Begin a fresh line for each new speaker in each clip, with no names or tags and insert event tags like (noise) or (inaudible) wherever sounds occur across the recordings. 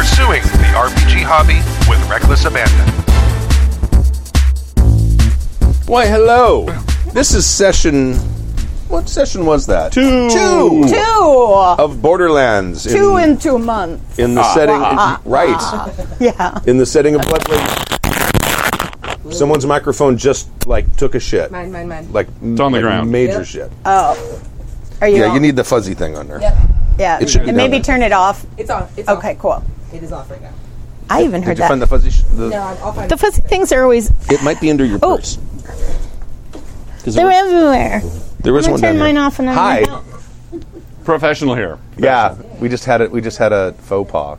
the RPG hobby with reckless abandon.
Why, hello. This is session. What session was that?
Two.
Two.
Two.
Of Borderlands. in-
Two Ah. in two months.
in the setting right
Ah. Yeah.
in the setting of blood Rage. someone's microphone just like took a shit
Mine, mine, mine.
like it's
on the ground.
major shit
Are you?
yeah
on?
you need the fuzzy thing on there
Oh, Yeah.
it should be
and maybe
done.
turn it off.
It's on. It's
Okay.
off.
Cool.
It is off right now.
I even heard
did you
that.
find the fuzzy sh- the,
No, I'll find
the fuzzy things are always
it might be under your
Oh.
purse 'Cause
they're
there,
everywhere.
there was
I'm
one down
gonna turn
here.
mine off and I'm
hi
gonna-
Professional here.
yeah we just had it we just had a faux pas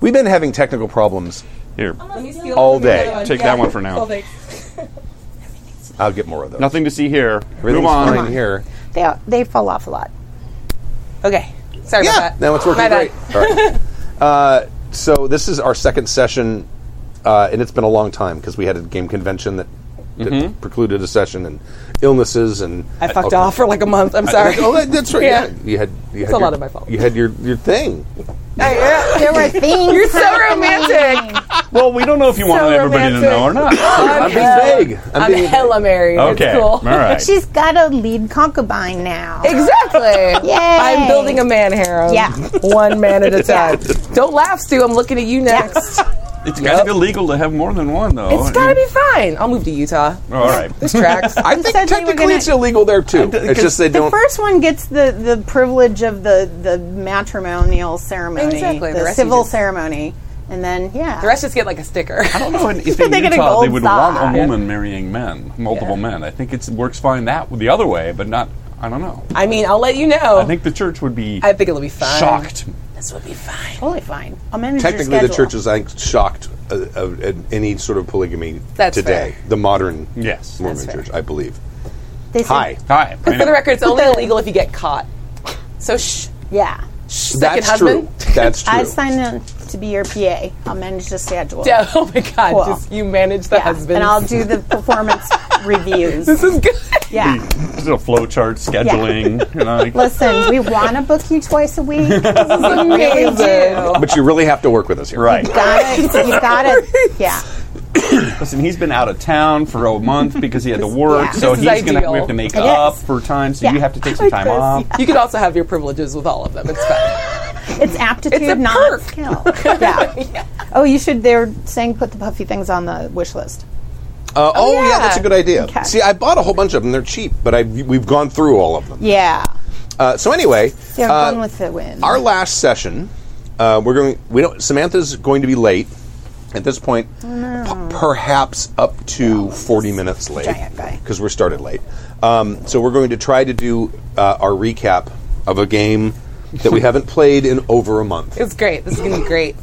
we've been having technical problems
Here.
Let me steal
All
from the other
day.
one.
Take that one for now.
Cool, thanks.
i'll get more of those
Nothing to see here.
Everything's
Move on.
fine here
They are- they fall off a lot.
Okay. Sorry
yeah
about that.
now it's working
My bad.
great all right uh, so this is our second session uh, and it's been a long time because we had a game convention that, that precluded a session and illnesses and
I fucked off for like a month. I'm sorry. (laughs)
oh, that- that's right. Yeah.
Yeah.
you had. You had
a
your-
lot of my fault.
You had your your thing. (laughs)
There were things.
(laughs) You're so (laughs) romantic.
Well, we don't know if you want
So
everybody to know or not.
I'm being vague. I'm,
I'm
being
hella married.
okay.
It's cool.
All right.
She's got a lead concubine now.
(laughs) Exactly.
Yay.
I'm building a man harem.
Yeah.
(laughs) One
(laughs)
man at a time. Don't laugh, Stu. I'm looking at
(laughs)
you next.
It's kind of illegal to have more than one, though.
It's gotta be fine. I'll move to Utah.
All
(laughs)
right.
This
(laughs)
tracks.
I think
said they were
technically
gonna-
it's illegal there too. It's just they
The
don't.
first one gets the, the privilege of the, the matrimonial ceremony,
Exactly,
the,
the rest you
civil
just-
ceremony, and then yeah,
The rest just get like a sticker.
I don't know in- if
They
in
get a
Utah
gold
they would
star.
want a woman marrying men, multiple men. I think it works fine that the other way, but not. I don't know.
I mean, I'll let you know.
I think the church would be
I think it'll be fine.
shocked.
This will be fine.
totally fine. I'll manage your
Technically, the
schedule.
church is I think shocked uh, uh, at any sort of polygamy
That's
today. The modern
Yes. That's
Mormon
fair.
church, I believe.
They say-
Hi.
Hi. For
For the
(laughs)
record,
(laughs)
it's only illegal if you get caught. So shh.
Yeah,
shh second
That's
husband.
true. That's true.
(laughs) I signed up to be your PA. I'll manage the schedule.
(laughs) Yeah, oh my god,
Cool.
just you manage the
Yeah,
husband.
and I'll do the
(laughs)
performance reviews.
this is good.
Yeah.
There's a flow chart scheduling. you know, like-
Listen, we want to book you twice a week. You
(laughs) Amazing.
(laughs) But you really have to work with us here,
right.
gotta, you gotta, yeah.
Listen, he's been out of town for a month because he had to work,
(laughs) yeah.
so
This
he's
is
gonna
ideal.
we have to make
It
up
is.
for time. So you
Yeah.
have to take
(laughs)
some time off.
You can also have your privileges with all of them. It's fine. (laughs)
It's aptitude,
It's a
not
perk. (laughs)
skill. Yeah. Oh, you should. They're saying put the puffy things on the wish list.
Uh, oh yeah.
yeah.
that's a good idea.
Okay.
See, I bought a whole bunch of them. They're cheap, but I we've gone through all of them.
Yeah.
Uh, so anyway,
They're
uh,
going with the wind.
our last session, uh, we're going. We don't. Samantha's going to be late at this point,
Oh,
p- perhaps up to forty minutes late
giant guy.
because we're started late. Um, so we're going to try to do uh, our recap of a game that
(laughs)
we haven't played in over a month.
It's great. This is gonna be great.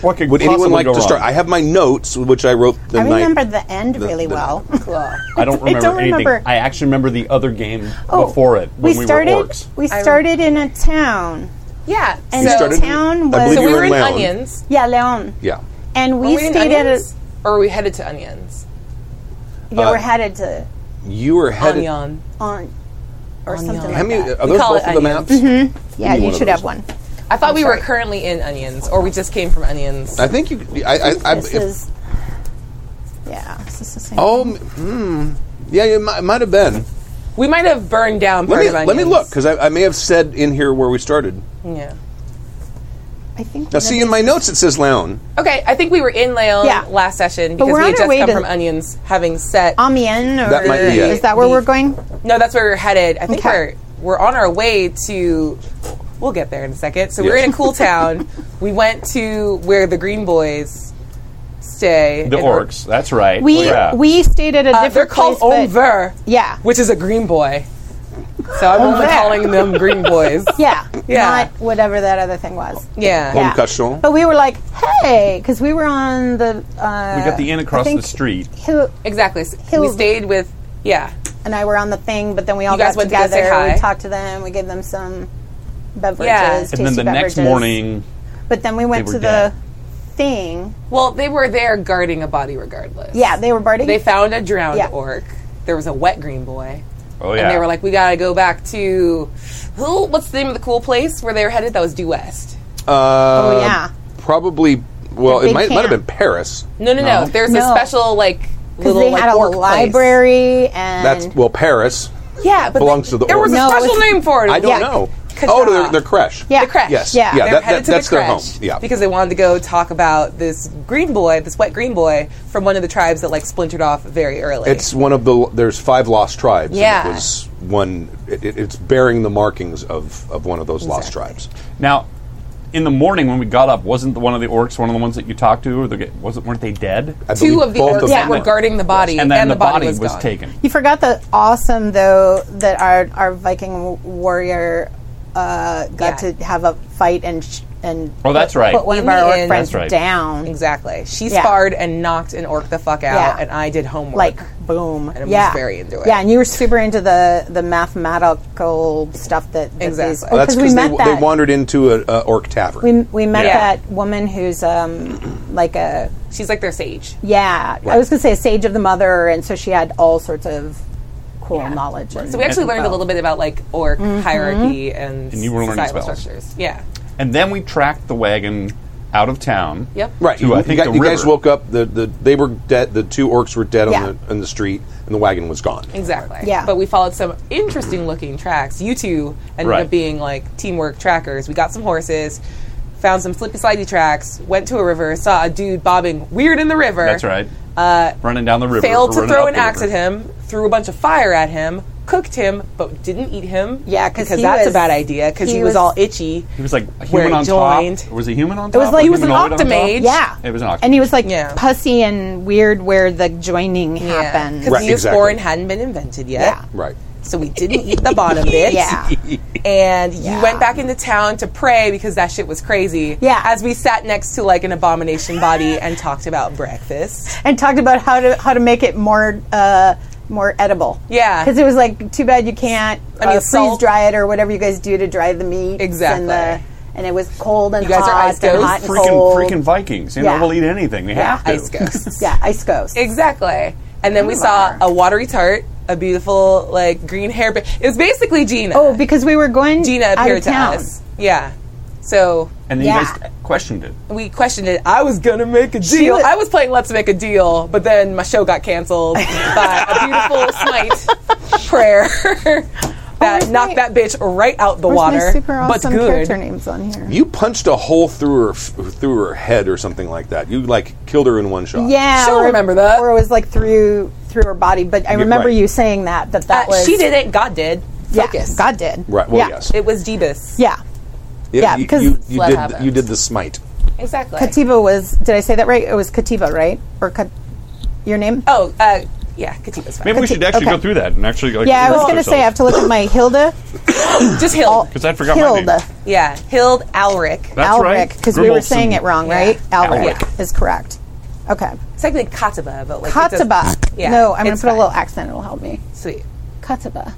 What could
Would anyone
possibly
like
go
to start?
wrong?
I have my notes, which I wrote the
I
night.
remember the end
the-
really
the-
well.
I don't remember anything.
remember.
I actually remember the other game
(laughs) Oh,
before it when we,
started.
were orcs.
we started in a town,
Yeah.
and
so,
started-
the town
I
was
believe
so
you
we
were
were in
Leon.
onions.
yeah, Leon,
yeah.
and
Were
we,
we in
stayed at a
onions? Or are we headed to onions?
yeah,
Uh,
we're headed to
You were headed.
Onion.
on or something.
How
Like
many,
that.
are
We
those
call
both
it
of the
onions.
maps?
Yeah,
me uh, one
you
of
should
those.
have one.
I thought we were currently in onions, or we just came from onions.
I think you. I, I, I,
This
if-
is yeah. Is this the same?
oh, m- hmm. yeah, it might, it might have been.
we might have burned down part
Let me,
of onions.
let me look because I, I may have said in here where we started.
Yeah.
I think.
Now, see in my notes it says Leon.
Okay, I think we were in Leon
Yeah.
last session
But
because
we're on
we had
our
just
way
come
to-
from onions, having set.
Amiens, or
That might be it.
is that where
The-
we're going?
No, that's where we were headed. I think
Okay.
we're we're on our way to. We'll get there in a second. So we're
Yeah.
in a
(laughs)
cool town. We went to where the Green Boys stay.
The
and-
orcs. That's right.
Oh,
We
yeah.
we stayed at a
Uh,
different
they're called
place, but-
Over,
Yeah,
which is a Green Boy. So I'm only calling them
(laughs)
Green Boys.
yeah,
Yeah.
not whatever that other thing was.
Yeah.
Yeah. Oh,
Home Cushion.
But we were like, hey, because we were on the. Uh,
we got the inn across the
think-
street.
Hill,
Exactly. So we
Hill-
stayed with. Yeah.
and I were on the thing, but then we all
You guys
got
went to go
together.
say hi.
we talked to them. We gave them some beverages.
Yeah. And
And then
tasty
the next
beverages.
morning,
But then we went
were
to
dead.
the thing.
Well, they were there guarding a body regardless.
Yeah, they were partying.
They found a drowned
Yeah.
orc. There was a wet Green Boy.
oh yeah,
And they were like, we gotta go back to who? What's the name of the cool place where they were headed? That was due west.
Uh,
oh, yeah.
Probably Well,
Big
it might, might have been
camp.
Paris.
No, no, no.
No.
There's a
No.
special like
Because
little
they
like,
had a
orc place.
library and
That's well, Paris
Yeah, but
belongs to the
there was a
orc.
No,
special
it's-
name for it.
I don't
yeah.
know.
Kaza.
Oh, their, their crash.
yeah,
The crash.
Yes.
Yeah.
Yeah.
They're
that-
headed
that-
to
that's
the
their
crash
home. Yeah.
Because they wanted to go talk about this green boy, this wet green boy from one of the tribes that like splintered off very early.
It's one of the. There's five lost tribes. and
Yeah.
it was one. It, it- it's bearing the markings of of one of those lost tribes.
Now, in the morning when we got up, wasn't one of the orcs one of the ones that you talked to? Or the, wasn't weren't they dead?
I
two
believe
of the
both
orcs
of
that
them
were guarding the body,
and then the, body, was,
gone.
taken.
You forgot the awesome though that our our Viking w- warrior uh, got
Yeah.
to have a fight and sh- and
Oh, that's right.
put one of
In the
our
end-
friends
That's right.
down
Exactly. She
Yeah.
sparred and knocked an orc the fuck out,
Yeah.
and I did homework.
like boom
And I'm
yeah
just very into it.
yeah and you were super into the the mathematical stuff that, that
Exactly.
these,
Oh,
Well,
Well, that's
because
because
we
they,
met
w-
that
they wandered into a, a orc tavern.
we, we met
Yeah.
that woman who's um like a
she's like their sage.
yeah I was gonna say a sage of the mother and so she had all sorts of cool knowledge and
So we actually learned a
info.
little bit about like orc
Mm-hmm.
hierarchy and,
And you were learning
societal
spells.
structures. Yeah.
And then we tracked the wagon out of town.
Yep.
Right,
To,
you,
I
you
think,
got-
the
you guys
river.
woke up. The, the they were dead. The two orcs were dead
Yeah.
on the on the street, and the wagon was gone.
Exactly.
Yeah.
But we followed some interesting looking tracks. You two ended
Right.
up being like teamwork trackers. We got some horses, found some slippy slidey tracks, went to a river, saw a dude bobbing weird in the river.
That's right. Uh, running down the river.
Failed
or
to
running
throw
up
an
the
axe at
river.
him, threw a bunch of fire at him, cooked him, but didn't eat him.
Yeah, 'cause
because
he
that's a
was-
bad idea. Because he,
he
was,
was-
all itchy.
He was like a
Where
human
he
on
joined.
top. Was he human on top?
was like-
Or
He was an
humanoid on top?
octomage.
yeah
It was an
and he was like
Yeah.
pussy and weird where the joining happened
because
Right,
he was
exactly.
foreign, hadn't been invented yet.
Yeah.
Right.
So we didn't eat the
(laughs)
bottom bit. (laughs)
yeah
and you
Yeah.
went back into town to pray because that shit was crazy.
Yeah.
As we sat next to like an abomination body and talked about breakfast.
and talked about how to how to make it more uh, more edible.
Yeah.
because it was like too bad you can't
I mean,
uh, freeze
salt.
dry it or whatever you guys do to dry the meat.
Exactly.
and, the, and it was cold and
You guys are
hot
ice
and
ghosts?
hot and
Freaking,
cold.
freaking Vikings. You
Yeah.
know, we'll eat anything. We have to.
Ice
(laughs)
ghosts.
yeah, ice ghost.
exactly. And then we saw a watery tart, a beautiful like green hair. But it was basically Gina.
oh, because we were going
Gina
out
appeared
of town.
to us. Yeah. So
And then
Yeah.
you guys questioned it.
we questioned it. I was gonna make a deal.
was-
I was playing Let's Make a Deal, but then my show
(laughs)
got canceled by a beautiful smite prayer that
where's
knocked
my-
that bitch right out the
Where's
water.
my super awesome
but good.
character names on here?
You punched a hole through her f- through her head or something like that. You like killed her in one shot.
Yeah,
She'll
or,
remember that.
Or it was like through through her body. But I remember
right.
you saying that that that
Uh,
was
she did it. God did.
Yeah,
Focus.
God did.
Right. Well,
Yeah.
yes.
It was Jeebus.
Yeah,
It-
yeah,
you-
because
you,
that's
you
what
did
happened.
you did the smite.
Exactly.
Katiba was. Did I say that right? It was Katiba, right? Or Kat- your name?
oh, uh, yeah, Katiba's fine.
Maybe we
Conti-
should actually
okay.
go through that and actually. Like,
Yeah, I was
introduce
going to say I have
ourselves.
to look at my Hilda.
Just Hild.
Because I forgot my name.
Hilda.
Yeah, Hild Alric.
That's right.
Because we were
Grimmelsson.
saying it wrong,
Yeah.
right? Alric
Alric.
is correct. Okay.
It's technically Katiba, but like it does-
Kataba.
Yeah,
no, I'm going
it's
to put a
fine.
little accent. It'll help me.
Sweet.
Kataba.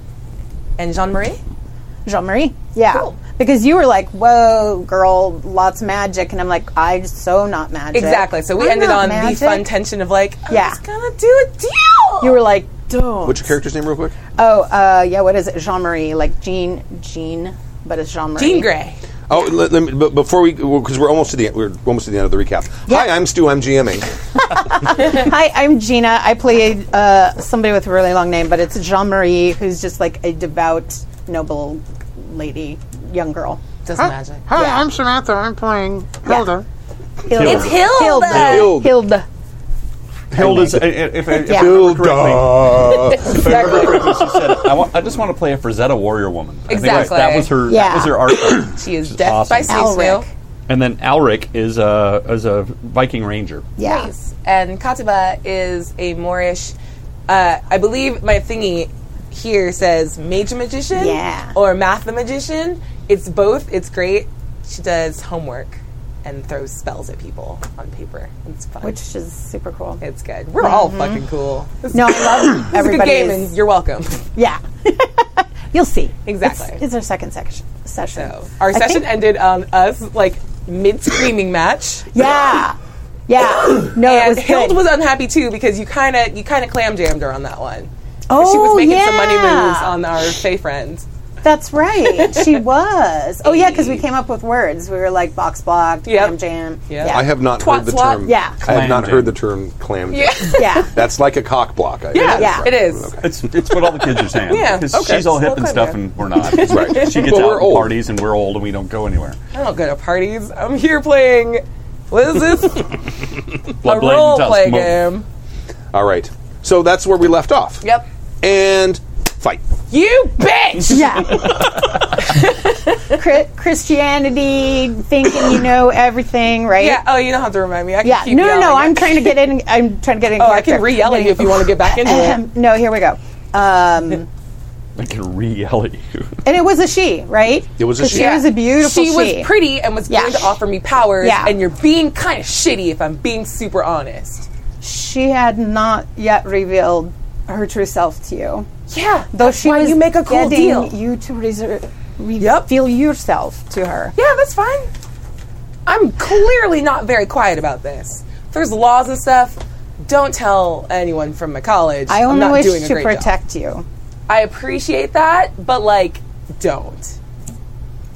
And Jean Marie.
Jean Marie. Yeah. Because you were like, whoa, girl, lots of magic. And I'm like, I'm so not magic.
Exactly. So we
I'm
ended
not
on
magic.
the fun tension of like, I'm
Yeah.
just gonna do a deal.
You were like, don't.
What's your character's name, real quick?
Oh, uh, yeah, what is it? Jean Marie. Like Jean, Jean, but it's Jean Marie.
Jean Grey.
Oh, let, let me, but before we, because we're almost to the we're almost to the end of the recap. Hi, I'm Stu. I'm GMing.
(laughs) Hi, I'm Gina. I play uh, somebody with a really long name, but it's Jean Marie, who's just like a devout, noble lady, young girl.
Does magic.
Hi, I'm Samantha. I'm playing Hilda.
Hilda.
It's
Hilda.
Hilda. Hilda.
Hilda's. i- i- If, I- if, I
Yeah.
Hilda.
remember correctly- if I remember correctly, she said, I, wa- I just want to play a Frazetta warrior woman. I think that's- that was her.
Yeah.
That was her art.
She is
She's
death by
awesome.
Snoo Snoo.
Alric.
(coughs) And then Alric is a is a Viking ranger.
Yeah.
Nice. And Katiba is a Moorish. Uh, I believe my thingy here says mage magician
Yeah.
or math magician. It's both. It's great. She does homework and throws spells at people on paper. It's fun.
Which is super cool.
it's good. We're all fucking cool. This
No, I
(coughs)
love
is a good
everybody.
game, and you're welcome. (laughs)
yeah. (laughs) You'll see.
Exactly.
It's, it's our second section. Session.
So our
I
session
think-
ended on us like mid screaming match.
Yeah. Yeah. No, it
And
was
Hild
good.
was unhappy too because you kind of you kind of clam jammed her on that one.
oh,
she was making
yeah.
some money moves on our Fey friends.
That's right.
(laughs)
She was. Oh yeah, because we came up with words. We were like box blocked,
Yep.
clam jam.
Yep.
I have not
Twat
heard the
swat?
term.
Yeah.
I have not
Clam
heard
jam.
the term clam. jam.
Yeah.
(laughs)
Yeah.
That's like a cock block. I
Yeah,
Yeah.
it is.
It's it's what all the kids are saying.
(laughs) Yeah,
because
okay.
she's all hip
Well,
and
come
stuff,
here.
and we're
(laughs)
not. right. She gets
But
out
we're
at
old.
parties, and we're old, and we don't go anywhere.
I don't go to parties. I'm here playing.
(laughs)
What is this? a
Blood Blade and
role
Tusk,
play
move.
game.
All right. So that's where we left off.
Yep.
And fight.
You bitch! (laughs)
Yeah. Chri- Christianity, thinking you know everything, right?
yeah. Oh, you don't have to remind me. I can
Yeah. No,
keep
no,
yelling.
no. I'm trying to get in. I'm trying to get in.
Oh, I can re-yell at you if you want to
(laughs)
get back into it.
no, here we go. Um,
I can re-yell at you.
(laughs)
and it was a she, right?
It was a
'Cause
she.
She was a beautiful.
She
she.
was pretty and was
Yeah.
going to offer me powers,
Yeah.
and you're being kind of shitty if I'm being super honest.
She had not yet revealed her true self to you.
Yeah.
Though she
why
was
you make a cool
getting
deal.
you to reserve,
Yep.
reveal yourself to her.
Yeah, that's fine. I'm clearly not very quiet about this. If there's laws and stuff. Don't tell anyone from my college.
I
I'm
only
not
wish
doing a
to
great job.
protect you.
I appreciate that, but like, don't.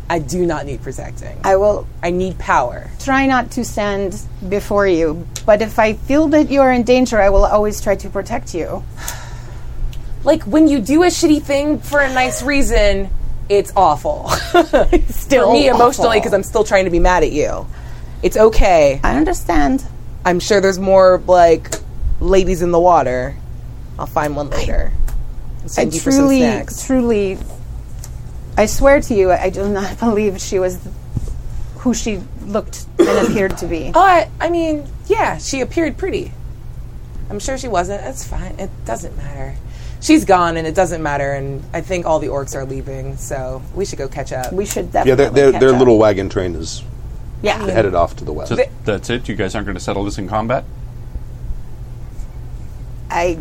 I do not need protecting. I,
I will
need power.
try not to stand before you, but if I feel that you are in danger, I will always try to protect you.
Like when you do a shitty thing for a nice reason, it's awful. (laughs) still for me
awful.
emotionally because I'm still trying to be mad at you. It's okay.
I understand.
I'm sure there's more like ladies in the water. I'll find one later. I'll
I
send you for some
truly,
snacks.
truly, I swear to you, I do not (laughs) believe she was who she looked (coughs) and appeared to be.
But I mean, yeah, she appeared pretty. I'm sure she wasn't. That's fine. It doesn't matter. She's gone, and it doesn't matter. And I think all the orcs are leaving, so we should go catch up.
We should
Yeah,
definitely.
their, their,
catch
their
up.
little wagon train is
Yeah.
headed off to the west.
So that's it. You guys aren't going to settle this in combat.
I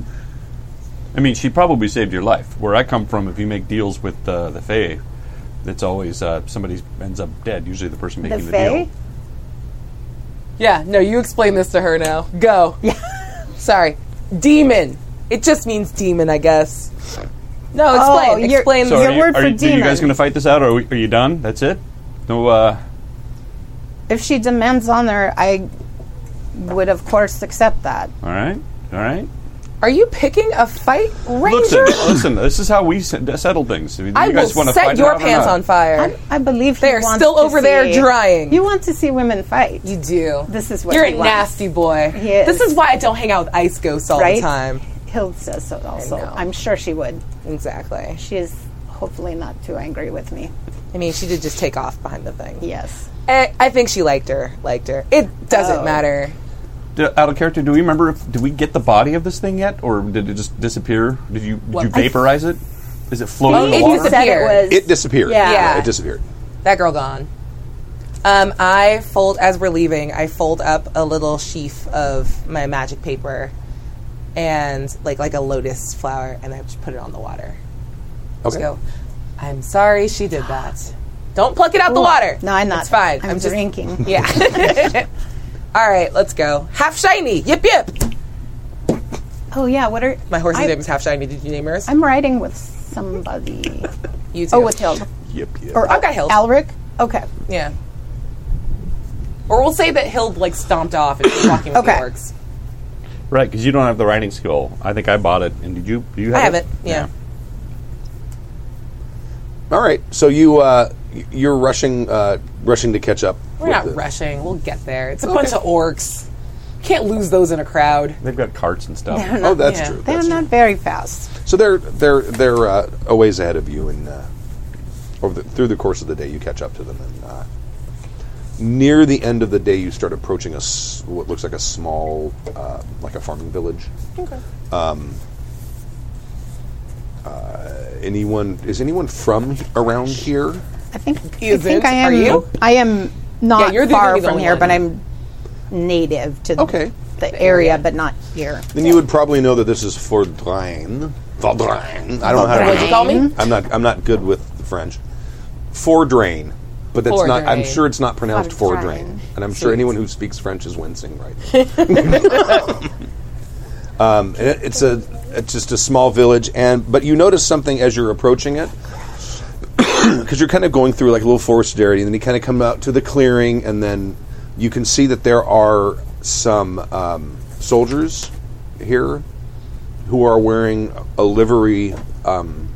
I mean, she probably saved your life. Where I come from, if you make deals with uh, the Fae, it's always uh, somebody ends up dead. Usually, the person
the
making the,
Fae.
deal.
yeah. No, you explain this to her now. Go. Yeah. (laughs) Sorry, demon. It just means demon, I guess. No, explain.
Oh, you're-
explain.
So,
Your
are you,
word
are you,
for
are you guys
demon.
going to fight this out, or are, we, are you done? That's it. No. Uh,
If she demands honor, I would of course accept that.
all right. All right.
Are you picking a fight,
Listen,
Ranger?
listen. This is how we s- settle things. If You
I
guys
will
wanna
set
fight it
your
out or
pants
not?
on fire.
I, I believe he
They are
wants
still
to
over there
see-
drying.
You want to see women fight.
You do.
This is what
you're
he
a
wants.
nasty boy.
He is.
This is why I don't hang out with ice ghosts all
Right?
the time.
Hild says so also.
know.
I'm sure she would.
Exactly.
She is hopefully not too angry with me.
I mean, she did just take off behind the thing.
Yes.
Eh, I think she liked her. Liked her. It doesn't
Oh.
matter.
D- out of character. Do we remember? If, did we get the body of this thing yet, or did it just disappear? Did you did
What-
you vaporize it? Is it floating in
It
the water?
You said Oh, it
disappeared.
was.
It disappeared.
Yeah.
Yeah.
It disappeared.
That girl gone. Um, I fold as we're leaving. I fold up a little sheaf of my magic paper, and like like a lotus flower, and I just put it on the water. Just
Okay.
go. I'm sorry she did that. Don't pluck it out the water.
no, I'm not.
It's fine.
I'm,
I'm just
drinking.
(laughs) Yeah. (laughs) All right, let's go. Half shiny. Yip yip.
Oh yeah. What are
My horse's
I,
name is Half Shiny. Did you name yours?
I'm riding with somebody.
you too.
oh, with Hild
Yep, yep.
or
I've got Hild.
Alric. Okay.
yeah. Or we'll say that Hild like stomped off and was walking with
Okay.
the orcs.
Right, because you don't have the writing skill. I think I bought it, and did you? Do you
I
have
have it. Yeah.
All right. So you uh, y- you're rushing uh, rushing to catch up.
We're
with
not
the-
rushing. We'll get there. It's a bunch of orcs. Can't lose those in a crowd.
They've got carts and stuff.
Oh, that's
Yeah.
true.
They're
that's
not very fast.
true. So they're they're they're uh, a ways ahead of you, and uh, over the, through the course of the day, you catch up to them. And uh, near the end of the day, you start approaching a s- what looks like a small uh, like a farming village. Um,
Okay.
uh, Anyone is anyone from around here?
I think. I
Isn't?
think I am.
Are you?
I am not
Yeah, you're the-
far
you're the
from
only
here,
one.
but I'm native to
Okay.
the area, but not here.
Then you would probably know that this is Fordrain. Fordrain. I don't know how to
What'd you call me?
I'm not. I'm not good with the French. Fordrain, but that's not. I'm
Fordrain.
sure it's not pronounced Fordrain,
Fordrain.
and I'm sure anyone who speaks French is wincing right now. (laughs) um, and it- (coughs) it's a. It's just a small village, and but you notice something as you're approaching it. because you're kind of going through like a little forest area, and then you kind of come out to the clearing, and then you can see that there are some um, soldiers here who are wearing a livery. Um,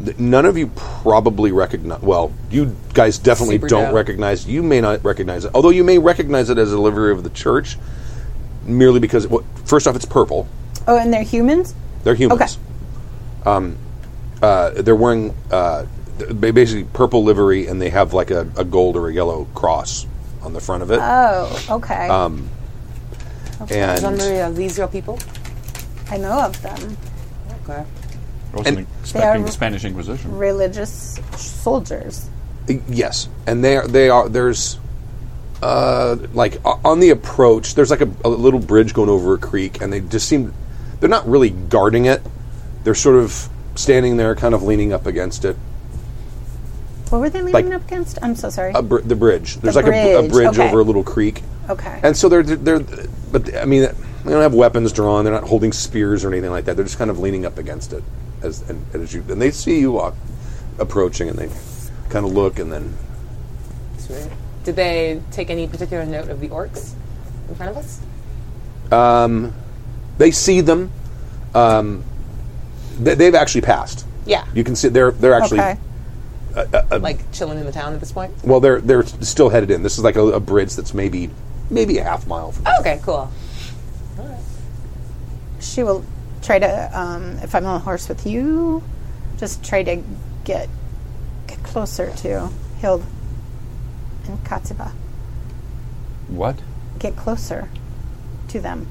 that none of you probably recognize. Well, you guys definitely
Super
don't
dope.
recognize. You may not recognize it, although you may recognize it as a livery of the church, merely because well, first off, it's purple.
Oh, and they're humans?
They're humans. Um, uh, they're wearing uh, th- ba- basically purple livery, and they have like a, a gold or a yellow cross on the front of it.
Oh, okay.
Um, and
Jean Marie, are these real people?
I know of them.
Okay.
I wasn't
And-
expecting
They are-
the Spanish Inquisition.
Religious soldiers.
yes, and they are, they are there's uh, like o- on the approach. There's like a, a little bridge going over a creek, and they just seem they're not really guarding it. They're sort of standing there, kind of leaning up against it.
What were they leaning
Like-
up against? I'm so sorry.
A br- the bridge. There's like A, a
bridge,
bridge
okay.
over a little creek.
okay.
And so they're they're, but I mean, they don't have weapons drawn. They're not holding spears or anything like that. They're just kind of leaning up against it as and as you and they see you walk approaching and they kind of look and then
Sweet. Did they take any particular note of the orcs in front of us?
they see them. Um, they, they've actually passed.
Yeah.
You can see they're they're actually
okay.
like chilling in the town at this point?
well they're they're still headed in. This is like a, a bridge that's maybe maybe a half mile. From
Oh, okay, cool.
She will try to, um, if I'm on a horse with you, just try to get, get closer to Hild and Katsuba.
What?
Get closer to them.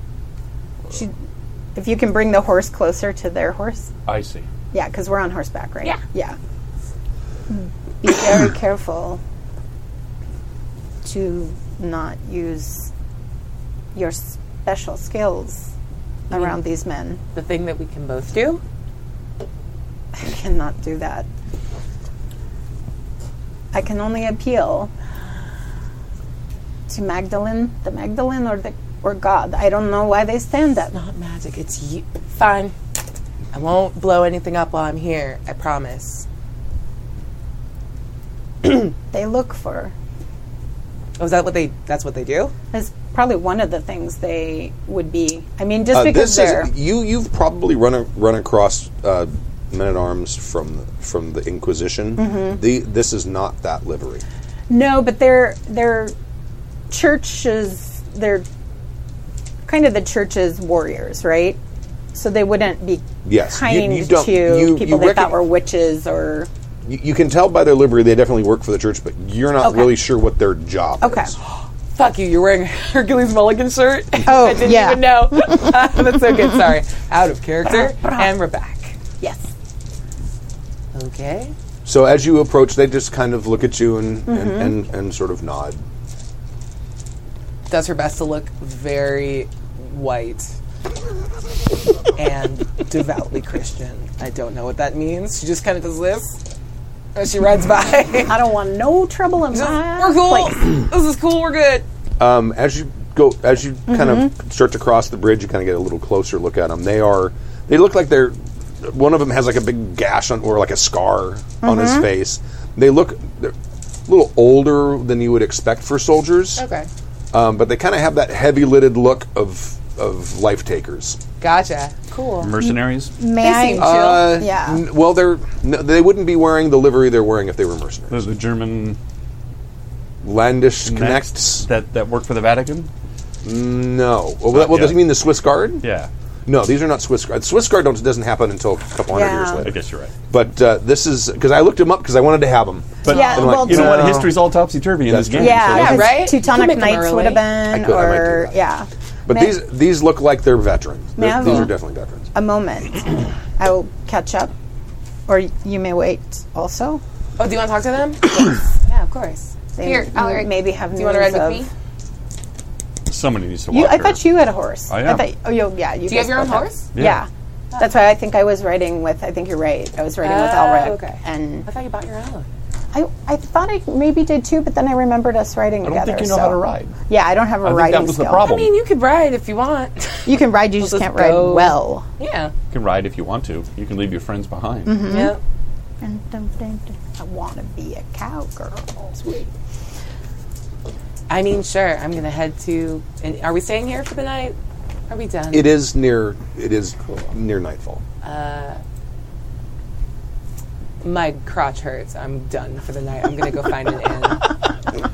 She, if you can bring the horse closer to their horse.
I see.
Yeah, because we're on horseback, right?
Yeah.
Yeah. Be very careful to not use your special skills around these men.
The thing that we can both do?
I (laughs) cannot do that. I can only appeal to Magdalene, the Magdalene, or the or God. I don't know why they stand that.
Not magic, it's you. Fine. I won't blow anything up while I'm here, I promise.
They look for
Oh, is that what they, that's what they do?
is probably one of the things they would be. I mean, just
Uh,
because
this
they're
is you. You've probably run a, run across uh, men at arms from from the Inquisition.
Mm-hmm.
The, this is not that livery.
No, but they're they're churches. They're kind of the church's warriors, right? So they wouldn't be
Yes. You- you
kind
don't-
to
you-
people
you
they
recog-
thought were witches or
You, you can tell by their livery they definitely work for the church, but you're not
Okay.
really sure what their job
okay.
is.
Fuck you, you're wearing a Hercules Mulligan shirt.
Oh,
I didn't
yeah.
even know. (laughs) That's so good,
(laughs)
sorry. Out of character, and we're back.
Yes.
Okay.
So as you approach, they just kind of look at you and, and,
Mm-hmm.
and, and sort of nod.
does her best to look very white and devoutly Christian. I don't know what that means. She just kind of does this as she rides by.
I don't want no trouble in my
we're cool.
place.
This is cool. We're good.
Um, as you go, as you kind
Mm-hmm.
of start to cross the bridge, you kind of get a little closer look at them. They are, they look like they're. One of them has like a big gash on, or like a scar on
Mm-hmm.
his face. They look they're a little older than you would expect for soldiers. um, but they kind of have that heavy lidded look of of life takers.
Gotcha. Cool.
Mercenaries?
May I?
seem
Uh,
Yeah.
n- well, they're no, they wouldn't be wearing the livery they're wearing if they were mercenaries.
Those are the German
Landish connects.
connects that, that work for the Vatican?
No. Well, that, well
yet.
does he mean the Swiss Guard?
Yeah.
No, these are not Swiss Guard. Swiss Guard don't, doesn't happen until a couple hundred
Yeah.
years
I
later.
guess you're right.
But uh, this is because I looked him up because I wanted to have him.
But
Yeah,
I'm like,
well,
you know
no.
what? History's all topsy turvy in
That's
this
true.
game.
yeah,
so-
Yeah,
'cause
right? You
Teutonic
can make them
Knights would have been,
I could- I might do
or
that.
yeah.
but
May-
these these look like they're veterans.
May I
They're-
have
these
a-
are definitely veterans.
a moment. I will catch up, or you may wait. Also,
Oh, do you want to talk to (coughs) them? Yes. yeah, of course.
they
Here, I'll ride-
maybe have.
Do you want to ride with me?
Somebody needs to watch
You, I
her.
thought you had a horse.
I am.
thought, oh, you, yeah. You
Do you
guys
have your own
both have-
horse?
Yeah. That's why I think I was riding with. I think you're right. I was riding with
Oh,
Elric,
okay. I
and
thought you bought your own.
I, I thought I maybe did too, but then I remembered us riding
I don't
together.
think you know
so-
how to ride.
Yeah, I don't have a
I think
riding
that was the
skill.
I
problem.
mean, you could ride if you want. (laughs)
You can ride, you just
just
can't ride
go.
well.
yeah.
You can ride if you want to. You can leave your friends behind.
Yeah.
Dun, dun, dun, dun. I want to be a cowgirl. Sweet.
I mean, sure. I'm gonna head to. And are we staying here for the night? Are we done?
It is near. It is near nightfall.
My crotch hurts. I'm done for the night. I'm gonna go find an inn.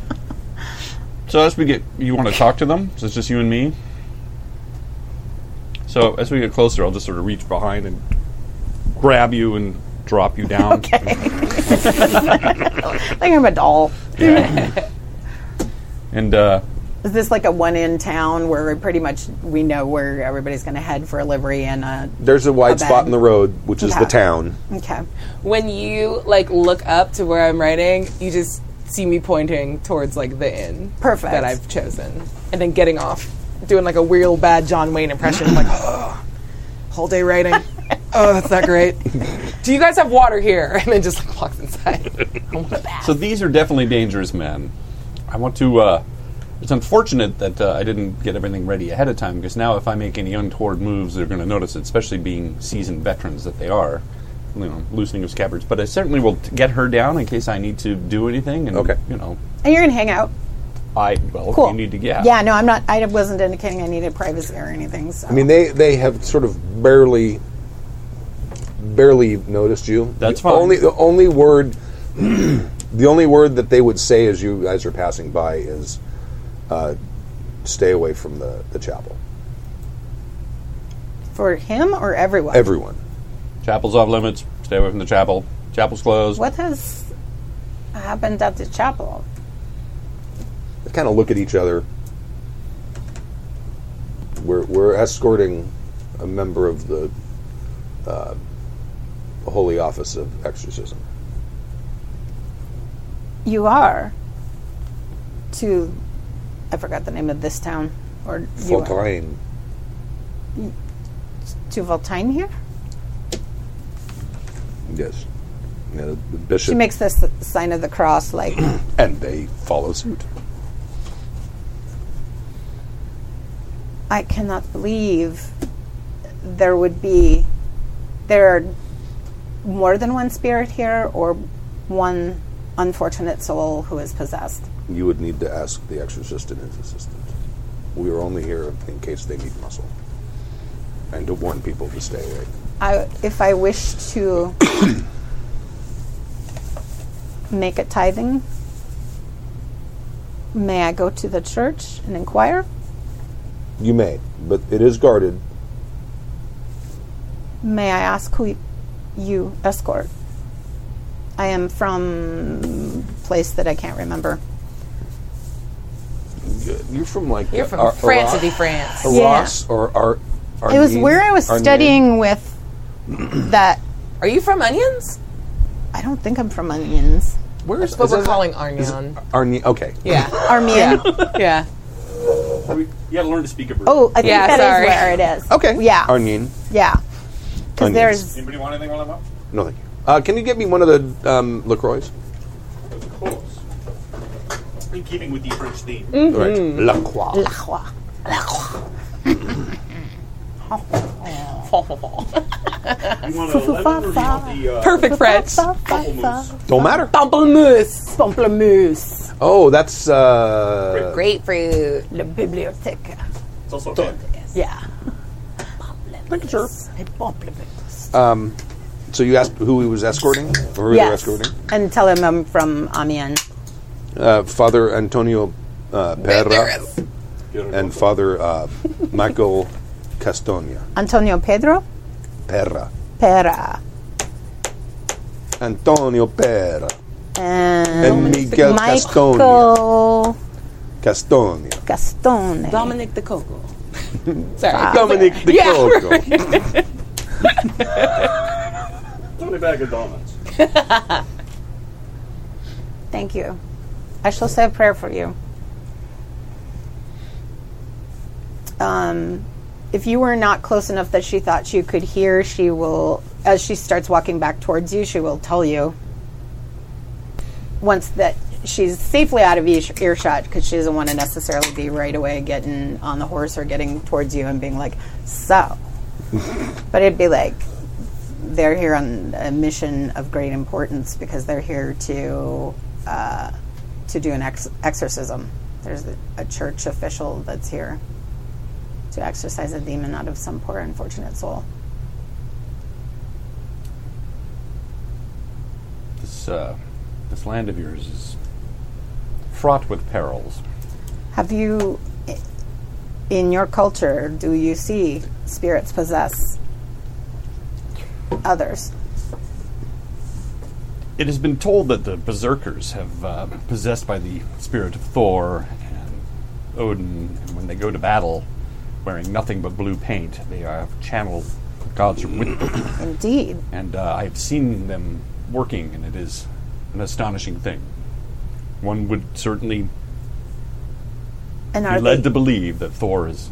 So as we get, you want to talk to them? So it's just you and me. So as we get closer, I'll just sort of reach behind and grab you and drop you down.
I think I'm a doll.
Yeah. and uh,
Is this like a one in town where we pretty much we know where everybody's going to head for a livery and a
There's a wide
A
spot
bed.
in the road, which is
Yeah.
the town.
okay?
When you like look up to where I'm writing, you just see me pointing towards like the inn.
Perfect.
That I've chosen, and then getting off, doing like a real bad John Wayne impression, like (gasps) oh, whole day (laughs) writing. oh, that's not great. Do you guys have water here? (laughs) And then just like walks inside.
so these are definitely dangerous men. I want to. Uh, it's unfortunate that uh, I didn't get everything ready ahead of time because now if I make any untoward moves, they're going to notice it, especially being seasoned veterans that they are. You know, loosening of scabbards, but I certainly will t- get her down in case I need to do anything. And
Okay.
you know,
And you're going to hang out.
I well,
Cool.
you need to yeah.
Yeah. No, I'm not. I wasn't indicating I needed privacy or anything. So.
I mean, they they have sort of barely barely noticed you.
That's
the
fine.
Only the only word (clears throat) the only word that they would say as you guys are passing by is uh, stay away from the, the chapel.
for him or everyone.
Everyone.
Chapel's off limits. Stay away from the chapel. Chapel's closed.
What has happened at the chapel?
They kind of look at each other. We're, we're escorting a member of the uh, Holy Office of Exorcism.
You are to. I forgot the name of this town. Or you are
Fontaine.
to Voltaine here.
Yes. Yeah, the- the bishop.
She makes this sign of the cross, like
and they follow suit.
I cannot believe there would be there are more than one spirit here or one unfortunate soul who is possessed.
You would need to ask the exorcist and his assistant. We are only here in case they need muscle. And to warn people to stay away.
I if I wish to (coughs) make a tithing, may I go to the church and inquire?
You may, but it is guarded.
May I ask who you escort? I am from place that I can't remember.
You're from like
You're from France, to be France.
Arras or Ar-
It was
Arnine?
where I was
Arnine?
studying with (clears throat) that.
Are you from Onions?
I don't think I'm from Onions.
Where
That's
is-
what
is
we're
that-
calling Arnion.
Arni- okay.
Yeah.
(laughs)
Armenian.
yeah.
You gotta learn to speak a
Oh, I think
Yeah,
that is
sorry.
where it is.
Okay.
Yeah.
Arnine.
Yeah. Because
Onions.
there's.
Anybody want anything while I'm up?
No, thank you. Uh, can you get me one of the um, LaCroix?
Of course. In keeping with the French theme.
Mm. Mm-hmm.
Right. LaCroix.
You want a lemon or do you want the uh,
Perfect French. (laughs)
pamplemousse?
Don't matter.
Pamplemousse.
Pamplemousse.
Oh, that's uh,
Grapefruit.
La bibliothèque.
It's also a
Yeah.
sure. Um, so you asked who he was escorting, or who they were
Yes.
escorting?
And tell him I'm from Amiens.
Uh, Father Antonio uh, Perra and Father uh, Michael Castonia
Antonio Pedro
Perra.
Pera.
Antonio Perra and
And
Miguel Castonia.
Michael
Castonia.
Gastone.
Dominic the Coco. Sorry.
Dominic De
Yeah,
Coco.
Tony bag of donuts.
Thank you. I shall say a prayer for you. Um, if you were not close enough that she thought you could hear, she will, as she starts walking back towards you, she will tell you. Once that she's safely out of ear- earshot, because she doesn't want to necessarily be right away getting on the horse or getting towards you and being like, so. but it'd be like, they're here on a mission of great importance because they're here to uh, to do an ex- exorcism. There's a, a church official that's here to exorcise a demon out of some poor unfortunate soul.
This uh, this land of yours is fraught with perils.
Have you, i- in your culture, do you see spirits possess others?
It has been told that the berserkers have uh, been possessed by the spirit of Thor and Odin, and when they go to battle, wearing nothing but blue paint, they are channeled. The gods are with them,
Indeed.
and uh, I have seen them working, and it is an astonishing thing. One would certainly
And
be
are
led
they,
to believe that Thor is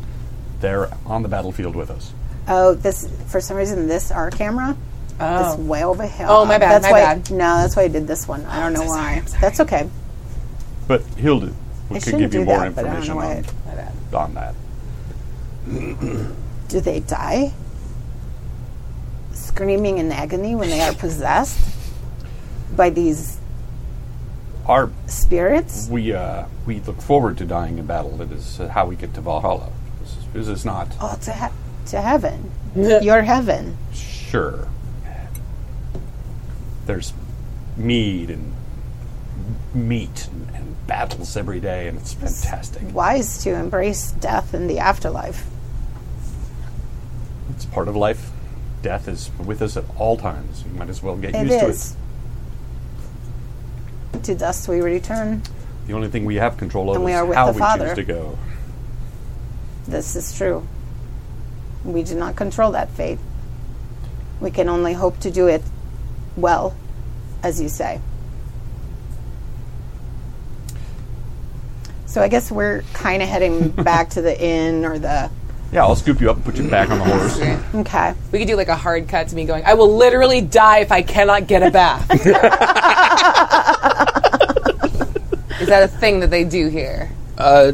there on the battlefield with us.
oh this for some reason this our camera
Oh.
is way over here.
Oh, my bad,
That's
my
why.
bad.
No, that's why I did this one. I don't know
so
why.
sorry, I'm sorry.
That's okay.
But Hilda
I
could
shouldn't
give you
do
more
that, but I don't know
information
why.
on,
it-
My bad.
on that.
Do they die? Screaming in agony when they are possessed by these
Our
spirits?
we uh, we look forward to dying in battle. That is uh, how we get to Valhalla. This is, this is not
Oh, to, he- to heaven.
(laughs)
Your heaven.
sure. There's mead and meat and, and battles every day, and it's fantastic.
Wise to embrace death in the afterlife.
It's part of life. Death is with us at all times. You might as well get
It
used
is. To dust we return.
to it. The only thing we have control over
And we
is
are with
how
the
we
Father.
choose to go.
This is true. We do not control that fate. We can only hope to do it well, as you say. So I guess we're kind of
(laughs)
heading back to the inn or the.
Yeah, I'll scoop you up and put you back on the horse.
Okay.
We could do like a hard cut to me going, I will literally die if I cannot get a bath. (laughs) Is that a thing that they do here?
Uh,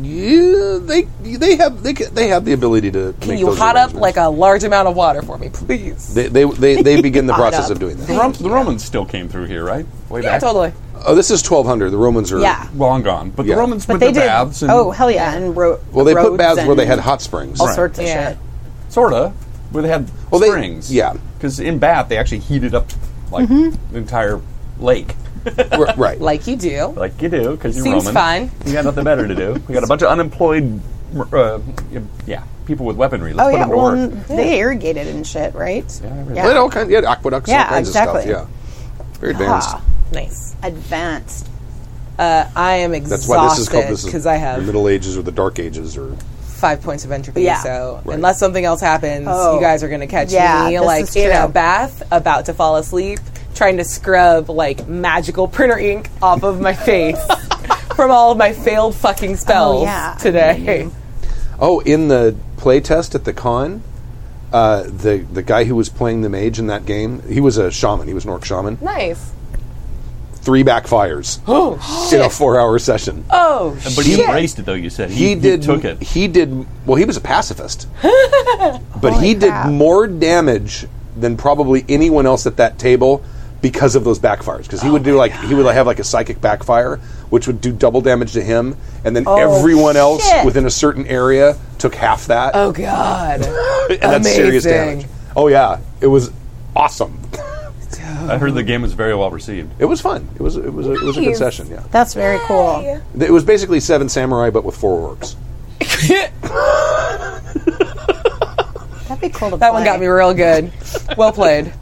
yeah, they they have they ca- they have the ability to.
Can you hot up like a large amount of water for me, please?
They they, they,
(laughs)
they begin the process
up.
of doing
The,
that.
Rom- the Romans still came through here, right? Way
Yeah,
back.
totally.
Oh, this is twelve hundred. The Romans are.
Yeah.
Long gone. But
Yeah.
the Romans
But
put
they
the
did.
baths and
oh, hell yeah. And ro-
Well, they put
roads
baths where they
and
had hot springs.
Oh,
all sorts of
Yeah.
shit.
sorta where they had
Well, they-
springs.
yeah.
because in Bath they actually heated up like the entire lake.
R- right.
Like you do.
Like you do because you're
Seems
Roman.
fun.
You got nothing better to do. We got a bunch of unemployed, uh, yeah, people with weaponry. Let's
Oh,
put
yeah.
them to
Well,
work.
and they irrigated and shit, right?
everything.
They had all kinds. Yeah, aqueducts.
Yeah,
all kinds Of
exactly.
stuff. Yeah. Very advanced.
Ah,
Nice.
advanced.
Uh, I am
That's why this is called
exhausted
this is
because I have
the Middle Ages or the Dark Ages or
five points of entropy.
Yeah.
So unless something else happens,
Oh.
you guys are going to catch
Yeah,
me
this
like
is
in
true.
a bath, about to fall asleep, trying to scrub like magical printer ink off of
(laughs)
my face from all of my failed fucking spells
Oh, yeah.
today.
Oh, in the playtest at the con, uh, the the guy who was playing the mage in that game, he was a shaman. He was an orc shaman.
Nice.
Three backfires
(gasps) Oh.
in a four hour session.
Oh.
But he embraced it though. You said he,
he did.
took it.
He did. Well, he was a
(laughs)
pacifist, but he
crap.
did more damage than probably anyone else at that table because of those backfires. Because he
Oh
would do like he would like, have like a psychic backfire, which would do double damage to him, and
Oh,
then everyone else
shit.
within a certain area took half that.
Oh God.
(laughs) and that's serious
Amazing.
damage. Oh yeah, it was awesome.
I heard the game was very well received.
It was fun. It was it was a, it was a good
Nice.
session. Yeah,
That's very cool.
it was basically Seven Samurai but with four orcs.
That'd be cool to
that one got me real good. Well played.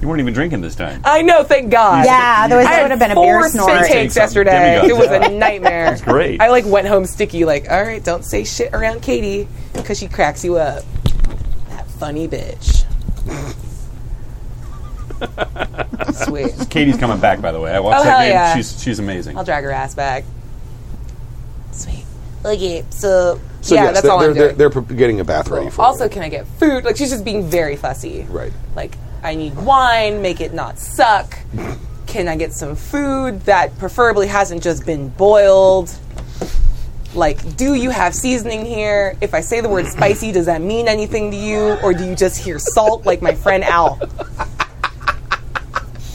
You weren't even drinking this time.
I know. Thank God.
Yeah, otherwise
I
that
had
would have been a
four
beer
spit
snort.
takes
Take something,
yesterday.
demigods,
It was
yeah.
a nightmare. That's
great.
I like went home sticky. Like, all right, don't say shit around Katie because she cracks you up. That
(laughs)
funny bitch. Sweet.
Katie's coming back, by the way. I watched
Oh,
that
hell
game.
yeah.
She's she's amazing.
I'll drag her ass back. Sweet. Okay, so,
So
yeah,
yes,
that's
they're,
all
they're,
I'm doing.
they're, they're pre- getting a bath ready for.
also,
it.
can I get food? Like, she's just being very fussy.
right.
like I need wine, make it not suck. Can I get some food that preferably hasn't just been boiled? like, do you have seasoning here? If I say the word spicy, does that mean anything to you? Or do you just hear salt like my friend Al?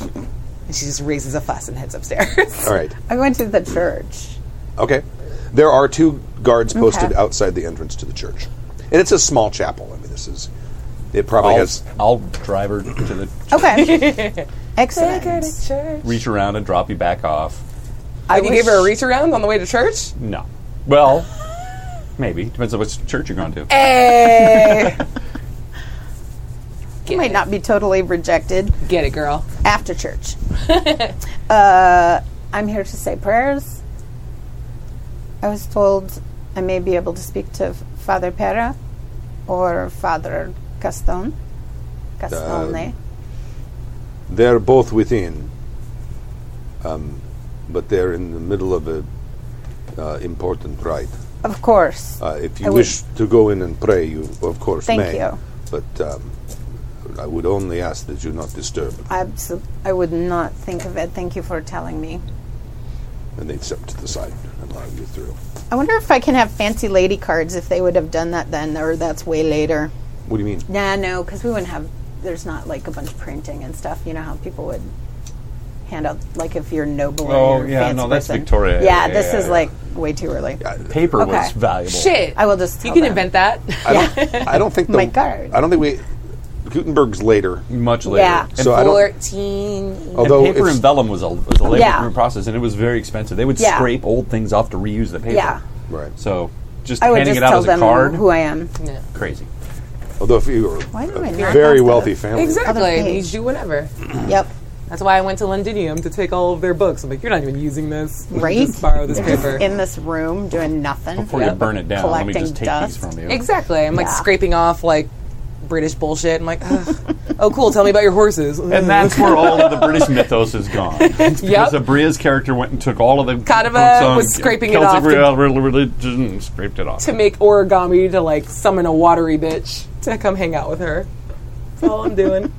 And she just raises a fuss and heads upstairs.
All right.
I went to the church.
Okay. There are two guards posted
Okay.
outside the entrance to the church, and it's a small chapel. I mean, this is. It probably
I'll,
has.
I'll drive her to the
Okay. (laughs) Excellent.
reach around and drop you back off.
Like, you gave her a reach around on the way to church?
No. Well, maybe depends on which church you're going to.
(laughs)
Hey!
You might not be totally rejected.
Get it, girl.
after (laughs) church. uh, I'm here to say prayers. I was told I may be able to speak to Father Pera or Father eh? Caston. Castone.
They're both within, um, but they're in the middle of a uh, important rite.
of course.
Uh, if you
I would-
wish to go in and pray, you of course
Thank
may.
you.
But um, I would only ask that you not disturb.
Abso- I would not think of it. Thank you for telling me.
And they'd step to the side and allow you through.
I wonder if I can have fancy lady cards if they would have done that then, or that's way later.
What do you mean?
Nah, no, because we wouldn't have. There's not like a bunch of printing and stuff. You know how people would hand out, like if you're noble.
Oh,
or you're a
yeah,
fancy
no, that's
person.
Victoria.
Yeah,
Yeah,
this
yeah,
is
yeah.
like way too early.
Paper was
Okay.
valuable.
Shit.
I will just.
you
tell
can
them. (laughs)
invent that.
I
(laughs)
don't, I don't think the,
My God.
I don't think we. Gutenberg's later.
Much later.
Yeah.
And
So I don't.
14.
Although
and paper
it's-
and vellum was a, was a labor
Yeah.
room process, and it was very expensive. They would
Yeah.
scrape old things off to reuse the paper.
Yeah.
Right.
So just
I would
handing it
just
out
tell
as a
them
card,
who I am.
crazy.
Although if you were
Why did
a
I not
very
ask
wealthy
that?
family,
Other
Exactly. You
page.
do whatever.
Yep.
That's why I went to Londinium to take all of their books. I'm like, you're not even using this. We should
Right?
Just borrow this paper.
In this room doing nothing.
Before you burn it down, let me
collecting
just take
dust.
these from you.
exactly. I'm like
Yeah.
scraping off like British bullshit. I'm like, ugh. oh cool, tell me about your horses. (laughs)
And that's where all of the British mythos is
(laughs)
gone. It's
Yep.
because Abria's character went and took all of the
Kadava
books on
was scraping it
Celtic
off to-
real- real- religion and scraped it off.
to make origami to like summon a watery bitch to come hang out with her. That's all I'm doing.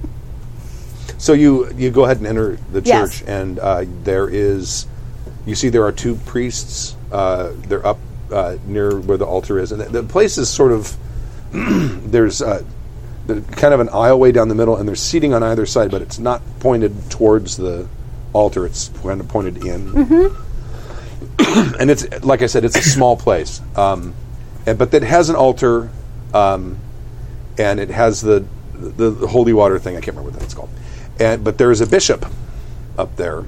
so you you go ahead and enter the
Yes.
church, and uh, there is, you see, there are two priests. Uh, they're up uh, near where the altar is, and the, the place is sort of (clears throat) there's uh, the, kind of an aisleway down the middle, and there's seating on either side, but it's not pointed towards the altar. It's kind of pointed in, and it's like I said, it's a small place, um, and, but it has an altar, um, and it has the, the the holy water thing. I can't remember what that's called, and but there is a bishop up there,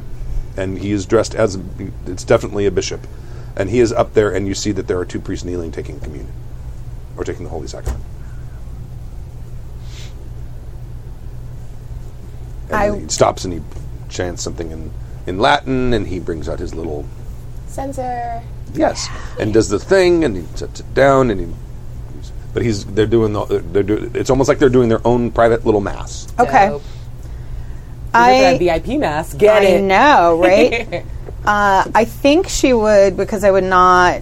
and he is dressed as a, it's definitely a bishop, and he is up there, and you see that there are two priests kneeling taking communion or taking the holy sacrament. And
I-
then he stops and he chants something in, in Latin, and he brings out his little censer. Yes, and does the thing, and he sets it down, and he. But he's they're doing the they're do, it's almost like they're doing their own private little mass.
(laughs) Okay.
Dope.
I
that VIP mask. Get
I
it.
know,
(laughs)
right? uh, I think she would because I would not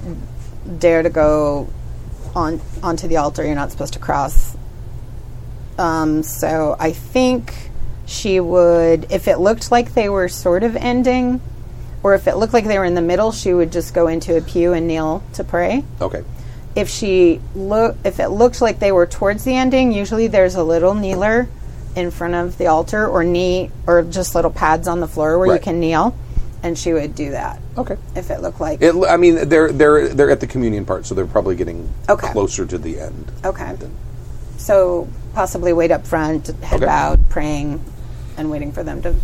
dare to go on onto the altar. You're not supposed to cross. Um, so I think she would, if it looked like they were sort of ending, or if it looked like they were in the middle, she would just go into a pew and kneel to pray
Okay,
if she look if it looked like they were towards the ending usually there's a little kneeler in front of the altar or knee or just little pads on the floor where
Right.
you can kneel and she would do that
okay.
if it looked like
It, I mean, they're they're they're at the communion part, so they're probably getting
Okay. Oh.
closer to the end.
okay so possibly wait up front head
Okay.
bowed praying and waiting for them to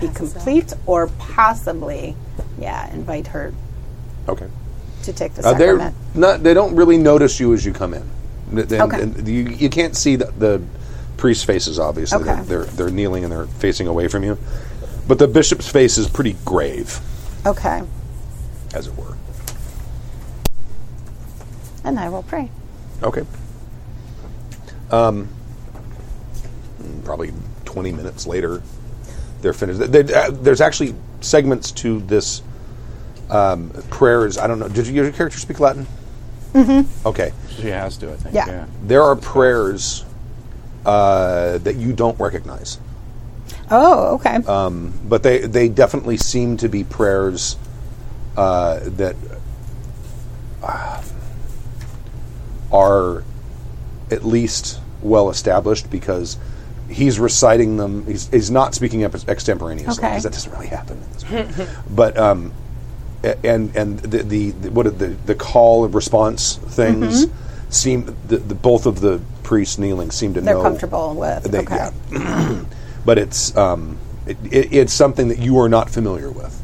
be complete or possibly yeah invite her
Okay.
to take the
Uh, they're
sacrament
not. They don't really notice you as you come in. Th- then-
Okay.
and you, you can't see the, the priest's faces. Obviously,
Okay.
they're, they're they're kneeling and they're facing away from you. But the bishop's face is pretty grave,
okay
as it were.
and i will pray
Okay. Um, probably 20 minutes later, they're finished. They- they- uh, there's actually segments to this um, prayers. I don't know. Did your character speak Latin? Mm-hmm. Okay.
She has to, I think.
Yeah.
There are prayers uh, that you don't recognize,
oh okay
Um, but they, they definitely seem to be prayers uh, that are at least well established because he's reciting them. He's, he's not speaking up extemporaneously
Okay.
because that doesn't really happen. In this book. but um, a- and and the, the, the what are the the call and response things seem the, the both of the priests kneeling seem to
Mm-hmm. They're
know
comfortable with.
They-
okay.
yeah. (clears throat) but it's um, it, it, it's something that you are not familiar with.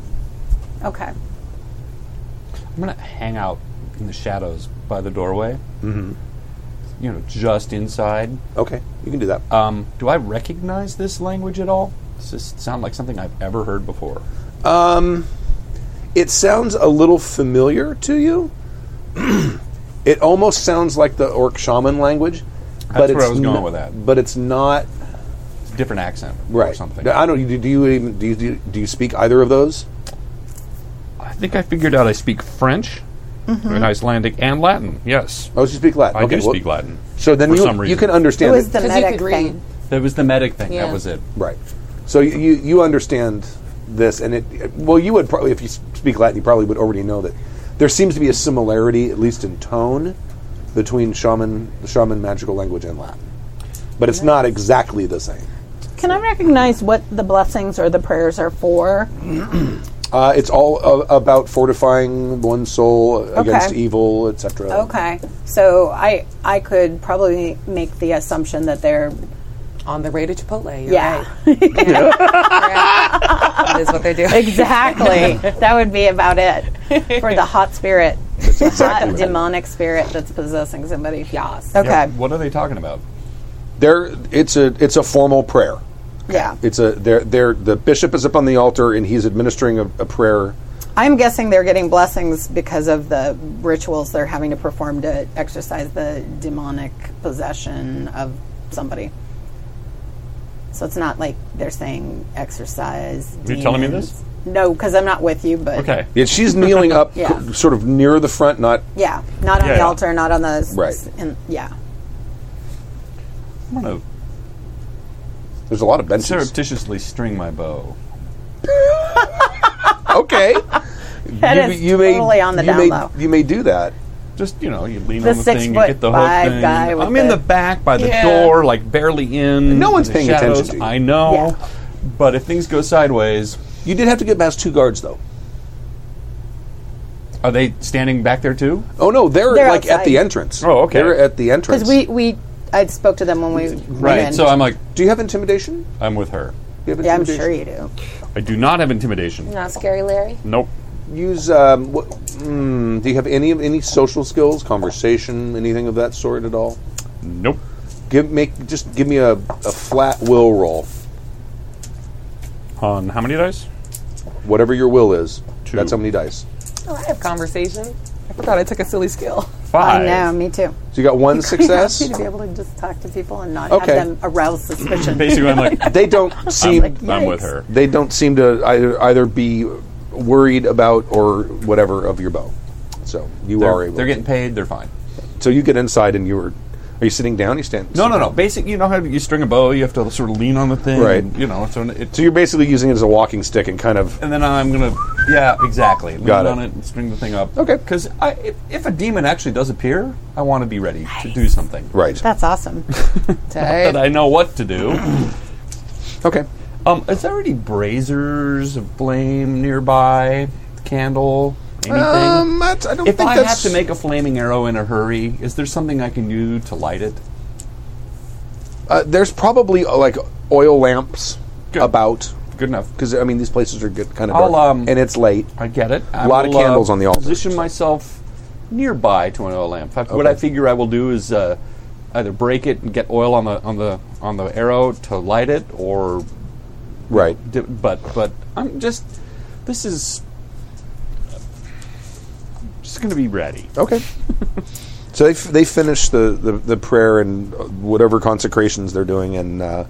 Okay.
I'm gonna hang out in the shadows by the doorway. Mm-hmm. You know, just inside.
Okay, you can do that.
Um, do I recognize this language at all? Does this sound like something I've ever heard before?
it sounds a little familiar to you. (clears throat) it almost sounds like the orc shaman language. but
That's where
it's
I was going
no-
with that.
But it's not
It's a different accent
right.
or something.
I don't. Do do you even do you, do you- do you speak either of those?
I think I figured out I speak French,
Mm-hmm.
and Icelandic, and Latin. Yes,
Oh, you speak Latin.
I
okay,
do
well,
speak Latin.
So then
for
you,
some
you
reason.
can
It
understand
was the
Because you
medic
could read.
thing.
That was the medic thing.
Yeah.
That was it.
right. So you- you you understand this, and it well you would probably if you speak Latin you probably would already know that there seems to be a similarity at least in tone between shaman the shaman magical language and Latin, but it's not exactly the same.
Can I recognize what the blessings or the prayers are for?
Uh, it's all uh, about fortifying one's soul against evil, etc.
Okay. So I I could probably make the assumption that they're
On the way to Chipotle. You're
yeah. (laughs)
Right. That is what they do.
Exactly. that would be about it for the hot spirit, hot demonic spirit that's possessing somebody. Yes. Okay.
Yeah, What are they talking about?
There, it's a it's a formal prayer.
Yeah.
It's a there there the bishop is up on the altar and he's administering a, a prayer.
I'm guessing they're getting blessings because of the rituals they're having to perform to exercise the demonic possession of somebody. So it's not like they're saying exercise.
You telling me
demons.
this?
No, because I'm not with you. But
Okay.
Yeah, she's
(laughs)
kneeling up,
Yeah.
co- sort of near the front, not
yeah, not on
Yeah,
the
yeah.
altar, not on the s-
Right.
s- in- yeah,
I'm gonna
there's a lot of benches.
surreptitiously string my bow.
(laughs) Okay,
That is totally on the
you
down
may,
low.
You may do that.
Just you know, you lean
The
on the
six
thing,
foot
you get the hook
five
thing.
guy with
I'm in
the-
the back by the
Yeah.
door, like barely in.
No one's
the
paying
shadows.
attention to you.
I know,
Yeah.
but if things go sideways,
You did have to get past two guards though.
are they standing back there too?
Oh no, they're,
They're
like at the
outside.
entrance.
Oh, okay.
They're at the entrance.
because we we I spoke to them when we went in.
So I'm like,
do you have intimidation?
I'm with her.
Do you have
yeah, I'm
intimidation?
sure you do.
I do not have intimidation.
Not scary, Larry.
Nope.
use um, what, mm, do you have any of any social skills conversation anything of that sort at all
Nope.
give make just give me a, a flat will roll
On how many dice?
whatever your will is
Two.
that's how many dice
Oh, I have conversation. I forgot I took a silly skill.
Five.
I know, me too.
so you got
(laughs)
one
Happy
success
to be able to just talk to people and not
Okay.
have them arouse suspicion.
Basically, I'm
(laughs)
like,
they
(laughs)
don't seem
I'm, I'm with her.
they don't seem to either either be worried about or whatever of your bow so you are
They're,
able
they're
to-
getting paid. They're fine.
so you get inside and you are are you sitting down you stand
No, no, no. Basic. You know how you string a bow? You have to sort of lean on the thing.
Right.
You know. So it,
so you're basically using it as a walking stick and kind of
and then I'm gonna, yeah, exactly. Lean
Got it.
on it and string the thing up.
Okay.
Because if, if a demon actually does appear, I want to be ready to do something.
right
That's
(laughs)
awesome.
That I know what to do.
(clears throat) okay
um, is there any braziers of flame nearby? Candle? Anything?
um, that's, I don't
if
think
I have
that's
to make a flaming arrow in a hurry, is there something I can do to light it?
Uh, there's probably uh, like oil lamps
Good.
about
Good enough.
because I mean these places are good kind of
I'll,
dark
um,
and it's late.
I get it. A
Lot of candles on the altar,
Position
so.
myself nearby to an oil lamp. In fact, What I figure I will do is uh, either break it and get oil on the on the on the arrow to light it, or
Right.
di- but but I'm just this is just going to be ready.
Okay. so they, f- they finish the, the, the prayer and uh, whatever consecrations they're doing, and uh,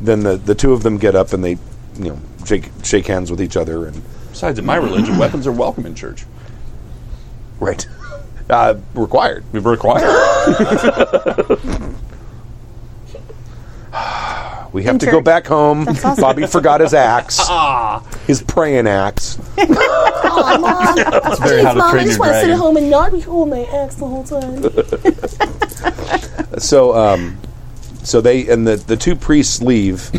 then the, the two of them get up and they you know shake shake hands with each other and
Besides, in my
(clears throat)
religion, weapons are welcome in church.
right (laughs) uh, required.
We require.
We We have to
Enter-
go back home.
That's awesome.
Bobby forgot his axe, his praying axe.
Aw,
(laughs)
Mom.
very
Please,
How to
Mom, I
Train Your
just want to sit
Dragon.
at home and not be holding my axe the whole time.
So, um, so they and the the two priests leave,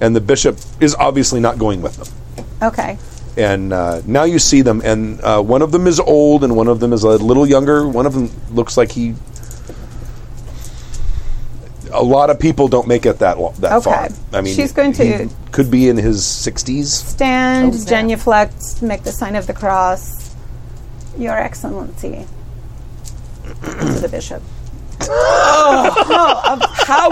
and the bishop is obviously not going with them.
Okay.
and uh, now you see them, and uh, one of them is old, and one of them is a little younger. One of them looks like he. A lot of people don't make it that lo- that
Okay.
far. I mean,
She's going
he
to-
could be in his sixties.
Stand,
snap.
genuflect, make the sign of the cross. Your Excellency. to the
(gasps)
bishop.
How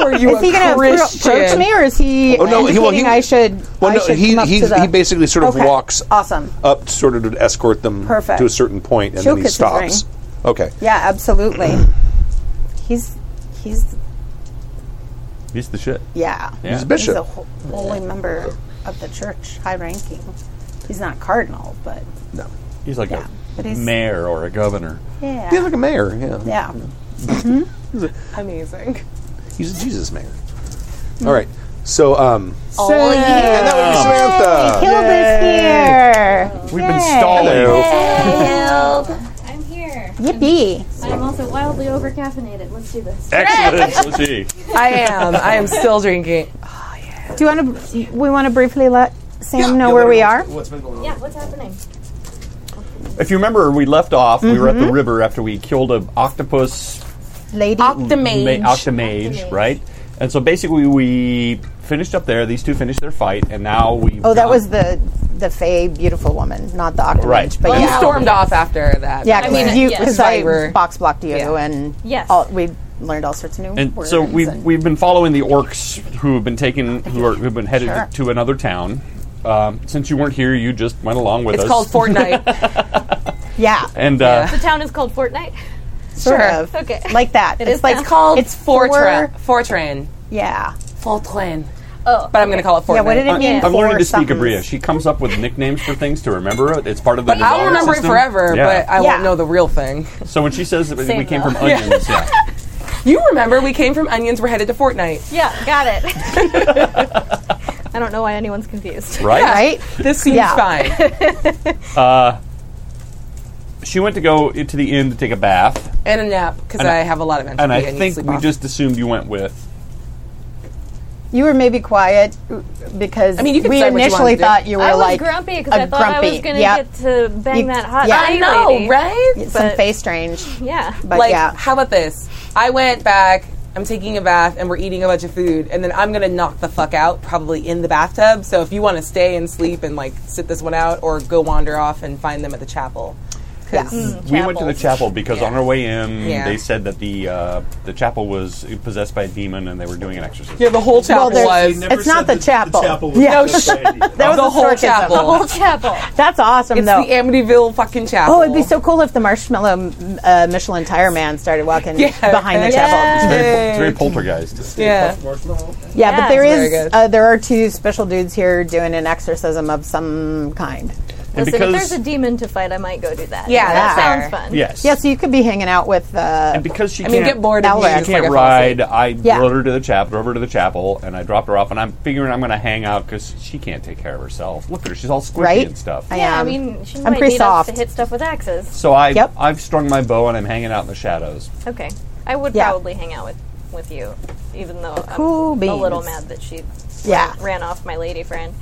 are you
Is he going to approach me, or is he?
Oh, no, he-
indicating
well, he-
I should.
Well,
I
no,
should
he
come up
he,
to the-
he basically sort of
Okay.
walks
Awesome.
up, sort of to escort them
Perfect.
to a certain point, and
She'll
then he
kiss his
stops.
ring.
Okay,
Yeah, absolutely. he's he's
He's the shit.
yeah.
He's
a bishop.
He's a ho- holy member of the church, high ranking. He's not cardinal, but
no,
He's like
but
a
he's-
mayor or a governor.
yeah.
he's like a mayor. Yeah,
yeah.
Amazing.
he's a Jesus mayor. All right, so um,
Oh, yeah.
and that would be Samantha.
Kill this
We've been stalling.
I'm
here.
here.
Yippee.
I'm also wildly over caffeinated. Let's do this.
Excellent. Let's see.
I am. I am still drinking.
Do you want to? We want to briefly let Sam know where we are.
What's been going on?
Yeah, what's happening?
If you remember, we left off. We were at
Mm-hmm.
the river after we killed an octopus
Lady,
Octomage.
Ma- Octomage, right? And so basically, we finished up there. These two finished their fight, and now we.
Oh, that was the the Fey beautiful woman, not the octopus.
Right.
But
Well,
yeah,
we stormed off after that.
yeah.
I
Because
mean,
you,
yes.
because
Survivor.
I box blocked you,
Yeah.
and
Yes.
all, we learned all sorts of new
And
words.
so we've
and-
we've been following the orcs who have been taken, who are who've been headed
Sure.
to another town. Um, since you weren't here, you just went along with
it's
us.
called
(laughs)
Fortnite.
yeah,
and uh,
The town is called Fortnite.
sort
sure.
of
Okay.
like that.
It
it's
is
like
now.
it's called
It's four-
Fortran. Fortran.
yeah,
Fortran.
Oh,
But I'm going to call it Fortnite.
yeah. What did it
I-
mean?
I'm
Four
learning to speak
somethings.
Abria. She comes up with nicknames for things to remember. it. It's part of the.
But I'll
Nizar
remember
system.
it forever,
Yeah.
but I
Yeah.
won't know the real thing.
so when she says that we
Same
we came
(laughs)
though.
from onions, yeah.
You remember we came from Onions, we're headed to Fortnite.
yeah, got it. I don't know why anyone's confused.
right?
right?
This seems
Yeah.
fine.
She went to go to the inn to take a bath,
And a nap, because
And I-
I have a lot of energy.
and I
need to
think
sleep
we
off.
just assumed you went with
You were maybe quiet uh, because
I mean, you can
we
decide what you
initially
wanted to do.
thought you were
I was
like
grumpy because
a
I thought I was
grumpy.
going to
Yep.
get to bang
You-
that hot.
yeah.
I
tea
know,
lady.
right?
some
but-
face strange,
Yeah.
but
like,
yeah,
how about this? I went back. I'm taking a bath and we're eating a bunch of food, and then I'm gonna knock the fuck out, probably in the bathtub. So if you want to stay and sleep and like sit this one out, or go wander off and find them at the chapel,
yeah. Mm.
We went to the chapel because on our way in,
Yeah.
they said that the uh, the chapel was possessed by a demon and they were doing an exorcism.
yeah, the whole chapel
there's-
was
It's not the chapel.
yeah.
That was
the
a
whole
circus of
chapel.
them.
Whole chapel.
That's awesome,
it's
though.
the Amityville fucking chapel.
Oh, it'd be so cool if the marshmallow uh, Michelin tire man started walking
Yeah.
behind the chapel.
Yeah.
It's very, it's very poltergeist.
yeah.
Yeah, but there
That's very
is
good.
uh, there are two special dudes here doing an exorcism of some kind.
And
Listen, if
because
there's a demon to fight, I might go do that.
Yeah,
that
that's
sounds
fair.
fun.
yes,
Yeah, so you could be hanging out with. Uh,
and because she
I mean,
can't
get bored and
Elric.
you
She
just, like,
can't
fall
ride.
asleep.
I
Yeah.
rode her to the chapel, drove her to the chapel, and I dropped her off. And I'm figuring I'm going to hang out because she can't take care of herself. Look at her; she's all squishy
Right?
and stuff.
I
Yeah, I
am.
mean, she
Um, I'm
might
pretty
need us
soft.
to hit stuff with axes.
so I
Yep.
I've strung my bow and I'm hanging out in the shadows.
Okay. I would
Yeah.
probably hang out with, with you, even though
Cool
I'm a little
beans.
mad that she
Yeah.
ran off my lady friend.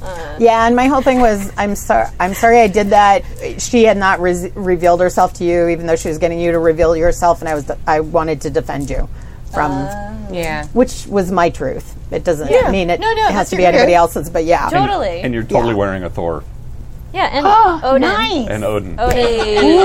Uh,
yeah, and my whole thing was, I'm sorry, I'm sorry, I did that. She had not res- revealed herself to you, even though she was getting you to reveal yourself, and I was, I wanted to defend you from,
Yeah.
which was my truth. It doesn't
Yeah.
mean it,
No, no,
it has
that's
to be
your
anybody
truth.
else's, but yeah,
Totally.
And you're totally wearing a Thor
yeah, and oh, Odin.
and Odin.
Odin.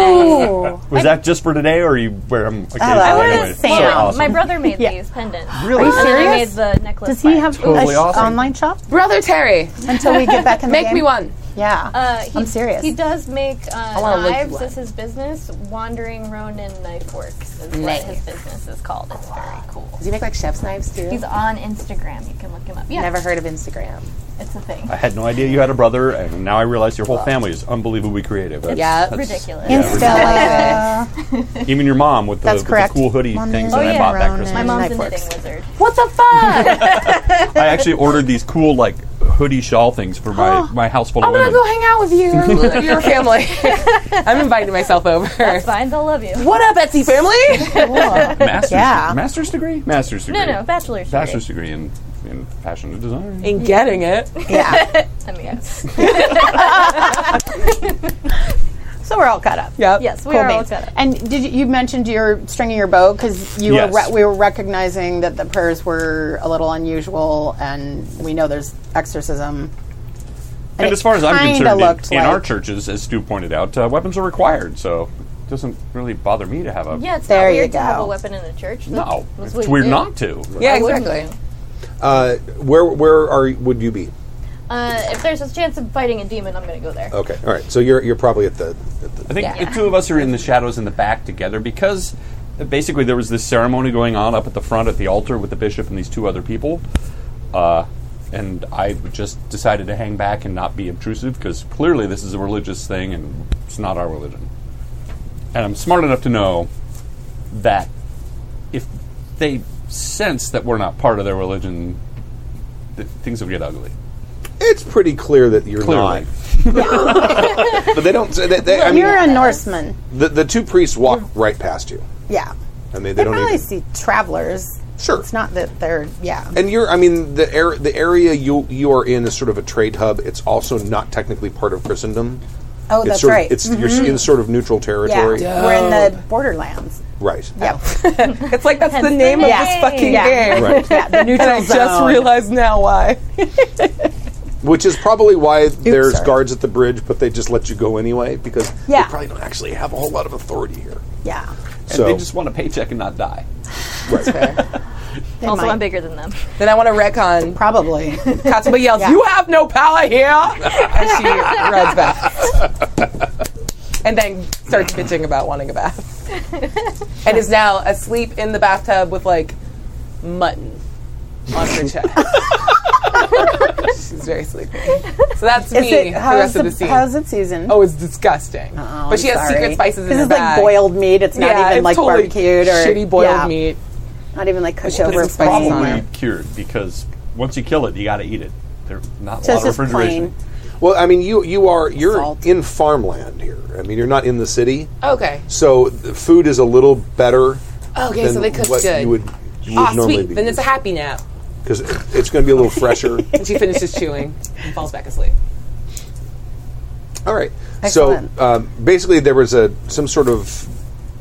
Was that just for today, or you wear them occasionally?
I wear
anyway?
the same.
Well,
So
Yeah.
awesome.
um, My brother made
Yeah.
these pendants.
Really? Are you
and then I made
serious?
the necklace.
Does he
by-
have
Totally
a sh-
awesome.
online shop
Brother Terry,
(laughs) until we get back in the
make
game?
me one.
Yeah,
Uh, he,
I'm serious.
He does make uh,
wanna look you
knives.
up.
Is his business Wandering Ronin Knife Works? Is
Nice.
what his business is called. It's very cool.
Does he make like chef's knives too?
He's on Instagram. You can look him up. Yeah,
Never heard of Instagram.
It's a thing.
I had no idea you had a brother, and now I realize your whole family is unbelievably creative. That's-
Yeah.
that's-
Ridiculous.
(laughs)
yeah, ridiculous.
Stella.
Even your mom with the,
That's
with the
correct.
cool hoodie
Mommy
things
Oh,
that I
yeah.
bought that
Ronan.
Christmas.
My mom's a knitting
Knife
wizard.
What the fuck?
I actually ordered these cool like hoodie shawl things for
(gasps)
my, my house full of
Oh
I'm gonna
women.
go hang out
(laughs)
with you, your family. I'm inviting myself over.
It's fine. They'll love you.
What up, Etsy family?
Master's,
Yeah.
master's degree? Master's degree.
No, no, bachelor's. degree.
Bachelor's degree in, in fashion and design.
and getting it.
Yeah.
I mean, yes,
so we're all caught up.
Yep.
yes, we
Cool
are all
beans.
cut up.
And did you, you mentioned your stringing your bow because you
Yes.
were re- we were recognizing that the prayers were a little unusual, and we know there's exorcism.
And,
it
as far as I'm
kinda
concerned, in,
looked
in our
like-
churches, as Stu pointed out, uh, weapons are required, so it doesn't really bother me to have a.
Yeah, it's
There
not
you
weird to have
go.
a weapon in the church.
No,
That's
it's
what you
weird
do.
not to.
Yeah,
Why wouldn't
exactly.
you?
Uh, where where are would you be?
Uh, if there's a chance of fighting a demon, I'm gonna go there.
Okay, all right. So you're you're probably at the. At the
I think the two of us are in the shadows in the back together because uh, basically there was this ceremony going on up at the front at the altar with the bishop and these two other people. Uh, and I just decided to hang back and not be obtrusive because clearly this is a religious thing and it's not our religion. And I'm smart enough to know that if they sense that we're not part of their religion, th- things will get ugly.
it's pretty clear that you're
Clearly.
not. (laughs) but they don't. They, they, I mean,
You're a Norseman.
the, the two priests walk right past you.
Yeah.
I mean, they, don't
probably
even.
see travelers.
Sure.
It's not that they're yeah.
And you're, I mean, the air, the area you you are in is sort of a trade hub. It's also not technically part of Christendom.
Oh,
it's
that's
sort
right. Mm-hmm.
Of, it's you're in sort of neutral territory.
Yeah. We're in the borderlands.
Right.
(laughs)
Yeah.
It's like that's the
the
name of this
name.
fucking
Yeah.
game.
Right.
(laughs) yeah. The neutral
And I just
zone.
realized now why.
Which is probably why there's
sorry.
guards at the bridge, but they just let you go anyway because
Yeah.
they probably don't actually have a whole lot of authority here.
Yeah.
And
So
they just want a paycheck and not die.
They
Also,
might.
I'm bigger than them. (laughs)
Then I want to retcon. (laughs)
Probably.
Katsuba yells,
Yeah.
"You have no power here!" (laughs) and she rides back, (laughs) and then starts bitching about wanting a (laughs) bath, and is now asleep in the bathtub with like mutton on her (laughs) chest. She's very sleepy. So that's
Is
me.
it,
the
how's
rest of
the-
the Uh-uh. scene.
How's it, Susan?
Oh, it's disgusting.
Oh,
but she
I'm
has
sorry.
secret spices
This
in her
is like
bag.
boiled meat. It's not
yeah,
even
it's
like
totally
barbecued or
shitty boiled
yeah,
meat.
Not even like cooked
should put
over
some spices
spices
on
on
it.
it.
Probably cured because once you kill it, you got to eat it. There's not
So
a lot
it's
of
just
refrigeration.
plain.
well, I mean, you you are you're
Salt.
in farmland here. I mean, you're not in the city,
Okay.
so the food is a little better.
Okay,
than
so they cook
what
good.
You would, you would
Ah,
normally
sweet.
be
Then it's a happy nap.
because it's going to be a little
(laughs)
fresher.
And she finishes chewing and falls back asleep.
All right.
Excellent.
So um, basically, there was a some sort of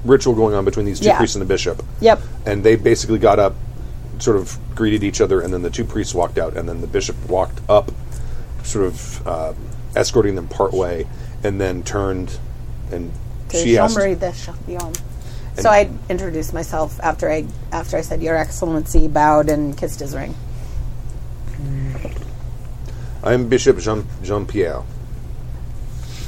ritual going on between these two
Yeah.
priests and the bishop.
Yep.
And they basically got up, sort of greeted each other, and then the two priests walked out, and then the bishop walked up, sort of um, escorting them part way, and then turned and she asked.
Chambre de Champion. So I introduced myself after I after I said Your Excellency bowed and kissed his ring.
I'm Bishop Jean Jean Pierre.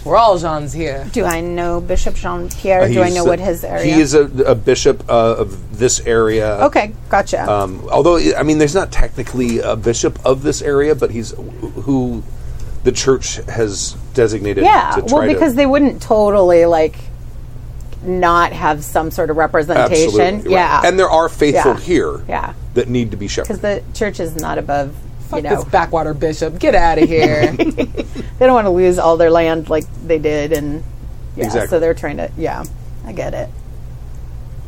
We're all Jeans here.
Do I know Bishop Jean Pierre? Do I know what his area? Oh.
He is a, a bishop uh, of this area.
okay, gotcha.
Um, although I mean, there's not technically a bishop of this area, but he's who the church has designated.
yeah,
to
well,
try
because
to,
they wouldn't totally like not have some sort of representation.
absolutely, right.
Yeah,
and there are faithful
Yeah.
here,
Yeah.
that need to be
because
shepherded.
the church is not above.
Fuck
you know,
this backwater bishop. Get out
(laughs)
of here.
they don't want to lose all their land like they did, and yeah,
Exactly.
so they're trying to. Yeah, I get it.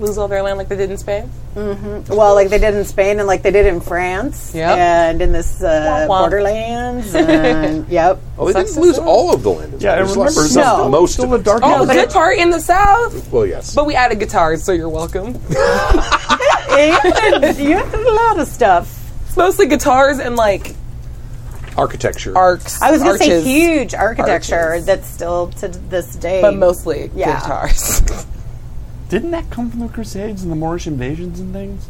Lose all their land like they did in Spain.
Well, like they did in Spain and like they did in France
Yep.
and in this uh,
Womp womp.
borderlands. And, yep.
Oh, they didn't lose all of the land.
Yeah, I
They just lost
remember
some-
No.
most
Still
of
a
it.
dark
Oh,
but
good part in the south.
Well, yes,
But we added guitars, so you're welcome.
And you have a lot of stuff.
It's mostly guitars and like
architecture.
arcs.
I was going to say
arches,
huge architecture
Arches.
that's still to this day.
but mostly
Yeah.
guitars.
Didn't that come from the Crusades and the Moorish invasions and things? Did,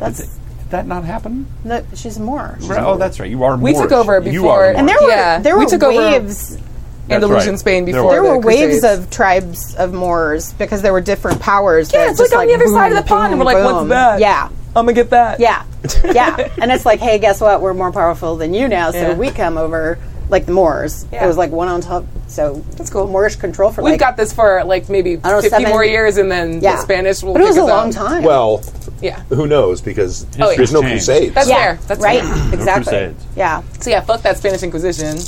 That's,
did that not happen?
no, she's more.
Right, Oh, that's right. You are.
We took
Moorish.
over
You are
before,
Moorish.
And there were
Yeah,
there
we
were
took over-
waves.
That's
Andalusian
right.
Spain
There
before
were.
There
the
were waves
Crusades.
of tribes of Moors because there were different powers.
Yeah,
that
it's like
just,
on the other side of
boom,
the pond, and we're like,
boom,
"What's
boom."
that?"
Yeah,
(laughs) I'm gonna get that.
(laughs)
Yeah, yeah. and it's like, hey, guess what? We're more powerful than you now, so
Yeah.
we come over. like the Moors.
Yeah.
It was like one on top. So that's cool. Moorish control for
We've
like
got this for like maybe
don't know,
50
seven-
more years, and then
yeah.
the Spanish will.
But it was
kick
a
us
long
out.
time.
Well,
Yeah,
who knows? Because
Oh, yeah.
there's no
Changed.
crusades.
that's
yeah,
fair. That's
right.
fair.
Exactly.
crusades.
Yeah.
So yeah, fuck that Spanish Inquisition.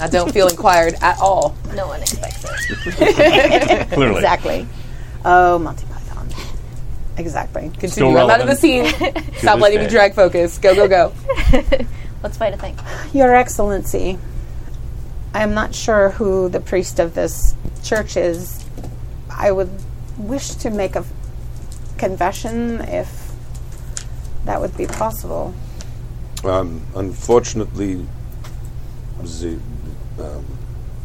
I don't feel inquired at all.
No one expects it.
Clearly.
Exactly. Oh, Monty Python. Exactly.
Continue.
Still
I'm out of the
relevant.
scene. Stop
this
letting me
day.
drag focus. Go go go.
Let's fight a thing.
Your Excellency, I am not sure who the priest of this church is. I would wish to make a confession if that would be possible.
Um, unfortunately, the, um,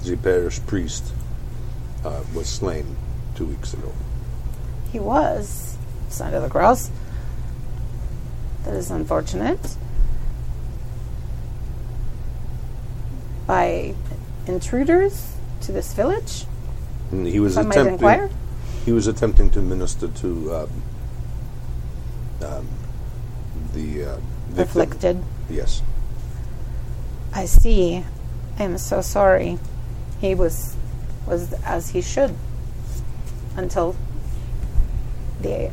the parish priest uh, was slain two weeks ago.
He was side of the cross. That is unfortunate. By intruders to this village,
And he was
if I might
attempting.
inquire.
He was attempting to minister to um, um, the uh, victim.
Afflicted.
Yes.
I see. I am so sorry. He was was as he should until the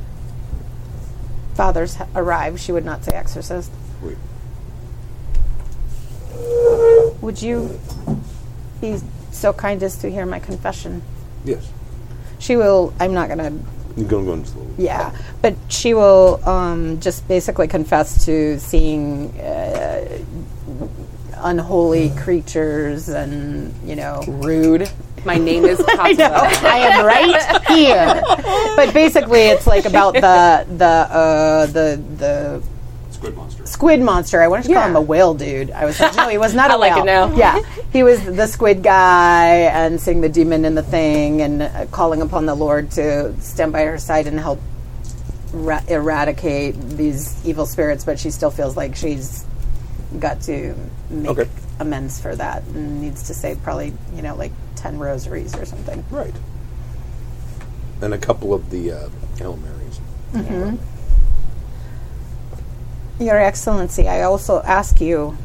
fathers ha- arrived. She would not say exorcist.
Wait.
Would you be so kind as to hear my confession?
Yes.
She will. I'm not gonna.
You're going to go into the
Yeah, but she will um, just basically confess to seeing uh, unholy creatures and you know Hmm. rude.
My name is
I know.
Katla.
(laughs) I am right here. But basically, it's like about the the uh, the the
Squid monster.
squid monster. I wanted to call him a whale dude. I was like, no, he was
(laughs)
not a
I like
whale.
it now.
Yeah, he was the squid guy and seeing the demon in the thing and uh, calling upon the Lord to stand by her side and help ra- eradicate these evil spirits. But she still feels like she's got to make
Okay.
amends for that and needs to say probably you know like ten rosaries or something.
Right. And a couple of the uh, Hail Marys.
Your Excellency, I also ask you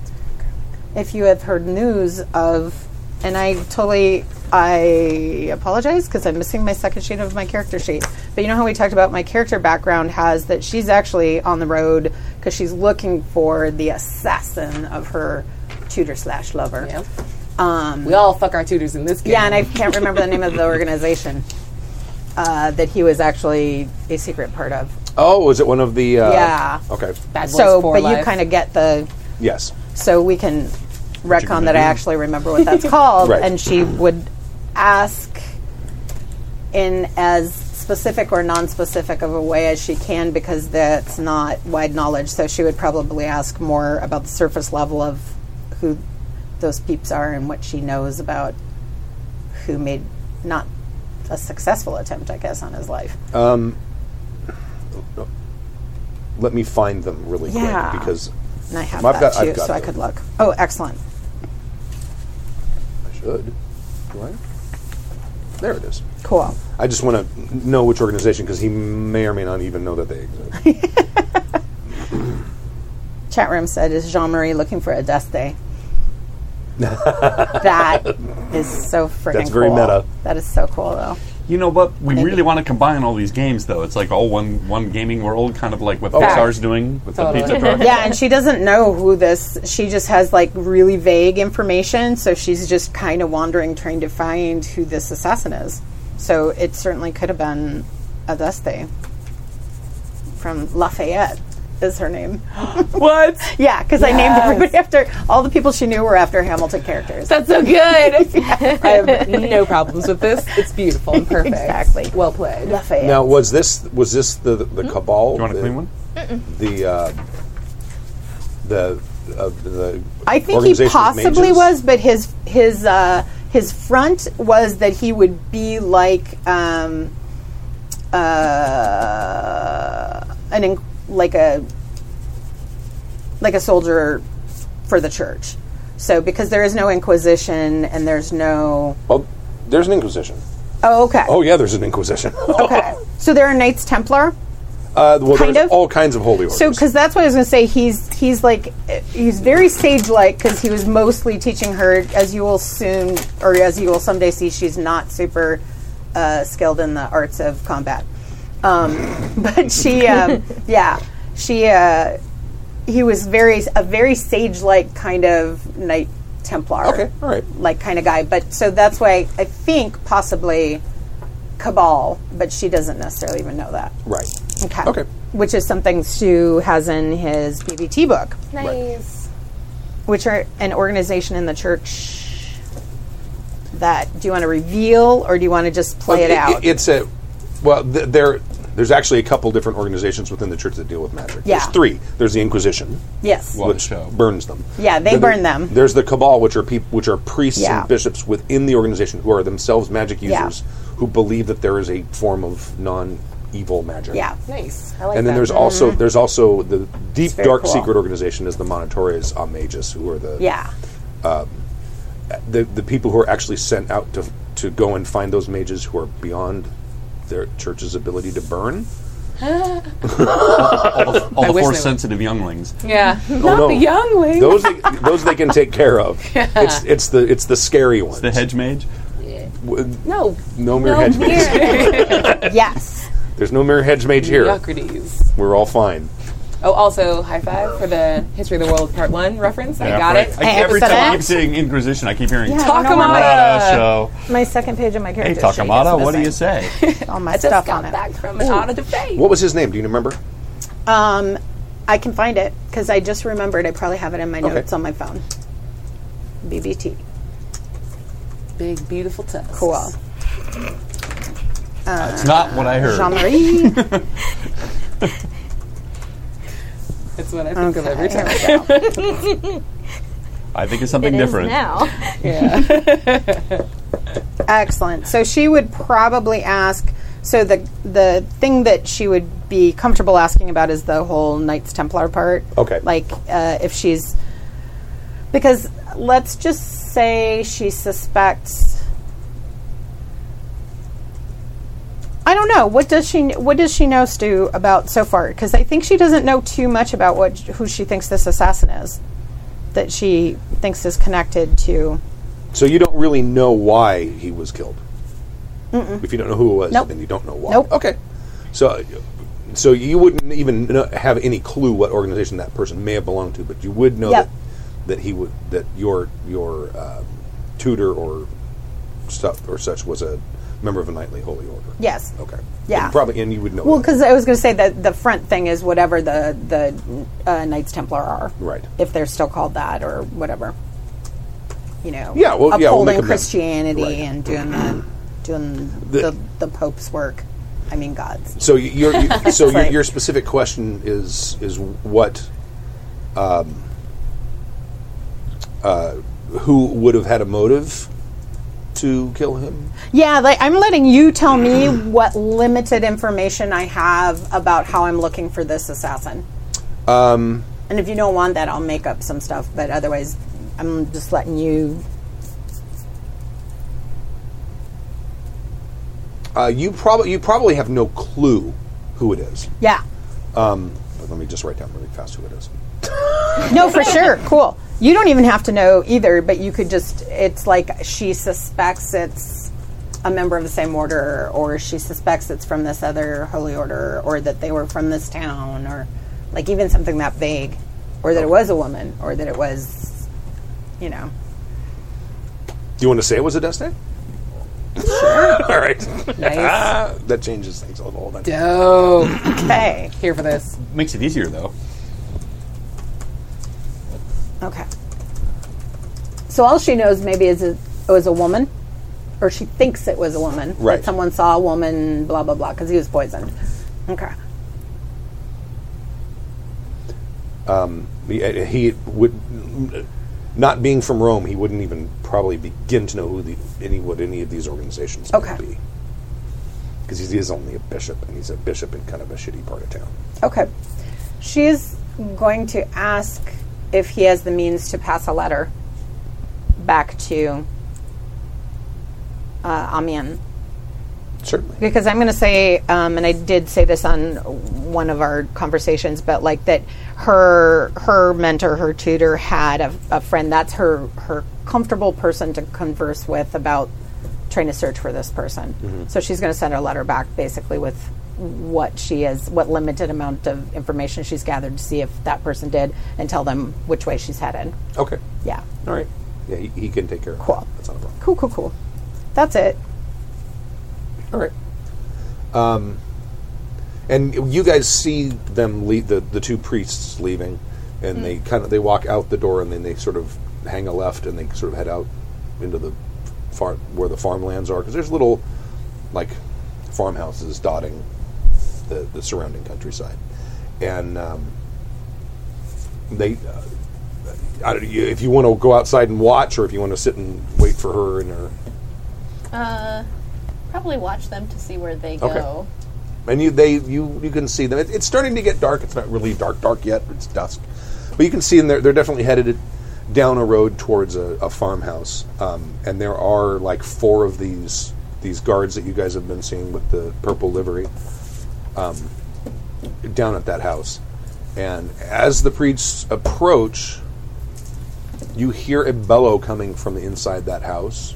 if you have heard news of, and I totally, I apologize because I'm missing my second sheet of my character sheet. But you know how we talked about my character background has that she's actually on the road because she's looking for the assassin of her tutor slash lover.
Yep.
Um,
We all fuck our tutors in this game.
yeah, and I can't remember the name of the organization uh, that he was actually a secret part of.
Oh, is it one of the? Uh,
Yeah.
Okay.
Bad boys
so,
for
but you
life.
kind of get the
Yes.
so we can retcon that I actually remember
(laughs)
what that's called.
Right.
And she would ask in as specific or non-specific of a way as she can because that's not wide knowledge. So she would probably ask more about the surface level of who those peeps are and what she knows about who made not a successful attempt, I guess, on his life.
Uh, Let me find them really
Yeah.
quick because
and I have
I've
that
got- I've
too,
got
so I
them.
could look. Oh, excellent.
I should. Do I? There it is.
Cool.
I just want to know which organization because he may or may not even know that they
(laughs)
exist.
chat room said is Jean Marie looking for a
(laughs)
death day. that is so freaking.
That's very
cool.
meta.
That is so cool, though.
You know, but we
Maybe.
really want to combine all these games, though. It's like all one one gaming world, kind of like what Pixar's doing with
Totally.
the pizza truck.
Yeah, and she doesn't know who this. She just has like really vague information, so she's just kind of wandering, trying to find who this assassin is. So it certainly could have been a death day from Lafayette. Is her name?
(gasps) What?
(laughs) Yeah, because I named everybody (laughs) after all the people she knew were after Hamilton characters.
That's so good. I have no problems with this. It's beautiful and perfect.
Exactly.
Well played.
(laughs) Lafayette.
now, was this was this the the
Hmm?
cabal?
You want a
the,
clean one?
The uh, the uh, the
I think he
organization of
possibly
mages?
was, but his his uh, his front was that he would be like um, uh, an in- like a like a soldier for the church. So because there is no Inquisition and there's no
Well, oh, there's an inquisition.
oh okay (laughs)
Oh yeah, there's an inquisition. (laughs)
okay so there are Knights Templar.
Uh, well,
Kind
there's
of.
all kinds of holy orders.
So, because that's what I was going to say. He's he's like eh, he's very sage like because he was mostly teaching her, as you will soon or as you will someday see, she's not super uh, skilled in the arts of combat. Um, (laughs) but
(laughs)
she, um, yeah, she uh, he was very a very sage like kind of knight templar.
Okay, all right.
like kind of guy. But so that's why I think possibly cabal, but she doesn't necessarily even know that.
right.
Okay.
Okay.
Which is something Stu has in his BBT book,
Nice.
which are an organization in the church that do you want to reveal or do you want to just play
Um,
it, out?
it's a well. Th- there, there's actually a couple different organizations within the church that deal with magic.
Yeah.
There's three. There's the Inquisition.
yes.
Well, the
which
show.
burns them.
Yeah, they
Then
burn them.
There's the cabal, which are peop- which are priests
Yeah.
and bishops within the organization who are themselves magic
Yeah.
users who believe that there is a form of non-evil magic.
yeah.
Nice. I like
and
that.
then there's also there's also the deep
Mm-hmm. very
dark
cool.
secret organization is the Monitores Amagus, who are the
Yeah.
the, the people who are actually sent out to to go and find those mages who are beyond their church's ability to burn.
All the, all the
wish they would.
force sensitive younglings.
Yeah.
Not
the younglings.
Oh, Those they, those they can take care
(laughs)
of. It's it's the it's the scary ones.
The hedge mage.
W-
No.
no mere hedge mage.
yes.
There's no mere hedge mage here.
Mediocrities.
We're all fine.
Oh, also high five for the History of the World Part One reference. I got
right.
it.
I, every
episode
time I
one.
keep saying Inquisition, I keep hearing
Yeah, I don't know why
Takamata show.
My second page of my
Hey,
character. sheet is
Takamata, what do you
missing
say?
All my
I just
stuff
got
on it.
back from an audit of faith.
What was his name? Do you remember?
Um, I can find it because I just remembered. I probably have it in my
Okay.
notes on my phone. BBT.
Big beautiful tusks.
Cool.
It's not what I heard.
Jean
(laughs)
Marie.
That's what I think of every time.
I think it's something
It is
different.
now.
Excellent. So she would probably ask. So the the thing that she would be comfortable asking about is the whole Knights Templar part.
Okay.
Like uh, if she's because let's just say she suspects. I don't know what does she kn- what does she know Stu about so far because I think she doesn't know too much about what who she thinks this assassin is that she thinks is connected to
So you don't really know why he was killed. If you don't know who it was,
Nope.
then you don't know why.
Nope.
Okay. So, so you wouldn't even kno- have any clue what organization that person may have belonged to, but you would know
Yep.
that, that he would that your your um, tutor or stuff or such was a member of a knightly holy order.
yes
Okay.
Yeah.
And probably, and you would know.
Well,
that.
because I was going to say that the front thing is whatever the the uh, Knights Templar are,
Right.
If they're still called that or whatever, you know.
Yeah, well,
upholding
yeah, we'll make amends.
Christianity
Right.
and doing the doing the,
The-
the Pope's work. I mean, God's.
So y- your you, so your,
Right.
your specific question is is what, um, uh, who would have had a motive to kill him?
Yeah, like I'm letting you
(clears throat)
tell me what limited information I have about how I'm looking for this assassin. Um, and if you don't want that, I'll make up some stuff. But otherwise, I'm just letting you.
Uh, you probably you probably have no clue who it is. Um,
Yeah.
But let me just write down really fast who it is.
No, for sure. Cool. You don't even have to know either, but you could just, it's like she suspects it's a member of the same order, or she suspects it's from this other holy order, or that they were from this town, or like even something that vague, or that it was a woman, or that it was, you know.
Do you want to say it was a Deste? Sure. All right. that changes things a little. Then.
Oh,
Okay.
here for this.
Makes it easier though.
Okay. So all she knows maybe is it it was a woman, or she thinks it was a woman. that
Right.
someone saw a woman, blah, blah, blah, because he was poisoned. Okay.
He, uh, he would not being from Rome, he wouldn't even probably begin to know who the, any what any of these organizations might
Okay.
be. Because he is only a bishop, and he's a bishop in kind of a shitty part of town.
Okay. She is going to ask if he has the means to pass a letter back to uh, Amien.
Certainly.
Because I'm going to say, um, and I did say this on
one of our conversations, but like that her her mentor, her tutor had a, a friend that's her her comfortable person to converse with about trying to search for this person.
Mm-hmm.
Mhm.
So she's going to send her letter back basically with what she is, what limited amount of information she's gathered to see if that person did, and tell them which way she's headed.
Okay.
Yeah.
All right. Yeah, he, he can take care of cool. that. That's not a problem.
Cool, cool, cool. That's it.
Mm-hmm. All right. Um, and you guys see them leave the, the two priests leaving, and
Mm.
they kind of they walk out the door, and then they sort of hang a left, and they sort of head out into the far where the farmlands are because there's little like farmhouses dotting the, the surrounding countryside, and um, they. Uh, I don't, you- if you want to go outside and watch, or if you want to sit and wait for her and her
Uh, probably watch them to see where they
Okay.
go.
and you they you you can see them. It, it's starting to get dark. It's not really dark dark yet. It's dusk, but you can see them. They're they're definitely headed down a road towards a, a farmhouse. Um, and there are like four of these these guards that you guys have been seeing with the purple livery, um, down at that house. And as the priests approach, you hear a bellow coming from inside that house,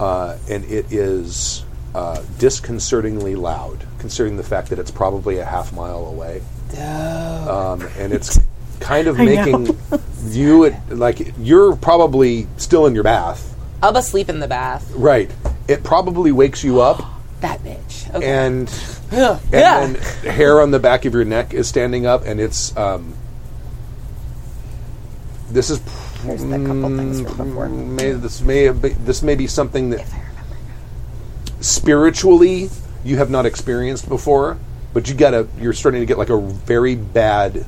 uh, and it is uh, disconcertingly loud, considering the fact that it's probably a half mile away.
Oh.
Um, and it's kind of
(laughs) I know.
making you it, like you're probably still in your bath,
I'll be asleep in the bath.
right? It probably wakes you up,
That bitch. (gasps) Okay. (gasps)
and
Yeah.
and then hair on the back of your neck is standing up, and it's um, this is There's that couple things from before. May, this may have be, this may be something that spiritually you have not experienced before, but you got a you're starting to get like a very bad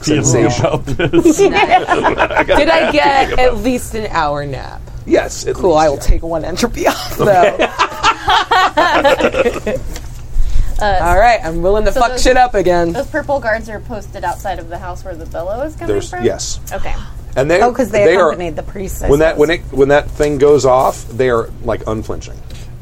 Feeling
sensation.
about
Did I get at least an hour nap?
Yes.
Cool. I will take one entropy off though. (laughs) All right, I'm willing to
so
fuck
those-
shit up again.
Those purple guards are posted outside of the house where the bellow is coming
There's-
from.
yes.
Okay.
And they
Oh, 'cause they
are-
accompanied the priests, I
When that when it when that thing goes off, they are like unflinching.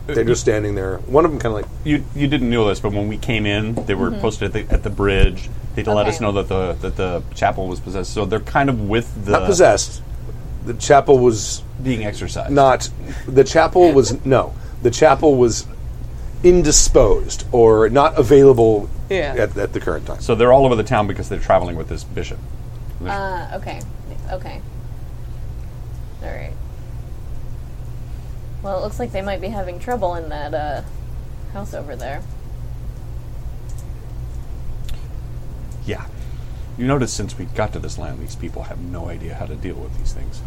They're just standing there. One of them kind of like
You you didn't know this, but when we came in, they were
Mhm.
posted at the, at the bridge. They let us
Okay.
know that the that the chapel was possessed. So they're kind of with the
not possessed. The chapel was
being exercised.
Not the chapel was no. The chapel was indisposed or not available
Yeah.
at, at the current time.
So they're all over the town because they're traveling with this bishop.
Uh, okay. Okay. All right. Well, it looks like they might be having trouble in that uh, house over there.
Yeah. You notice since we got to this land, these people have no idea how to deal with these things.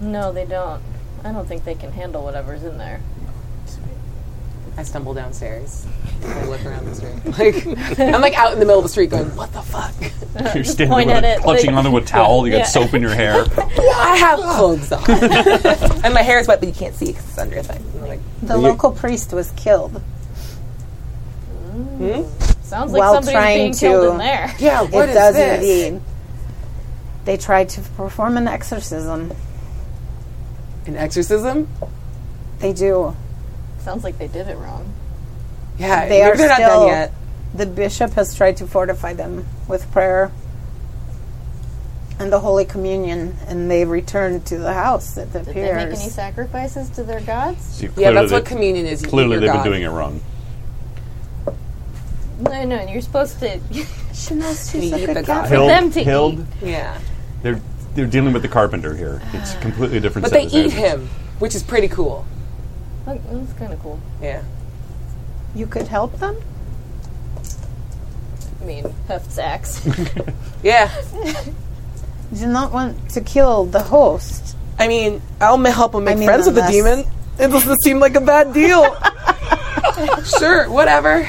No, they don't. I don't think they can handle whatever's in there.
I stumble downstairs. I look around the street. Like I'm like out in the middle of the street going, "What the fuck?"
(laughs) You're standing with it, clutching onto a towel. You got
Yeah.
soap in your hair.
I have clothes on, (laughs) and my hair is wet, but you can't see because it's under a thing. Like,
The local priest was killed.
Sounds like
while
somebody's
trying
being
to.
killed in there. (laughs)
it does indeed. They tried to perform an exorcism.
An exorcism?
They do.
Sounds like they did it wrong.
Yeah,
they
maybe
are
they're not
still,
done yet.
The bishop has tried to fortify them with prayer and the Holy Communion, and they returned to the house. It appears.
Did they make any sacrifices to their gods?
See, clearly they-
You eat
Clearly,
your
they've
God.
been doing it wrong.
No, no, you're supposed to. (laughs) she knows
she's
a good cat. For
Hild-
them to
Hild-
eat.
Yeah.
They're they're dealing with the carpenter here.
Ah.
It's a completely different.
But
set
they
of
eat
things.
him, which is pretty cool.
Look, That's kind of cool.
Yeah.
You could help them?
I mean, puffed sacks.
Yeah.
Do not want to kill the host.
I mean, I'll help him
make
friends with the demon. It doesn't seem like a bad deal. (laughs) sure, whatever.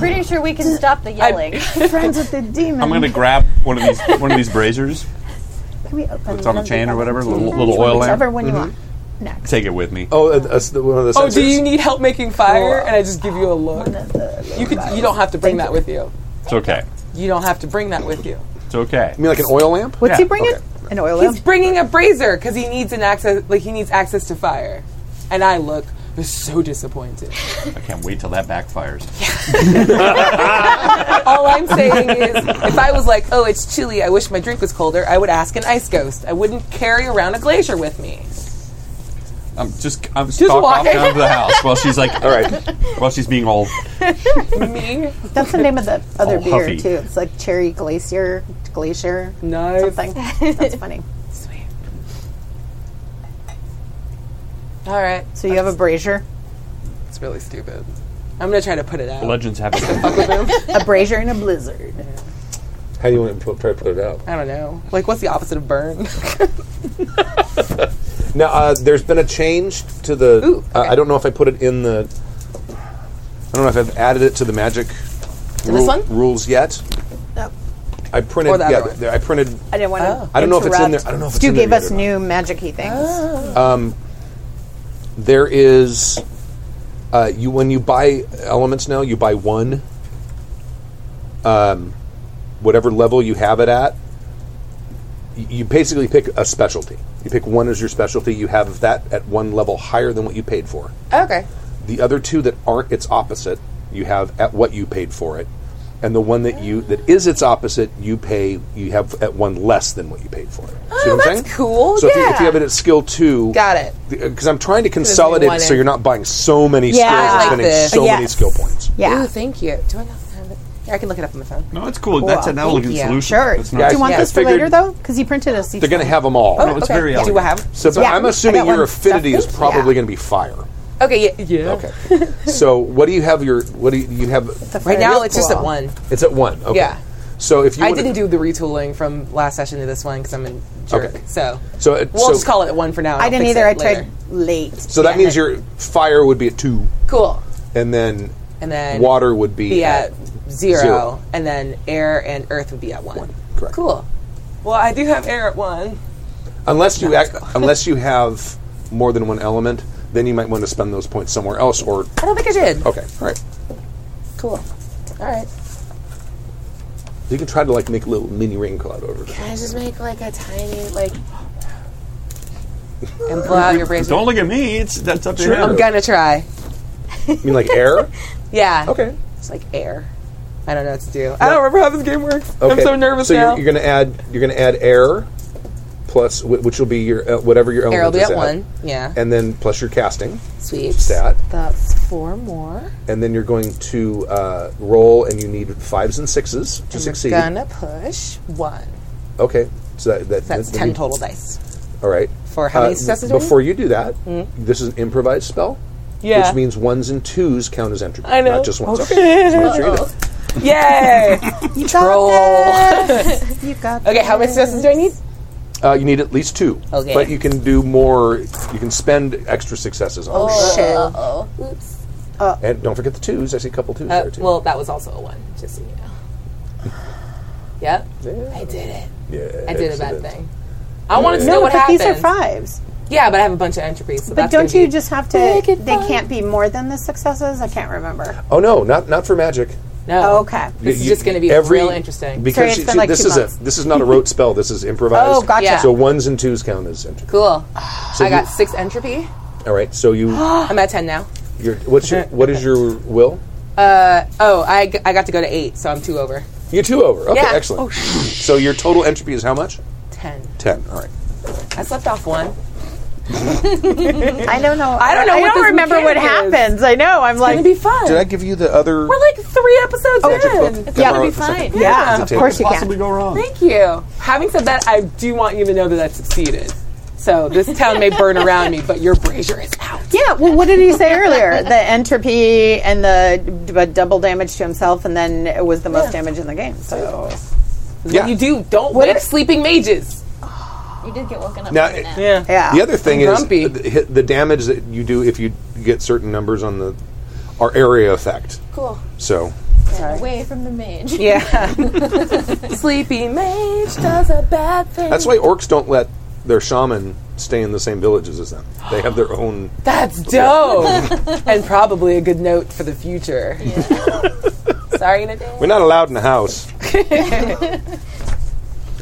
Pretty sure we can stop the yelling.
friends with the
(laughs)
demon.
I'm going to grab one of these one of these braziers.
Can we open
It's on a
one of
chain
the
or whatever,
other
little-
two?
little oil lamp.
Whichever one you
Mhm.
want.
Take it with me.
Oh, uh, that's the- one of the
Oh, do
sensors.
you need help making fire? And I just give you a look. You could. You don't have to bring that with you.
It's okay.
You don't have to bring that with you.
It's okay.
You mean like an oil lamp?
What's he bringing?
An oil
He's bringing a brazier because he needs an access. Like he needs access to fire. And I look so disappointed.
I can't wait till that backfires.
All I'm saying is, if I was like, oh, it's chilly, I wish my drink was colder, I would ask an ice ghost. I wouldn't carry around a glacier with me.
I'm just I'm stalk off
walking.
out of the house while she's like, all right, while she's being all
That's the name of the other
All
beer
huffy.
too. It's like Cherry Glacier, Glacier,
nice.
something. That's funny.
All right.
So you have a brazier?
It's really stupid. I'm going to try to put it out.
legends have it.
(laughs)
a brazier and a blizzard.
How do you want to put, try to put it out?
I don't know. Like, what's the opposite of burn?
Now, uh, there's been a change to the.
Ooh,
uh, I don't know if I put it in the. I don't know if I've added it to the magic
To this one?
rules yet.
No.
I printed.
Or the
yeah,
other one.
there- I printed.
I didn't want
Ah.
to.
I don't know if it's in there.
interrupt.
I don't know if it's
Stu
in there
gave
yet
us
or
new magic-y things.
Um, there is uh, you when you buy elements now, you buy one. Um, whatever level you have it at, y- you basically pick a specialty. You pick one as your specialty. You have that at one level higher than what you paid for.
Okay.
The other two that aren't its opposite, you have at what you paid for it, and the one that you that is its opposite, you pay you have at one less than what you paid for it. Oh, See what I'm
that's
saying?
cool,
So if, you, if
yeah.
you have it at skill two,
Got it.
because I'm trying to
there's
consolidate
one
it so
in-
you're not buying so many
Yeah,
skills
I
and
like
spending
this.
so many
Yes.
skill points.
Yeah.
Ooh, thank you. Do I not have it? Here, I can look it up on my phone.
No, it's cool. That's an elegant
you.
solution.
Sure.
It's
Do
not-
you want
Yeah.
this for
I figured
later though? Because he printed us these.
They're going to have them all.
Oh,
No, it's
okay.
very
Do
elegant.
I have?
So but
Yeah,
I'm
I
assuming
got one
your
stuffed
affinity is
in.
probably
Yeah.
going to be fire.
Okay. Yeah. yeah.
Okay. so what do you have your what do you, you have?
Right now, it's just at one.
It's at one. Okay.
Yeah.
So if you
I
wanna-
didn't do the retooling from last session to this one because I'm a jerk.
Okay.
So
So it-
we'll
so-
just call it at one for now. and
I
I'll
didn't
fix
either.
it
I tried
later.
late.
So that means your fire would be at two,
Cool.
and then
And then
water would be,
be at zero,
zero.
and then air and earth would be at one.
correct.
Cool. Well, I do have air at one.
unless you act, unless you have more than one element. Then you might want to spend those points somewhere else, or
I don't think I did.
okay, all right.
Cool. All right.
You can try to like make a little mini rain cloud over it.
Can I just make like a tiny like and blow out your brains?
Don't look at me. It's that's up to
Sure.
him.
I'm gonna try.
I mean, like
(laughs)
air.
Yeah.
Okay.
It's like air. I don't know what to do. I don't remember how this game works. I'm
Okay.
so nervous
So
now.
you're, you're going to add you're going to add air plus whi- which will be your uh, whatever your
air
element
will be
is
at one. Yeah.
and then plus your casting
Sweet.
stat,
That's four more.
and then you're going to uh, roll, and you need fives and sixes to succeed.
Gonna push one.
Okay. So that, that
That's
that-
ten
you-
total dice.
All right.
For how many successes Hmm? do I need?
Uh, Before you do that, this is an improvised spell.
Yeah.
Which means ones and twos count as entropy,
I know.
not just ones. Okay. Just wanna make sure you know.
(laughs) Yay!
You
Troll. (laughs)
got, you got.
Okay, how many successes do I need?
Uh, you need at least two.
Okay.
But you can do more. You can spend extra successes on. it.
Shit.
And don't forget the twos. I see a couple twos
Uh,
there too.
well, that was also a one. Just so you know.
(sighs)
Yep.
Yeah.
I did it.
yeah,
I did a bad
excellent.
thing. I wanted to know
No,
what
but
happened.
these are fives.
Yeah, but I have a bunch of entries. So
But
that's
don't
gonna
you
be-
just have to? They can't be more than the successes. I can't remember.
Oh no, not not for magic.
No.
Oh, okay.
This
You-
is just going to be
every-
real interesting.
Sorry,
Because
it's
she-
been
she-
like
this
two
is
months.
a this is not a rote spell. This is improvised.
Oh, gotcha.
Yeah.
So ones and twos count as entropy.
cool.
So
I
you-
got six entropy.
All right. So you,
(gasps) I'm at ten now.
your what's your what is your will?
Uh, oh, I, g- I got to go to eight, so I'm two over.
You two over. Okay,
Yeah. Oh,
excellent. so your total entropy is how much?
Ten.
Ten. All right.
I slept off one.
I don't know.
I don't know
I
what
don't
this
remember what
mechanic is.
happens. I know. I'm
It's
like,
gonna be fun.
Did I give you the other?
We're like three episodes
magic book? Can
in.
I
Oh, It's gonna
borrow
be
it for a
fine.
second? Is
Yeah.
it
Of course you
taken?
can.
Possibly go wrong.
Thank you. Having said that, I do want you to know that I succeeded. So this town may burn around me, but your brazier is out.
yeah. Well, what did he say earlier? The entropy and the d- but double damage to himself, and then it was the most damage in the game. So
Yeah.
You do. Don't
What
wake
if-
sleeping mages.
You did get woken up.
Now,
from a nap.
Yeah.
yeah.
The other thing
I'm
is
grumpy.
the, hit- the damage that you do if you get certain numbers on the are area effect.
Cool.
So
Away from the mage.
Yeah. Sleepy mage does a bad thing.
that's why orcs don't let their shaman stay in the same villages as them. They have their (gasps) own.
That's dope.
(laughs)
and probably a good note for the future. (laughs) Sorry, Nadine.
We're not allowed in the (laughs) house. uh,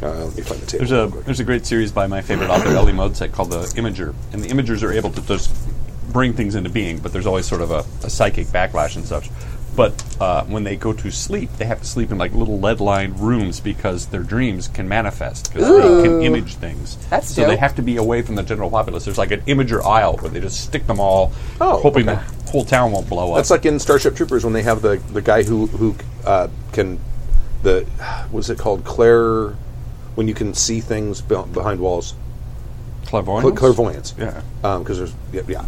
let me find the table.
There's a there's a great series by my favorite author Ellie Modsek called The Imager, and the Imagers are able to just bring things into being, but there's always sort of a, a psychic backlash and such. But uh, when they go to sleep, they have to sleep in like little lead-lined rooms because their dreams can manifest because they can
Ooh.
image things.
That's
so they
dope.
have to be away from the general populace. There's like an imager aisle where they just stick them all,
Oh,
hoping
okay.
the whole town won't blow up.
That's like in Starship Troopers when they have the the guy who who uh, can the was it called Claire when you can see things be- behind walls.
Clairvoyance.
Cla- clairvoyance.
Yeah.
Because there's yeah. yeah.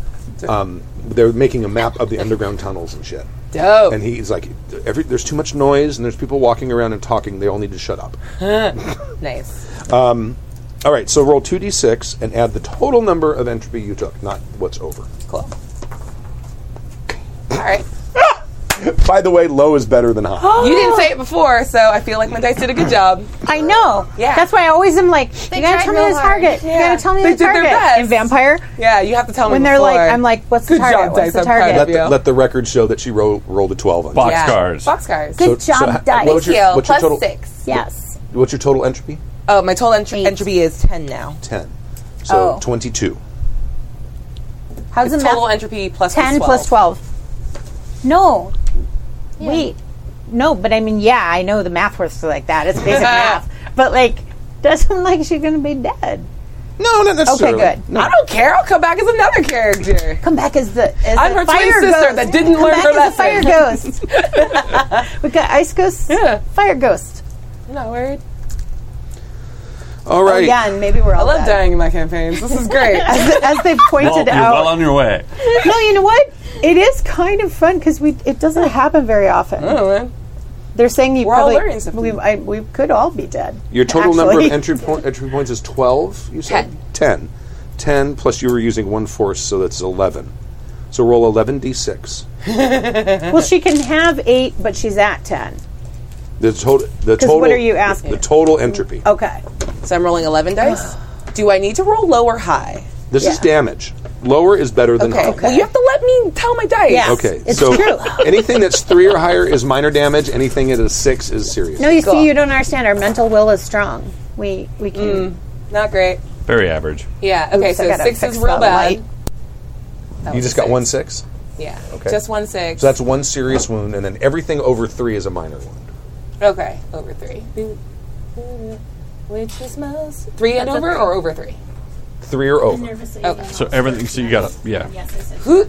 Um, they're making a map of the underground tunnels and shit.
Dope.
And he's like, every there's too much noise and there's people walking around and talking. They all need to shut up.
nice.
Um, all right. So roll two d six and add the total number of entropy you took, not what's over.
Cool. All right.
By the way, low is better than high.
You didn't say it before, so I feel like my dice did a good job.
I know.
Yeah.
That's why I always am like, you gotta
tried
tell me
real
this
hard.
target. You
Yeah.
gotta tell me
They
the
did their
target.
best.
In Vampire,
Yeah, you have to tell me
when they're
before.
like, I'm like, what's the
Good
target?
job,
what's
dice.
the
I'm proud
target?
of
Let
you.
the, let the record show that she ro- rolled a twelve on
Box
you.
Yeah.
cars.
Boxcars.
Good
So- so
job,
ha-
dice.
what was your-
Thank you.
what's your
Plus
total-
six.
yes.
What's your total entropy?
Oh, my total entry entropy is ten now.
Ten. So
Oh.
twenty-two.
How's the
total
math?
entropy plus
Ten plus twelve. No. Wait. No, but I mean, yeah, I know the math works like that. It's
(laughs)
basic math. But like, doesn't like she's gonna be dead.
No, not necessarily.
good.
No.
I don't care. I'll come back as another character.
Come back as the as
I'm
the
her twin
fire
sister
ghost.
that didn't
Come
learn
back
her
as
lesson.
The fire
(laughs)
ghost. we got ice ghost, fire ghost.
I'm not worried.
All right.
Oh, Yeah, and maybe we're all
I love
dead.
dying in my campaigns. This is great.
As, as they pointed
Well, you're
out.
well on your way.
no, you know what? It is kind of fun because we it doesn't happen very often.
Oh, man.
They're saying you
We're all
probably
learning something.
we, I, we could all be dead.
Your total number of
actually.
entry, point, entry points is 12, you said? 10. 10. plus you were using one force, so that's 11. So roll 11d6.
Well, she can have eight, but she's at ten.
The, total. the
'Cause
total.
what are you asking?
The total entropy.
Okay.
So I'm rolling 11 dice. Do I need to roll low or high?
This is damage. Lower is better than
Okay.
high.
Well, you have to let me tell my dice.
Yeah.
Okay,
It's
so
true.
(laughs) anything that's three or higher is minor damage. Anything that is six is serious.
No, you
Cool.
see, you don't understand. Our mental will is strong. We we
Mm.
can.
Not great.
Very average.
(laughs) Yeah. Okay.
Oops, I
so
gotta
six
fix
is real
the
bad.
light.
That
you
was
just
a
got one six.
Yeah.
Okay.
Just one six.
So that's one serious wound, and then everything over three is a minor wound.
okay. Over three. Which is most three and over or over three?
Three or over.
So everything. So you got a yeah,
Who?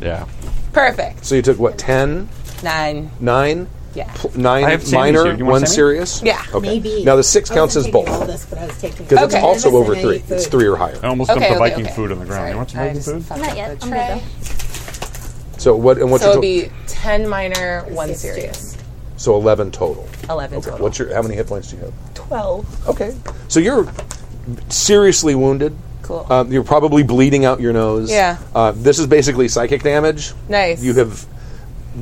yeah.
Perfect.
So you took what? Ten,
Nine.
nine,
Yeah.
pl- nine
I have Sammy's
minor,
here. You want
one
Sammy?
serious.
Yeah.
Okay. Now the six counts as both because
this, but I was taking
it's
Okay.
also over three. It's three or higher.
I almost
Okay.
dumped
okay,
the Viking
okay.
food on the ground.
Sorry,
you want some
I
Viking
just
food?
fucked
Not
up
yet.
the
I'm gonna
tray.
go.
So what? And what's
So
your
it'd
to-
be ten minor, one serious,
so eleven total.
eleven
Okay.
total.
What's your? How many hit points do you have?
twelve.
Okay. So you're seriously wounded.
Cool.
Um, you're probably bleeding out your nose.
Yeah.
Uh, this is basically psychic damage.
Nice.
You have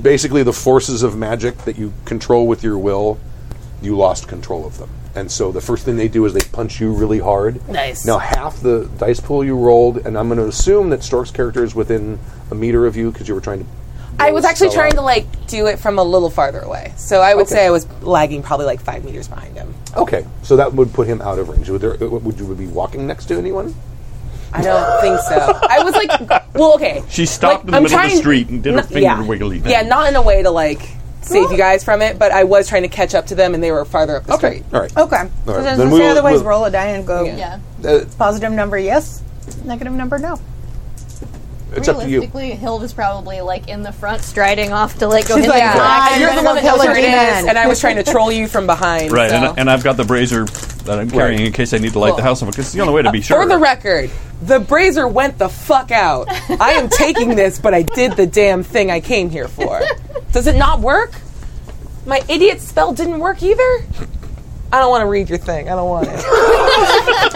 basically the forces of magic that you control with your will. You lost control of them, and so the first thing they do is they punch you really hard.
Nice.
Now half the dice pool you rolled, and I'm going to assume that Stork's character is within a meter of you because you were trying to.
I was actually
spell
trying
out.
to like do it from a little farther away, so I would
Okay.
say I was lagging probably like five meters behind him.
Okay, so that would put him out of range. Would, there, uh, would you be walking next to anyone?
I don't think so. I was like, well, okay.
She stopped in the
I'm
middle of the
trying-
street and did her
no-
finger
yeah.
wiggly thing.
Yeah, not in a way to like save you guys from it, but I was trying to catch up to them, and they were farther up the street.
All right.
Okay.
All right,
So then,
then
let's
we
say
will-
otherwise,
we'll-
roll a die and go.
Yeah.
Uh,
Positive number, yes. Negative number, no.
it's up to you.
Realistically, Hilda's probably like in the front, striding off to like go
She's
hit
like,
the
"Ah, you're
flag.
You're the
I'm
one
gonna
that
kill
knows where it
again.
is, and I was trying to troll you from behind.
Right,
so.
and, and I've got the brazier that I'm carrying in case I need to light the house on because it's the only way
uh,
to be sure.
For the record, the brazier went the fuck out. I am taking this, but I did the damn thing I came here for. Does it not work? My idiot spell didn't work either? I don't want to read your thing. I don't want it.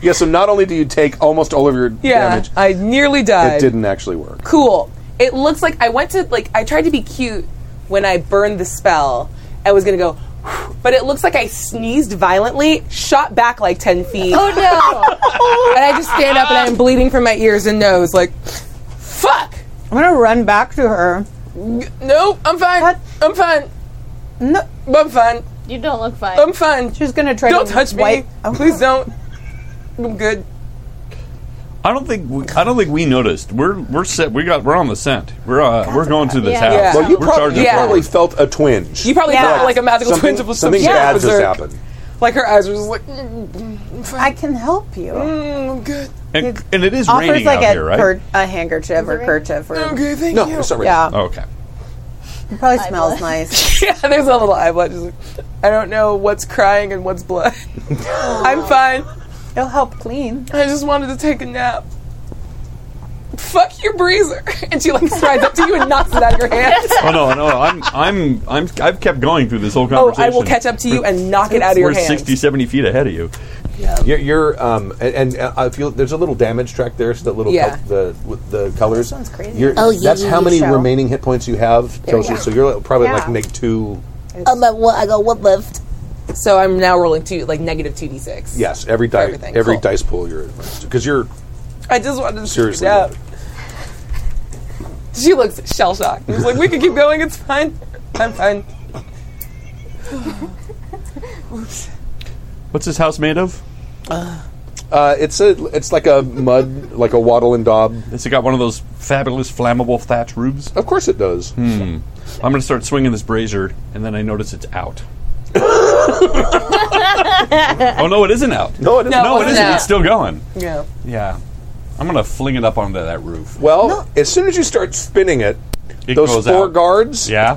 Yeah, so not only do you take almost all of your
Yeah,
damage,
I nearly died.
it didn't actually work.
Cool. It looks like I went to like I tried to be cute when I burned the spell. I was gonna go, but it looks like I sneezed violently, shot back like ten feet. Oh no! (laughs) and I just stand up and I'm bleeding from my ears and nose. Like, fuck.
I'm gonna run back to her.
No, I'm fine.
What?
I'm fine.
No,
I'm fine.
You don't look fine.
Um,
I'm fine.
she's gonna try
Don't
to
touch me.
wipe.
Please don't. I'm good.
I don't think we, I don't think we noticed. We're we're set. We got we're on the scent. We're uh, we're going to this
Yeah.
house.
Yeah. Well, you
we're
prob-
charging
you
forward.
probably felt a twinge.
You probably
Yeah.
felt like a magical
Something-
twinge of some
something
shit
bad
was
just
there.
happened.
Like her eyes were just like,
I can help you.
Mm, good.
And, and it is
Offers
raining
like
out
a
here, right?
cur- a handkerchief or kerchief. Or,
Okay, thank
No,
you. (laughs)
it's not raining.
Yeah,
Oh, okay.
it probably smells
(laughs)
nice.
yeah, there's a little eyeball. Just like, I don't know what's crying and what's blood. I'm fine.
It'll help clean.
I just wanted to take a nap. Fuck your breezer. (laughs) And she like strides up to you and knocks it out of your hand. (laughs)
oh no, no, I'm I'm I'm I've kept going through this whole
Oh,
conversation.
I will catch up to you and knock it out of
We're
your hand.
60, 70 feet ahead of you.
You're, you're um, and, and uh, if you there's a little damage track there, so that little
Yeah.
col- the with the colors.
one's crazy.
You're,
Oh, yeah,
that's
yeah,
how
yeah,
many
so.
remaining hit points you have,
There we
Chelsea.
go.
So you're probably like
Yeah.
neg two.
I'm at one. I got one left.
So I'm now rolling two, like negative two d six.
Yes, every die,
everything.
every
Cool.
dice pool you're because you're
I just wanted to
Seriously,
Seriously, it out. She looks shell shocked. She's like, "We can keep going. It's fine. I'm fine."
What's this house made of?
uh, it's a it's like a mud like a waddle and daub.
Has it got one of those fabulous flammable thatch roofs?
Of course it does.
Hmm. I'm gonna start swinging this brazier, and then I notice it's out. oh no, it isn't out.
No, it isn't.
no, it
it wasn't
isn't.
out.
It's still going.
Yeah.
Yeah, I'm gonna fling it up onto that roof.
Well, as soon as you start spinning it,
It
those
goes
four
out.
guards
Yeah.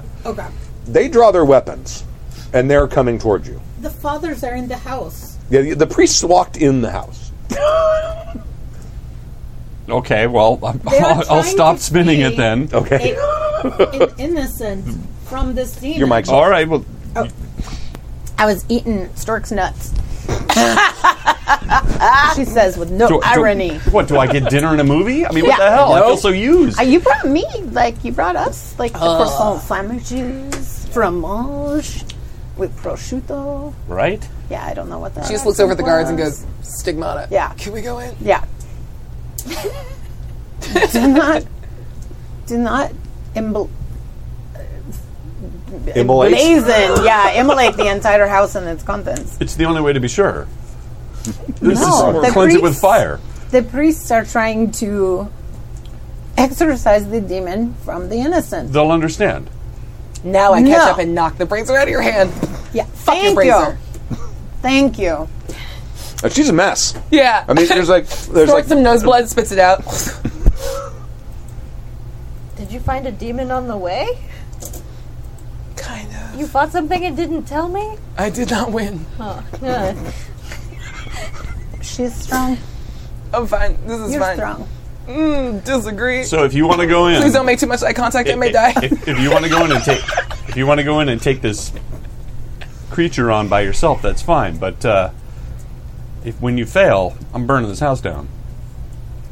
they draw their weapons, and they're coming towards you.
The fathers are in the house.
Yeah, the- the priests walked in the house.
Okay. Well, (laughs) I'm,
They are
I'll, I'll
trying
stop
to
spinning it
see
then.
Okay,
a- an innocent from this demon.
your mic's
All right. Well,
I was eating stork's
(laughs)
nuts. she says with no
do- do-
irony.
what do I get? Dinner and a movie? I mean, what
Yeah.
the hell? I feel
Nope.
so used.
Uh, you brought me, like you brought us, like the croissant sandwiches, fromage with prosciutto.
right.
Yeah, I don't know what that.
She just looks over at the guards and goes, "Stigmata."
Yeah.
Can we go in? (laughs)
"Yeah,
do not, do not imbl-
Immolate.
blazon. Yeah, immolate the entire house and its contents.
It's the only way to be sure. This
No,
is
the
cleanse it with
priests-
fire.
The priests are trying to exorcise the demon from the innocent.
They'll understand.
Now I catch
No.
up and knock the brazier out of your hand.
Yeah,
Fuck your
thank
brazier.
Thank you.
Uh, she's a mess.
Yeah. (laughs)
I mean, there's like there's
Snorts
like
some nose blood, spits it (sighs) out.
Did you find a demon on the way?
kind of.
You fought something and didn't tell me?
I did not win.
Oh, God.
She's strong.
I'm fine. This is
You're
fine.
strong.
Mm, disagree.
So if you want to go in,
Please don't make too much eye contact. I
if-
may (laughs) die.
If, if you want to go in and take, if you want to go in and take this creature on by yourself, that's fine. But uh, if when you fail, I'm burning this house down.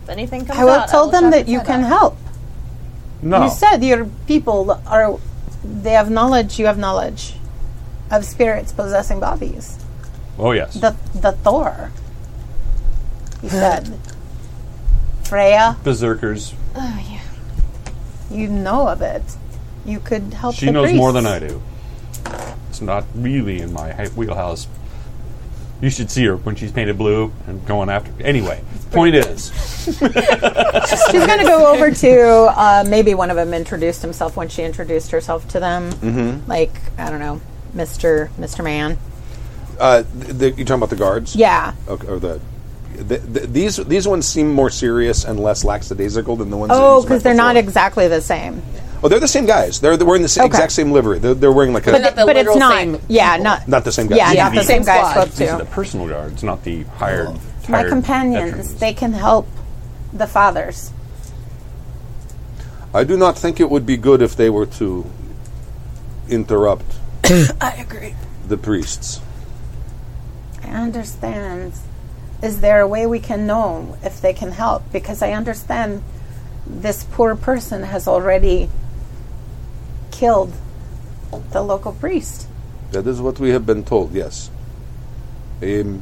If anything comes
I will
out,
tell them
chop
that
its
you
head
can
off.
help.
No,
You said your people are, they have knowledge, you have knowledge of spirits possessing bodies.
oh yes,
The, the Thor. You said. Freya,
berserkers.
Oh, yeah.
you know of it. You could help
She
the
knows more than
priests.
I do. It's not really in my hi- wheelhouse. You should see her when she's painted blue and going after. Anyway, point is,
She's going to go over to uh, maybe one of them introduced himself when she introduced herself to them. Mm-hmm. Like I don't know, Mister Mister Man.
uh, the, you talking about the guards?
Yeah.
Okay, or the, the, the these these ones seem more serious and less lackadaisical than the ones. that
Oh,
you
because
met
they're not
before.
exactly the same.
oh, they're the same guys. They're, they're wearing the sa-
Okay.
exact same livery. They're, they're wearing like a
But, but it's not. yeah, not.
not the same guys.
Yeah,
Yeah,
not the
these-
same guys
squad.
spoke
these are
to.
the personal guards, not the hired.
My
tired
companions,
veterans.
they can help the fathers.
I do not think it would be good if they were to interrupt
(coughs) I agree.
the priests.
I understand. Is there a way we can know if they can help? Because I understand this poor person has already killed the local priest.
That is what we have been told. Yes. Um,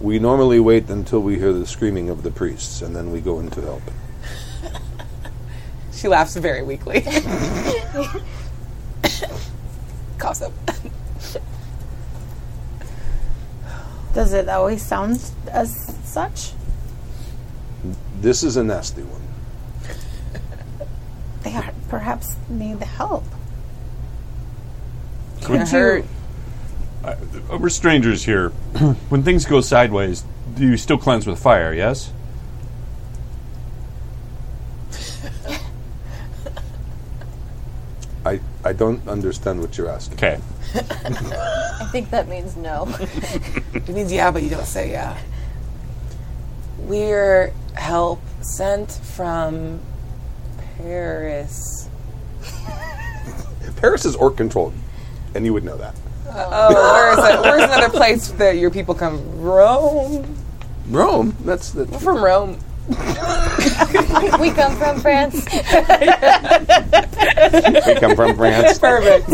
we normally wait until we hear the screaming of the priests, and then we go in to help.
She laughs very (laughs) weakly. Coughs up.
Does it always sound as such?
This is a nasty one.
They are perhaps need help.
Could you- I- uh, we're strangers here. (clears throat) when things go sideways, do you still cleanse with fire? Yes.
I, I don't understand what you're asking.
Okay.
I think that means no. (laughs)
It means yeah, but you don't say yeah. We're help sent from Paris.
Paris is orc controlled, and you would know that.
Oh, where's, that, where's another place that your people come? Rome.
Rome. That's the.
We're from Rome.
we come from France.
We come (laughs) from France.
Perfect.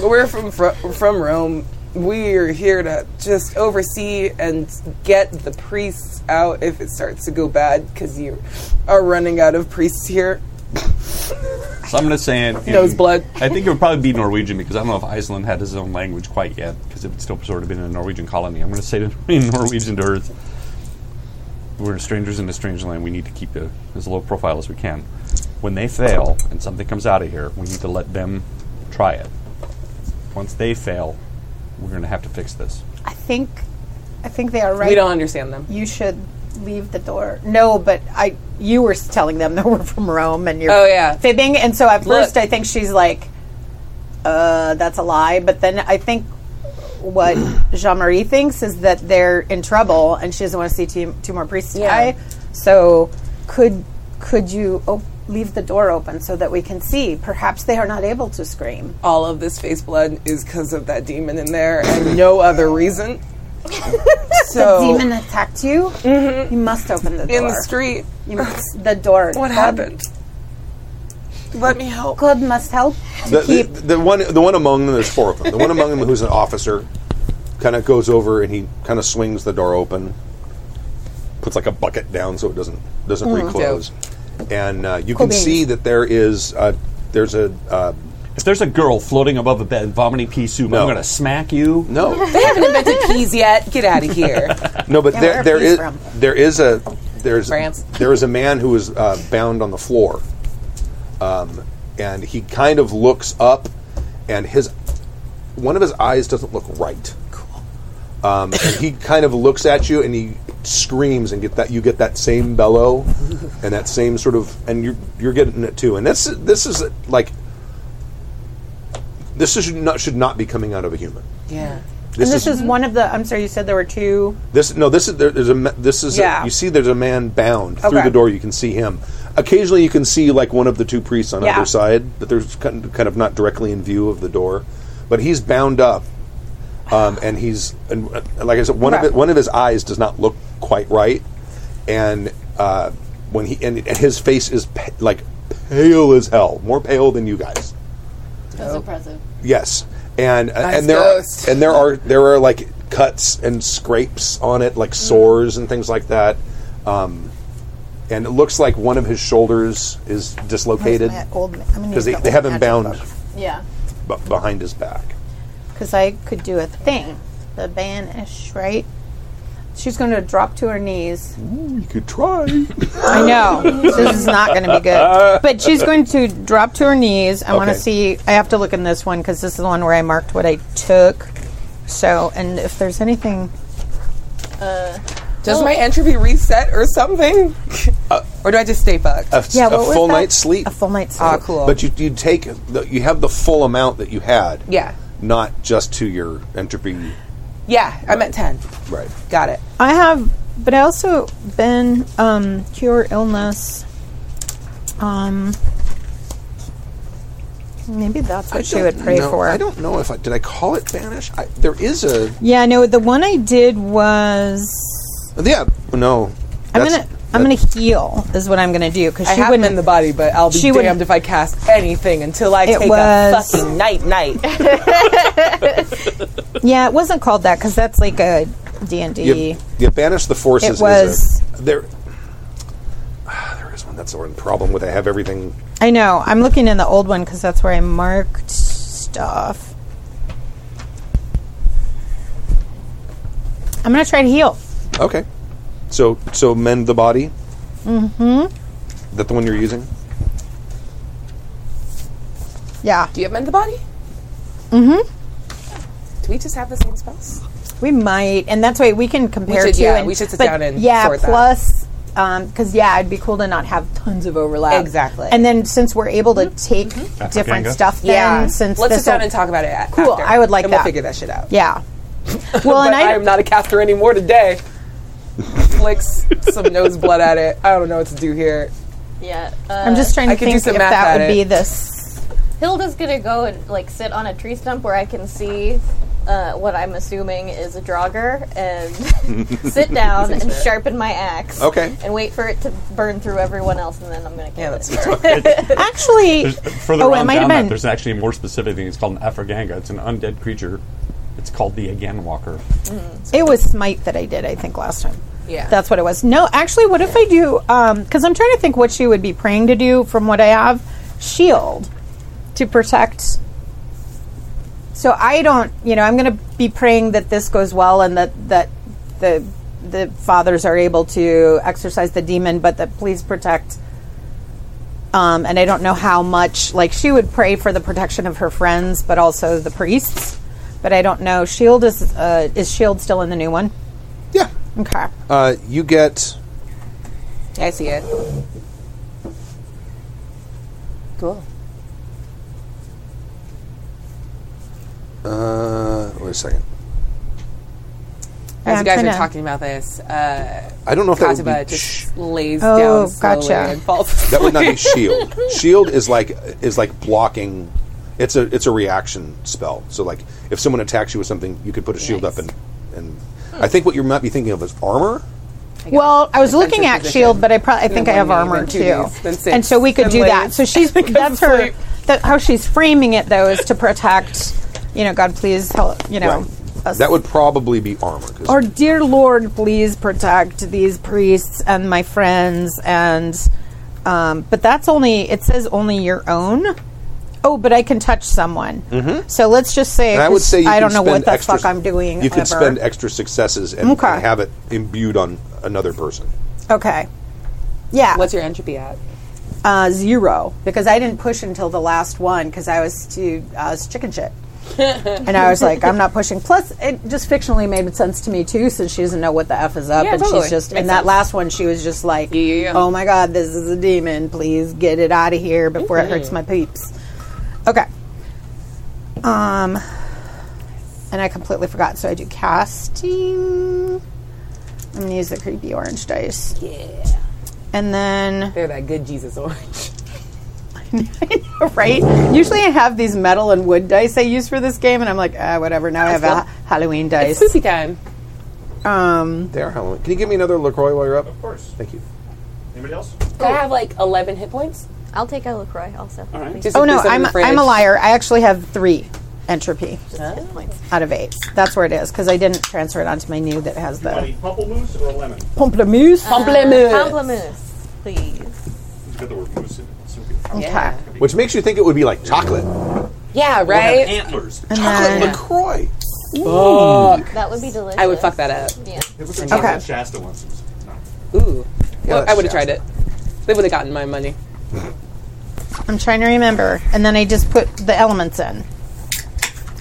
We're from fr- from Rome. We're here to just oversee and get the priests out if it starts to go bad because you are running out of priests here.
So I'm going to say it. in-
Nose blood.
I think it would probably be Norwegian because I don't know if Iceland had its own language quite yet because it's still sort of been a Norwegian colony. I'm going to say it (laughs) in Norwegian to Earth. We're strangers in a strange land. We need to keep a, as low profile as we can. When they fail and something comes out of here, we need to let them try it. Once they fail, we're going to have to fix this.
I think, I think they are right.
don't understand them.
You should leave the door.
No, but I you were telling them (laughs) that we're from Rome and you're
Oh, yeah.
fibbing. And so at
Look.
first I think she's like, uh, that's a lie. But then I think
(clears throat)
what Jean Marie thinks is that they're in trouble and she doesn't want to see two, two more priests
Yeah.
die. So
Could could you op- leave the door open so that we can see? Perhaps they are not able to scream.
(laughs) All of this face blood is because of that demon in there and no other reason. so
the demon attacked you. Mm-hmm. You must open the door
in the street,
You must, the door.
what
God-
happened? Let me help.
God must help.
The, the, the one the one among them. There's four of them. The one among them who's an officer, kind of goes over and he kind of swings the door open, puts like a bucket down so it doesn't doesn't
Mm.
reclose, and uh, you
Cool
can
beans.
see that there is a, there's a uh,
If there's a girl floating above a bed vomiting pea soup, I'm going to smack you.
no
They haven't invented peas yet. Get out of here.
no, but
Yeah, where
there
are
there
peas
is
from?
there is a there's
France.
there is a man who is uh, bound on the floor, um, and he kind of looks up, and his one of his eyes doesn't look right. Cool. Um, and he kind of looks at you, and he screams, and get that you get that same bellow, and that same sort of, and you're you're getting it too. And this this is like this is not should not be coming out of a human.
Yeah.
and this is, one of the. I'm sorry, you said there were two.
This no, this is there, there's a ma- this is a-
Yeah.
you see there's a man bound through
Okay.
the door. You can see him. Occasionally, you can see like one of the two priests on
Yeah.
either side, but there's kind of, kind of not directly in view of the door. But he's bound up, um, and he's and, uh, like I said, one
Okay.
of it, one of his eyes does not look quite right, and uh, when he and, and his face is pa- like pale as hell, more pale than you guys.
That's impressive.
Yes, and uh,
Nice
and there are,
ghost.
and there are there are like cuts and scrapes on it,
Mm.
like sores and things like that. Um, and it looks like one of his shoulders is dislocated
Where's my old ma- I'm gonna
because
use
they,
the
they
old
have him
magic
bound
book.
Yeah.
b- behind his back.
because I could do a thing. The banish, right? She's going to drop to her knees.
Ooh, you could try.
I know this is not going to be
(laughs)
good, but she's going to drop to her knees. I want to
Okay.
see. I have to look in this one because this is the one where I marked what I took. So, and if there's anything,
Uh,
Does my entropy reset or something? or do I just stay fucked?
Uh,
A, a full night's sleep. A
full night's
Ah, cool.
But you you take the, you have the full amount that you had,
yeah.
not just to your entropy.
Yeah, I'm at 10.
Right.
Got it.
I have, but I also been um, cure illness. Um, maybe that's what she would pray
know,
for.
I don't know if I did. I call it banish. I, there is a
Yeah, no, the one I did was
yeah. No,
I'm
that's-
gonna I'm gonna heal is what I'm gonna do because
I
she
have
wouldn't
them in the body, but I'll be
she wouldn't-
damned if I cast anything until I
It
take
was-
a fucking night night.
Yeah, it wasn't called that because that's like a D and D.
You, you banish the forces.
It
is
was-
a, there. Ah, there is one. That's the one problem with I have everything.
I know. I'm looking in the old one because that's where I marked stuff. I'm gonna try to heal.
Okay. So so mend the body.
Mm-hmm.
That the one you're using.
Yeah.
Do you have mend the body?
Mm-hmm.
Do we just have the same spells?
We might, and that's why we can compare
should-
to.
yeah,
and-
we should sit
but
down and
yeah,
sort that.
plus because yeah, it'd be cool to not have tons of overlap.
Exactly.
And then since we're able to take
That's
a
different
ganga.
stuff, then,
Mm-hmm. yeah.
since
Let's sit
this'll-
down and talk about it. a-
Cool,
after,
I would like
and
that.
We'll figure that shit out. (laughs)
Yeah.
Well,
and I, am not a caster anymore today. Flicks
(laughs)
some nose blood at it. I don't know what to do here.
Yeah. Uh,
I'm just trying to
I could do
think if
some math
that
at
would
it.
be
(laughs)
this.
Hilda's gonna go and like sit on a tree stump where I can see uh, what I'm assuming is a jogger and sit down and sharpen my axe.
Okay.
And wait for it to burn through everyone else, and then I'm gonna kill yeah, that's it. (laughs)
Actually,
There's, further
oh, it
on
might have
down that,
been-
there's actually a more specific thing. It's called an Afraganga. It's an undead creature. It's called the Again Walker.
It was smite that I did, I think, last time.
Yeah.
That's what it was. No, actually, what if I do? Because I'm trying to think what she would be praying to do. From what I have, shield to protect. So I don't, you know, I'm going to be praying that this goes well and that that the the fathers are able to exorcise the demon, but that please protect. Um, and I don't know how much, like, she would pray for the protection of her friends, but also the priests. But I don't know. Shield is uh, is Shield still in the new one?
Yeah.
Okay.
Uh, you get
I see it. Cool.
uh, wait a second.
Yeah,
As
I'm
you guys
trying
are
to-
talking about this, uh,
I don't know if that would
Katiba
be
just lays
Oh,
down slowly
gotcha.
and falls. Asleep.
That would not
(laughs)
be shield. shield is like is like blocking. It's a it's a reaction spell. So like if someone attacks you with something, you could put a shield up and and I think what you might be thinking of is armor.
Well, I was
Defensive
looking at
position.
shield, but I probably I think I
Then
have
one knee,
armor
then two
too,
knees, then six,
and so we could
then
do that.
legs.
So
(laughs)
she's that's her that how she's framing it though is to protect, you know, God please help, you know, us.
That would probably be armor. 'cause-
or dear Lord, please protect these priests and my friends and, um, but that's only it says only your own. Oh, but I can touch someone. Mm-hmm. So let's just say
and I would
'cause
say you
I
can
don't know
spend
what the
extra-
fuck I'm doing.
You could
ever.
spend extra successes and,
Okay.
and have it imbued on another person.
Okay. Yeah.
What's your entropy at?
Uh, zero because I didn't push until the last one because I was too I was chicken
(laughs)
shit, and I was like, I'm not pushing. Plus, it just fictionally made sense to me too, since she doesn't know what the f is up,
Yeah,
and
totally.
she's just.
Makes
and that
sense.
last one, she was just like, Oh my god, this is a demon! Please get it out of here before it
Mm-hmm.
hurts my peeps. Okay. Um, and I completely forgot, so I do casting. I'm gonna use the creepy orange dice. Yeah. And then
They're that good
(laughs)
Jesus orange.
right? Usually I have these metal and wood dice I use for this game, and I'm like, ah, whatever. Now I have a Halloween
It's
dice.
spooky time.
Um,
They are Halloween. Can you give me another Lacroix while you're up? Of course. Thank you.
Anybody else?
Do I have like 11 hit points?
I'll take a Lacroix also. All right.
oh no, I'm I'm a liar. I actually have three entropy
Oh.
points.
out of eight. That's where it is because I didn't transfer it onto my new that has the
Pamplemousse or lemon?
pamplemousse.
Uh,
Pamplemousse, please.
It's got the word moose in it. It's okay.
Okay.
Which makes you think it would be like chocolate.
Yeah,
We'll have
right?
antlers.
And
Chocolate
then,
LaCroix.
Fuck.
That would be delicious.
I would fuck that up.
Yeah.
It was a
Okay.
chocolate Shasta once. It was- no.
Ooh. well,
that's
I would have tried it. They would have gotten my money.
I'm trying to remember, and then I just put the elements in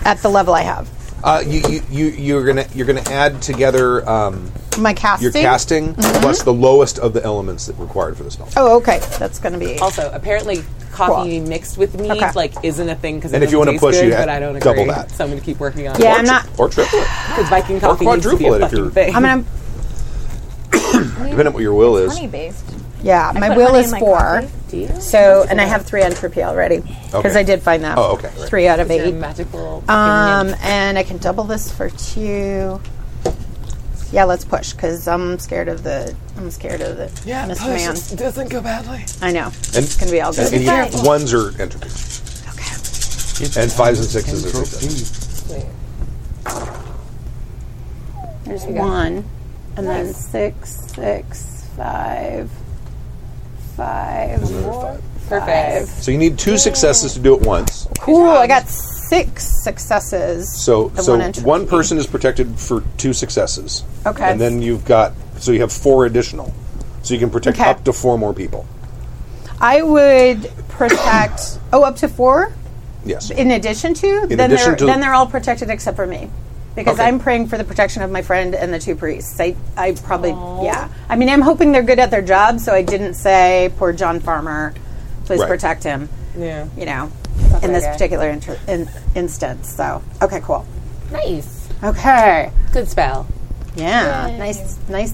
at the level I have.
Uh, you, you, you, you're gonna you're gonna add together um,
My casting.
your casting plus the lowest of the elements that required for this spell.
Mm-hmm. Oh, okay. That's going to be.
Also, apparently coffee mixed with meat
Okay.
like isn't a thing because
And
it
if you wanna
doesn't taste
push, you
good,
ha-
but I don't agree.
double that.
So I'm going to keep working on
Yeah,
it.
I'm not.
Or triple it,
Because Viking
or
coffee needs to be
quadruple
a
it if
fucking
you're
thing.
I'm gonna.
depending on what your will is.
Honey based.
Yeah,
I
my
put
will
honey
is
in my
four.
coffee.
So, and I have three entropy already because
Okay.
I did find that.
Oh, okay, right.
Three out of
It's a
eight.
(laughs) magical.
Um, and I can double this for two. Yeah, let's push because I'm scared of the. I'm scared of the. Yeah, man.
doesn't go badly.
I know.
And-
it's gonna be all
And,
good.
and you, ones are entropy. And fives and sixes are successes.
There's one, and then six, six, five, five,
Perfect.
So you need two successes to do it once.
Cool. I got six successes.
So
and
so
one entropy.
one person is protected for two successes.
Okay.
And then you've got So you have four additional. So you can protect
Okay.
up to four more people.
I would protect. oh, up to four.
Yes.
In addition to,
In
then
addition
they're
to-
then they're all protected except for me, because
Okay.
I'm praying for the protection of my friend and the two priests. I I probably yeah. I mean, I'm hoping they're good at their job, so I didn't say poor John Farmer, please
Right.
protect him.
Yeah.
You know,
Fuck
in
that
this
guy.
particular inter- in- instance. So okay, cool.
Nice.
Okay.
Good spell.
Yeah. Nice. Nice.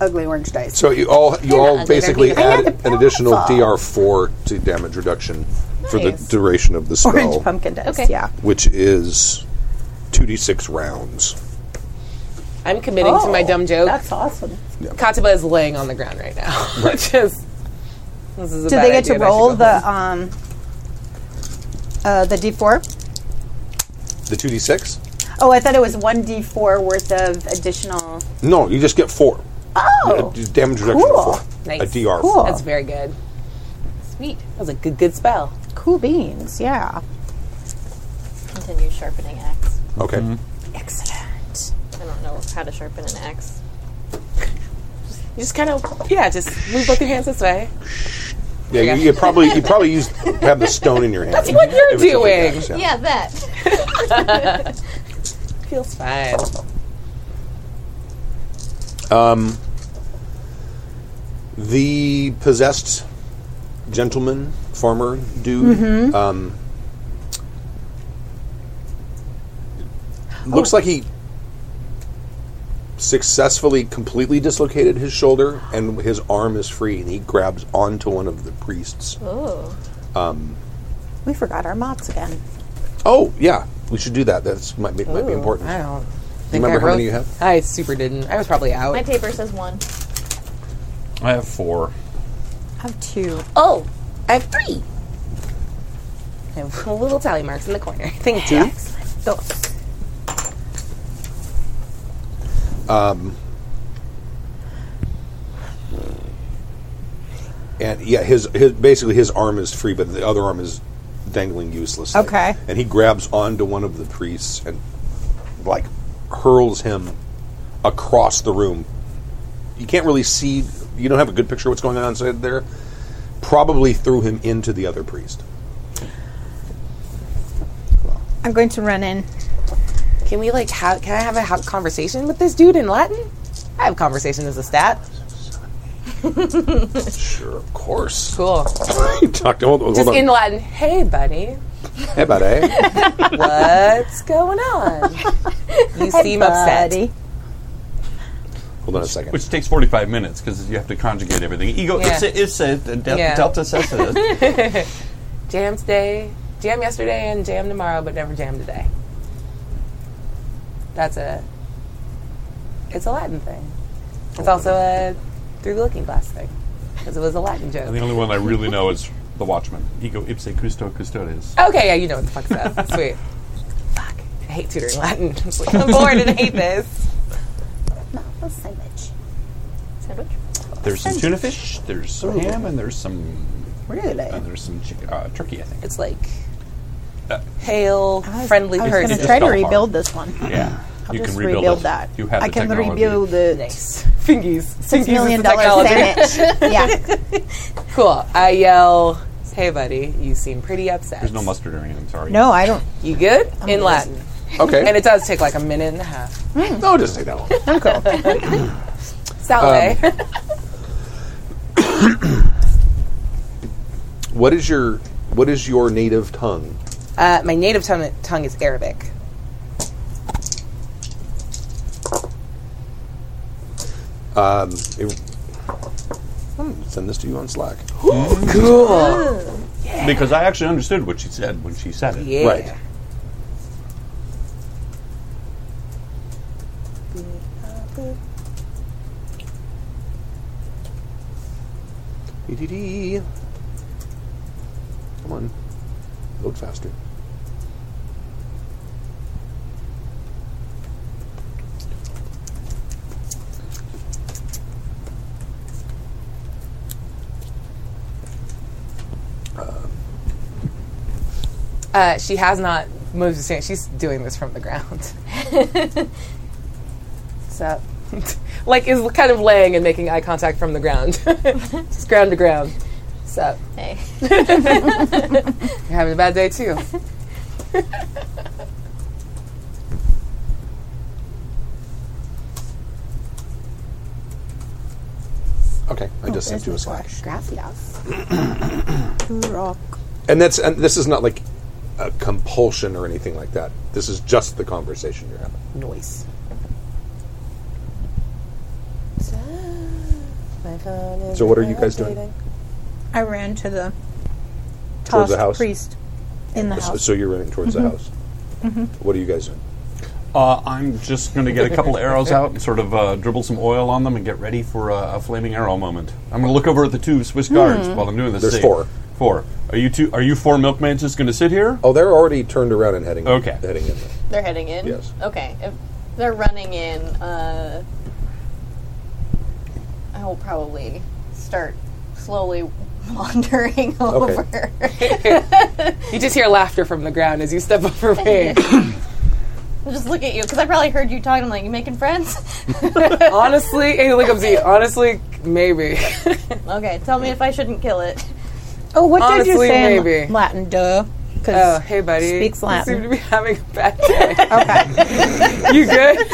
Ugly orange dice.
So you all you all
Yeah,
basically
they're gonna-
add an additional
powerful.
DR four to damage reduction for the
Nice.
duration of the spell,
Orange pumpkin dice. Yeah.
which is two d six rounds.
I'm committing to my
Oh,
dumb joke.
That's awesome.
Katiba is laying on the ground right now. (laughs)
Right.
Just this is a
Do
bad
they get to
idea and I should
roll
go
the um uh, the d4?
The two d six?
Oh, I thought it was one d4 worth of additional.
No, you just get four.
Oh,
Uh, damage reduction
cool.
four.
Nice.
A DR
Cool.
four.
That's very good.
Sweet.
That was a good good spell.
cool beans. Yeah.
Continue sharpening axe.
Okay.
Excellent.
I don't know how to sharpen an axe.
You just kind of yeah, just move both your hands this way.
Yeah, you, you probably you probably used have the stone in your hand.
(laughs) That's what you're
If it's okay,
doing.
guys, yeah.
that.
Feels fine.
Um, the possessed gentleman, farmer dude,
Mm-hmm.
Mhm.
um,
Oh.
looks like he successfully completely dislocated his shoulder and his arm is free and he grabs onto one of the priests.
oh.
Um,
We forgot our mods again.
oh, yeah, we should do that. That's might be, might be
Ooh,
important.
I don't think
Remember
I
how
wrote-
many you have?
I super didn't. I was probably out.
My paper says one.
I have four.
I have two.
Oh, I have three. I have little tally marks in the corner. Thank you. Excellent. Go.
Um, and yeah, his, his basically his arm is free, but the other arm is dangling uselessly.
Okay.
And he grabs onto one of the priests and like hurls him across the room. You can't really see. You don't have a good picture of what's going on inside there. Probably threw him into the other priest.
I'm going to run in.
Can we like have? Can I have a ha- conversation with this dude in Latin? I have conversation as a stat.
Sure, of course. (laughs)
Cool.
he talked to hold, hold
Just
on.
in Latin. Hey, buddy.
Hey,
(laughs)
buddy.
What's
(laughs)
going on? You seem upset.
Hold on a second.
Which takes 45 minutes because you have to conjugate everything. Ego,
Yeah.
it's, it's a, del-
Yeah.
delta
(laughs)
sessa.
Jam today, jam yesterday, and jam tomorrow, but never jam today. That's a. It's a Latin thing. It's also a through the looking glass thing because it was a Latin joke.
And the only one I really know is The Watchman. Ego ipse custo custodes.
Okay, yeah, you know what the fuck's up. Sweet. (laughs) Fuck. I hate tutoring Latin. (laughs) I'm like, I'm bored and I hate this.
sandwich.
Sandwich?
There's some tuna fish, there's some
Ooh.
ham, and there's some.
Really?
And there's some chick- uh, turkey, I think.
It's like
Uh,
hail, friendly
I was
person.
going
just
to try to
fell apart.
rebuild this one.
yeah.
I'll
you
just
can rebuild, it.
that.
You have
I
the
can
technology.
rebuild it.
Nice. Fingies. Fingies
Six
is
million
the
dollar
technology.
sandwich.
(laughs)
yeah.
Cool. I yell, "Hey, buddy, you seem pretty upset."
There's no mustard or anything, sorry.
No, I don't.
You good? In Latin.
Okay.
And it does take like a minute and a half.
no, it doesn't take that long.
I'm cool.
Salve.
What is your what is your native tongue?
(laughs) uh, my native tongue, tongue is Arabic.
Um, it- hmm, send this to you on Slack.
cool.
Because I actually understood what she said when she said it.
Yeah.
Right. Dee-dee-dee. E Come on, load faster.
Uh, she has not moved the stand. She's doing this from the ground. so (laughs) like is kind of laying and making eye contact from the ground, (laughs) just ground to ground. So
hey,
(laughs) you're having a bad day too.
Okay, I just sent you a Slack.
Gracias.
Rock.
And that's and this is not like a compulsion or anything like that. This is just the conversation you're having.
Noise. My phone is
So what are you guys doing?
updating.
I ran to the
Towards
tossed
the house?
priest in the
So-
house.
So you're running towards
Mhm.
the house.
Mhm.
What are you guys doing?
Uh, I'm just going to get a couple arrows out and sort of uh, dribble some oil on them and get ready for uh, a flaming arrow moment. I'm going to look over at the two Swiss
Hmm.
guards
Mhm.
while I'm doing this.
There's
see.
four.
Four. Are you two? Are you four milkmaids just going to sit here?
Oh, they're already turned around and heading.
Okay.
Heading in.
they're heading in.
Yes.
Okay, if they're running in, uh, I will probably start slowly (laughs) wandering (laughs) over.
you just hear laughter from the ground as you step over me.
I'll just look at you because I probably heard you talking. I'm like, you making (laughs) friends?
honestly, and he looks up to you. Honestly, maybe.
(laughs) okay, tell me if I shouldn't kill it.
Oh, what did you
Honestly,
say in
maybe.
Latin, duh? 'Cause
Oh, hey, buddy.
Speaks
You seem to
Latin.
be having a bad day. okay. (laughs) you good?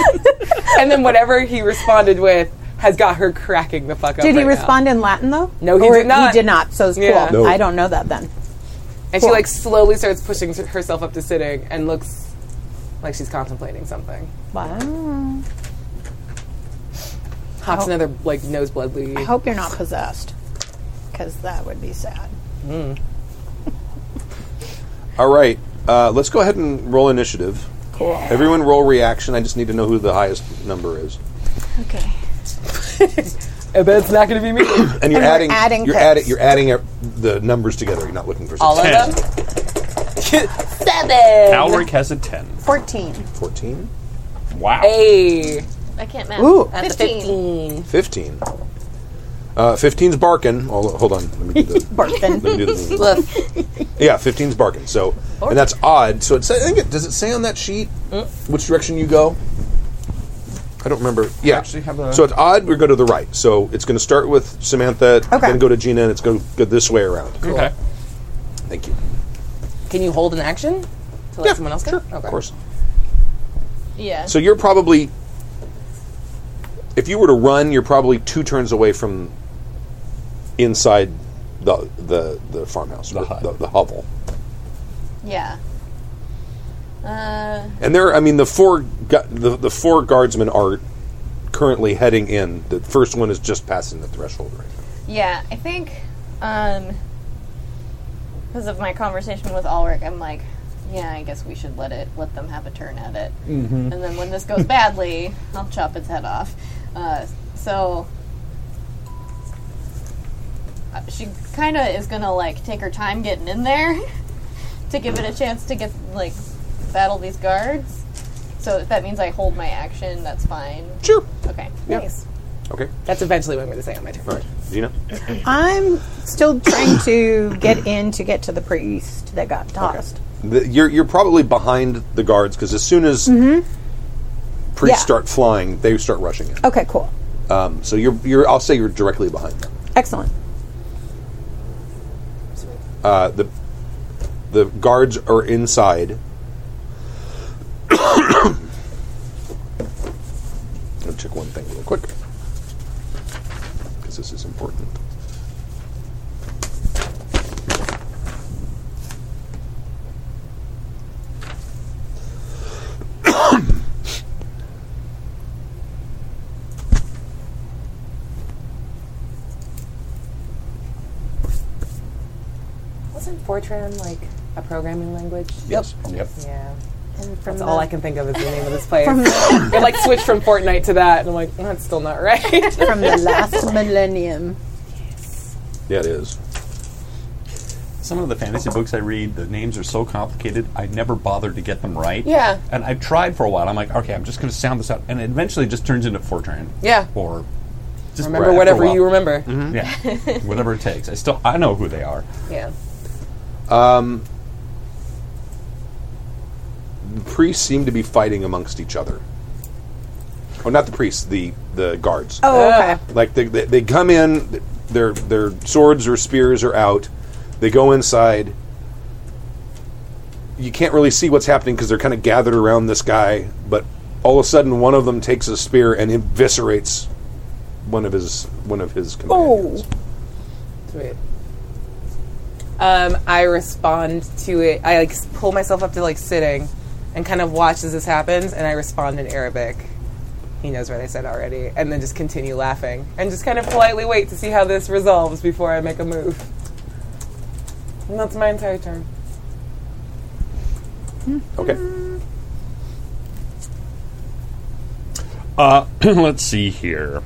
and then whatever he responded with has got her cracking the fuck up.
Did he
right now.
respond in Latin though?
No, he
Or
did not.
He did not. So it's
Yeah.
cool.
No.
I don't know that then.
And she like slowly starts pushing s- herself up to sitting and looks like she's contemplating something.
Wow.
Hops
Oh.
another like nose blood lead.
I hope you're not possessed, because that would be sad.
All right. Uh, let's go ahead and roll initiative.
Cool.
Everyone roll reaction. I just need to know who the highest number is.
Okay.
I bet it's not going to be
And
me.
you're
And we're
adding,
adding
you're
picks.
adding you're adding uh, the numbers together. You're not looking for
All of
success.
them.
Alric
Seven.
has a ten.
14.
14,
Wow.
Hey.
I can't math.
Ooh.
That's a 15.
15. Uh, 15's barking. Oh, hold on. Let me do the (laughs)
barking.
Let me
(laughs)
do the
Look.
Yeah, 15's barking. So, and that's odd. So it sa- I think it does it say on that sheet which direction you go? I don't remember. Yeah.
actually have a-
so it's odd. We go to the right. So it's going to start with Samantha, then go to Gina, and it's going to go this way around.
Okay.
Thank you.
Can you hold an action to let someone else go? okay.
Of course.
Yeah.
So you're probably, if you were to run, you're probably two turns away from inside the the, the farmhouse, the, the, the hovel.
Yeah. Uh,
And there, I mean, the four gu- the, the four guardsmen are currently heading in. The first one is just passing the threshold right now.
yeah, I think um, because of my conversation with Ulrich, I'm like, yeah, I guess we should let it let them have a turn at it,
Mhm.
and then when this goes badly, I'll chop its head off. Uh, so uh, she kind of is gonna like take her time getting in there (laughs) to give it a chance to get like battle these guards. So if that means I hold my action, that's fine.
Sure.
Okay.
Yeah.
Nice.
Okay,
That's eventually what I'm going to say on my turn.
all right, Gina.
I'm still trying to get in to get to the priest that got tossed.
The, you're you're probably behind the guards because as soon as priests
Yeah.
start flying, they start rushing in.
Okay, cool.
Um, so you're you're I'll say you're directly behind them.
Excellent.
Uh, the the guards are inside. (coughs) I'll check one thing real quick because this is important.
Wasn't Fortran like a programming language?
Yes. Yep.
Yeah.
And from
That's all
the-
I can think of is the name of this place. it like switched from Fortnite to that, and I'm like, that's still not right.
(laughs)
From the (laughs) last millennium.
Yeah, it is.
Some of the fantasy books I read, the names are so complicated, I never bothered to get them right.
Yeah.
And I tried for a while. I'm like, okay, I'm just going to sound this out, and it eventually just turns into Fortran.
Yeah.
Or just
Remember
after a
whatever
while. Mm-hmm.
you remember.
Yeah. whatever it takes. I still I know who they are.
Yeah.
Um, the priests seem to be fighting amongst each other. Oh, not the priests. The the guards.
Oh, okay.
Like they, they, they come in, th- their their swords or spears are out. They go inside. You can't really see what's happening because they're kind of gathered around this guy. But all of a sudden, one of them takes a spear and eviscerates one of his one of his. Com-
Oh.
Sweet.
Um, I respond to it. I like s- pull myself up to like sitting, and kind of watch as this happens, and I respond in Arabic. He knows what I said already, and then just continue laughing and just kind of politely wait to see how this resolves before I make a move. And that's my entire turn.
Okay.
Uh, (clears throat) let's see here.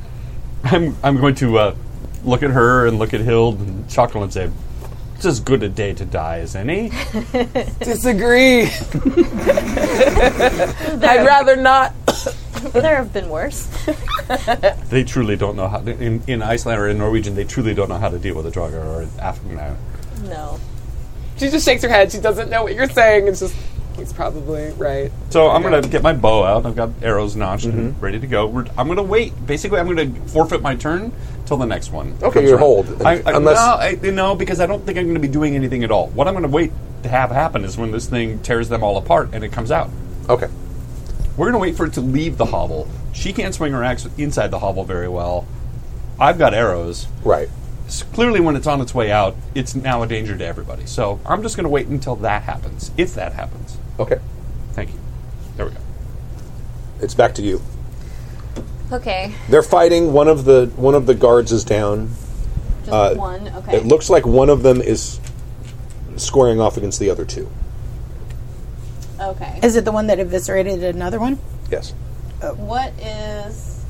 I'm I'm going to uh, look at her and look at Hild and chuckle and say, "It's as good a day to die as any."
Disagree.
I'd rather not.
there have been worse.
they truly don't know how in, in Iceland or in Norwegian. They truly don't know how to deal with a drug or African. No.
No.
She just shakes her head. She doesn't know what you're saying. It's just he's probably right.
So I'm going to get my bow out. I've got arrows notched and ready to go. We're, I'm going to wait. Basically, I'm going to forfeit my turn till the next one.
Oh.
Okay,
comes
your
around.
hold.
I, I,
Unless-
no, I, you know, because I don't think I'm going to be doing anything at all. What I'm going to wait to have happen is when this thing tears them all apart and it comes out.
Okay.
We're going to wait for it to leave the hovel. She can't swing her axe inside the hovel very well. I've got arrows.
Right.
S- clearly, when it's on its way out, it's now a danger to everybody. So I'm just going to wait until that happens, if that happens.
Okay.
Thank you. There we go.
It's back to you.
Okay.
They're fighting. One of the one of the guards is down.
Just one? Okay.
Uh, It looks like one of them is squaring off against the other two.
Okay.
Is it the one that eviscerated another one?
Yes.
What is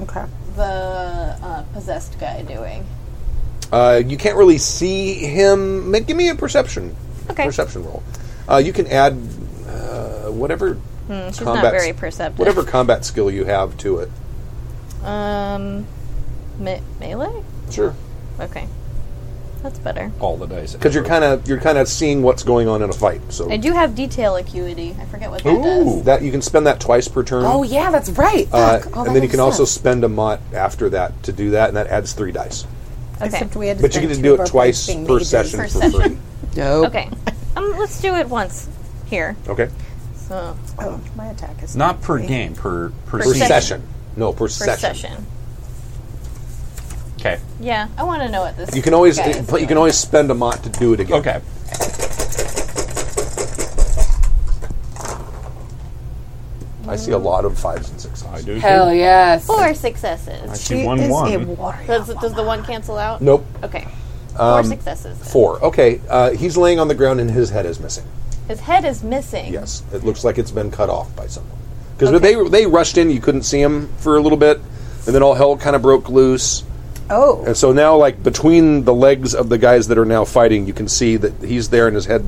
Okay.
the uh, possessed guy doing?
Uh, you can't really see him. Ma- Give me a perception.
Okay.
Perception roll. Uh, you can add uh, whatever
Hmm, she's not
combat
very
s-
perceptive.
Whatever combat skill you have to it.
Um, me- melee.
Sure.
Okay, that's better.
All the dice.
Because you're kind of you're kind of seeing what's going on in a fight. So
I do have detail acuity. I forget what that does.
Ooh. that you can spend that twice per turn.
Oh yeah, that's right.
Uh,
Fuck. Oh,
and
that
then you
makes
can also
sense.
spend a mot after that to do that, and that adds three dice.
Okay.
Except we had to
But you
spend
get to
two
do
of our
it
points
twice
being
per
mages.
session
Per
for
session.
free.
No.
Okay. Um, let's do it once here.
Okay.
So
Oh, my attack is
Not per game, per per,
Per
Per
session.
session. No, per,
per session.
Okay.
Yeah, I want to know what this.
You can always
guy is
you can
doing.
always spend a mot to do it again.
Okay.
I see a lot of fives and sixes.
I do.
Hell
too.
yes.
four
I
successes.
see one one.
Does, does the one cancel out?
Nope.
Okay.
Um,
four successes. then.
Four. Okay. Uh, he's laying on the ground and his head is missing.
His head is missing.
Yes, it looks like it's been cut off by someone. Because they they rushed in, you couldn't see him for a little bit, and then all hell kind of broke loose.
Oh.
And so now, like between the legs of the guys that are now fighting, you can see that he's there and his head.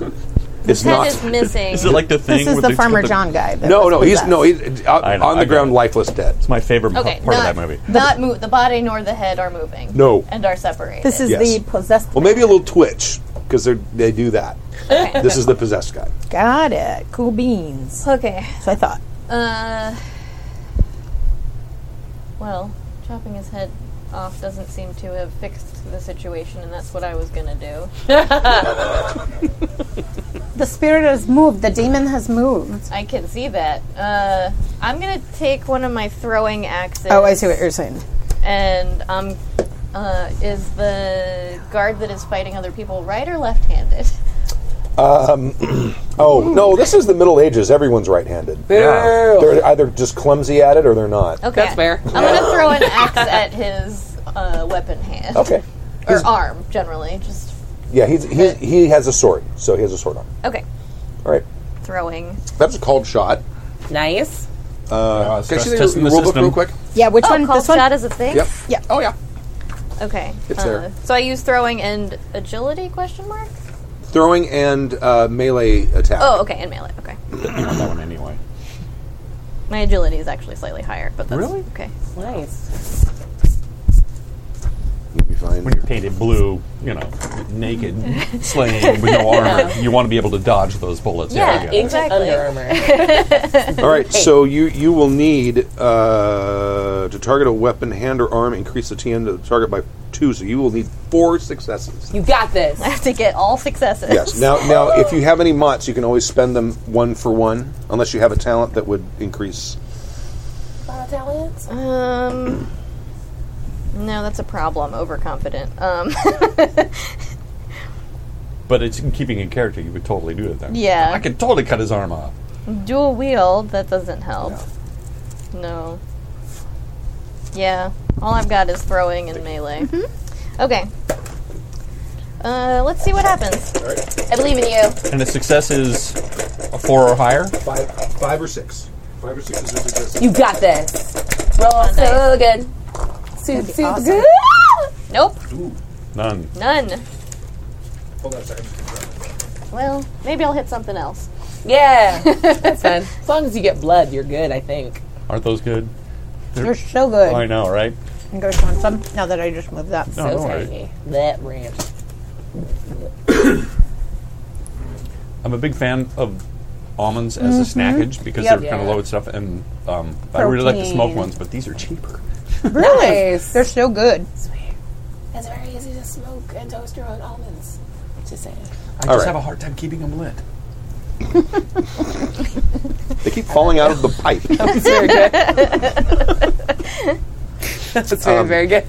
It's
(laughs) His head
not.
(laughs)
is missing.
Is it like the thing?
This is
with
the Farmer
with
John guy. that
no,
was
no, he's no,
possessed.
he's out,
I know,
on
I
the
know.
ground, lifeless, dead.
It's my favorite
Okay.
part
not,
of that movie.
Not move. The body nor the head are moving.
No.
And are separated.
This is
Yes.
the possessed.
Well, maybe a little twitch because they they do that. This is the possessed guy.
Got it. Cool beans.
okay.
So I thought.
Uh. Well, chopping his head off doesn't seem to have fixed the situation, and that's what I was gonna do.
The spirit has moved. The demon has moved.
I can see that. Uh, I'm gonna take one of my throwing axes.
Oh, I see what you're saying.
And um, uh, is the guard that is fighting other people right or left-handed? (laughs)
Oh no, this is the Middle Ages. Everyone's right-handed.
Yeah.
They're either just clumsy at it or they're not.
Okay,
That's fair.
I'm gonna throw an axe at his uh, weapon hand.
Okay.
Or arm, generally. Just
Yeah, he's, he's he has a sword, so he has a sword on.
okay.
All right,
Throwing.
that's a called shot.
Nice.
Uh,
Can I
stress
see the
testing the
rule book
system.
real quick?
Yeah, which
Oh,
one?
called
This one?
shot is a thing.
Yep.
Yeah.
Oh yeah.
Okay. Uh,
It's there.
So I use throwing and agility? Question mark.
Throwing and uh, melee attack.
Oh, okay, and melee. Okay.
You want that one anyway.
My agility is actually slightly higher, but that's
Really?
okay.
Nice.
You'll be fine.
When you're painted blue, you know, naked, slaying with no armor, you want to be able to dodge those bullets. I get it.
(laughs)
All right, so you you will need uh, to target a weapon, hand or arm. Increase the TN to the target by two, so you will need four successes.
You got this.
(laughs) I have to get all successes.
Yes. Now, now, if you have any mots, you can always spend them one for one, unless you have a talent that would increase.
Uh, talents? Um. No, that's a problem. Overconfident. Um. (laughs)
But it's keeping in character. You would totally do it then.
Yeah.
I could totally cut his arm off.
Dual wield, that doesn't help. No. Yeah, all I've got is throwing and melee.
Mm-hmm.
Okay. Uh, let's see what happens. I believe in you.
And a success is a four or higher.
Five, five or six. Five or six is a success.
You got this. Roll Oh, so good. Super, super
awesome.
good.
(laughs) Nope,
None.
none.
Hold on a second.
Well, maybe I'll hit something else.
Yeah. That's
(laughs)
fun. As long as you get blood, you're good, I think.
Aren't those good?
They're so good.
I know, right?
I'm going to want some now that I just moved that.
No, don't worry.
That ranch.
I'm a big fan of almonds as a
Mhm.
snackage because
Yep.
they're kind of low and stuff, and um, I really like the smoked
Protein.
ones, but these are cheaper.
Really? They're so good.
It's very easy to smoke and toast your own almonds. Just saying.
I
All right.
just have a hard time keeping them lit.
They keep falling out of the pipe.
(laughs)
That's very good. That's very,
Um,
very good.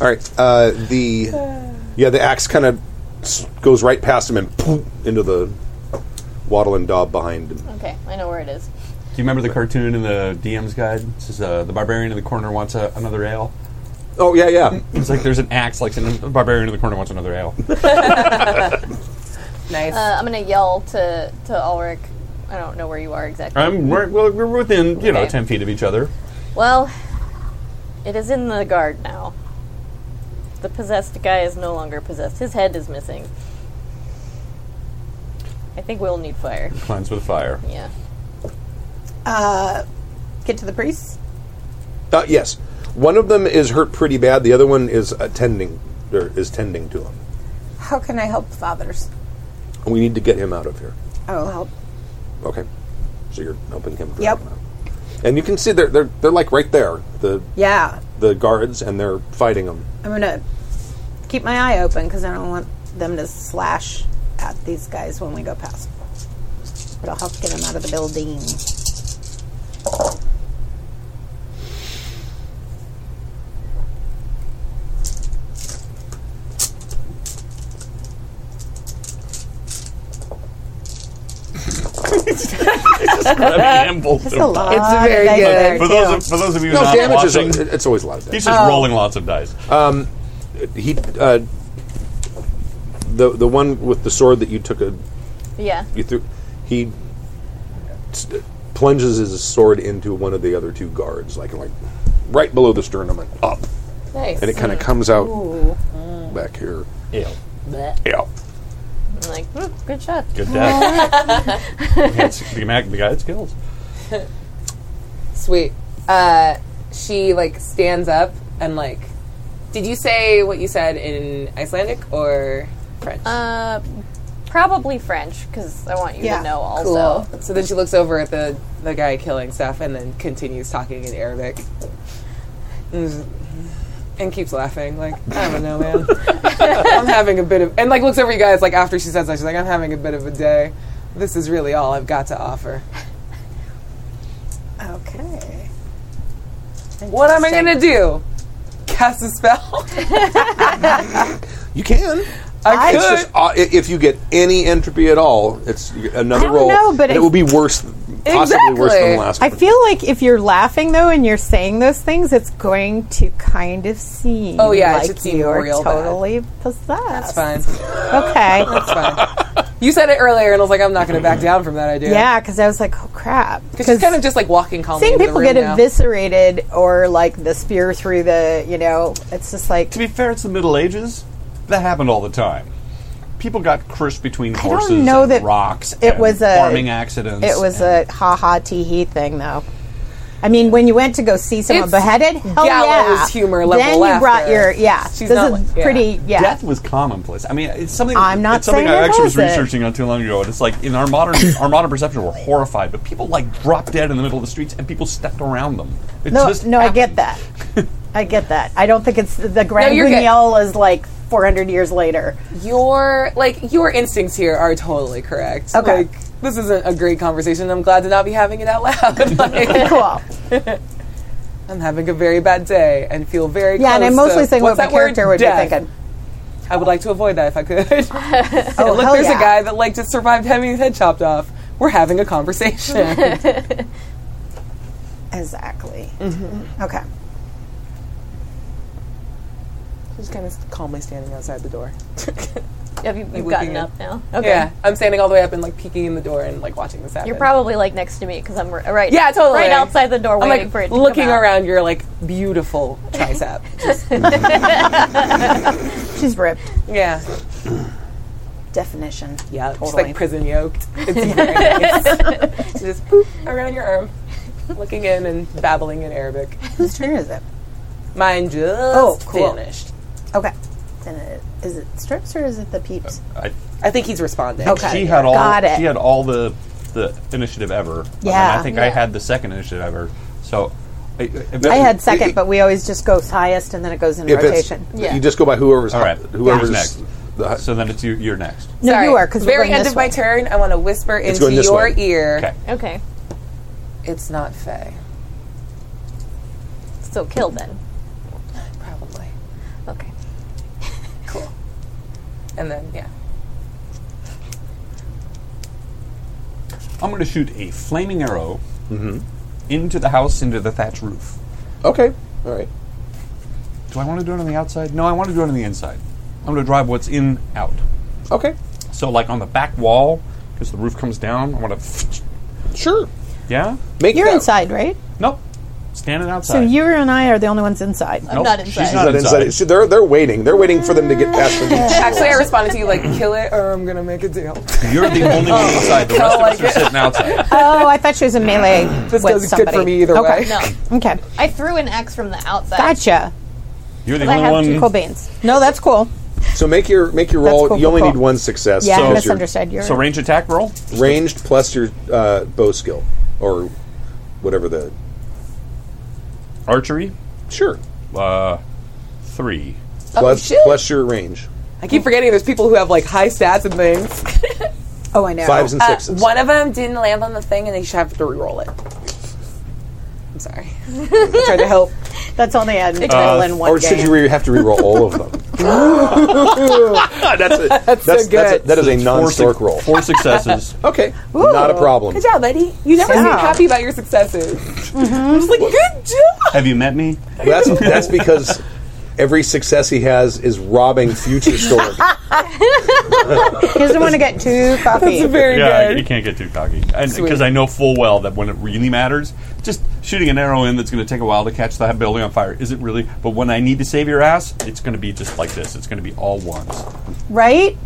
All right. Uh, the yeah, the axe kind of s- goes right past him and poof, into the waddle and daub behind him.
Okay, I know where it is.
Do you remember the cartoon in the DM's guide? It says uh, the barbarian in the corner wants a, another ale.
Oh yeah, yeah.
It's like there's an axe, like saying, the barbarian in the corner wants another ale.
Nice.
Uh, I'm gonna yell to to Ulrich. I don't know where you are exactly.
I'm we're, well, we're within you know
Okay.
ten feet of each other.
Well, it is in the guard now. The possessed guy is no longer possessed. His head is missing. I think we'll
(laughs)
need fire.
Climbs with
(laughs)
fire.
Yeah.
Uh, get to the priests.
Uh, yes, one of them is hurt pretty bad. The other one is attending or is tending to him.
How can I help fathers?
We need to get him out of here.
I will help.
Okay. So you're helping him. drag
Yep.
him out. And you can see they're they're they're like right there. The
Yeah.
the guards and they're fighting them.
I'm going to keep my eye open because I don't want them to slash at these guys when we go past. But I'll help get them out of the building. That's a lot.
It's
of
very
dice
good.
there,
For
too.
those of, for those of you
no
not
damage is
watching,
it's always a lot of damage.
he's just
Oh.
rolling lots of dice.
Um, he uh, the the one with the sword that you took a
Yeah.
you threw he s- plunges his sword into one of the other two guards, like like right below the sternum and up,
Nice.
and it kind of comes out
Ooh.
back here.
Ale.
Blech.
Yeah,
I'm like, "Hmm, good shot.
Good death.
(laughs)
It's- the, mag- the guy had skills.
Sweet. Uh, she like stands up and like. Did you say what you said in Icelandic or French?
Uh, probably French because I want you
Yeah.
to know also.
Cool.
So then she looks over at the, the guy killing stuff and then continues talking in Arabic. And- And keeps laughing. Like, I don't know, man. I'm having a bit of. And like looks over at you guys, like after she says that, she's like, I'm having a bit of a day. This is really all I've got to offer.
Okay.
What am I going to do? Cast a spell?
you can.
I
It's
could.
just uh, i- if you get any entropy at all, it's another
I don't
roll.
know, but
and it
if-
will be worse, possibly worse than
Exactly.
the last
I
one.
feel like if you're laughing though and you're saying those things, it's going to kind of seem.
Oh, yeah, it
like
should seem
you're
real bad.
totally possessed.
That's fine.
Okay.
That's fine. You said it earlier, and I was like, I'm not going to (laughs) back down from that idea.
yeah, because I was like, oh crap.
Because she's kind of just like walking calmly.
seeing
into
people
the room
get
now.
eviscerated or like the spear through the, you know, it's just like
To be fair, it's the Middle Ages. That happened all the time. People got crushed between
don't
horses
know
and
that
rocks.
it
and
was a-
farming accidents.
it was a ha ha tee hee thing though. I mean, when you went to go see someone
It's
beheaded, hell yeah.
gallows humor level
Then you brought
laughter.
your yeah.
She's
this
not
is
like- yeah.
pretty yeah.
Death was commonplace. I mean, it's something.
I'm not
it's something
saying
I
it
actually was
wasn't.
researching not too long ago, and it's like in our
(coughs)
modern our modern perception, we're horrified, but people like drop dead in the middle of the streets, and people stepped around them. It
no,
just
no, I get
(laughs)
that. I get that. I don't think it's the Grand
you're good.
Guignol is like 400 years later.
(laughs) Your like your instincts here are totally correct.
Okay.
Like this isn't a great conversation. I'm glad to not be having it out loud. (laughs) Like,
cool.
I'm having a very bad day and feel very
Yeah, and
close
I'm mostly
to-
saying
what's
what my
that word?
character would be
Death.
thinking.
I would like to avoid that if I could. (laughs)
Oh,
And (laughs) look,
hell
there's
yeah.
a guy that like just survived having his head chopped off. We're having a
(laughs)
conversation. (laughs)
Exactly.
Mhm.
Okay.
just kind of calmly standing outside the door.
Have you,
Like,
you've gotten
looking at-
up now?
Yeah, I'm standing all the way up and like peeking in the door and like watching this happen.
You're probably like next to me because I'm r- right.
yeah, totally
Right outside the door,
I'm
waiting
like
for it. To
looking
come out.
around your like
(laughs)
beautiful tricep.
She's ripped.
yeah,
Definition.
yeah, just
Totally.
Uh, like prison yoked.
(laughs)
It's very nice. So just poof around your arm, looking in and babbling in Arabic.
Whose turn is it?
Mine just
Oh, cool.
finished.
Okay. Then it, is it strips or is it the peeps?
I,
I think he's responding.
Okay.
she had all
Got it.
she had all the the initiative ever. and then
Yeah.
I think
Yeah.
I had the second initiative ever. So I,
I had second, but we always just go highest and then it goes in
Uh, If it's,
rotation.
you just go by whoever's
All right,
whoever's
whoever's next. so then it's you, you're next.
No,
Sorry.
you are because
very
we're going
end
this
of my
way.
turn. I want to whisper
It's
into
going this
your
way.
ear.
Okay.
Okay,
It's not Faye.
so kill then.
Probably.
Okay.
Cool. And then yeah.
I'm going to shoot a flaming arrow into the house, into the thatch roof.
Okay. All right.
Do I want to do it on the outside? No, I want to do it on the inside. I'm going to drive what's in out.
Okay.
So, like on the back wall, because the roof comes down, I (sniffs) want to.
Sure.
Yeah?
Make
You're
that-
inside, right?
Nope. Standing outside.
So you and I are the only ones inside.
Nope,
not
She's
inside.
Is
not
that
inside.
inside? So They're they're waiting. They're waiting for them to get past the.
Actually, I responded to you like, "Kill it, or I'm gonna make a deal."
(laughs)
(laughs)
You're the only one
Oh,
inside. The rest of us are sitting outside.
(laughs) Oh, I thought she was
(laughs)
a melee.
This
with
does good for
somebody.
me either
okay.
way.
No,
Okay.
I threw an axe from the outside.
Gotcha.
(laughs)
You're the
But I have
only
to
Cool
one.
beans. No, that's cool.
So make your make your
That's
roll.
cool,
you
cool,
only
cool.
need one success.
Yeah, I
so it's your
misunderstood. You're
So range attack roll.
ranged plus your uh, bow skill or whatever the.
Archery.
Sure.
Uh, three.
Oh,
Plus
shit.
plus your range.
I keep forgetting there's people who have like high stats
(laughs)
and things.
oh, I know.
Fives and
Uh,
sixes.
one of them didn't land on the thing, and they should have to re-roll it. I'm sorry. I tried to help.
That's only a total in one
Uh, or should
game.
you re- have to reroll all of
(laughs)
them? that's a, that's, that's
so
a,
good.
that is a
Four suc-
non-stork roll.
Four
(laughs)
successes.
Okay, not a problem.
Good job, buddy. You never seem happy about your successes.
Mm-hmm.
I'm just like, good job.
have you met me?
Well, that's that's because every success he has is robbing future
(laughs)
stork.
He doesn't want to
(laughs)
get too coffee.
Very
Yeah,
good.
you can't get too cocky. Because I know full well that when it really matters, just shooting an arrow in that's going to take a while to catch that building on fire isn't really. But when I need to save your ass, it's going to be just like this. It's going to be all ones.
right?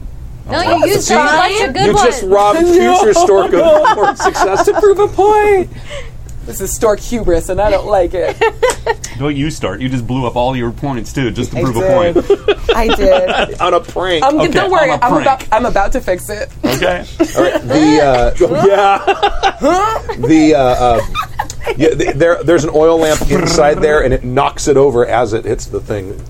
No, you used
See?
it. That's a good
you
one.
just robbed future stork
(laughs)
of four success.
to prove a point. This is stork hubris, and I don't like
(laughs)
it.
Don't you start. You just blew up all your points, too, just to prove
did.
a
(laughs)
point.
I did.
on a prank.
I'm,
Okay,
don't worry.
I'm
I'm,
a
about.
prank.
I'm about to fix it. (laughs)
Okay?
All right, the uh, oh, (laughs) yeah, the uh, uh, yeah, the, there there's an oil lamp inside there, and it knocks it over as it hits the thing.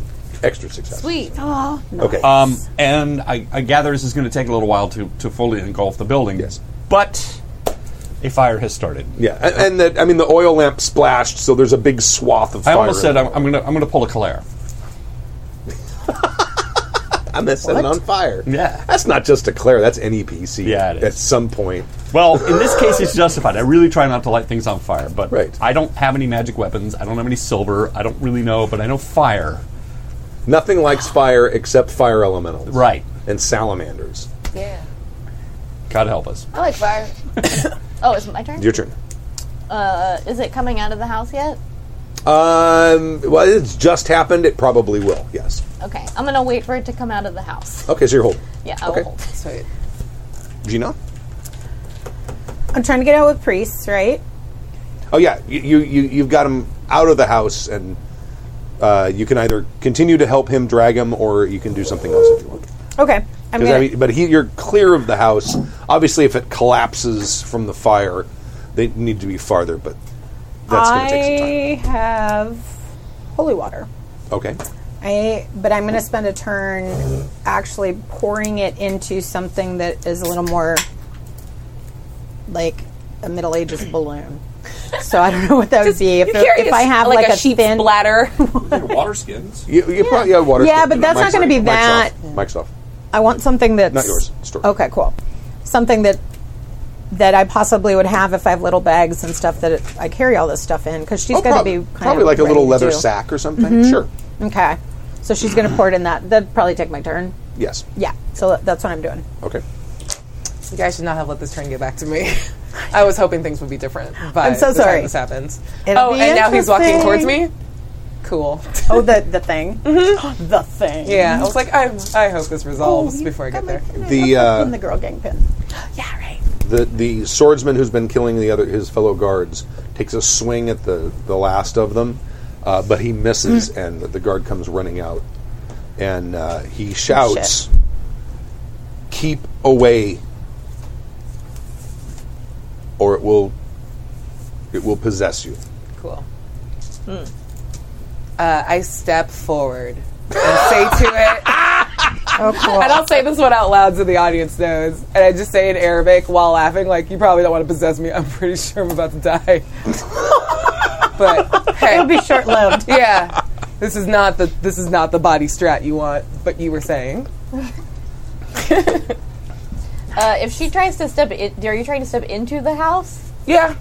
Extra success.
Sweet.
Okay.
Um, and I, I gather this is going to take a little while to, to fully engulf the building.
Yes.
But a fire has started.
yeah, and, and that I mean the oil lamp splashed, so there's a big swath of
I
fire.
almost
in
said
it.
I'm, I'm going to I'm gonna pull a Calera.
I'm gonna set it on fire.
Yeah.
That's not just a Claire, that's any PC.
Yeah, it is.
At some point.
Well, in this case, it's justified. I really try not to light things on fire, but
Right.
I don't have any magic weapons. I don't have any silver. I don't really know, but I know fire.
Nothing likes fire except fire elementals.
Right.
And salamanders.
Yeah.
God help us.
I like fire.
(coughs) Oh, is it my turn?
Your turn.
Uh, is it coming out of the house yet?
Um well it's just happened, it probably will, yes.
Okay, I'm gonna wait for it to come out of the house.
Okay, so you're holding.
Yeah, I
Oh,
will
Okay.
hold.
Sweet.
Gina?
I'm trying to get out with priests, right?
Oh yeah, you you, you you've got him out of the house, and uh, you can either continue to help him drag him, or you can do something else if you want.
Okay. I'm
'Cause,
gonna,
I mean, but he, you're clear of the house. Obviously, if it collapses from the fire, they need to be farther. But that's going
I
to take some time.
have holy water.
Okay.
I but I'm going to spend a turn actually pouring it into something that is a little more like a Middle
(clears throat)
Ages balloon. So I don't know what that would be if, there- if I have like, a,
sheep's
thin
bladder.
water (laughs) skins.
You, you probably have water.
Yeah, but that's not gonna be that-
Mic's off. Mic's off.
I want something that's
Not yours. It's yours.
Okay, cool. Something that that I possibly would have if I have little bags and stuff that it, I carry all this stuff in because she's
Oh,
going to
prob-
be kind
probably
of
like a
ready
little
to
leather
do.
sack or something.
Mhm.
Sure.
Okay, so she's going to pour it in that. That'd probably take my turn.
Yes.
Yeah, so that's what I'm doing.
Okay.
You guys should not have let this turn get back to me. I was hoping things would be different. But
I'm so
the time
sorry.
this happens.
It'll
oh,
be
and now he's walking towards me.
interesting.
Cool.
Oh, the the thing. Mm-hmm. (gasps) The thing.
Yeah, I was like, I, I hope this
Oh,
resolves before I get there.
The uh,
the girl gang
(laughs)
pin.
the the swordsman who's been killing the other his fellow guards takes a swing at the the last of them, uh, but he misses, and the guard comes running out, and uh, he shouts, "Keep away, or it will it will possess you."
Cool. Uh, I step forward and say
(laughs)
to it.
Oh,
And I'll say this one out loud so the audience knows. And I just say in Arabic while laughing, like, you probably don't want to possess me. I'm pretty sure I'm about to die. but hey.
It'll be short lived.
(laughs)
Yeah. This is not the this is not the body strat you want, but you were saying.
Uh, if she tries to step, in, are you trying to step into the house?
Yeah.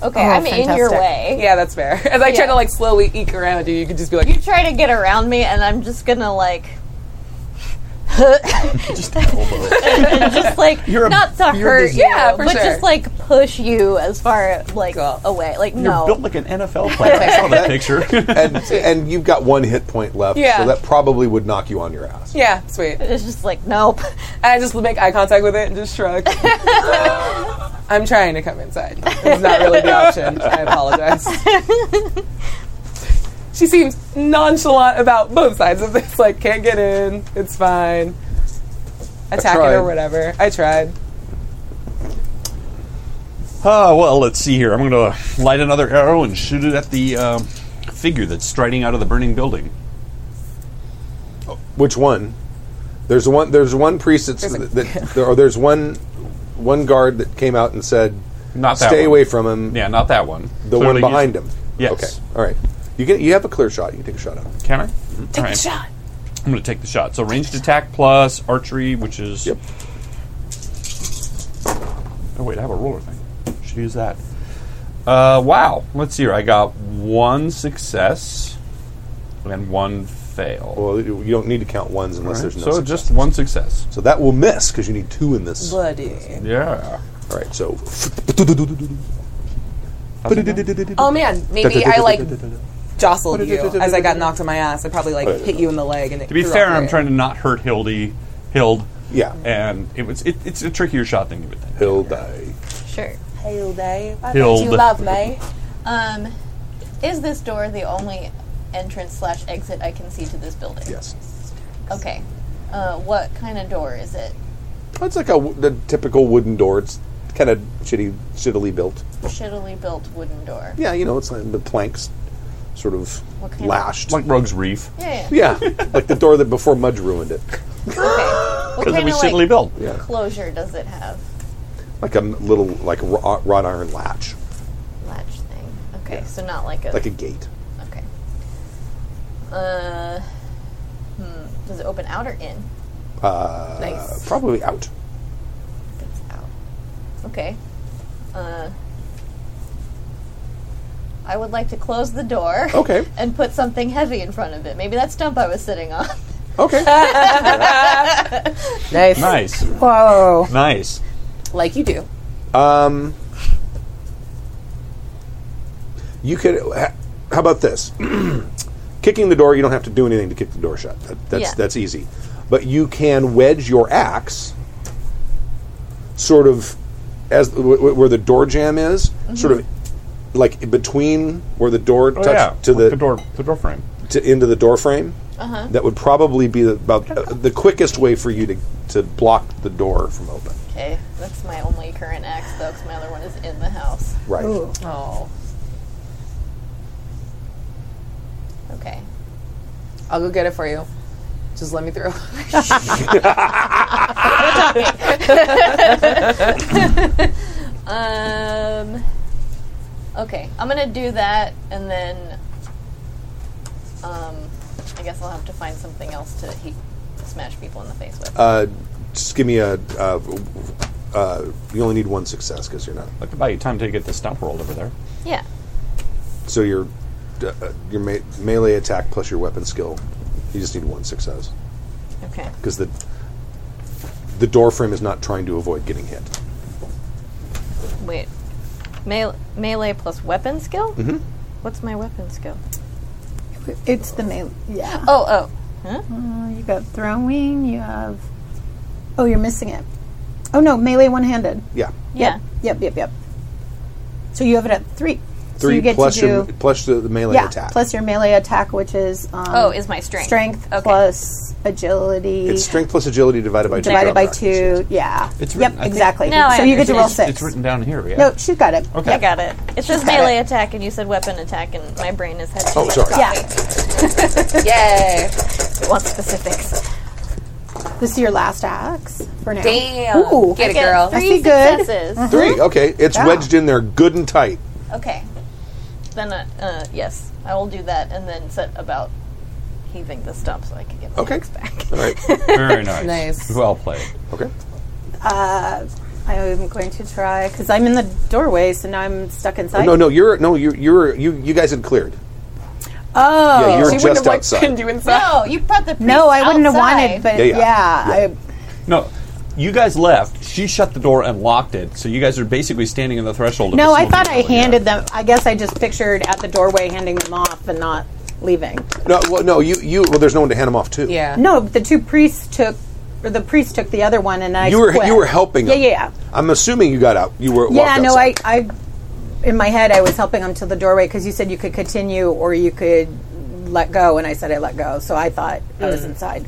Okay, I'm in your way.
Yeah, that's fair. (laughs) As I
Yeah.
try to like slowly eke around you, you could just be like,
You try to get around me, and I'm just gonna like.
(laughs)
just and just like
You're a-
not to
you're a
hurt
busy
you,
girl.
but
For sure.
just like push you as far like away. Like
You're
no,
built like an NFL player. I saw that picture.
and and you've got one hit point left,
Yeah.
so that probably would knock you on your ass.
Yeah, sweet.
It's just like nope. (laughs)
And I just make eye contact with it and
(laughs)
just shrug. I'm trying to come inside. It's not really the option. I
(laughs)
apologize. she seems nonchalant about both sides of this. Like, can't get in. It's fine. Attack it
tried.
or whatever. I tried.
(laughs) Ah, well, let's see here. I'm going to light another arrow and shoot it at the um, figure that's striding out of the burning building.
Which one? There's one. There's one priest that's,
There's a-
(laughs)
that, there, or there's one one guard that came out and said,
Not that
stay
one.
away from him."
Yeah, not that one.
The
Clearly
one
he's-
behind him.
Yes.
Okay. All right. You can. You have a clear shot. You can take a shot at him.
Can I? Take the shot. I'm going to take the shot. So ranged attack plus archery, which is. Yep. Oh wait, I have a roller thing. Should use that. Uh, wow. Let's see here. I got one success and one fail.
Well, you you don't need to count ones unless
All right,
there's no.
so just one success.
So that will miss because you need two in this.
Bloody.
Yeah.
All right. So.
Oh man, maybe I like jostled you as I got knocked on my ass. I probably like hit you in the leg and it
To be
threw
fair,
off
I'm
your-
trying to not hurt Hildy. Hild.
Yeah.
And it was it, it's a trickier shot than you would think.
Hildy.
sure.
Hail day.
I bet you Hailed. love
me.
Um, is this door the only entrance slash exit I can see to this building?
Yes.
Okay. Uh, what kind of door is it?
It's like a w- the typical wooden door. It's kind of shitty, shittily built.
Shittily built wooden door.
Yeah, you know, it's like the planks, sort of
What kind of-
lashed,
like Rogue's Reef.
Yeah,
yeah, like the door that before Mudge ruined it,
What
(laughs) 'Cause it
kind
was
of
shittily
like
built. Yeah.
closure does it have?
like a m- little like ro- wrought iron latch,
Latch thing. Okay, so not like a
like a gate.
Okay. Uh, hmm. Does it open out or in?
Uh,
Nice.
Probably out.
That's out. Okay. Uh, I would like to close the door.
Okay.
(laughs) and put something heavy in front of it. Maybe that stump I was sitting on. (laughs)
Okay.
nice.
Nice.
Whoa.
Nice.
Like you do.
Um, you could. ha- How about this? (clears throat) Kicking the door, you don't have to do anything to kick the door shut. That, that's
Yeah.
that's easy. But you can wedge your axe,
Mm-hmm.
sort of, as wh- wh- where the door jamb is, sort of like between where the door
Oh,
touched
yeah.
to
Like
the,
the door- the door frame
to into the door frame.
Uh-huh.
That would probably be the- about uh, the quickest way for you to to block the door from open.
Okay, that's my only current axe though, because my other one is in the house.
Right. Ooh.
Oh. Okay.
I'll go get it for you. Just let me through.
um. Okay, I'm gonna do that, and then, um, I guess I'll have to find something else to he- smash people in the face with.
Uh, just give me a. Uh, uh, you only need one success because you're not.
I could buy you time to get the stump rolled over there.
yeah.
So your uh, your me- melee attack plus your weapon skill, you just need one success
Okay.
because the the door frame is not trying to avoid getting hit.
Wait. Mele- melee plus weapon skill.
Mhm.
What's my weapon skill?
It's the melee. Yeah.
Oh, oh.
(laughs)
Uh, you got throwing. You have. Oh, you're missing it. Oh no, melee one-handed.
Yeah,
Yeah.
Yep. Yep. Yep. So you have it at three. so
three
you get
plus
to do,
your plus the, the melee
yeah,
attack.
plus your melee attack, which is um,
Oh, is my strength.
strength plus agility
it's strength plus agility divided by
divided
two.
by two. Yeah.
It's
yep.
written- I think-
exactly.
No, I
so you get to roll
understand.
six.
It's written down here. Yeah.
No, she's got it.
Okay.
I got it. It's just
got
melee attack, and you said weapon attack, and my brain is head.
Oh, sorry.
Yeah. (laughs)
Yay! It wants specifics.
This is your last axe for now.
Damn.
Ooh.
Get it, I get girl.
I
three
see good.
successes.
Mhm.
Three. Okay, it's
Yeah.
wedged in there, good and tight.
Okay. Then, uh, uh, yes, I will do that, and then set about heaving the stump so I can get my
Okay.
axe back.
All right.
Very nice.
Nice.
Well played.
Okay.
Uh, I am going to try because I'm in the doorway, so now I'm stuck inside.
no, no, you're no, you you're you you guys had cleared.
Oh,
Yeah, you're just outside.
No, (laughs) you brought the priest
No, I wouldn't have
outside.
wanted, but
Yeah,
yeah,
yeah.
I,
No, you guys left. She shut the door and locked it. So you guys are basically standing on the threshold.
no,
of
I
the
thought I handed them. I guess I just pictured at the doorway handing them off and not leaving.
No, well, no, you you well, there's no one to hand them off to.
No, the two priests took, or the priest took the other one, and I.
You were
quit.
you were helping.
Yeah,
them.
yeah, yeah.
I'm assuming you got out. You were.
Yeah,
walked
no,
outside.
I, I, in my head, I was helping him to the doorway because you said you could continue or you could let go, and I said I let go, so I thought I was
Mm.
Hmm.
inside.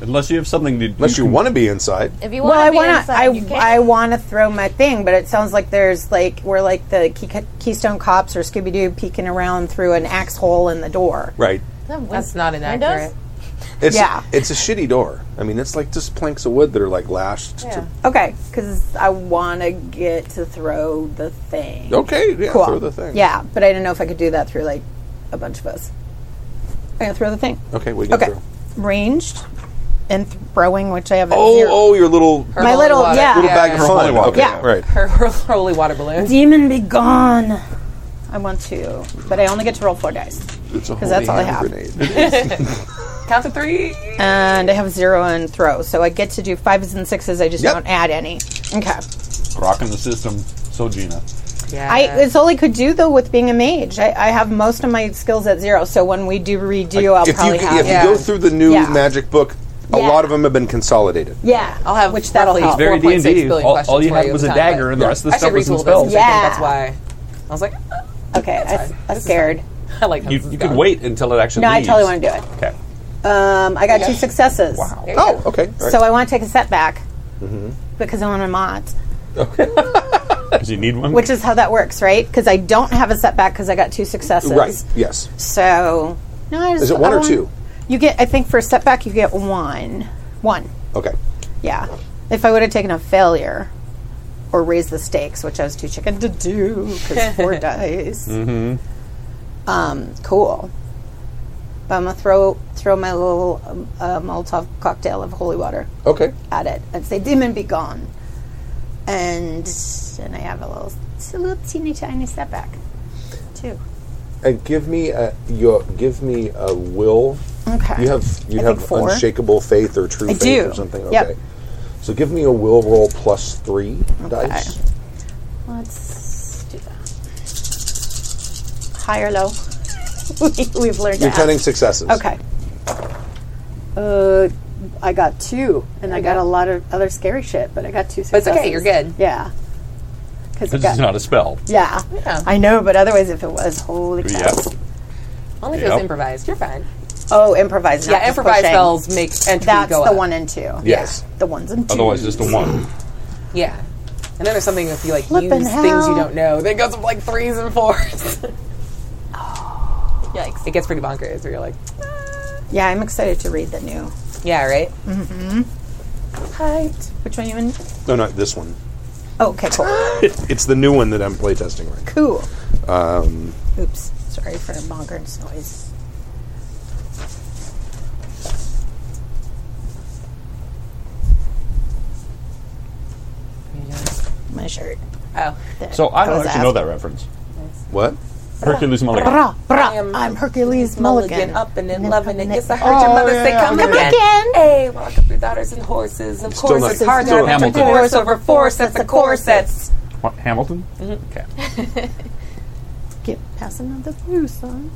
Unless you have something to.
Unless you want to be inside.
If you
Well, I
want to be
want to.
inside, you
I, I want to throw my thing, but it sounds like there's like we're like the Key- Keystone Cops or Scooby Doo peeking around through an axe hole in the door.
Right.
That's not inaccurate.
It's
Yeah.
it's a shitty door. I mean, it's like just planks of wood that are like lashed.
Yeah. Okay, because I want to get to throw the thing.
To, okay, yeah, throw the thing.
Yeah, but I didn't know if I could do that through like a bunch of us. I'm gonna throw the thing.
Okay, what are you gonna
okay.
throw?
Ranged and throwing, which I have. at
Oh,
zero.
oh, your little
Her My holy little- water. yeah.
little bag of
Her holy
fun.
water.
Okay,
Yeah.
right.
Her holy water balloon.
Demon be gone. I want to, but I only get to roll four dice.
It's a
Because that's all I
holy
have.
hand
Count to three.
and I have zero and throw, so I get to do fives and sixes. I just
Yep.
don't add any. Okay.
Rocking the system. So Gina.
Yeah.
I it's all I could do though with being a mage. I, I have most of my skills at zero, so when we do redo, I'll
if you,
probably
if
have.
you go through the new
Yeah.
magic book, a
Yeah.
lot of them have been consolidated.
yeah, I'll
have
which that'll
roughly
help.
very
4.6
D&D.
billion
All-
questions
all you
for
had
at
was
a
a
time,
dagger
but-
and the rest of the
I should
stuff was in
retool this, I
spells.
think
Yeah.
That's why. I was like,
Okay, I, am scared.
I like how
You,
this is
you could
going.
wait until it actually.
No, I
leaves.
totally want to do it.
Okay.
Um, I got
Yeah.
two successes. Wow.
There you Oh,
okay.
So I want to take a setback
Mm-hmm.
because I want a mod,
Does you need one?
which is how that works, right? Because I don't have a setback because I got two successes.
Right. Yes.
So no, I just,
Is it one
I
or
want-
two?
You get, I think, for a setback, you get one. One.
Okay.
Yeah. If I would have taken a failure or raised the stakes, which I was too chicken to do because four dice.
Mm-hmm.
Um, cool. But I'm gonna throw throw my little um, uh, Molotov cocktail of holy water
Okay.
at it and say, "Demon, be gone." And and I have a little, it's a little teeny tiny setback, too.
And give me a your give me a will.
Okay.
You have you
I
have
think four.
unshakable faith or true
I
faith
do.
or something. Okay.
Yep.
So give me a will roll plus three dice.
Let's do that. High or low? (laughs) we, we've learned.
You're
to ask.
counting successes.
Okay. Uh, I got two, and I got a lot of other scary shit, but I got two
But it's
successes.
okay, you're good.
Yeah. because
This is not a spell.
Yeah.
Yeah.
I know, but otherwise, if it was, holy cow.
Yeah.
Only if it was
Yep.
improvised. You're fine.
Oh, improvised.
Yeah,
not just
improvised
pushing.
spells make entry
That's
go
the
up.
one and two.
Yes.
The ones and twos.
Otherwise, just a one.
Yeah. And then there's something if you like
Flippin'
use things
hell.
you don't know. Then it goes up like threes and fours. (laughs) Yikes. It gets pretty bonkers where you're like,
Yeah, I'm excited to read the new.
yeah, right?
Mm-hmm. Hyped. Which one you in?
No, not this one.
Oh, okay,
(gasps)
cool.
it's the new one that I'm playtesting right
cool.
now. Um,
Oops. Sorry for the bonkers noise. My shirt.
Oh.
So I don't actually know that reference.
What?
Hercules Mulligan.
Brah, brah, I'm Hercules Mulligan.
Mulligan up and in loving it. Yes, I heard
Oh,
your mother say,
yeah,
"Come
come
again."
again.
Hey, walk up your daughters and horses. Of
Still
course,
not-
it's hard
still
to
not
Hamilton.
Hamilton.
horse over force. That's a corsets.
What, Hamilton? Okay.
Get pass another blue song.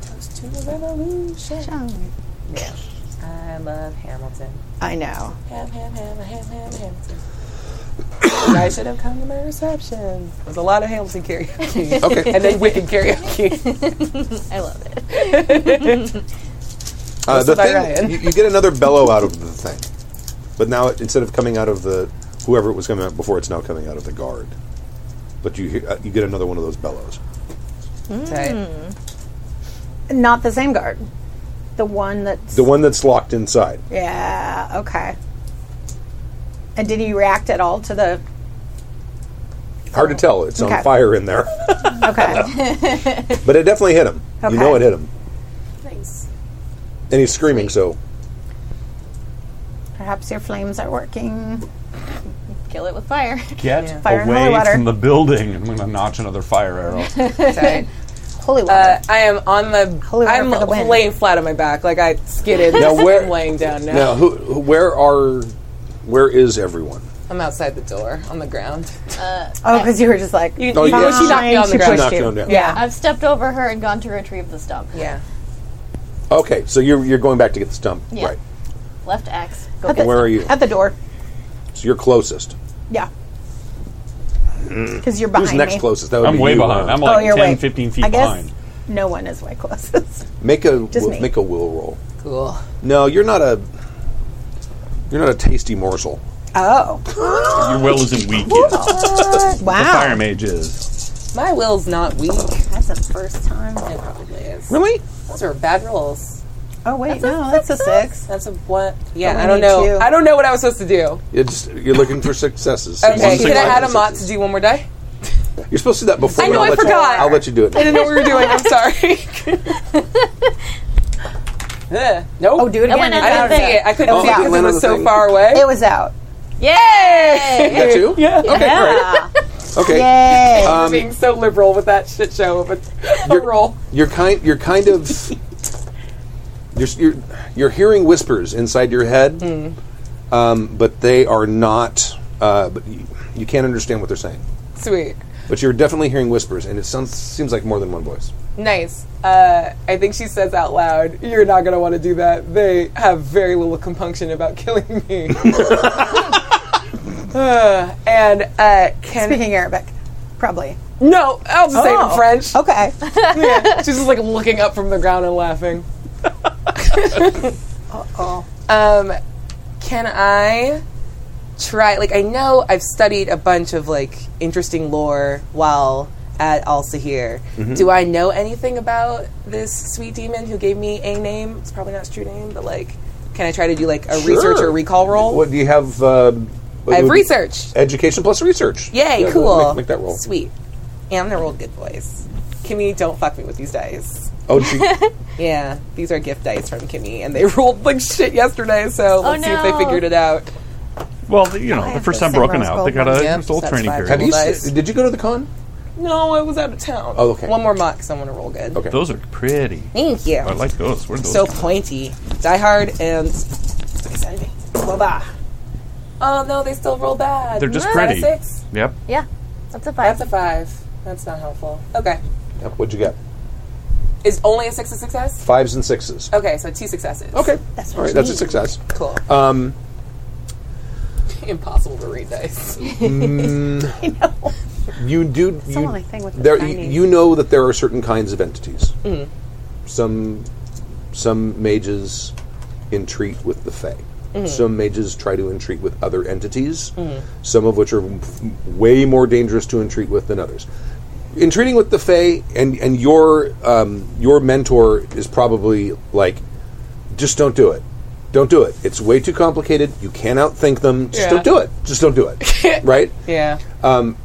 Toast to the revolution. Yes. I love Hamilton.
I know.
Ham, ham, ham, ham, ham, Hamilton. You guys should have come to my reception. There's a lot of
(laughs)
Hamilton karaoke.
Okay.
and then Wicked karaoke.
I love it.
Uh, the
Listen by
thing,
Ryan.
you, you get another bellow out of the thing, but now it, instead of coming out of the whoever it was coming out before, it's now coming out of the guard. But you hear- uh, you get another one of those bellows.
Not the same guard. The one that's.
The one that's locked inside.
Yeah, okay. And did he react at all to
(laughs)
the.
Hard to tell. It's
Okay.
on fire in
(laughs)
there,
Okay.
but it definitely hit him.
Okay.
You know it hit him,
Nice.
and he's screaming. So
Perhaps your flames are working.
Kill it with fire.
Get
Fire and holy
away
water.
from the building. I'm going to notch another fire arrow.
Sorry.
Holy
Uh, I am on the. I'm
for the win.
laying flat on my back, like I skidded.
Now, where-
I'm laying down now.
now, who, who- where are where is everyone?
I'm outside the door on the ground.
Uh,
Oh, because you were just like.
You-
Oh,
you-
yeah.
she knocked me on the
She
ground.
pushed
Knocked you on down.
Yeah.
I've stepped over her and gone to retrieve the stump.
Ah. Yeah.
Okay, so you're you're going back to get the stump,
Yeah.
right?
Left axe. Go
At
get
the,
Where are you?
At the door.
So you're closest.
Yeah. Because you're behind
Mm. Who's next
me.
closest? That would
I'm
be
way
you,
behind.
huh?
I'm like
Oh, you're
10,
way-
15 feet
I guess
behind.
no one is way closest.
Make a
Just me.
will, make a will roll.
Cool.
No, you're not a you're not a tasty morsel.
(laughs) (gasps) Oh.
Your will isn't weak. The fire
wow.
mage is.
My will's not weak. It
That's the first time.
probably is.
Really?
Those are bad rolls.
Oh, wait, no, that's a six.
That's a what? Yeah,
But we
I don't
need
know.
two.
I don't know what I was supposed to do.
You're just you're looking for successes.
(laughs) Okay,
Successes.
can I add a
Successes.
mod to do one more die?
You're supposed to do that before.
I know,
will
I
let
forgot.
You, I'll let you do it.
I didn't know what we were doing. I'm sorry. Ugh, nope.
Oh, do it
It went
again.
in
I didn't
the
see it. I couldn't
Oh,
see it
okay.
because it was so
Another
far away.
It was out.
Yay!
That you? Yeah. Okay.
Yeah.
Great. Okay.
Yay.
For
Um,
being so liberal with that shit show (laughs) of a, a roll.
you're kind. You're kind of.
(laughs)
You're, you're you're hearing whispers inside your head,
Hmm.
um, but they are not. Uh, but you, you can't understand what they're saying.
Sweet.
But you're definitely hearing whispers, and it sounds seems like more than one voice.
Nice. Uh, I think she says out loud, "You're not gonna want to do that." They have very little compunction about (laughs) killing me. Uh, and uh, can
Speaking Arabic, probably.
no, I'll just say it in
Oh.
(laughs)
French.
Okay.
Yeah. She's just like looking up from the ground and laughing.
Oh.
Um, can I try? Like, I know I've studied a bunch of like interesting lore while at Al Sahir.
Mm-hmm.
Do I know anything about this sweet demon who gave me a name? It's probably not his true name, but like, can I try to do like a research or
Sure.
recall roll?
What do you have? Uh,
I have
would-
research.
Education plus research.
Yay,
Yeah,
cool.
Make, make that roll.
Sweet. And I'm gonna roll good boys. Kimmy, don't fuck me with these dice.
Oh, did
(laughs)
you-
Yeah, these are gift dice from Kimmy, and they (laughs) rolled like shit yesterday. So let's see if
no.
they figured it out.
Well, the- you know, the
Oh, have
first
the
time broken
Samurai
out, they
Skull
got a
Yep,
soul
that's
training
fine.
period.
have you?
Nice.
s- Did you go to the con?
No, I was out of town.
Oh, okay.
One more mock, someone to roll good.
Okay.
Those are pretty.
Thank you.
I like those. Where are those?
so pointy. Die Hard and Space Envy. Blah blah. Oh no, they still roll bad.
They're just
Is that a
pretty.
six?
Yep.
Yeah. That's a five.
That's a five. That's not helpful. Okay.
Yep, What'd you get?
Is only a six a success?
Fives and sixes.
Oh, Okay, so two successes.
Um,
(laughs)
Okay. All right, that's a success.
Cool.
Um,
impossible to read dice.
Mm, You do.
It's
you,
the only thing with the
there, you,
Chinese.
you know that there are certain kinds of entities.
Mhm.
Some some mages entreat with the Fae.
Mm-hmm.
Mhm.
Some mages try to entreat with other entities.
Mhm.
Some of which are f- way more dangerous to entreat with than others. Entreating with the Fae and and your um, your mentor is probably like, just don't do it. Don't do it. It's way too complicated. You can't outthink them. Just
Yeah.
don't do it. Just don't do
(laughs)
it. right?
Yeah.
Um,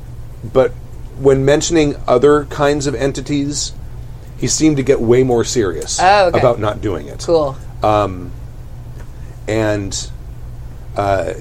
but when mentioning other kinds of entities, he seemed to get way more serious
Oh, okay.
about not doing it.
Cool.
Um, and uh,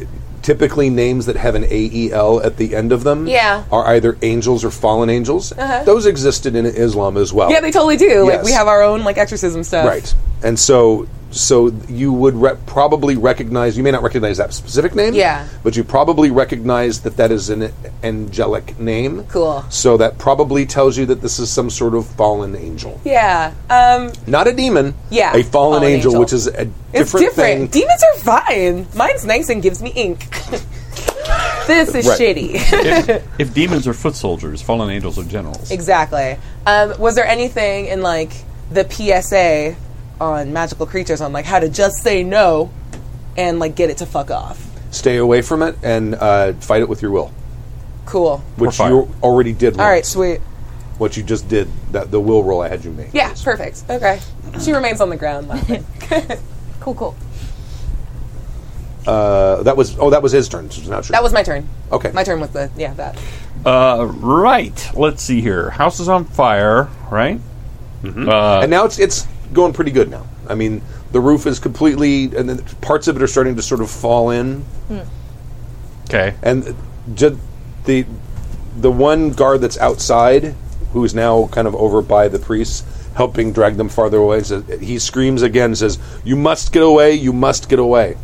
typically, names that have an AEL at the end of them
Yeah.
are either angels or fallen angels.
Uh-huh.
Those existed in Islam as well.
yeah, they totally do. Like we
Yes.
have our own like exorcism stuff.
Right. And so so you would re- probably recognize you may not recognize that specific name.
Yeah.
But you probably recognize that that is an angelic name.
Cool.
So that probably tells you that this is some sort of fallen angel.
Yeah. Um,
Not a demon.
Yeah,
A fallen,
fallen
angel,
angel.
which is a different,
it's different.
thing.
Demons are fine. Mine's nice and gives me ink. (laughs) this is
Right.
shitty. (laughs)
if, if demons are foot soldiers, fallen angels are generals.
exactly. Um, was there anything in like the PSA on magical creatures on like how to just say no and like get it to fuck off?
Stay away from it and uh, fight it with your will,
Cool.
which you already did.
All right,
once.
sweet.
What you just did, that the will roll I had you make.
Yeah, perfect. Okay. She remains on the ground
(laughs)
laughing. cool, cool.
Uh, that was oh, that was his turn. So it's not sure.
That was my turn.
Okay.
My turn was the yeah, that.
Uh, right. Let's see here. House is on fire, right? Uh,
and now it's it's going pretty good now. I mean, the roof is completely, and then parts of it are starting to sort of fall in.
Okay.
And ju- the the one guard that's outside, who is now kind of over by the priests, helping drag them farther away, says, he screams again, says, "You must get away! You must get away!"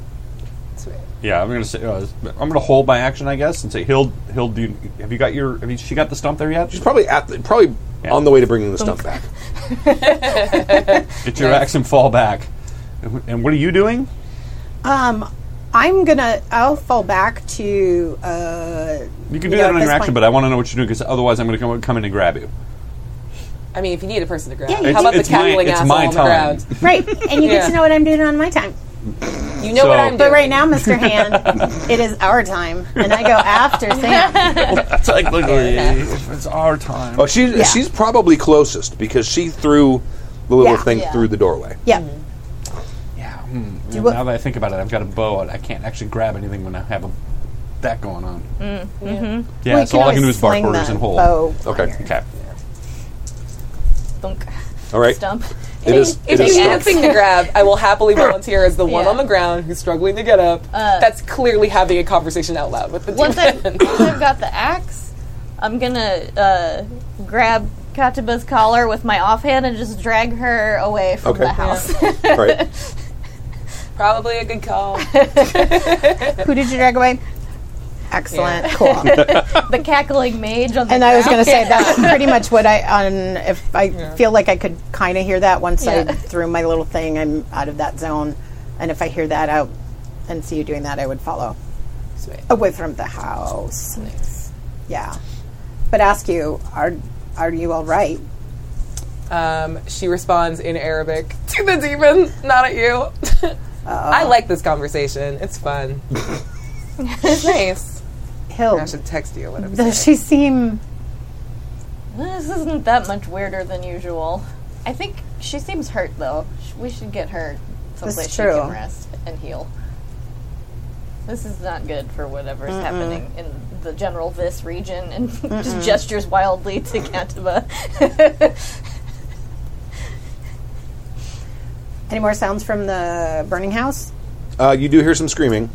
Yeah, I'm gonna say uh, I'm gonna hold my action, I guess, and say he'll he'll do. Have you got your? Have you, she got the stump there yet? She's
probably at the, probably on the way to bringing the stump back.
Get your axe and fall back. And wh- And what are you doing?
Um, I'm gonna. I'll fall back to. Uh,
You can
know,
do that
at
on
this
your action,
point-
but I want to know what you're doing because otherwise I'm gonna come, come in and grab you.
I mean, if you need a person to grab,
Yeah,
how
you-
about
It's
the
my-
cackling
it's
asshole
my
on the
time.
ground?
Right, and you
Yeah.
get to know what I'm doing on my time.
You know what
So-
I'm
But
doing.
right now, Mr. Hand, it is our time, and I go after
(laughs)
Sam.
Technically, it's our time.
Oh, she's
Yeah.
she's probably closest because she threw the little
Yeah.
thing
Yeah.
through the doorway.
Yeah.
Hmm,
Do
and
what-
now that I think about it, I've got a bow and I can't actually grab anything when I have a, that going on.
Mm. hmm
Yeah, so all I can do is bark orders and hold.
Okay.
Okay.
Thunk.
All right.
(laughs)
Stump.
It is.
If
It
you
is.
need a
stuck.
thing to grab, I will (laughs) happily volunteer as the one on the ground who's struggling to get up. That's clearly having a conversation out loud with the
Once
demon.
I've, once I've got the axe, I'm gonna uh, grab Kataba's collar with my offhand and just drag her away from
Okay.
the house. (laughs)
All
(laughs)
right.
Probably a good call.
Who did you drag away? Excellent.
(laughs)
Cool.
the cackling mage on the
And I was going
ground.
to say (laughs) that's pretty much what I on if I feel like I could kind of hear that once
Yeah.
I threw my little thing, I'm out of that zone. And if I hear that out and see you doing that, I would follow away from the house. Yeah, but ask you are are you all right?
(laughs) Um, she responds in Arabic to the demon, not at you. (laughs) I like this conversation. It's fun. it's nice.
Hill.
I should text you. Whatever.
Does she seem?
This isn't that much weirder than usual. I think she seems hurt though. Sh- We should get her someplace she
true.
can rest and heal. This is not good for whatever's
Mm-mm.
happening in the general this region and (laughs)
Mm-mm.
just gestures wildly to Kataba.
(laughs) Any more sounds from the burning house?
Uh, you do hear some screaming,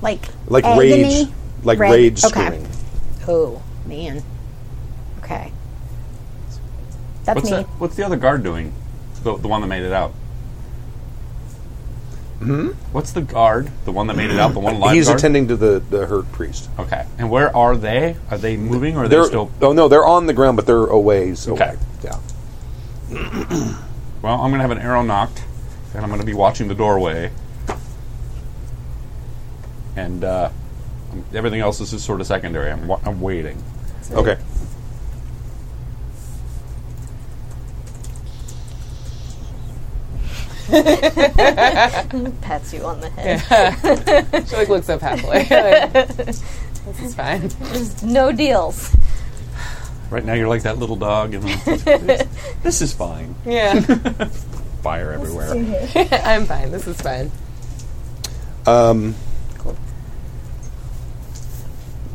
Like
like
agony?
rage, like
Ra-
rage
okay.
screaming.
Oh man. Okay. That's
what's
me.
that- what's the other guard doing? The, the one that made it out.
Hmm.
What's the guard? The one that made it out. The one live
He's
guard?
attending to the the hurt priest.
Okay. And where are they? Are they moving or are they
They're-
Oh, still?
Oh no, they're on the ground, but they're a ways away. Yeah.
Well, I'm gonna have an arrow knocked, and I'm gonna be watching the doorway. And uh, Everything else is just sort of secondary. I'm, wa- I'm waiting.
Okay.
Pats you on the head.
Yeah. She, like, looks up halfway, like, this is fine.
Just no deals.
Right now, you're like that little dog.
(laughs)
And like, this is fine.
Yeah.
(laughs) Fire everywhere.
I'm fine. This is fine.
Um,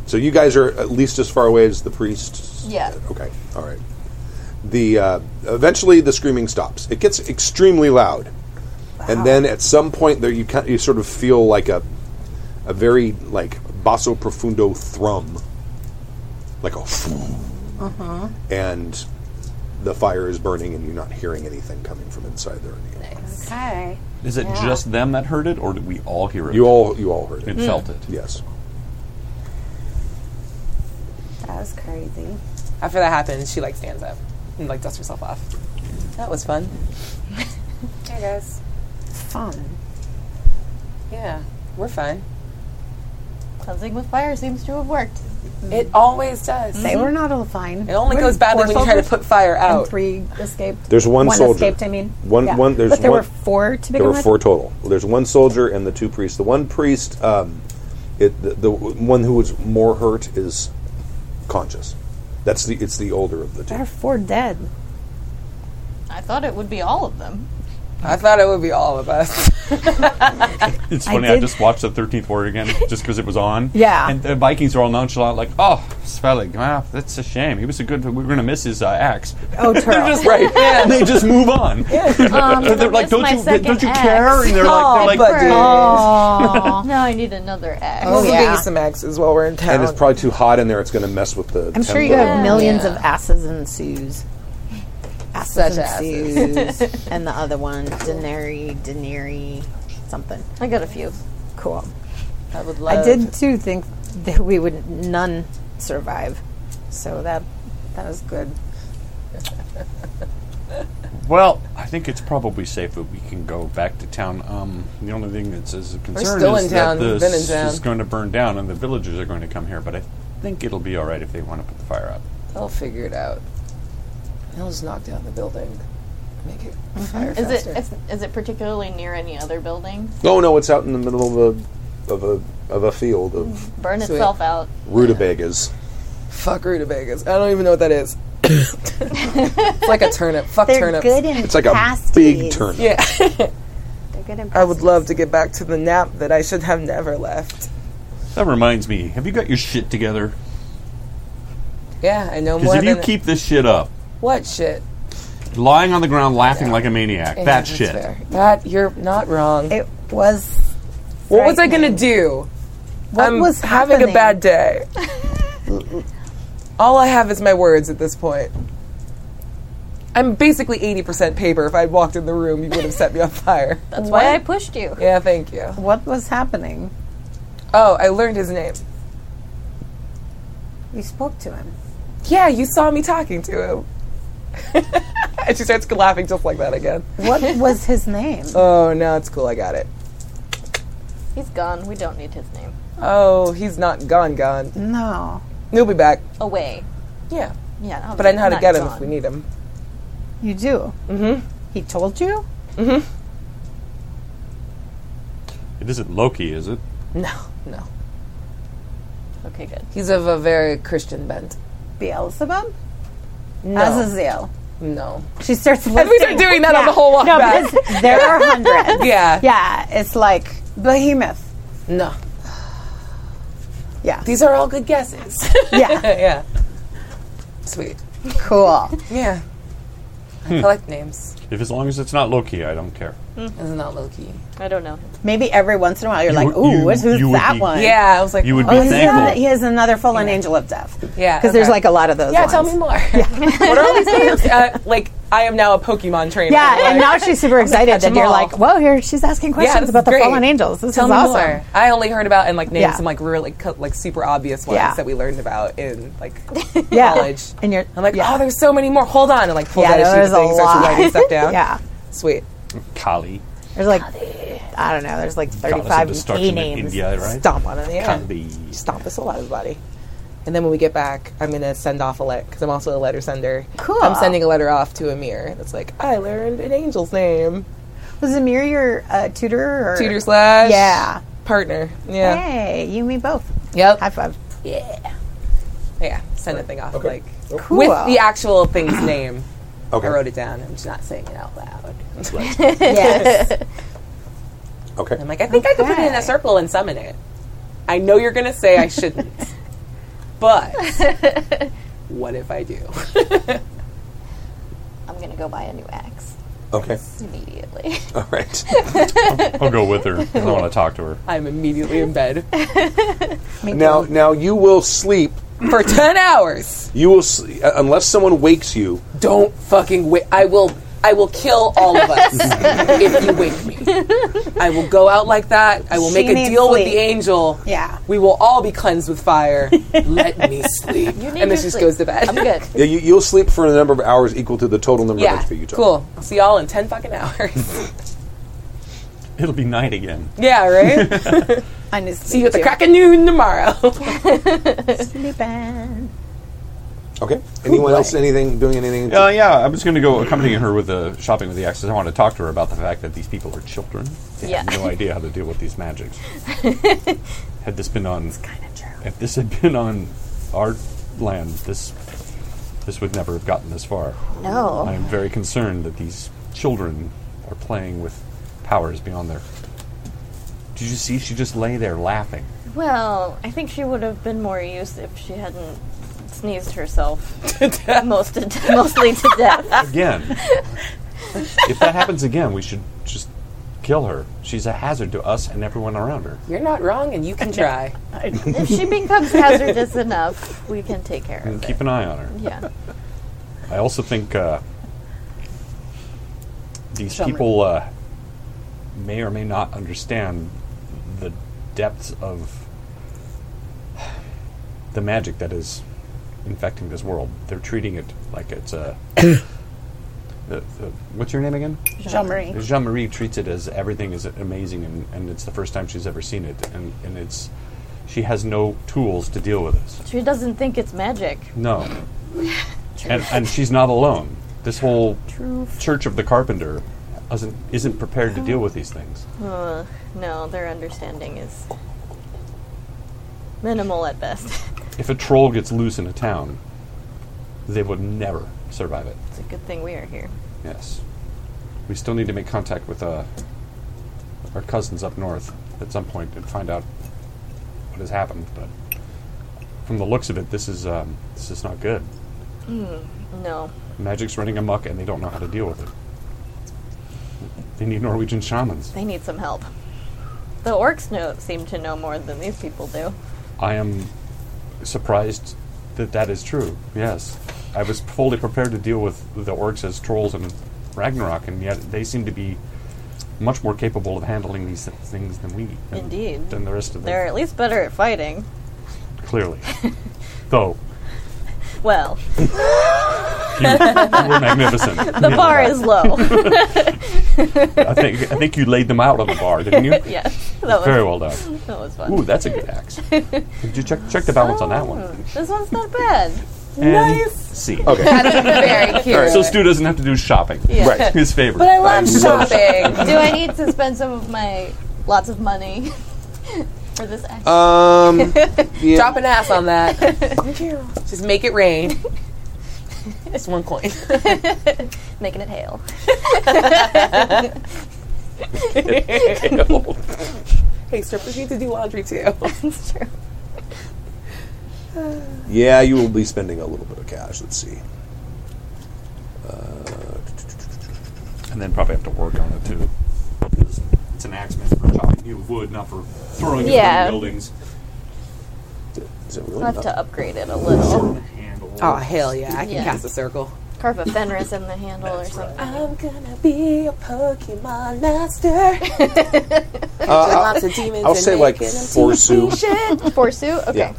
So you guys are at least as far away as the priest.
Yeah.
Okay. All right. The uh, eventually the screaming stops. It gets extremely loud, and then at some point there you kind you sort of feel like a a very like basso profundo thrum, like a
Uh huh.
and the fire is burning and you're not hearing anything coming from inside there.
Okay.
Is it
Yeah.
just them that heard it, or did we all hear it?
You all you all heard it.
And
Hmm.
Mm.
felt it.
Yes.
That was crazy.
(laughs) After that happens, she like stands up and like dusts herself off. That was (laughs) fun.
Hey guys. Fun.
Yeah, we're fine.
Cleansing with fire seems to have worked.
It always does.
They were not all fine.
It only goes badly when you try to put fire out.
three escaped.
There's one soldier.
escaped. I mean,
One-
Yeah.
one- there's
but there
one-
were four to begin
There were
with.
four total. There's one soldier and the two priests. The one priest, um, it, the, the one who was more hurt, is conscious. That's the it's the older of the two.
There are four dead.
I thought it would be all of them.
I thought it would be all of (laughs) us.
It's
I
funny. I,
did-
just watched the Thirteenth Warrior
(laughs)
again just because it was on.
Yeah.
And the Vikings are all nonchalant, like, "Oh, Svelig, ah, that's a shame. He was a good. We are going to miss his uh, axe."
Oh,
(laughs) They're
Turl.
just-
(laughs)
right.
Yeah.
And they just move on.
Um,
(laughs) they're like,
miss
"Don't
my
you
second
don't you
axe." Oh,
care?" And they're
Oh,
like, they're like, (laughs)
now I need another axe.
Oh, yeah.
yeah.
some axes while we're in
and
town.
it's probably too hot in there. It's going to mess with the.
I'm sure you
tempo.
have millions of asses and Sues. Asses
Such
and
asses.
Sues. and the other one, Denari, Denari, something.
I got a few.
Cool.
I would
I did too think that we would none survive, so that that was good.
"Well, I think it's probably safe that we can go back to town." Um, the only thing that's is a concern
still
is
in
that
town. We've
this
been in town.
is going to burn down, and the villagers are going to come here. But I think it'll be all right if they want to put the fire out.
They'll figure it out. They'll just knock down the building, make it fire
Is it
faster.
is, is it particularly near any other building?
Oh no! It's out in the middle of a of a of a field of
Burn
Sweet.
itself out.
rutabagas.
Fuck rutabagas. I don't even know what
(coughs)
that is. it's like a turnip. Fuck
They're
turnips.
good in
It's like a big turnip.
Yeah.
They're good in
I would love to get back to the nap that I should have never left.
That reminds me. Have you got your shit together?
Yeah, I know
Because
more
if you
than
keep this shit up,
what shit.
lying on the ground laughing like a maniac,
Yeah,
that
that's
shit.
fair. That you're not wrong.
It was.
What was I gonna do?
What
I'm
was
having a
happening? (laughs)
bad day. All I have is my words at this point. I'm basically 80% paper. If I'd walked in the room, you would have set me
(laughs)
on fire.
That's why I pushed you.
Yeah, thank you.
What was happening?
Oh, I learned his name.
You spoke to him.
Yeah, you saw me talking to him. (laughs) and she starts laughing just like that again. (laughs)
What was his name?
Oh, no, it's cool. I got it.
He's gone. We don't need his name.
Oh, he's not gone, gone.
No.
He'll be back.
Away.
Yeah.
Yeah.
But I know how to
not
get him
gone.
if we need him.
You do.
Mm-hmm.
He told you.
Mm-hmm.
It isn't Loki, is it?
No, no.
Okay, good.
He's of a very Christian bent.
Beelzebub.
No.
Azazel.
No.
She
(laughs)
starts.
And we start doing that on the whole walk
No,
back.
because there
(laughs)
are hundreds.
Yeah.
Yeah, it's like behemoth.
No. (laughs)
Yeah.
These are all good (laughs) guesses.
Yeah.
yeah. Sweet.
Cool.
Yeah.
Hmm.
I collect names.
If as long as it's not Loki, I don't care.
This is not Loki.
I don't know.
Maybe every once in a while you're
You would-
like, ooh,
you-
what's, who's
you would
that
be-
one?
Yeah, I was like,
You would
Oh,
be
he's another,
thankful.
he is another fallen angel of death.
Yeah,
Because there's
okay.
like a lot of those.
"Oh, yeah,
ones.
tell me (laughs) more. what are all these names? Uh, like, I am now a Pokemon trainer.
Yeah, and
Like,
now she's super excited
catch
that
them
you're
all.
like, whoa, here she's asking questions
this
about
is
the
great.
fallen angels. This
Tell
is
me
awesome.
more. I only heard about in like names
Yeah.
and like really co- like super obvious ones
Yeah.
that we learned about in
(laughs)
like
Yeah.
college.
And you're,
I'm like, oh, there's so many more. Hold on, and like pulls
Yeah,
out a sheet
there's (laughs)
of
a
things, starts
lot.
writing stuff down.
Yeah.
sweet.
Kali.
There's like
I don't know. There's like
Goddess of
35
destruction
gay
in
names.
India, right?
Stomp on it. Yeah.
Candy. Stomp a soul out of his body. And then when we get back, I'm going to send off a letter because I'm also a letter sender.
Cool.
I'm sending a letter off to Amir. That's like, I learned an angel's name.
Was Amir your uh, tutor? Or?
Tutor slash
Yeah.
partner. Yeah.
Hey, you and me both.
Yep.
High five.
Yeah. Yeah. Send a thing off. Like,
Cool.
with the
(clears throat)
actual thing's name.
Okay.
I wrote it down. I'm just not saying it out loud.
Right.
yes.
Okay.
I'm like, I think I could put it in a circle and summon it. I know you're going to say I shouldn't, but what if I do?
I'm gonna go buy a new axe
Okay.
immediately.
(laughs) All right.
(laughs)
I'll go with her. 'cause I want to talk to
(laughs)
her.
I'm immediately in bed
Now, now you will sleep.
for 10 hours.
You will sleep, unless someone wakes you.
Don't fucking wait. I will. I will kill all of us if you wake me. I will go out like that. I will
She
make a
needs
deal with the
sleep.
angel.
Yeah.
We will all be cleansed with (laughs) fire. Let me sleep.
You
and
need
then
your
she just
sleep.
goes to bed. I'm
good.
Yeah, you, you'll sleep for a number of hours equal to the total number
Yeah.
of HP you took.
Cool. I'll see y'all in 10 fucking (laughs) hours.
It'll be night again.
yeah, (laughs) right?
I need to
see you at the crack of noon tomorrow. (laughs)
Sleeping.
Okay. Anyone else? Anything? Doing anything?
Uh, yeah, I'm just going to go accompany her with the shopping with the axes. I want to talk to her about the fact that these people are children. They have
Yeah.
no idea how to deal with these
(laughs)
magics. had this been on, if this had been on our land, this this would never have gotten this far.
No.
(laughs) I am very concerned that these children are playing with powers beyond their. Did you see? She just lay there laughing.
Well, I think she would have been more used if she hadn't sneezed
(laughs)
herself most to de- mostly to death.
again. if that happens again, we should just kill her. She's a hazard to us and everyone around her.
You're not wrong, and (laughs) you can try.
if she becomes hazardous enough, we can take care
And
of
keep
it.
an eye on her.
Yeah.
I also think uh, these
Summer.
people uh, may or may not understand the depths of the magic that is infecting this world. They're treating it like it's a. (coughs) the, the, what's your name again?
Jean-Marie.
Jean Marie treats it as everything is amazing, and, and it's the first time she's ever seen it, and, and it's she has no tools to deal with this.
She doesn't think it's magic.
No. and, and she's not alone. This whole
Truth.
Church of the Carpenter isn't, isn't prepared to deal with these things.
Uh, no, their understanding is minimal at best. (laughs)
If a troll gets loose in a town, they would never survive it.
it's a good thing we are here.
Yes. We still need to make contact with uh, our cousins up north at some point and find out what has happened. But from the looks of it, this is um, this is not good.
Mm, no.
Magic's running amok, and they don't know how to deal with it. They need Norwegian shamans.
They need some help. The orcs know, seem to know more than these people do.
I am surprised that that is true. Yes, I was fully prepared to deal with the orcs as trolls and Ragnarok, and yet they seem to be much more capable of handling these th- things than we. than-
Indeed.
Than the rest of them.
They're at least better at fighting. (laughs)
Clearly. Though
Well,
you, you were magnificent. (laughs)
the
Yeah.
bar is low. (laughs)
I think I think you laid them out on the bar,
(laughs)
didn't you?
yes, that was
Very well done.
That was fun. Oh,
Ooh, that's a good axe. Did you check check the balance on that
(laughs)
one?
This one's not bad.
And
nice.
See.
Okay.
That's very cute.
(laughs) So Stu doesn't have to do shopping.
Yeah. Right.
His favorite.
But I love
shopping.
shopping. do I need to spend some of my lots of money (laughs) for this?
(laughs)
act?
Um. yeah.
Drop an ass on (laughs) that. Just make it rain. (laughs) It's one coin.
Making it hail.
hey, strippers need to do laundry too.
That's true.
Yeah, you will be spending a little bit of cash. Let's see. Uh,
And then probably have to work on it too. Because It's an axe meant for chopping you wood, not for throwing
Yeah.
it through buildings.
Is it
I'll
really
have
not-
to upgrade it a little.
Oh hell yeah! I can
Yeah.
cast a circle.
Carve a Fenris in the handle or something.
I'm gonna be a Pokemon master.
Uh,
(laughs)
lots of
I'll,
demons
I'll
and
say like
making them
four sou.
Forsuit? Okay.
Yeah.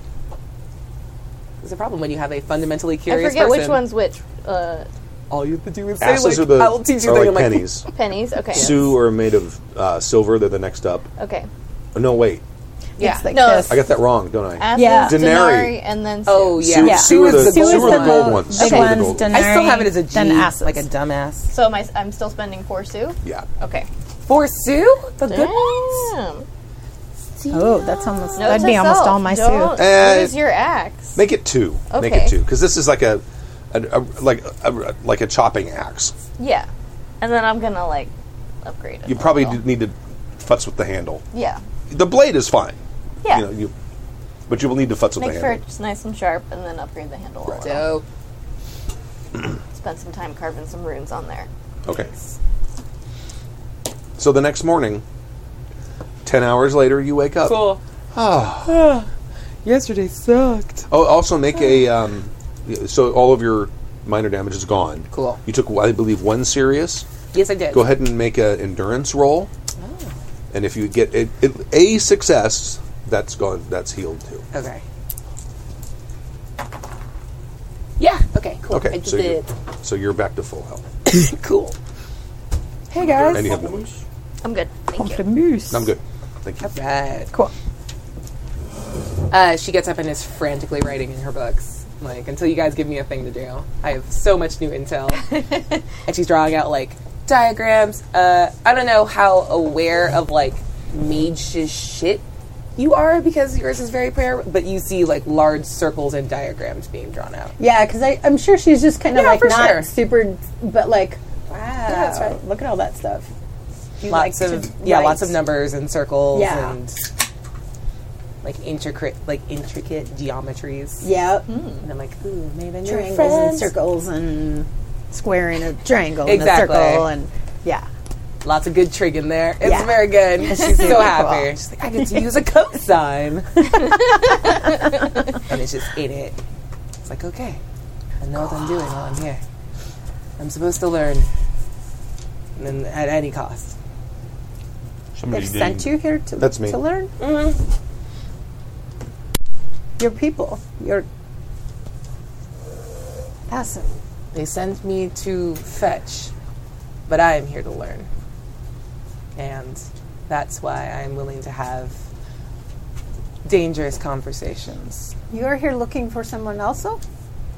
There's a problem when you have a fundamentally
I
curious
forget
person.
which one's which. Uh,
All you have to do is say,
Asses
like,
are the
I will teach you
are
things.
like
I'm
pennies.
Pennies, okay.
Sue are made of uh, silver. They're the next up.
Okay.
Oh, no, wait.
Yeah.
like
no.
I got that wrong, don't I? Denari.
Asses, Denari, and then
Oh
yeah. Sue- Sue are the- Sue are the gold ones. Sue are the gold ones.
I still have it as a G,
then asses.
like a dumbass.
So am I, I'm still spending four sous?
Yeah.
Okay.
For Sue, the
Mm.
good
Damn.
Oh, that's almost
Note
that'd
to
be almost
self,
all my
don't
suit.
Eh,
Use your axe.
Make it two. Make
Okay.
it two. Because this is like a, a, a like a, like a chopping axe.
Yeah. And then I'm gonna like upgrade it.
You probably do need to futz with the handle.
Yeah.
The blade is fine.
Yeah.
You know, you, but you will need to futz with
Make
the
sure
handle.
it's nice and sharp and then upgrade the handle. a little.
Dope.
(clears throat) Spend some time carving some runes on there.
Okay. So the next morning, ten hours later, you wake up.
Cool.
Ah.
Yesterday sucked.
Oh, also make a. Um, so all of your minor damage is gone.
Cool.
You took, I believe, one serious.
Yes, I did.
Go ahead and make an endurance roll.
Oh.
And if you get it, it, a success, that's gone. That's healed too.
Okay. Yeah. Okay. Cool. I
Okay.
did
So you're,
it.
so you're back to full health.
cool.
Hey
And you
guys.
have no wounds.
I'm good. Thank you.
I'm good. Thank you.
All right.
Cool.
Uh, she gets up and is frantically writing in her books. Like, until you guys give me a thing to do. I have so much
(laughs)
new intel. and she's drawing out, like, diagrams. Uh, I don't know how aware of, like, mage's shit you are because yours is very prayer, but you see, like, large circles and diagrams being drawn out.
Yeah, because I'm sure she's just kind of
Yeah,
like
for
not
sure.
super, but like, wow,
that's right.
look at all that stuff. You
lots
like
of
to
yeah,
write.
lots of numbers and circles
Yeah.
and like intricate like intricate geometries.
Yep.
And I'm like, ooh, maybe
Triangles and
new Mm, friends.
circles and square in a triangle
Exactly.
and a circle and yeah.
Lots of good trig in there. It's
Yeah.
very good. She's
super
so happy.
cool.
She's like, I get to use
(laughs)
a cosine. and it's just in it. It's like, okay. I know what I'm doing while I'm here. I'm supposed to learn. And then at any cost.
Somebody
They've sent you here to
That's me.
to learn. Your people, your
Awesome. They send me to fetch, but I am here to learn. And that's why I'm willing to have dangerous conversations.
you are here looking for someone else, though?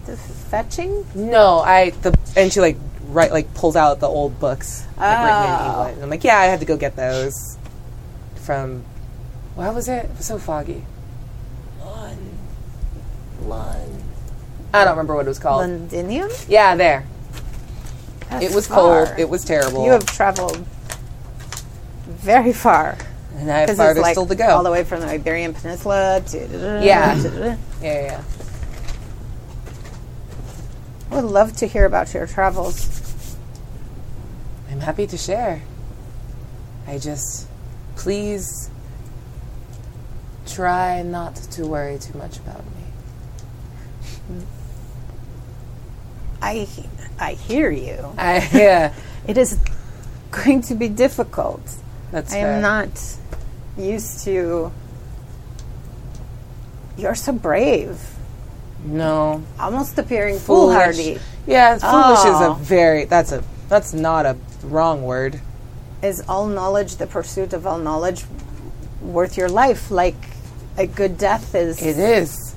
The f- fetching.
No, I the and she like right like pulls out the old books like, written
Ah.
in English. And I'm like, yeah, I had to go get those from. Why was it? It was so foggy. Lon, Lon. I don't remember what it was called.
Londinium.
Yeah, there.
That's
it was
far.
cold. It was terrible.
You have traveled very far.
and I have
'Cause
farther
it's like
still to go.
all the way from the Iberian Peninsula to
Yeah.
to-
Yeah, yeah, yeah.
I would love to hear about your travels.
I'm happy to share. I just please try not to worry too much about
(laughs)
me.
I I hear you.
I yeah,
It is going to be difficult.
that's
I
fair.
am not used to. You're so brave,
no
almost appearing
Foolish.
foolhardy.
Yeah, foolish
Oh.
is a very that's a that's not a wrong word.
Is all knowledge the pursuit of all knowledge worth your life? Like a good death is.
It is.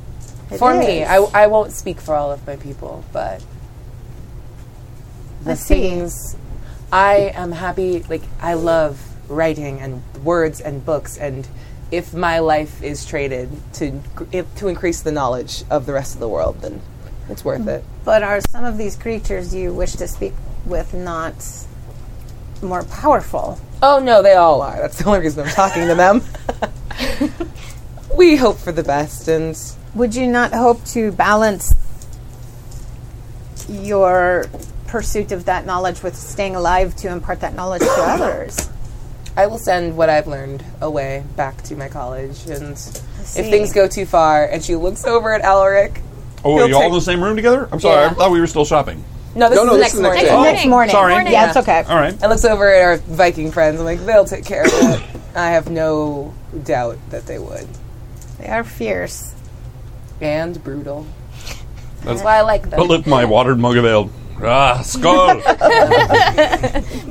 It
for me,
is.
I, I won't speak for all of my people, but the
I see.
things I am happy, like, I love writing and words and books, and if my life is traded to, gr- if, to increase the knowledge of the rest of the world, then it's worth it.
But are some of these creatures you wish to speak with not more powerful?
Oh no, they all are. That's the only reason I'm talking to them. we hope for the best, and
Would you not hope to balance your pursuit of that knowledge with staying alive to impart that knowledge to others?
I will send what I've learned away back to my college, and if
see.
things go too far, and she looks over at Alaric.
Oh,
He'll
are you all
take-
in the same room together? I'm sorry. I thought we were still shopping.
No, this
No,
is
no,
the
this
next
is the next
morning.
day.
And
Oh.
Next morning.
Morning.
Yeah, it's okay.
All right.
looks over at our Viking friends. I'm like, they'll take care of it. I have no doubt that they would,
They are fierce.
and brutal. That's
That's-
why I like them.
But look, my watered mug of ale. Ah,
(laughs)
skull.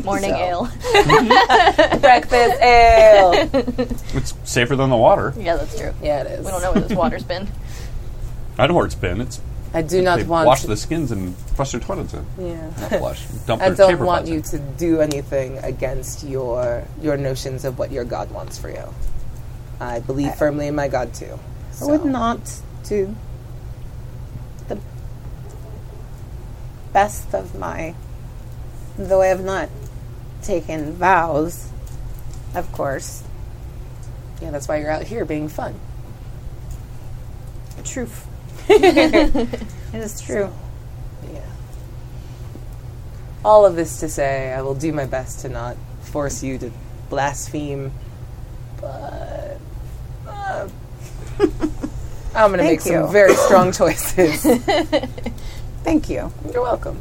Morning ale. (laughs)
Breakfast ale.
it's safer than the water.
yeah, that's true.
Yeah, it is.
We don't know where this water's been.
I know where it's been. It's
I do not
they
want
wash
to-
the skins and flush their toilets
(laughs)
in.
Yeah.
Not flush. Dump
I
their
don't
chamber
want
pots in.
you to do anything against your your notions of what your God wants for you. I believe firmly in my God too.
I would not do the best of my, though I have not taken vows, of course.
Yeah, that's why you're out here being fun.
Truth. it is true.
All of this to say, I will do my best to not force you to blaspheme, but uh, (laughs) I'm
Thank
going to make
you.
some very
(laughs)
strong choices.
Thank you.
You're welcome.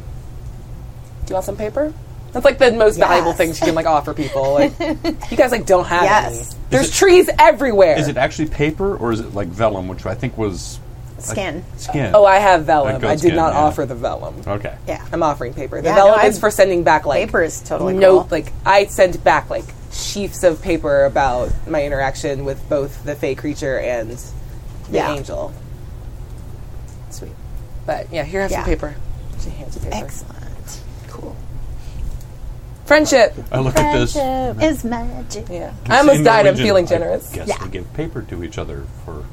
Do you want some paper? That's like the most valuable thing she can like offer people. Like, you guys like don't
(laughs)
have
Yes.
any. There's trees everywhere.
Is it actually paper or is it like vellum, which I think was like,
Skin.
skin.
Oh, I have
Like
vellum.
goat
I did
skin,
not
yeah.
offer the vellum.
Okay.
Yeah.
I'm offering paper. The
Yeah,
vellum
no,
is
I'm-
for sending back like
Paper is totally
note.
cool.
Like I sent back like sheafs of paper about my interaction with both the fey creature and the
Yeah.
angel. Sweet. But yeah, here have
Yeah.
some paper. She hands you paper.
Excellent.
Cool. Friendship.
I look at this.
Friendship is magic.
Yeah.
It's
I almost
in the
died. I'm
region.
feeling
I
generous.
guess we give paper to each other for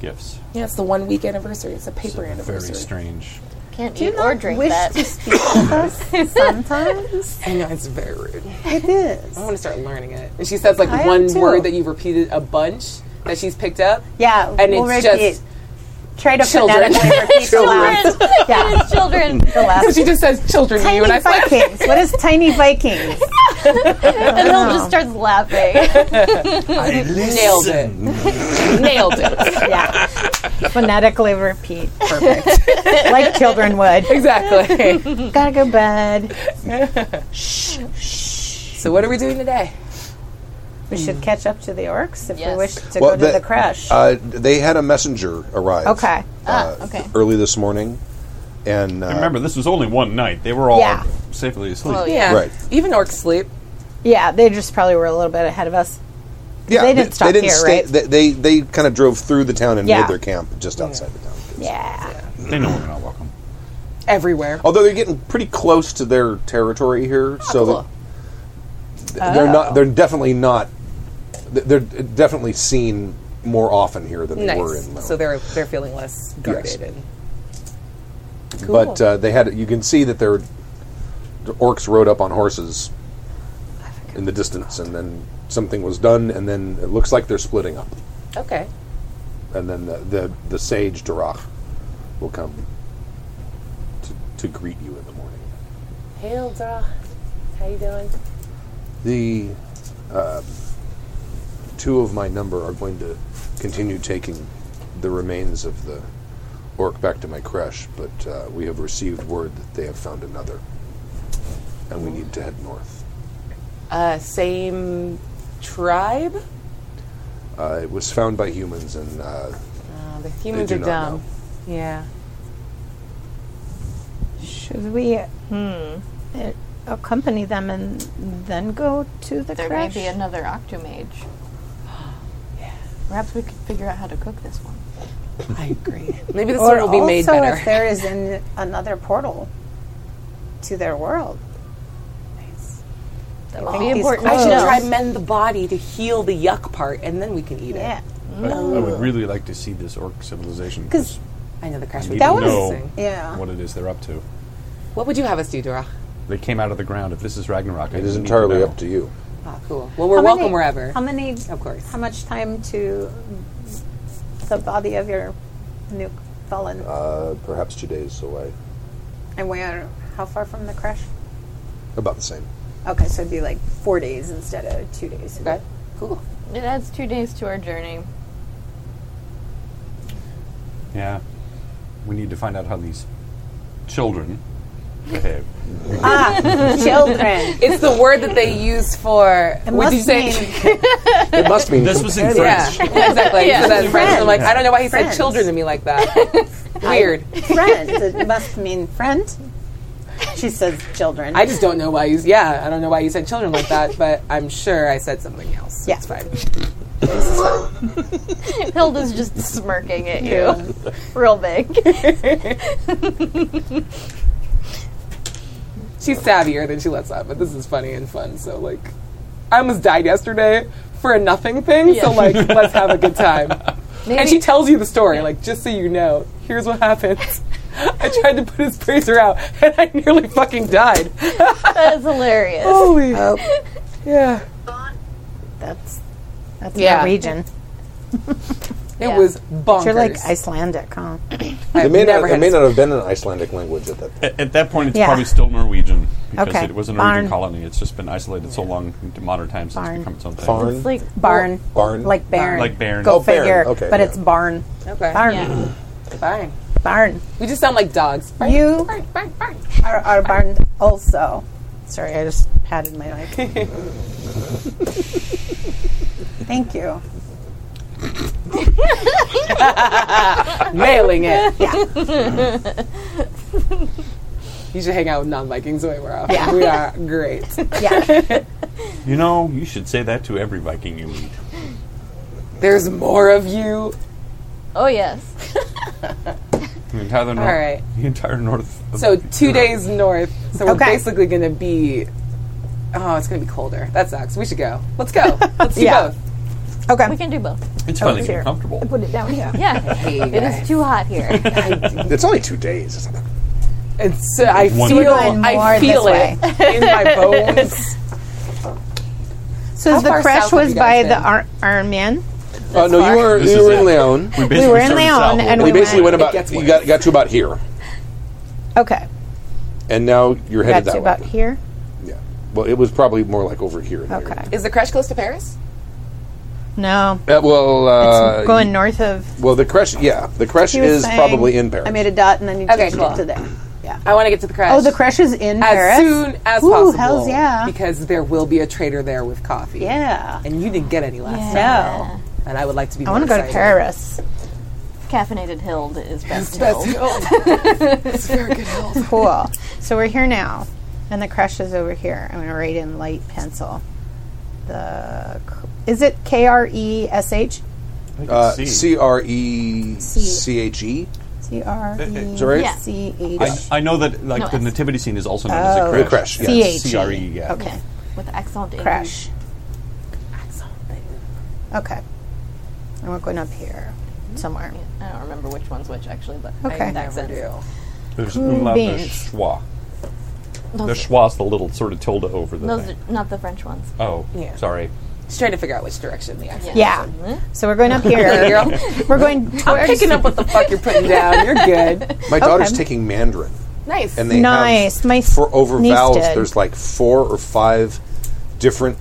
gifts.
Yeah, it's the one week anniversary. It's a paper
Very
anniversary.
strange.
Can't
Do you
eat or
not
drink
wish
that. (laughs)
to speak with us sometimes?
I know it's very rude.
It is.
I want to start learning it. And she says like
I am
one
too.
word that you've repeated a bunch that she's picked up.
Yeah,
And
we'll
it's
repeat.
just
Try to
children.
phonetically repeat the last. Yeah,
It's children.
the
so
last.
(laughs) she just says children to you, and I
Tiny
was like,
Vikings. What is tiny (laughs) Vikings? Oh,
and Bill just starts laughing.
nailed it, nailed
(laughs)
it,
Yeah. Phonetically repeat. (laughs) Perfect. like children would. (laughs)
exactly.
Gotta go bed.
so what are we doing today?
We
Mm.
should catch up to the orcs if
Yes.
we wish to
Well,
go to
the-
the crash.
Uh, they had a messenger arrive.
okay.
ah, okay.
Early this morning, and uh,
And remember, this was only one night. They were all
Yeah.
safely asleep.
Oh, yeah.
Yeah,
Right.
Even orcs sleep.
Yeah, they just probably were a little bit ahead of us.
yeah,
they didn't stop here,
stay-
right?
They they, they kind of drove through the town and
Yeah.
made their camp just outside the town.
Yeah.
They know we're not welcome.
Everywhere.
Although they're getting pretty close to their territory here,
Oh,
so
cool.
that they're not. They're definitely not. They're uh, definitely seen more often here than they were in. Lone.
Nice. So they're they're feeling less guarded. and
But uh, they had. You can see that their the orcs rode up on horses in the distance, and then something was done, and then it looks like they're splitting up,
Okay.
and then the the, the sage Durach will come to, to greet you in the morning.
Hey, Eldra. How you doing?
The uh, two of my number are going to continue taking the remains of the orc back to my crash, but uh, we have received word that they have found another, and we need to head north.
Uh, same tribe.
Uh, it was found by humans, and uh,
Uh, the humans
do
are
not
dumb. Yeah.
Should we hmm, eh, accompany them and then go to the
There
crash?
may be another octomage. Perhaps we could figure out how to cook this one.
I agree. Maybe this
Or
one will be made
also
better.
if there is an, another portal to their world.
That
I
would
think
be
these
important.
(laughs) I
to
should
know.
try mend the body to heal the yuck part, and then we can eat
Yeah.
it.
I, I would really like to see this orc civilization
'Cause
I know the crash
I
would
need
be
to
was-
know
amazing.
Yeah.
what it is they're up to.
What would you have us do, Dora?
They came out of the ground. If this is Ragnarok, I
it is
need to
entirely
know.
up to you.
Ah, cool. Well, we're
How
welcome
many-
wherever.
How many?
Of course.
How much time to the body of your new fallen?
Uh, perhaps two days away,
and we are how far from the crash?
about the same.
Okay, so it'd be like four days instead of two days.
Okay. Cool.
It adds two days to our journey.
Yeah. We need to find out how these children behave.
Ah, Children.
It's the word that they use for. What
must
did you (laughs) say?
mean-
It must mean
This was in
yeah,
French.
exactly.
Yeah.
So that's French. I'm like, I don't know why he
Friends.
said children to me like that. Weird.
friend. It must mean friend.
She says children.
I just don't know why you. Yeah, I don't know why you said children like that, but I'm sure I said something else. So
Yeah.
it's fine.
(laughs) Hilda's just smirking at you, real big.
She's savvier than she lets on, but this is funny and fun. So like, I almost died yesterday for a nothing thing. So
Yeah.
like, let's have a good time.
Maybe-
And she tells you the story, like just so you know. Here's what happened. (laughs) I tried to put his (laughs) bracer out, and I nearly fucking died.
that is hilarious.
Oh,
Holy, yeah.
That's that's
Yeah.
Norwegian.
It was bonkers.
But You're like Icelandic, huh?
It may, not,
never
it
had
may
a-
not have been an Icelandic language at that point.
At, at that point, (laughs) it's
Yeah.
probably still Norwegian because
Okay.
it was a
Barn.
Norwegian colony. It's just been isolated so long into modern times
Barn.
it's become something.
Farn?
It's like barn.
oh,
Barn?
Like bairn.
Like bairn.
Go
Oh, bairn.
figure.
Okay,
but
yeah.
it's barn.
Okay.
Barn.
Yeah. Fine.
Barn.
We just sound like dogs.
You are, are barn also. Sorry, I just patted my
(laughs)
mic. Thank you.
Nailing it.
(laughs) Yeah.
(laughs) You should hang out with non-Vikings way we're off.
Yeah.
We are great.
You know, you should say that to every Viking you meet.
There's more of you.
Oh yes.
The entire north.
All right.
The entire north. of-
So oh, two days north. So we're
Okay.
basically going to be. Oh, it's going to be colder. That sucks. We should go.
(laughs)
Let's go. Let's do
Yeah.
both.
Okay.
We can do both.
It's
Oh,
finally
it's
getting
here.
comfortable.
Put it down here.
Yeah. It is too hot here.
It's only two days. It's not that-
It's. Uh, I
One
feel.
day.
I
More
feel
this
it (laughs) in
(laughs)
my bones.
So
How
the
far
crash
south have
was
you
by
guys
the Ar- Armin.
Uh, no, you were
This
you
is
were
it.
in Leon.
We
basically were in started Leon, southward. and
we,
we
basically
went-
went,
It
about. You got, got to about here,
Okay.
and now you're headed
That's
that
about
way.
here.
Yeah. Well, it was probably more like over here. in the area.
Okay.
Is the crash close to Paris?
No.
Uh, well, uh,
it's going north of.
Well, the crash. Yeah, the crash
She was
is
saying,
probably in Paris.
I made a dot and then you
Okay,
changed
cool.
it to there.
I want to get to the crash.
Oh, the crash is in
as
Paris?
soon as
Ooh,
possible.
hells yeah.
Because there will be a trader there with coffee.
Yeah.
And you didn't get any last
Yeah.
time. And I would like to be.
I
want
want to go to Paris.
Caffeinated Hild is best
best
Hild.
It's very good health.
Cool. so we're here now, and the crash is over here. I'm going to write in light pencil. The cr- is it K R E S H
Uh, C R E C H E.
C R E
Is that right? Yeah.
C
I,
H?
I know that like
No,
the
S.
nativity scene is also known
Oh,
as a
crash,
crash.
yeah.
Yes,
CHE.
CRE, yeah.
Okay.
with accent in.
Crash. Okay. And we're going up here somewhere.
I don't remember which one's which actually, but
Okay.
I never do.
There's
Cool
umlaut, there's
beans.
schwa. The
Those,
schwa's the little sort of tilde over the
those
thing.
are not the French ones.
Oh,
Yeah.
sorry.
Just trying to figure out which direction the accent.
Yeah. So we're going up here.
(laughs) Girl,
we're going
I'm
towards.
picking up what the fuck
(laughs)
you're putting down. You're good.
My daughter's
Okay.
taking Mandarin,
Nice.
and they
Nice.
have
My
for over
niece
vowels.
did.
There's like four or five different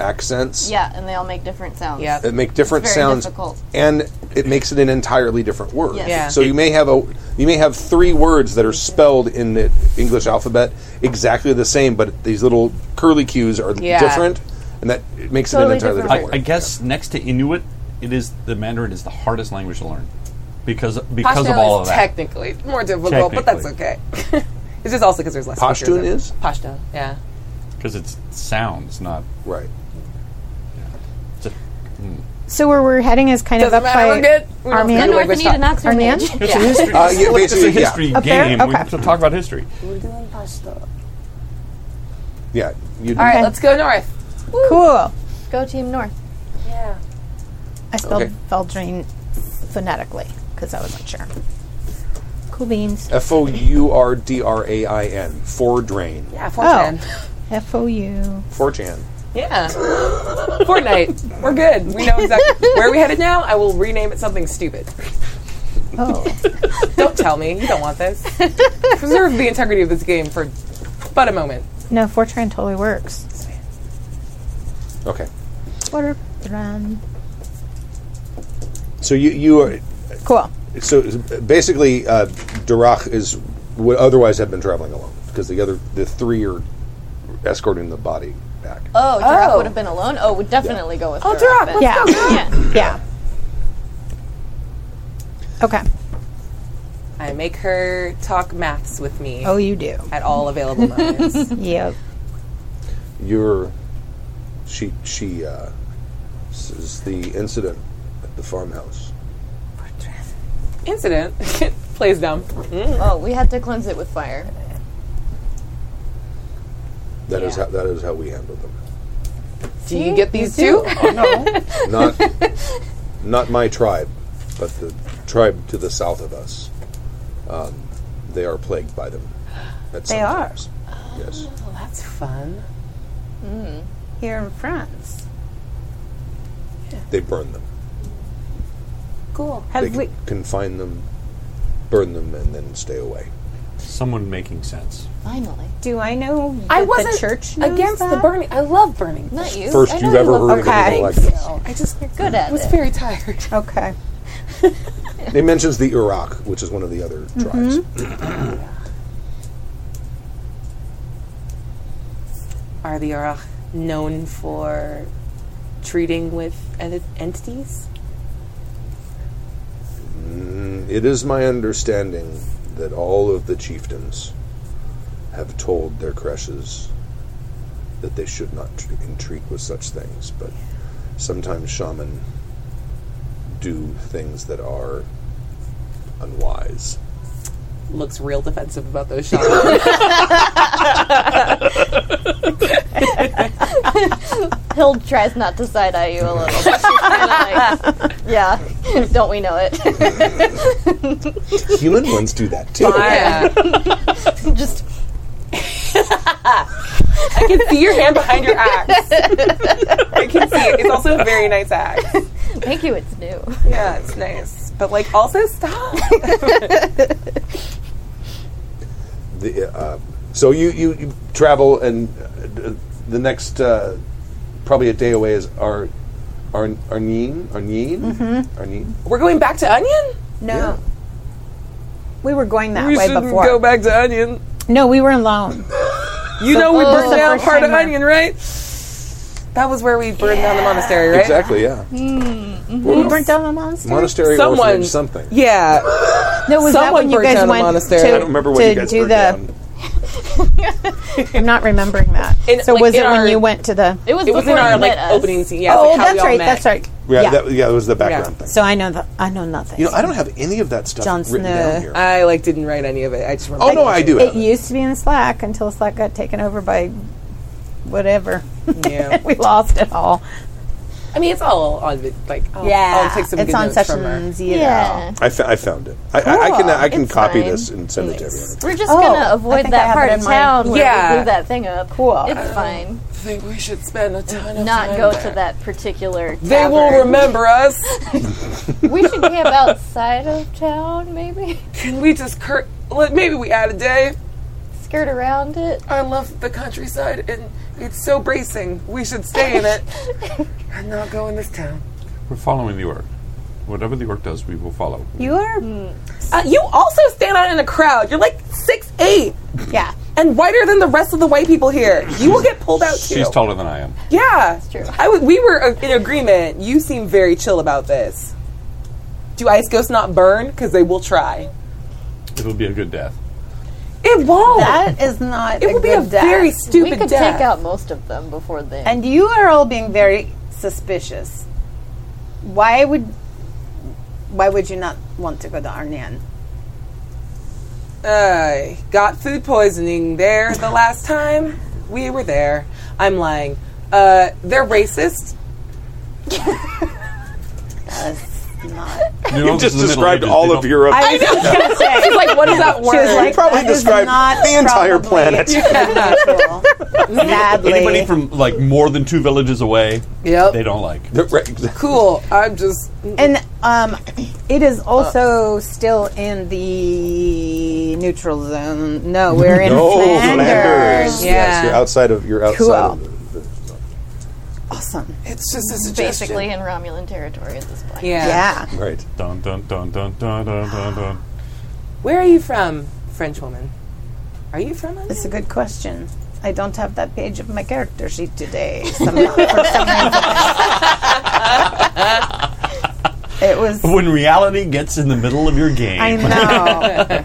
accents
Yeah, and they all make different sounds.
Yeah.
that make different
It's very
sounds,
difficult.
and it makes it an entirely different word.
Yes. Yeah.
So you may have a you may have three words that are spelled in the English alphabet exactly the same, but these little curly cues are
Yeah.
different, and that it makes
Totally
it an entirely
different
different,
I, I guess next to Inuit, it is the Mandarin is the hardest language to learn because because
Pashtun
of all
is
of that.
technically more difficult, but that's okay. (laughs) it's just also because there's less. speakers
Pashtun
of-
is?
Pashtun. Yeah.
Because it's sounds, not
word. Right.
so where we're heading is kind
Doesn't
of up
matter. We're good.
by
We
Armin.
don't speak
North
language
Anita
talk.
and Oxford
Armin?
Mansion.
It's
Yeah.
a history, uh, yeah,
It's a
basically, yeah.
history
Up there?
game. We
Okay.
have to talk about history.
We're doing pasta.
Yeah. You
All right, let's go north.
Cool.
Go Team North.
Yeah.
I spelled
Okay.
Veldrain phonetically because I wasn't sure. Cool beans.
F O U R D R A I N. Four drain.
Yeah,
Oh.
410.
F O U.
Four chan.
Yeah. Fortnite. We're good. We know
(laughs)
exactly where we headed now. I will rename it something stupid.
Oh.
Don't tell me. You don't
(laughs)
want this. Preserve the integrity of this game for but a moment.
No, Fortran totally works.
Okay.
Fortran.
So you you are
Cool.
so basically uh, Durach is would otherwise have been traveling alone because the other the three are escorting the body back.
Oh, Durak
Oh.
would have been alone. Oh, would definitely go with.
Oh, Durak,
(laughs)
then.
Yeah.
yeah.
Yeah. Okay.
I make her talk maths with me.
Oh, you do.
At all available (laughs) moments.
yep.
Your she she uh, says the incident at the farmhouse.
Incident (laughs) plays dumb.
Oh, we had to cleanse it with fire.
That is how that is how we handle them.
Do you get these
You
too?
(laughs)
Not not my tribe, but the tribe to the south of us. Um, they are plagued by them. At
They
some
are.
times. Yes.
Oh, that's fun.
Mm. Here in France.
They burn them.
Cool.
they
Have
can
we?
confine them, burn them, and then stay away.
Someone making sense.
Finally.
Do I know? That
I
the
wasn't
church knows
against
that?
the burning. I love burning.
Not you.
First
I know
you've
you
ever
love
heard of
burning
anything like
things,
this.
though.
I just
You're good at
was
it.
very tired. (laughs)
Okay.
It mentions the Iraq, which is one of the other
Mm-hmm.
tribes.
Are the Arach known for treating with en- entities?
Mm, It is my understanding that all of the chieftains have told their creches that they should not tr- entreat with such things, but sometimes shaman do things that are
(laughs)
unwise.
Looks real defensive about those shots.
Hill tries not to side eye you a (laughs) little. But she's kinda like, yeah, (laughs) don't we know it?
Human ones do that too.
(laughs) Just
I can see your hand behind (laughs) your axe. I can see it. It's also a very nice axe.
thank you. It's new.
Yeah, it's nice. But like, also stop.
The, uh, so you, you, you travel, and uh, the next uh, probably a day away is Ar, Ar, Arneen? Arneen? Arneen?
We're going back to Onion?
No. We were going that
we
way
shouldn't
before.
go back to Onion.
No, we were alone.
You
So-
know we
Oh.
burned
The
down
first
part of
time we're-
Onion, right?
That was where we burned down the monastery, right?
Exactly, yeah.
We burnt down the monastery.
Monastery,
Someone-
orphanage, something.
Yeah.
No, was
Someone
that when you
burnt
guys
down a
went
monastery.
to,
I don't remember what
to
you guys
do
burnt
the? I'm not remembering that.
(laughs) In-
so
like,
was
in
it when
our-
you went to the?
It was,
It was in
before
our
you
like
met us.
opening scene. Yeah,
oh,
like, how
that's
we all
right.
met.
That's right.
Yeah, That, yeah, that was the background thing.
So I know the I know nothing.
You know, I don't have any of that stuff
Jon
written down
Snow.
here.
I like didn't write any of it. I just remember.
Oh, no, I do
It
have it.
used to be in Slack until Slack got taken over by whatever. (laughs)
Yeah.
we lost it all.
I mean, it's all on the, like, I'll,
yeah,
I'll take some
it's
good
on
notes from her.
sessions. You know.
I, fa- I found it. I, I, I can
Cool.
I can
It's
copy
fine.
this and send it to everyone.
We're just
Oh,
gonna
I
avoid
think I
that
have
part
it
of
in mind.
town where
Yeah.
we blew that thing up.
Cool.
It's fine.
I think we should spend a ton of
Not
time
go
there.
to that particular.
They will
tavern.
remember us.
We should camp outside of town, maybe. (laughs)
Can we just cur- like, maybe we add a day?
Skirt around it.
I love the countryside and it's so bracing. We should stay in it and not go in this town.
We're following the orc. Whatever the orc does, we will follow.
You are,
Uh, you also stand out in a crowd. You're like six eight
yeah.
and whiter than the rest of the white people here. You will get pulled out too.
She's taller than I am.
Yeah, that's
true.
I w- we were uh, in agreement. You seem very chill about this. Do ice ghosts not burn? Because they will try.
It'll be a good death.
It won't.
That is not.
it will be a
good death.
very
We
stupid
could
death.
take out most of them before they.
And you are all being very suspicious. Why would? Why would you not want to go to Arnian?
I got food poisoning there the last time we were there. I'm lying. Uh, they're racist.
You
just described all of Europe.
I was just gonna say.
She's like, what does that
She was
word?
like,
probably
that is
described
not
the entire
probably (laughs)
planet.
unusual. Sadly,
Anybody from like more than two villages away,
Yep.
they don't like.
(laughs)
cool.
Uh,
I'm just.
and um, it is also still in the neutral zone. No, we're in
no,
Flanders.
Oh, Flanders. Yes, you're outside of you're outside
Cool.
of the, the
Awesome.
It's just a suggestion.
basically in Romulan territory at this point.
Yeah.
Yeah.
Right.
Dun dun dun dun dun dun dun dun.
Where are you from, French woman? Are you from? Onion?
That's a good question. I don't have that page of my character sheet today. Somehow, for some reason.
(laughs)
It was.
when reality gets in the middle of your game.
I
(laughs)
know.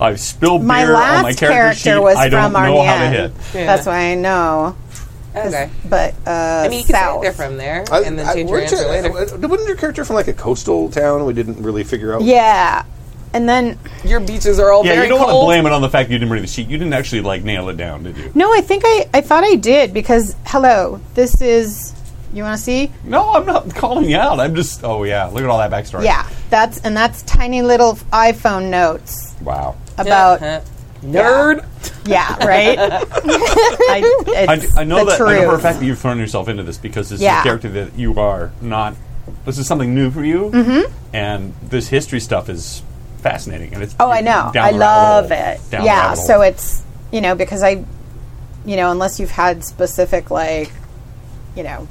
I spilled beer
my
on my
last
character,
character,
sheet.
was
I don't
from
know
Arnian.
how to hit.
That's why I know. 'Cause-
Okay.
But uh,
I mean, you can say
south.
they're from there
I-
and
I-
then change your
weren't
answer
you-
later.
uh, Wasn't your character from like a coastal town? We didn't really figure out.
yeah, and then
your beaches are all
Yeah,
very
you don't want to
cold.
blame it on the fact you didn't read the sheet. You didn't actually like nail it down, did you?
No, I think I, I thought I did because hello, this is you want to see?
No, I'm not calling you out. I'm just. Oh yeah, look at all that backstory.
Yeah, that's and that's tiny little iPhone notes
Wow.
about
Uh-huh.
nerd.
Yeah,
(laughs)
right. (laughs) I,
I,
it's
I know
the
that I know for a
truth.
fact that you've thrown yourself into this because this is
Yeah.
a character that you are not. This is something new for you,
Mhm.
and this history stuff is fascinating. And it's
Oh, I know.
down
I
the rabbit
love
hole.
it.
Down the
yeah.
rabbit hole.
So it's you know because I, you know, unless you've had specific like, you know,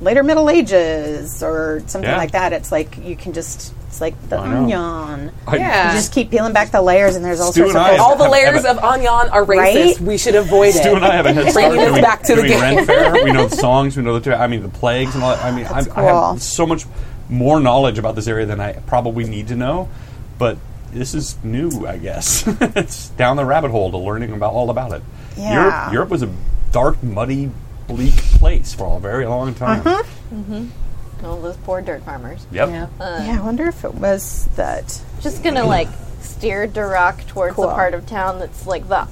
later Middle Ages or something
Yeah.
like that, it's like you can just it's like the
I know.
onion.
I-
Yeah.
You just keep peeling back the layers, and there's all
Stu
sorts
and
of cool-
I have-
All the
have-
layers
have
of Onion are racist.
Right?
We should avoid it.
Stu and I have a head start
Bringing us
doing,
back to the
doing
game.
Ren (laughs) Fair. We know the songs. We know the. I mean, the plagues and all. that. I mean, I, I
cool.
have so much more knowledge about this area than I probably need to know, but this is new. I guess (laughs) it's down the rabbit hole to learning about all about it.
Yeah.
Europe, Europe was a dark, muddy, bleak place for a very long time.
Mm-hmm. All those poor dirt farmers.
Yep.
Yeah. Uh,
yeah, I wonder if it was that.
Just gonna like steer Duroc towards
Cool.
the part of town that's like the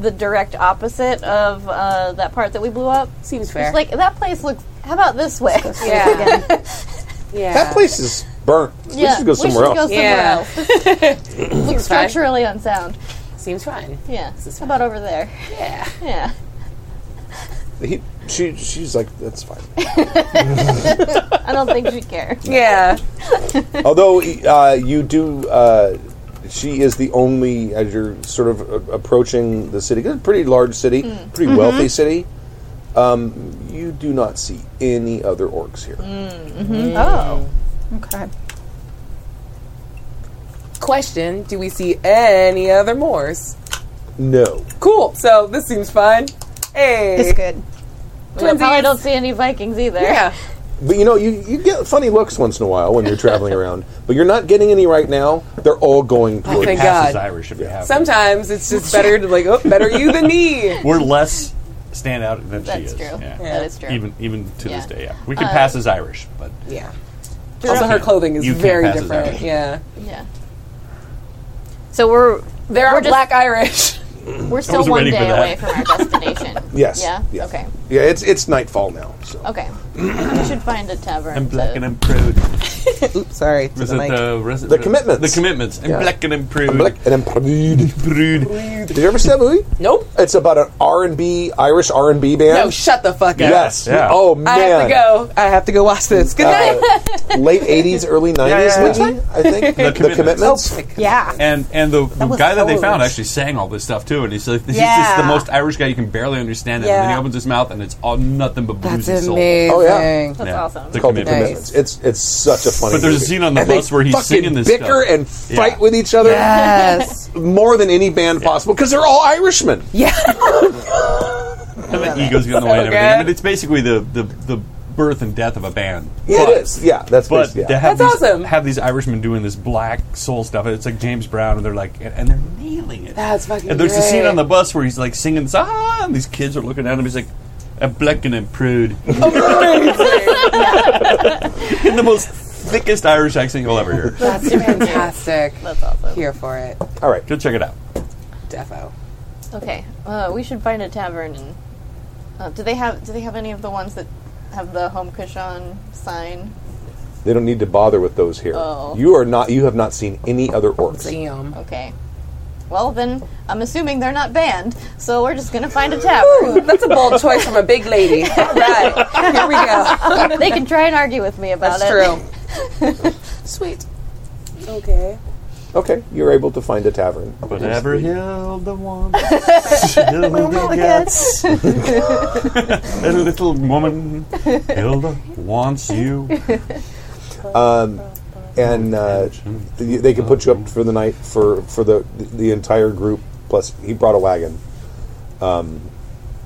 the direct opposite of uh, that part that we blew up.
(laughs) Seems
Just
fair.
like that place looks. How about this way?
Yeah. (laughs) yeah.
That place is burnt.
Yeah,
we should go somewhere
go
else.
somewhere
Yeah.
(laughs) else. This looks
fine.
structurally unsound.
Seems fine.
Yeah. How about over there? Yeah. Yeah.
He, she, she's like, that's fine. (laughs)
I don't think she'd (laughs) care.
Yeah.
Although uh, you do, uh, she is the only as you're sort of a- approaching the city. 'cause It's a pretty large city,
Mm.
pretty
Mhm.
wealthy city. Um, you do not see any other orcs here.
Mm.
Oh. Okay.
Question: Do we see any other Moors?
No.
Cool. So this seems fine. Hey,
it's good.
We probably don't see any Vikings either. Yeah.
But you know, you, you get funny looks once in a while when you're traveling around. But you're not getting any right now. They're all going
Oh,
towards.
thank God. Sometimes it's just better to like, oh, better you than (laughs) me.
We're less standout than she
That's
is.
true.
Yeah.
That is true.
Even even to this day, yeah. We can
Uh,
pass as Irish, but
Yeah.
You
Also, her
can't-
clothing is
you can't
very
pass as
different.
Irish.
Yeah.
Yeah. So we're
there
we're
are
just-
black Irish. (laughs)
We're still
was
one
waiting for
day
that.
away from our destination.
(laughs)
Yes.
Yeah?
Yeah.
Okay.
Yeah, it's it's nightfall now. So.
Okay. we should find a tavern.
I'm black and I'm proud.
Oops, sorry.
Was it the, res-
The commitments.
The commitments. I'm
Yeah.
black and I'm proud.
Black and Prude.
Prude.
Did you ever see that movie?
Nope.
It's about an R and B Irish R and B band.
No, shut the fuck up.
Yes.
Yeah. Uh,
Oh man.
I have to go. I have to go watch this. Good (laughs) night.
Late '80s, early '90s
yeah, yeah.
movie. I think
The Commitments.
Oh,
Yeah.
And and the, the
was
guy that they
Polish.
found actually sang all this stuff too, and he's like, "This is just
Yeah.
the most Irish guy you can barely understand." It. And then
Yeah.
he opens his mouth, and it's all nothing but booze and
That's
soul.
amazing. Oh, yeah. That's
Yeah.
awesome.
The
called The Commitments.
commitments.
It's it's such a funny.
But there's a
movie.
scene on the
And
bus
they
where he's
fucking
singing this
bicker
stuff.
and
Yeah.
fight with each other.
Yes.
more than any band possible because they're all Irishmen.
Yeah.
And the egos get in the way and
Okay.
everything. I mean, it's basically the, the, the birth and death of a band.
Yeah, it is. Yeah, that's
but
basically- yeah.
to have
That's
these, awesome. Have these Irishmen doing this black soul stuff. It's like James Brown, and they're like, and, and they're nailing it.
That's fucking.
And there's a scene
great.
on the bus where he's like singing this, ah, and these kids are looking at him. He's like, I'm black and I'm prude. (laughs) in the most thickest Irish accent you'll ever hear.
That's fantastic. That's awesome. Here for it.
All right,
go check it out.
Defo.
Okay. Uh, we should find a tavern and uh, do they have do they have any of the ones that have the home cushion sign?
They don't need to bother with those here.
Oh.
You are not. You have not seen any other orcs.
Okay. Well then I'm assuming they're not banned, so we're just gonna find a tavern.
That's a bold choice from a big (laughs) lady. All right. Here we go.
they can try and argue with me about
That's
it.
true. Sweet. Okay.
Okay, you're able to find a tavern.
Whatever hill the one
Mama
gets. (laughs) a little woman, Hilda, wants you.
um, and uh, th- they can put you up for the night for for the the entire group. Plus, he brought a wagon, um,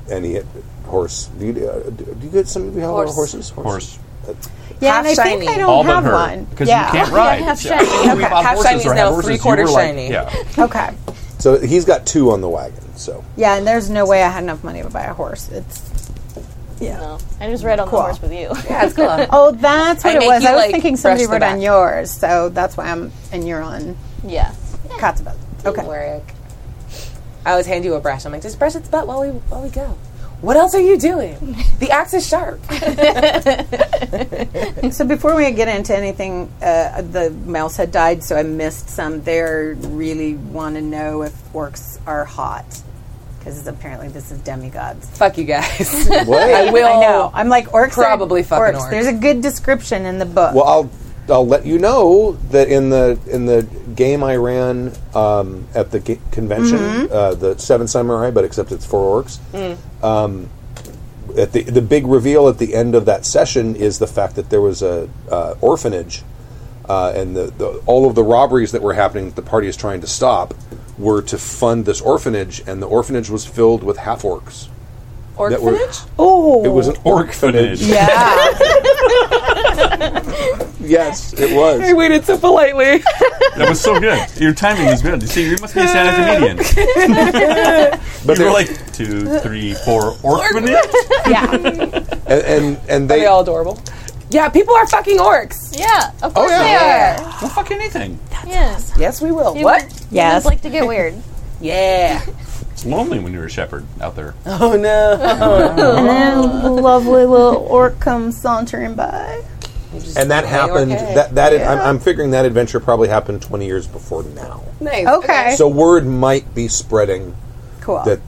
and he had horse. Do you, uh, do you get some? Do you have a lot of
Horse.
horses?
Horse.
Yeah, and I think I don't
All but
have
her,
one.
'cause you
yeah.
can't ride. Yeah, half Yeah. shiny. We
Okay.
bought Half horses shiny is or had now horses, three-quarter you were like- shiny. yeah.
(laughs) Okay.
So he's got two on the wagon. So
Yeah, and there's no way I had enough money to buy a horse. It's yeah.
I just read on
Cool.
the horse with you. (laughs)
oh, that's what
I
it
make
was.
you,
I was
like,
thinking
brush
somebody
the
wrote on
back.
yours, so that's why I'm and you're on
yeah.
Kotzebue.
Okay. I always hand you a brush. I'm like, just brush its butt while we while we go. What else are you doing? The axe is sharp.
so before we get into anything, uh, the mouse had died, so I missed some. They really want to know if orcs are hot because apparently this is demigods.
Fuck you guys.
I will
know. I'm like orcs. are
probably fucking orcs.
There's a good description in the book.
well, I'll I'll let you know that in the in the game I ran um, at the g- convention,
Mhm.
uh, the Seven Samurai, but except it's four orcs.
Mm.
Um, at the the big reveal at the end of that session is the fact that there was a uh, orphanage, uh, and the, the all of the robberies that were happening that the party is trying to stop were to fund this orphanage, and the orphanage was filled with half orcs. That were-
Orphanage?
Oh,
It was an orphanage. (laughs)
Yeah.
yes, it was. I
waited so (laughs) politely.
That was so good. Your timing was good. You see, you must be a stand-up
(laughs)
comedian.
But
you were like two, three, four orphanage.
and and, and they
all adorable. Yeah, people are fucking orcs.
Oh, Yeah, of course they are.
Well, fuck anything.
yeah.
Yes, we will.
You
what?
would- you would like to get weird.
yeah.
It's lonely when you're a shepherd out there.
Oh no.
and then a lovely little orc comes sauntering by.
and that happened.
okay.
That that
eh? Yeah.
I'm, I'm figuring that adventure probably happened 20 years before now.
Nice.
(laughs) Okay.
So word might be spreading
cool.
that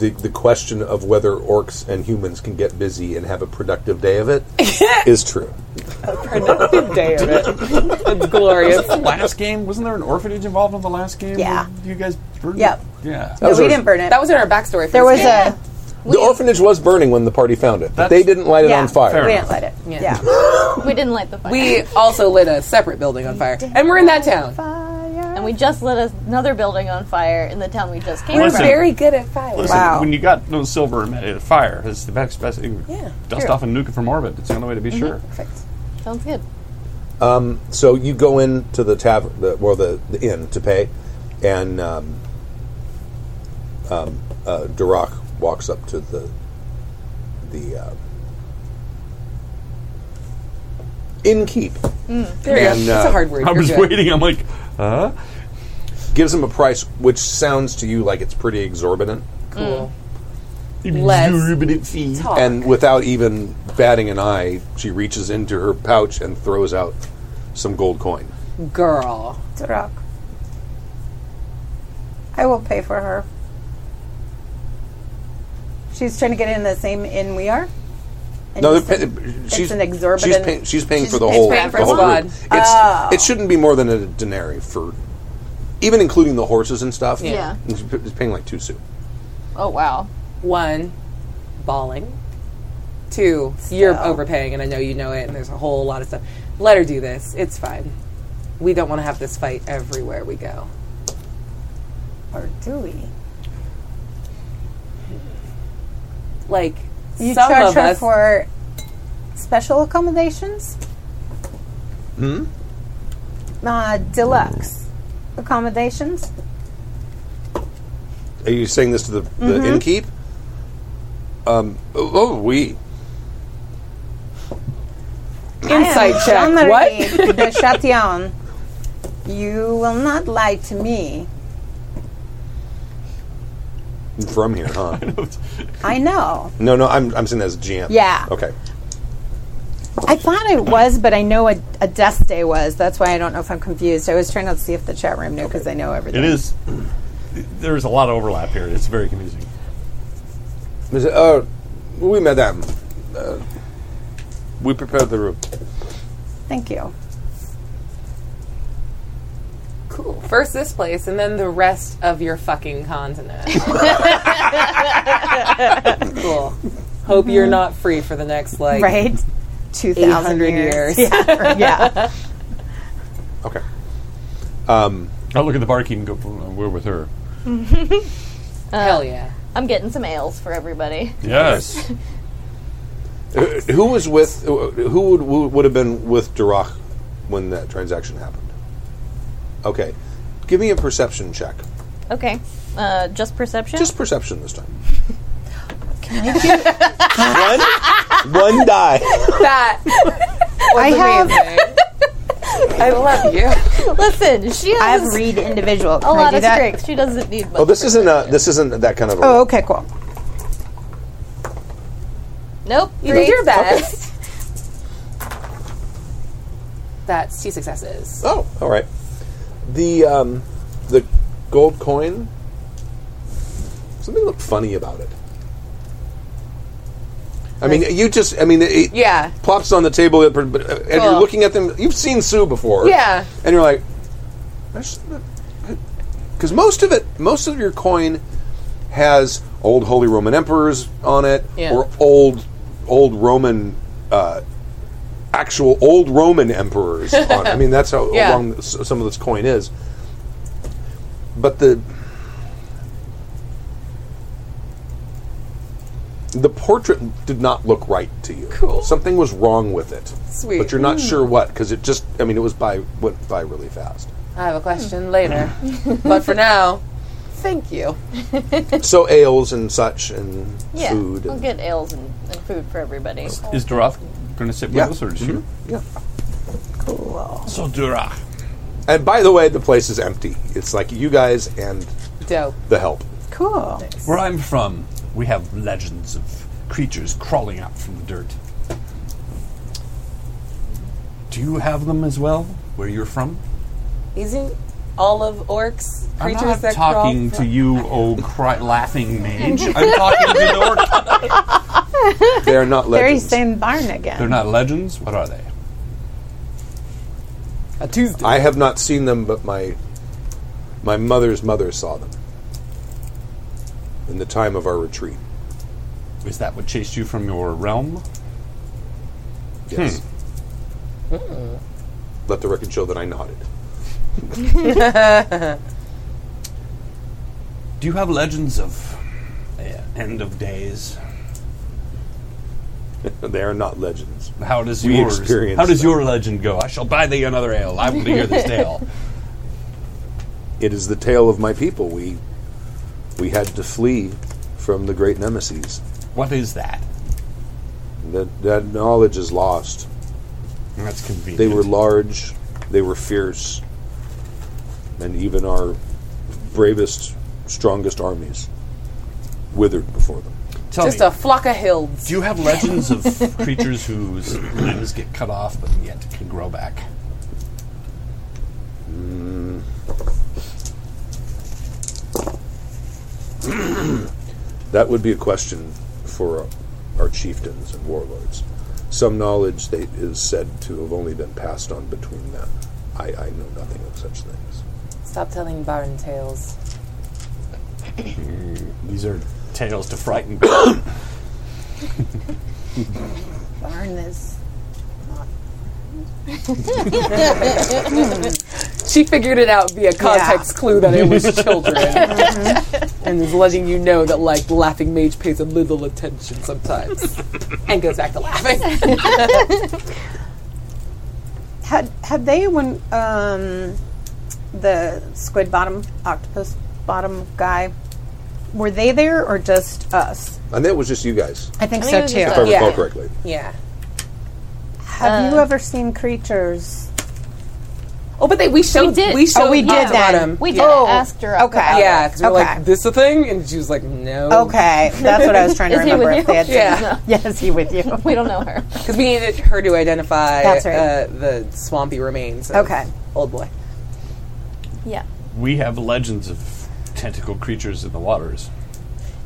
the the question of whether orcs and humans can get busy and have a productive day
(laughs)
of it is true.
productive day
(laughs)
of it. It's glorious.
last game wasn't there an orphanage involved in the last game?
Yeah.
you guys burned
Yep.
it. Yeah,
That was our-
burn it. (laughs) That was in our backstory. for
There
this
was
game.
a
The orphanage was burning when the party found it, but they didn't light it on fire.
We didn't let it. Yeah.
We didn't light the fire.
We also lit a separate building on fire, and we're in that town.
and we just lit another building on fire in the town we just came
We're
from.
very good at fire.
Listen, when you got no silver and a fire, it's the best. best
Yeah,
dust
true.
off and nuke it from orbit. It's the only way to be sure. (laughs)
Perfect.
Sounds good.
Um, so you go into the tavern, the, well, the, the inn to pay, and um, um, uh, Durak walks up to the the uh, innkeep.
There you go.
And,
That's
uh,
a hard word.
I
You're
was
good.
waiting.
I'm like, huh?
Gives him a price, which sounds to you like it's pretty exorbitant,
Cool.
Less
Let's talk.
and without even batting an eye, she reaches into her pouch and throws out some gold coin.
girl.
Durak. I will pay for her. She's trying to get in the same inn we are. And
No,
you
they're
said
pay-
it's
she's
an exorbitant.
She's, pay, she's paying
She's
for the
paying
whole.
for
the whole
everyone.
group. It's,
Oh.
It shouldn't be more than a denarii for, even including the horses and stuff.
Yeah. Yeah.
And she's p- she's paying like two sous.
Oh wow.
One, bawling. Two, you're overpaying, and I know you know it, and there's a whole lot of stuff. Let her do this. It's fine. We don't want to have this fight everywhere we go.
Or do we?
Like,
You
some
charge
of
her
us.
for special accommodations?
Hmm.
Uh, deluxe accommodations?
Are you saying this to the, the
Mhm.
innkeep? Um. Oh, oh, we.
Inside check.
Jean-Marie
What?
de Chatillon, you will not lie to me.
From here,
(laughs)
huh?
I know.
no, no. I'm I'm saying that as a GM.
Yeah.
Okay.
I thought it was, but I know a, a death day was. That's why I don't know if I'm confused. I was trying to see if the chat room knew because I know everything.
It is. There's a lot of overlap here. It's very confusing.
They say, Oh, oui, madame. Uh, we prepared the room.
Thank you.
Cool. First this place, and then the rest of your
(laughs)
fucking continent. cool. Hope you're not free for the next like
right? 2,000
800
years. (laughs)
years.
Yeah. yeah.
Okay. Um.
I look at the barkeep and go, "Oh, "We're with her."
Uh,
Hell yeah.
I'm getting some ales for everybody.
Yes.
who was with? Who would, who would have been with Durach when that transaction happened? Okay, give me a perception check.
Okay. Uh, just perception?
Just perception this time. one, one die.
that.
I have-
I love you. (laughs) Listen, she
I
has
have read individual. Can
a
I
lot
do
of
that?
strength. She doesn't need much.
Oh, this isn't a, this isn't that kind of. A
Oh, okay, cool.
Nope.
You did your
Great.
best.
That's two successes.
Oh, all right. The um, the gold coin. Something looked funny about it. I mean, you just. I mean, it
Yeah.
plops on the table, uh, and you're
Cool.
looking at them. You've seen Sue before,
Yeah.
And you're like, because most of it, most of your coin has old Holy Roman emperors on it,
Yeah.
or old old Roman, uh, actual old Roman emperors. on it. I mean, that's how
Yeah.
long s- some of this coin is. But the the portrait did not look right to you. Cool. Something was wrong with it.
Sweet.
But you're not
Mm.
sure what because it just. I mean, it was by went by really fast.
I have a question later. but for now, Hmm. (laughs) thank you.
so ales and such and
Yeah,
food.
we'll
and-
get ales and, and food for everybody.
Is Doroth going to sit with
Yeah.
us, or is
Mhm.
she? Yeah.
Cool.
So Doroth.
And by the way, the place is empty. It's like you guys and
Dope.
the help.
Cool.
Where I'm from, we have legends of creatures crawling out from the dirt. Do you have them as well, where you're from?
Isn't all of orcs creatures
I'm not
that crawl
talking to
from-
you, oh cry-
(laughs)
laughing mage. I'm talking to the orc.
They're not
Very
legends.
same barn again.
They're not legends? What are they?
A Tuesday.
I have not seen them, but my my mother's mother saw them in the time of our retreat.
Is that what chased you from your realm?
Yes. Hmm. Let the record show that I nodded. (laughs)
Do you have legends of eh, end of days?
they are not legends.
How does
We
yours?
experienced
How does
them.
your legend go? I shall buy thee another ale. I want to
(laughs)
hear this tale.
It is the tale of my people. We we had to flee from the great nemesis.
What is that?
That that knowledge is lost.
That's convenient.
They were large, they were fierce, and even our bravest, strongest armies withered before them.
Tell
Just
me,
a flock of hills.
do you have
(laughs)
legends of creatures whose limbs get cut off but yet can grow back?
Mm. that would be a question for our chieftains and warlords. Some knowledge they, is said to have only been passed on between them. I, I know nothing of such things.
Stop telling barn tales.
These are tales to frighten.
Barn is.
she figured it out via context clue that it was (laughs) children. And is letting you know that, like, laughing mage pays a little attention (laughs) sometimes and goes back to laughing.
Had had they when um, the squid bottom octopus bottom guy were they there or just us?
And that was just you guys.
I think I think so, it was too. just
If I recall
us. Oh, Yeah.
correctly.
(laughs) yeah.
Have you ever seen creatures?
Oh, but they we showed
did.
we showed
Oh, we did
Otto
then.
Adam.
We did.
Yeah.
I asked her
Okay.
about it.
yeah, because we were
Okay.
like, "This a thing," and she was like, "No."
Okay, that's what I was trying
(laughs)
to remember. If they had (laughs)
yeah,
yeah. Is he with you?
(laughs)
We don't know her.
because we needed her to identify
That's right.
uh, the swampy remains. Of
Okay.
old boy.
Yeah.
We have legends of tentacle creatures in the waters.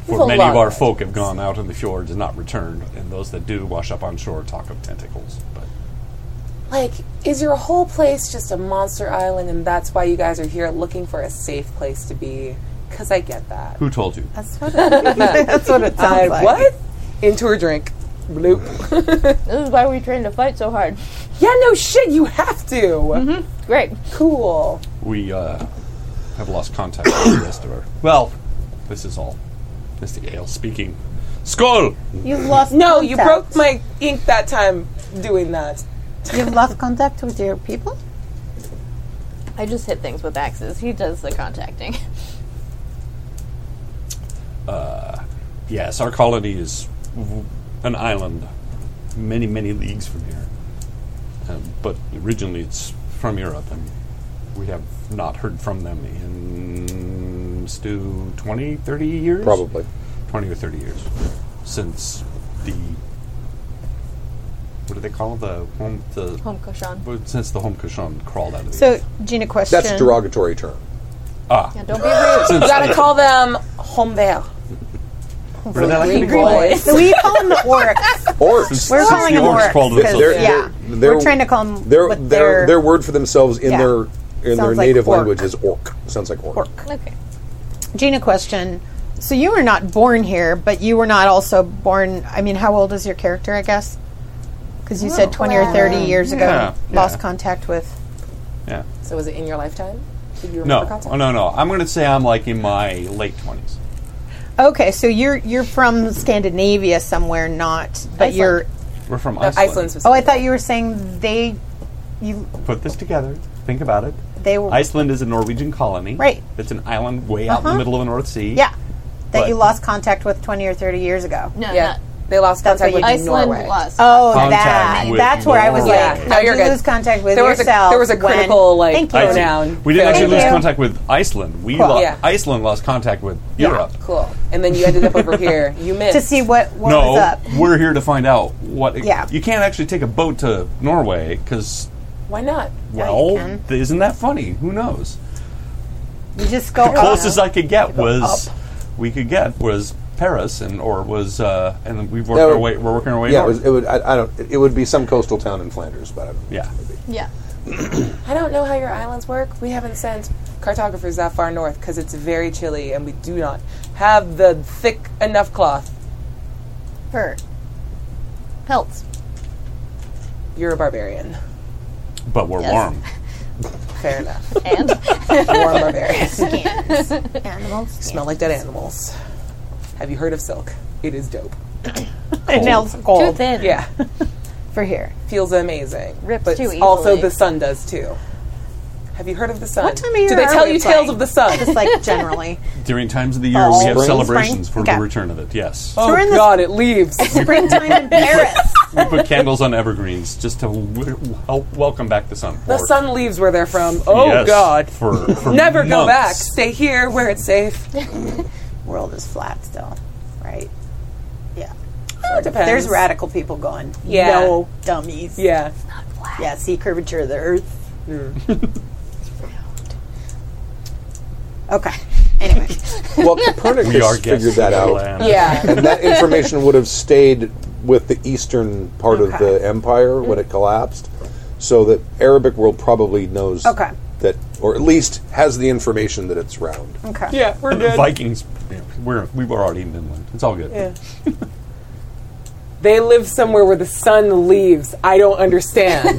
There's
For
a
many
lot
of our
of
folk have gone out in the fjords and not returned, and those that do wash up on shore talk of tentacles. But
Like, is your whole place just a monster island, and that's why you guys are here looking for a safe place to be? Because I get that.
who told you?
That's what it, (laughs) that's what it sounds
I-
like.
What? Into her drink. Bloop.
This is why we trained to fight so hard.
yeah, no shit. You have to.
Mm-hmm.
Great.
Cool.
We uh,
(coughs)
have lost contact with the rest of our. Well, this is all. Mystic Ale speaking.
Skull.
You've lost.
No,
contact.
you broke my ink that time doing that.
(laughs)
You've lost contact with your people.
I just hit things with axes. He does the contacting.
Uh, yes, our colony is w- an island, many many leagues from here. Um, but originally, it's from Europe, and we have not heard from them in still 20, 30 years,
Probably.
twenty or thirty years since the what do they call the home the
(laughs) Home Koshan.
well, since the home Koshan crawled out of the
So,
earth.
Gina, question.
That's a
(laughs)
derogatory term.
ah
Yeah, don't be rude.
You
Since
gotta
then.
call them Homber.
Or they like to be
Green
called-
boys.
we call them the orcs.
Orcs.
We're
Since
calling
the
them
orcs
orcs.
called
'cause,
themselves. They're-
yeah,
they're- they're-
we're trying to call them.
Their,
but
their
they're-
their word for themselves in
Yeah.
their in their
Sounds like
native
orc.
language is orc. Sounds like orc.
Okay.
Gina question. So you were not born here, but you were not also born. I mean, how old is your character? I guess because you
Oh,
said twenty or thirty years ago
Yeah,
lost
yeah.
contact with.
yeah
So was it in your lifetime? Did you remember
no
contact?
oh, no no I'm gonna say I'm like in my late twenties
Okay, so you're you're from Scandinavia somewhere, not but
Iceland.
you're.
we're from
No,
Iceland
Iceland
Oh, I
specifically.
thought you were saying they, you
put this together think about it
they were
Iceland is a Norwegian colony
Right.
it's an island way out in
Uh-huh.
the middle of the North Sea
yeah that
But-
you lost contact with twenty or thirty years ago.
No,
Yeah, they lost
That's
contact
what
with
not Iceland
Norway.
lost.
Oh,
Contact
that
with
that's where I was
Norway.
like,
Yeah.
how
No,
did
you're
you
good.
lose contact with
There was a-
yourself.
there was a
when-
critical, like,
thank
I
you.
Oh,
see.
pronoun.
we didn't
Fair.
actually
Thank
lose
you.
contact with Iceland we
Cool.
lo-
Yeah.
Iceland lost contact with Europe
Cool. And then you ended up
(laughs)
over here. You missed.
to see what, what
no,
was up.
we're here to find out what.
Yeah.
you can't actually take a boat to Norway because,
Why not?
well,
can.
th- isn't that funny? Who knows?
You just go oh,
the closest
up.
I could get was we could get was Paris, and or was uh, and then we've worked
That
our
would-
way. We're working our way.
Yeah, it,
north.
was, it would. I, I don't. It would be some coastal town in Flanders, but
(laughs)
I don't
yeah.
Yeah.
I don't know how your islands work. We haven't sent.
Cartographers that far north because it's very chilly and we do not have the thick enough cloth.
Her. Pelts.
You're a barbarian.
but we're
Yes.
warm.
Fair
(laughs)
enough.
And
Warm barbarians.
(laughs)
Animals.
Smell like dead animals. Have you heard of silk? It is dope.
And now it's
too
gold
thin.
Yeah.
for here.
Feels amazing.
Rips
but
too
also
easily.
the sun does too. Have you heard of the sun?
What time of year
Do they
are
tell
we
you
playing?
tales of the sun?
Just
(laughs)
like generally.
During times
(laughs)
of the year,
Fall,
we have
spring,
celebrations
spring.
for
Okay.
the return of it. Yes,
(laughs) oh
we're in the-
god, it leaves.
Springtime in Paris.
we put candles on evergreens just to w- w- help welcome back the sun.
the
for-
sun leaves where they're from. Oh
yes,
god.
for, for
(laughs) Never
months.
go back. Stay here where it's safe.
World is flat still, right? Yeah.
It depends.
There's radical people going.
Yeah.
No dummies.
Yeah.
Yeah. See curvature of the earth. Hmm.
(laughs)
Okay. Anyway,
Well, Copernicus
We are
figured
guests.
that out,
Land.
Yeah.
and
(laughs)
that information would have stayed with the eastern part of
Okay. Mm-hmm.
the empire when it collapsed. So that Arabic world probably knows
Okay.
that, or at least has the information that it's round.
okay.
Yeah, we're good.
Vikings. yeah, We're we were already in Finland. It's all good.
Yeah. They live somewhere where the sun leaves. I don't understand.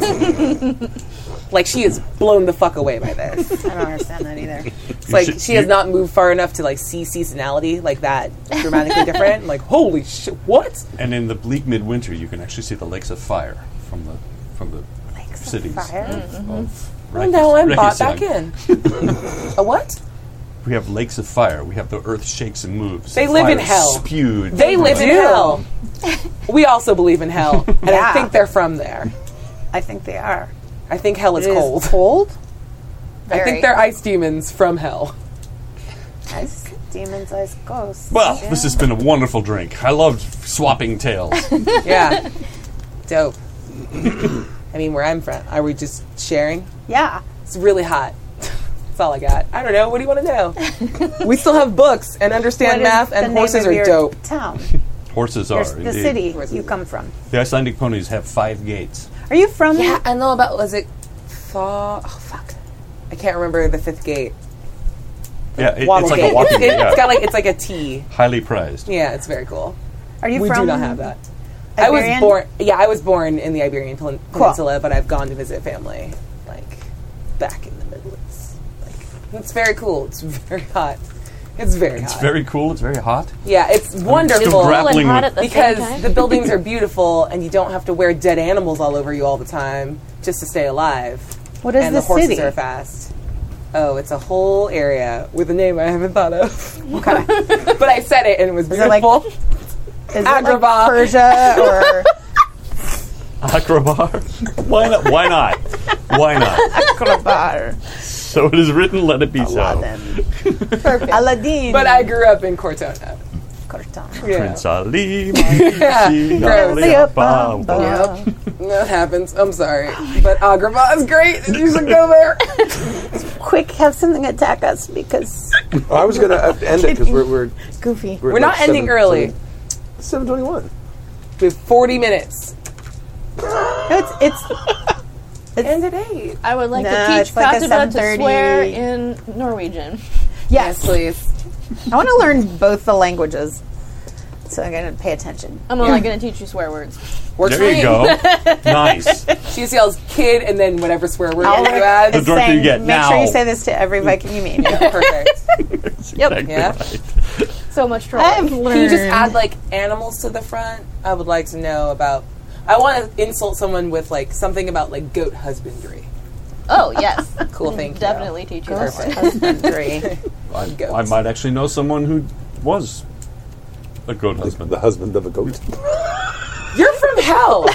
like she is blown the fuck away by this.
I don't understand that either.
It's like
should-
she has
you-
not moved far enough to like see seasonality like that dramatically different. Like holy shit, what?
And in the bleak midwinter, you can actually see the lakes of fire from the from the cities.
fire?
Of, of
Mm-hmm.
Oh, no, I'm
Reykjavik.
bought back in. A what?
We have lakes of fire. We have the earth shakes and moves.
They
The
live in
fire
hell.
Spewed.
They
from
live
the-
in hell. We also believe in hell, and I
Yeah.
think they're from there.
I think they are.
I think hell is
It is
cold.
Cold.
(laughs) I think they're ice demons from hell.
Ice demons, ice ghosts.
Well,
Yeah.
this has been a wonderful drink. I loved swapping
(laughs)
tales.
Yeah, dope. I mean, where I'm from, are we just sharing?
yeah.
It's really hot. That's all I got. I don't know. What do you want (laughs) to know? we still have books and
What
understand
is
math,
the
and
name
horses
of
are
your
dope. (laughs)
Town,
Horses
Your-
are
the
indeed.
city you come from.
The Icelandic ponies have five gates.
Are you from?
Yeah, I know about was it Thaw? Oh fuck, I can't remember the fifth gate.
Yeah, it-
Waddle
it's like
gate.
a
(laughs)
(laughs)
walking.
It- It's
yeah.
got like it's like a T.
Highly prized.
Yeah, it's very cool.
Are you
we
from?
do not have that. I was
Iberian?
born. Yeah, I was born in the Iberian Pen- Peninsula, but I've gone to visit family, like back in the Midlands. Like it's very cool. It's very hot.
It's very
It's
hot.
very cool. It's very hot. (laughs)
Yeah, it's
I'm
wonderful
Still grappling with
because the buildings are beautiful and you don't have to wear dead animals all over you all the time just to stay alive.
What is
and
the
the horses
city?
are fast. Oh, it's a whole area with a name I haven't thought of.
(laughs)
but I said it and it was
it like-
beautiful.
Is it like
(laughs)
Agrabah.
Persia or
Akrabar. why not? Why not? Why not?
Akrabar?
So it is written. Let it be
(laughs)
so.
Aladdin.
But I grew up in Cortona.
Cortana.
Yeah.
Prince Ali.
Yeah.
Mali,
Gross.
Ali, Abba, Abba.
Yep. That happens. I'm sorry. But Agrabah is great. You should go there.
Quick, have something attack us because
I was gonna uh, end
(laughs)
it because we're, we're
goofy.
we're,
We're not
like
ending early.
Seven twenty-one.
We have 40 minutes.
It's it's
(laughs) End at 8.
I would like
Nah,
to
it's
teach
like a
Fatima to
7:30.
swear in Norwegian.
yes.
please.
I want to learn both the languages, so I'm gonna pay attention.
I'm only going to teach you swear words.
Works
There
for me.
you go. (laughs) nice.
She just yells kid and then whatever swear word
I'll
you
work-
add.
(laughs) The drunker you get
make
now.
sure you say this to every Viking
(laughs)
you meet.
Yeah, perfect.
Yep.
Exactly
Yeah.
right.
So much trouble.
I've learned.
Can you just add like animals to the front? I would like to know about. I want to insult someone with like something about like goat husbandry.
Oh, yes.
Cool, (laughs) thank you.
Definitely teach you that
Perfect.
one.
husbandry?
I,
Goat.
I might actually know someone who was a good husband.
The husband of a goat.
You're from (laughs) hell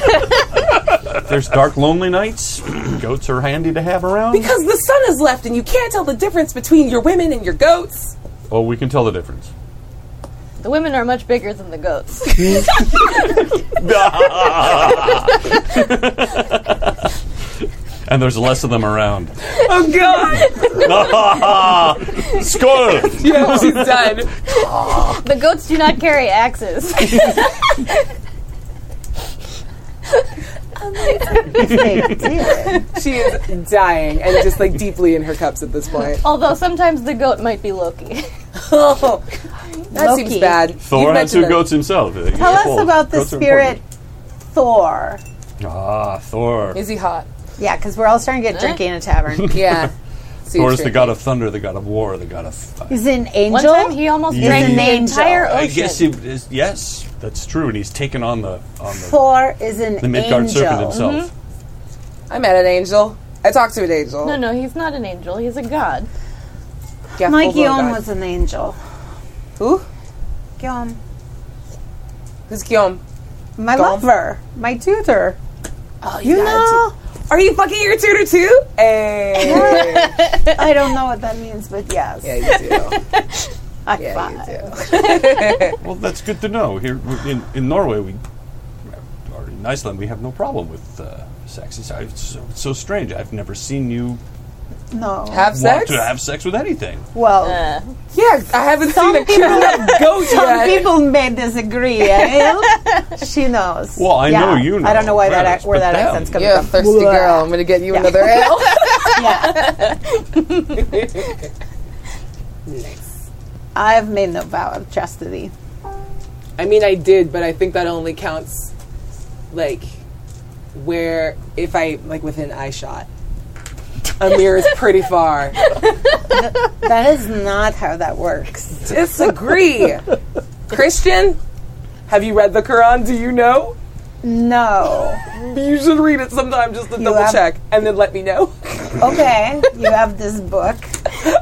There's dark, lonely nights. (clears throat) Goats are handy to have around.
because the sun is left and you can't tell the difference between your women and your goats. (laughs)
oh, we can tell the difference.
The women are much bigger than the goats.
And there's less of them
(laughs)
around.
Oh God!
(laughs) Skull!
yeah, she's done.
the goats do not carry
(laughs)
axes.
She is dying and just like deeply in her cups at
(laughs)
this point.
Although sometimes the goat might be Loki.
Oh, that seems bad.
Thor
You've
had two
mentioned that.
goats himself.
Tell us about the spirit Thor.
Ah, Thor.
Is he hot?
Yeah, because we're all starting to get drinky in a
(laughs)
tavern.
Yeah.
Thor is the god of thunder, the god of war, the god of. fire.
He's an
One
angel.
time he almost
Yeah.
drank
He's an
the
angel.
entire ocean.
I guess he is. Yes, that's true, and he's taken on the on the,
Thor is an
the Midgard
angel. Mm-hmm.
serpent himself.
I met an angel. I talked to an angel.
no, no, he's not an angel. He's a god.
Yeah,
Mike
full-blown
Guillaume
god.
was an angel.
Who?
Guillaume,
Who's Guillaume?
my
Guillaume?
lover, my tutor.
Oh,
You know,
Are you fucking your tutor too? Hey.
I don't know what that means, but yes,
yeah, you do.
I
Yeah, you do.
Well, that's good to know. Here we- in, in Norway, we or in Iceland, we have no problem with uh, sex. It's, it's so, it's so strange. I've never seen you
no.
Have
want
sex?
to have sex with anything.
well,
Uh,
Yeah, I haven't seen a cute (laughs) enough goat
some
yet.
people may disagree.
(laughs)
Ariel. she knows.
Well, I know you know,
I don't know why that
yes,
ac- where
but
that
them.
accent's coming
You're a
from.
thirsty girl. I'm gonna get you another
(laughs)
ale.
I've made no vow of chastity.
I mean, I did, but I think that only counts, like, where if I like within eye shot. A mirror is pretty
(laughs)
far.
That is not how that works.
Disagree, Christian. Have you read the Quran? Do you know?
No.
You should read it sometime just to double
have-
check, and then let me know.
Okay, you have this book.
(laughs)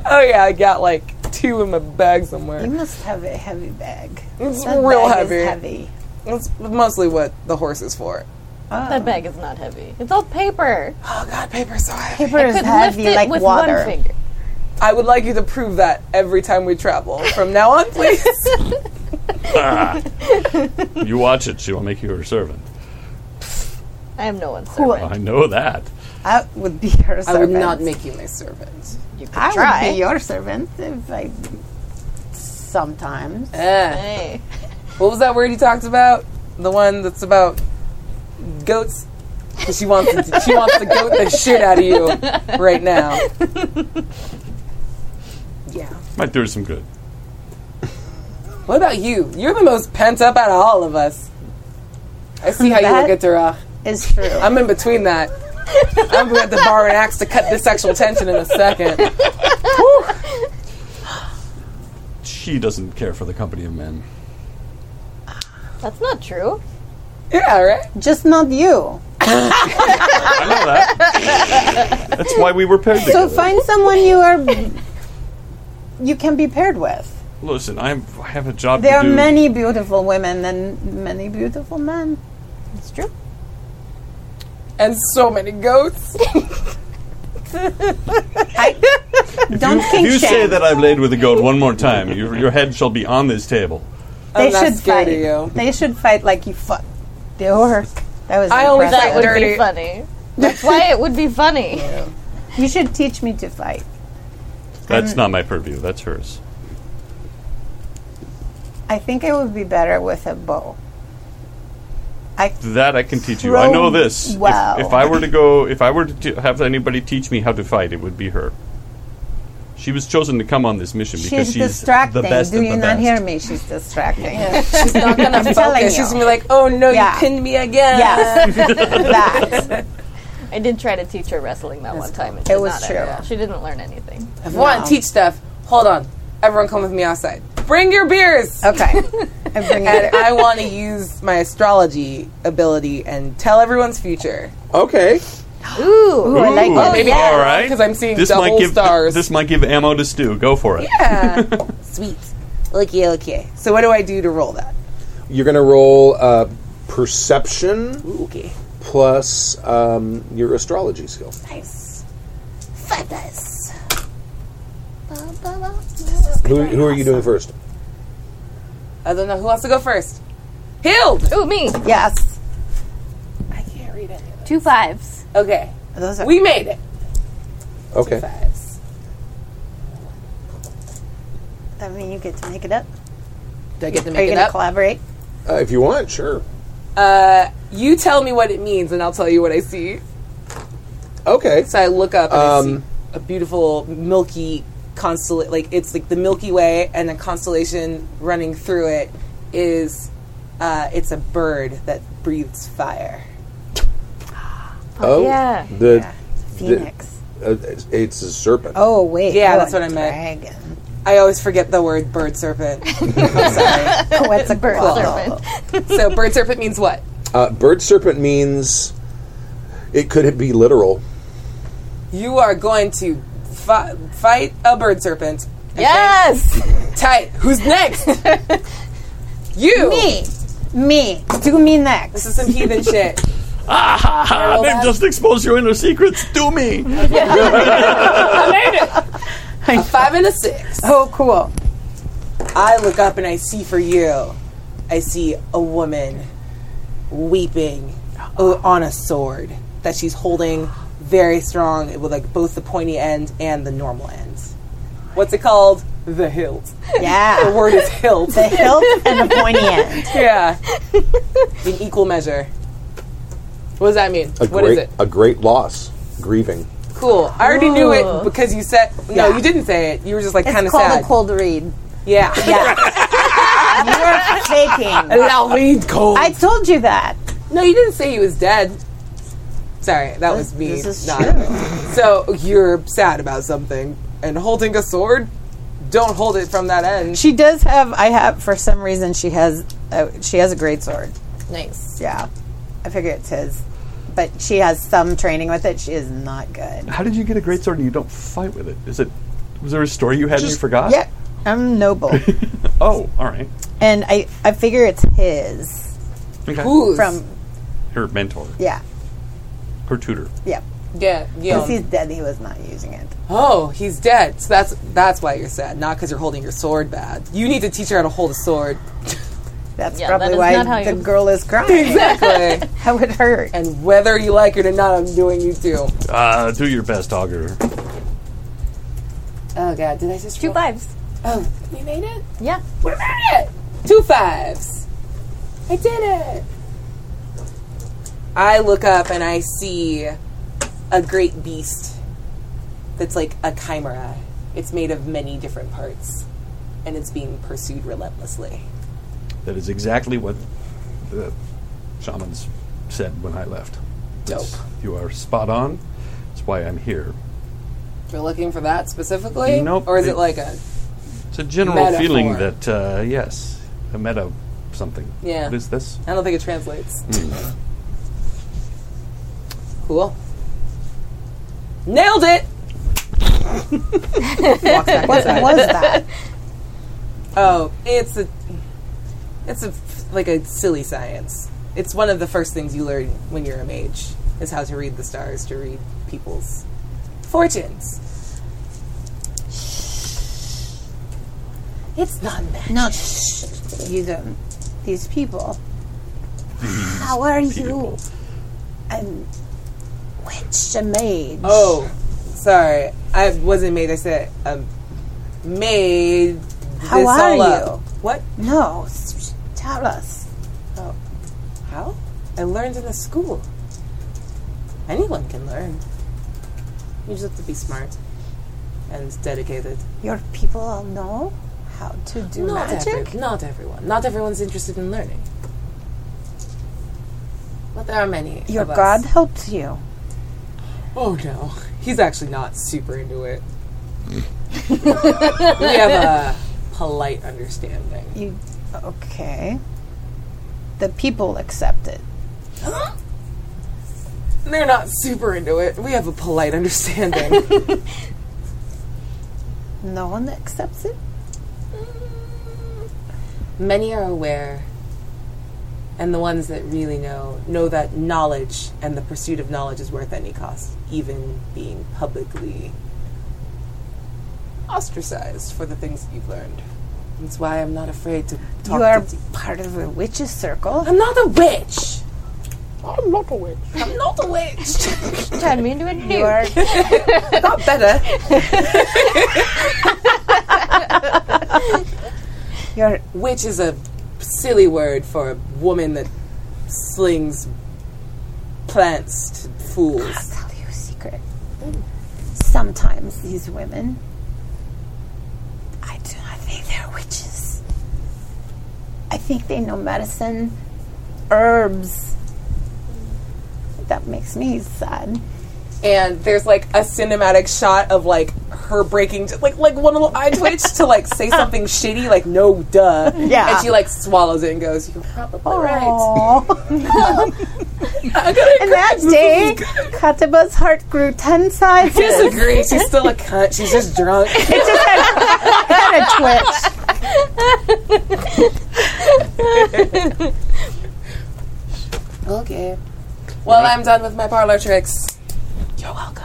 Oh yeah, I got like two in my bag somewhere.
You must have a heavy bag.
It's
That
real
bag is
heavy.
heavy.
That's mostly what the horse is for.
that bag is not heavy. It's all paper.
Oh god, paper so heavy.
Paper
I
is
could
heavy
lift it
like
with
water.
one finger.
I would like you to prove that every time we travel from now on, please.
You watch it, she will make you her servant.
I am no one's servant.
I know that.
I would be your servant.
I would not make you my servant.
You could
I
try.
would be your servant if I. Sometimes.
Eh.
hey.
What was that word you talked about? The one that's about goats. 'Cause She wants to, she wants to goat the shit out of you right now. Yeah.
Might do her some good.
What about you? You're the most pent up out of all of us. I see how you
That-
look at Durah.
It's true.
I'm in between that. I'm going to have to borrow an axe to cut this sexual tension in a second.
she doesn't care for the company of men.
That's not true.
Yeah, right? Just not you.
I know that. (laughs) That's why we were paired
So
together.
find someone you are you can be paired with.
Listen, I'm, I have a job
There
to
are
do.
many beautiful women and many beautiful men. It's true.
And so
(laughs)
many goats.
Don't
if
kink
you say
shame.
that I've laid with a goat one more (laughs) time, your, your head shall be on this table.
They
I'm not
should
scared
fight.
of you.
They should fight like you fuck. They were. That was.
I always
impressive.
fight
Would
dirty.
be funny. That's why it would be funny.
You should teach me to fight.
That's not my purview. That's hers.
I think it would be better with a bow. I
That I can teach you. I know
Throw
this. If-
well.
If, I were to go, if I were to t- have anybody teach me how to fight, it would be her. She was chosen to come on this mission because
She's,
she's
distracting.
the best
Do
of
you
the
not
best.
hear me? She's distracting.
She's not
(laughs)
gonna
I'm telling
focus. She's
you.
gonna be like, "Oh no,
Yeah.
you pinned me again."
Yes. (laughs) that.
I did try to teach her wrestling that one time. And
It
did
was
not
true.
end well. She didn't learn anything.
If you want to teach stuff, hold on. Everyone, come with me outside. Bring your beers.
Okay. I'm bringing
and I want to use my astrology ability and tell everyone's future.
Okay.
Ooh,
Ooh, I like that. Maybe
all
I-
right.
'cause I'm seeing
this might
double
give,
stars.
This might give ammo to Stu. Go for it.
Yeah. (laughs) Sweet. Looky, looky. So what do I do to roll that?
You're going to roll uh, perception
okay.
plus um, your astrology skill.
Nice.
Feathers.
Who, who are you doing first?
I don't know who wants to go first. Healed.
Ooh, me.
Yes.
Two fives.
Okay.
Those are
We made it.
Okay.
That mean you get to make it up.
Do I get to
are
make
you
it
gonna
up?
collaborate?
Uh, if you want, sure.
Uh, you tell me what it means, and I'll tell you what I see.
Okay.
So I look up and I
Um,
see a beautiful milky constellation. Like it's like the Milky Way, and the constellation running through it is uh, it's a bird that breathes fire.
Oh,
yeah.
The,
Phoenix.
the- uh, it's- it's a serpent.
Oh wait.
Yeah,
oh,
that's what I meant.
Dragon.
I always forget the word bird serpent. I'm sorry.
Oh, it's (laughs) a bird
Cool.
serpent.
so bird serpent means what?
Uh, bird serpent means it could be literal.
You are going to fi- fight a bird serpent.
Yes.
Tight. Who's next? you.
Me. Me. Do me next.
This is some heathen shit.
Ah, ha, ha, they've just exposed your inner secrets. Do me.
A five and a six.
Oh, cool.
I look up and I see for you. I see a woman weeping o- on a sword that she's holding very strong with like both the pointy end and the normal end. What's it called? The hilt.
Yeah.
The word is hilt.
the hilt and the pointy end.
(laughs) yeah. In equal measure. What does that mean?
A
What is
great,
it?
A great loss, grieving.
Cool. I already knew
Ooh.
it because you said no.
Yeah.
You didn't say it. You were just like
It's
kind of
called
sad.
a cold read.
yeah. (laughs)
Yeah. You're faking.
Allow me cold.
I told you that.
no, you didn't say he was dead. Sorry, that was me.
this is
not- (laughs) So you're sad about something and holding a sword. Don't hold it from that end.
She does have. I have for some reason she has. A, she has a great sword.
Nice.
Yeah, I figure it's his. But she has some training with it. She is not
(laughs)
good.
How did you get a great sword and you don't fight with it? Is it? Was there a story you had and you forgot?
Yeah, I'm noble,
(laughs)
Oh, all right.
and I I figure it's his
Okay.
Who's?
from
Her mentor,
yeah
her tutor.
yeah.
yeah,
Because
yeah.
he's dead, he was not using it.
Oh, he's dead. So that's that's why you're sad, not because you're holding your sword bad. You need to teach her how to hold
(laughs)
a sword.
That's
Yeah,
probably
that is not how
why
you-
the girl is crying.
(laughs)
Exactly.
That would hurt.
and whether you like it or not, I'm doing you too.
Uh, do your best, Augur.
Oh god, did I just
Two fives.
Oh,
We made it?
Yeah.
we made it! Two fives. I did it. I look up and I see a great beast that's like a chimera. It's made of many different parts, and it's being pursued relentlessly.
That is exactly what the shamans said when I left.
Dope.
You are spot on. That's why I'm here.
You're looking for that specifically?
Nope.
Or is it like a
It's a general
Metaphor.
feeling that uh, yes, a meta something.
Yeah.
What is this?
I don't think it translates.
Mm.
Cool. Nailed it!
Walks back
What
inside.
was
(laughs)
that? Oh, it's a, it's a like a silly science. It's one of the first things you learn when you're a mage is how to read the stars to read people's fortunes. It's not magic.
No, shh, you don't. These
(laughs)
people. How are you? I'm witch, a mage.
Oh, sorry, I wasn't made. I said um, made
How
this
are
all
you?
up. What?
No, s- s- tell us.
Oh, how? I learned in the school. Anyone can learn. You just have to be smart and dedicated.
Your people all know how to do
not
magic?
every- not everyone. Not everyone's interested in learning. But there are many.
Your
of us.
god helped you.
Oh no, he's actually not super into (laughs) it. we have a polite understanding.
You okay? The people accept it.
They're not super into it. We have a polite understanding.
No one accepts it.
many are aware and the ones that really know know that knowledge and the pursuit of knowledge is worth any cost even being publicly ostracized for the things that you've learned that's why i'm not afraid to talk
you are
to
part of a witch's circle.
i'm not a witch
I'm not a witch.
i'm not a witch
Turn me into a
You are.
dude.
got better
(laughs) You're
Which is a silly word for a woman that slings plants to fools.
I'll tell you a secret. Sometimes these women, I do not think they're witches. I think they know medicine, herbs. That makes me sad.
And there's like a cinematic shot of like her breaking, like like one little eye twitch to like say something shitty, like no duh.
Yeah.
And she like swallows it and goes, "You're probably right."
(laughs) and that day, Kataba's heart grew ten sizes. (laughs)
Disagree. She's still a cunt. She's just drunk.
It just had, it had a twitch.
okay. Well, I'm done with my parlor tricks. You're welcome.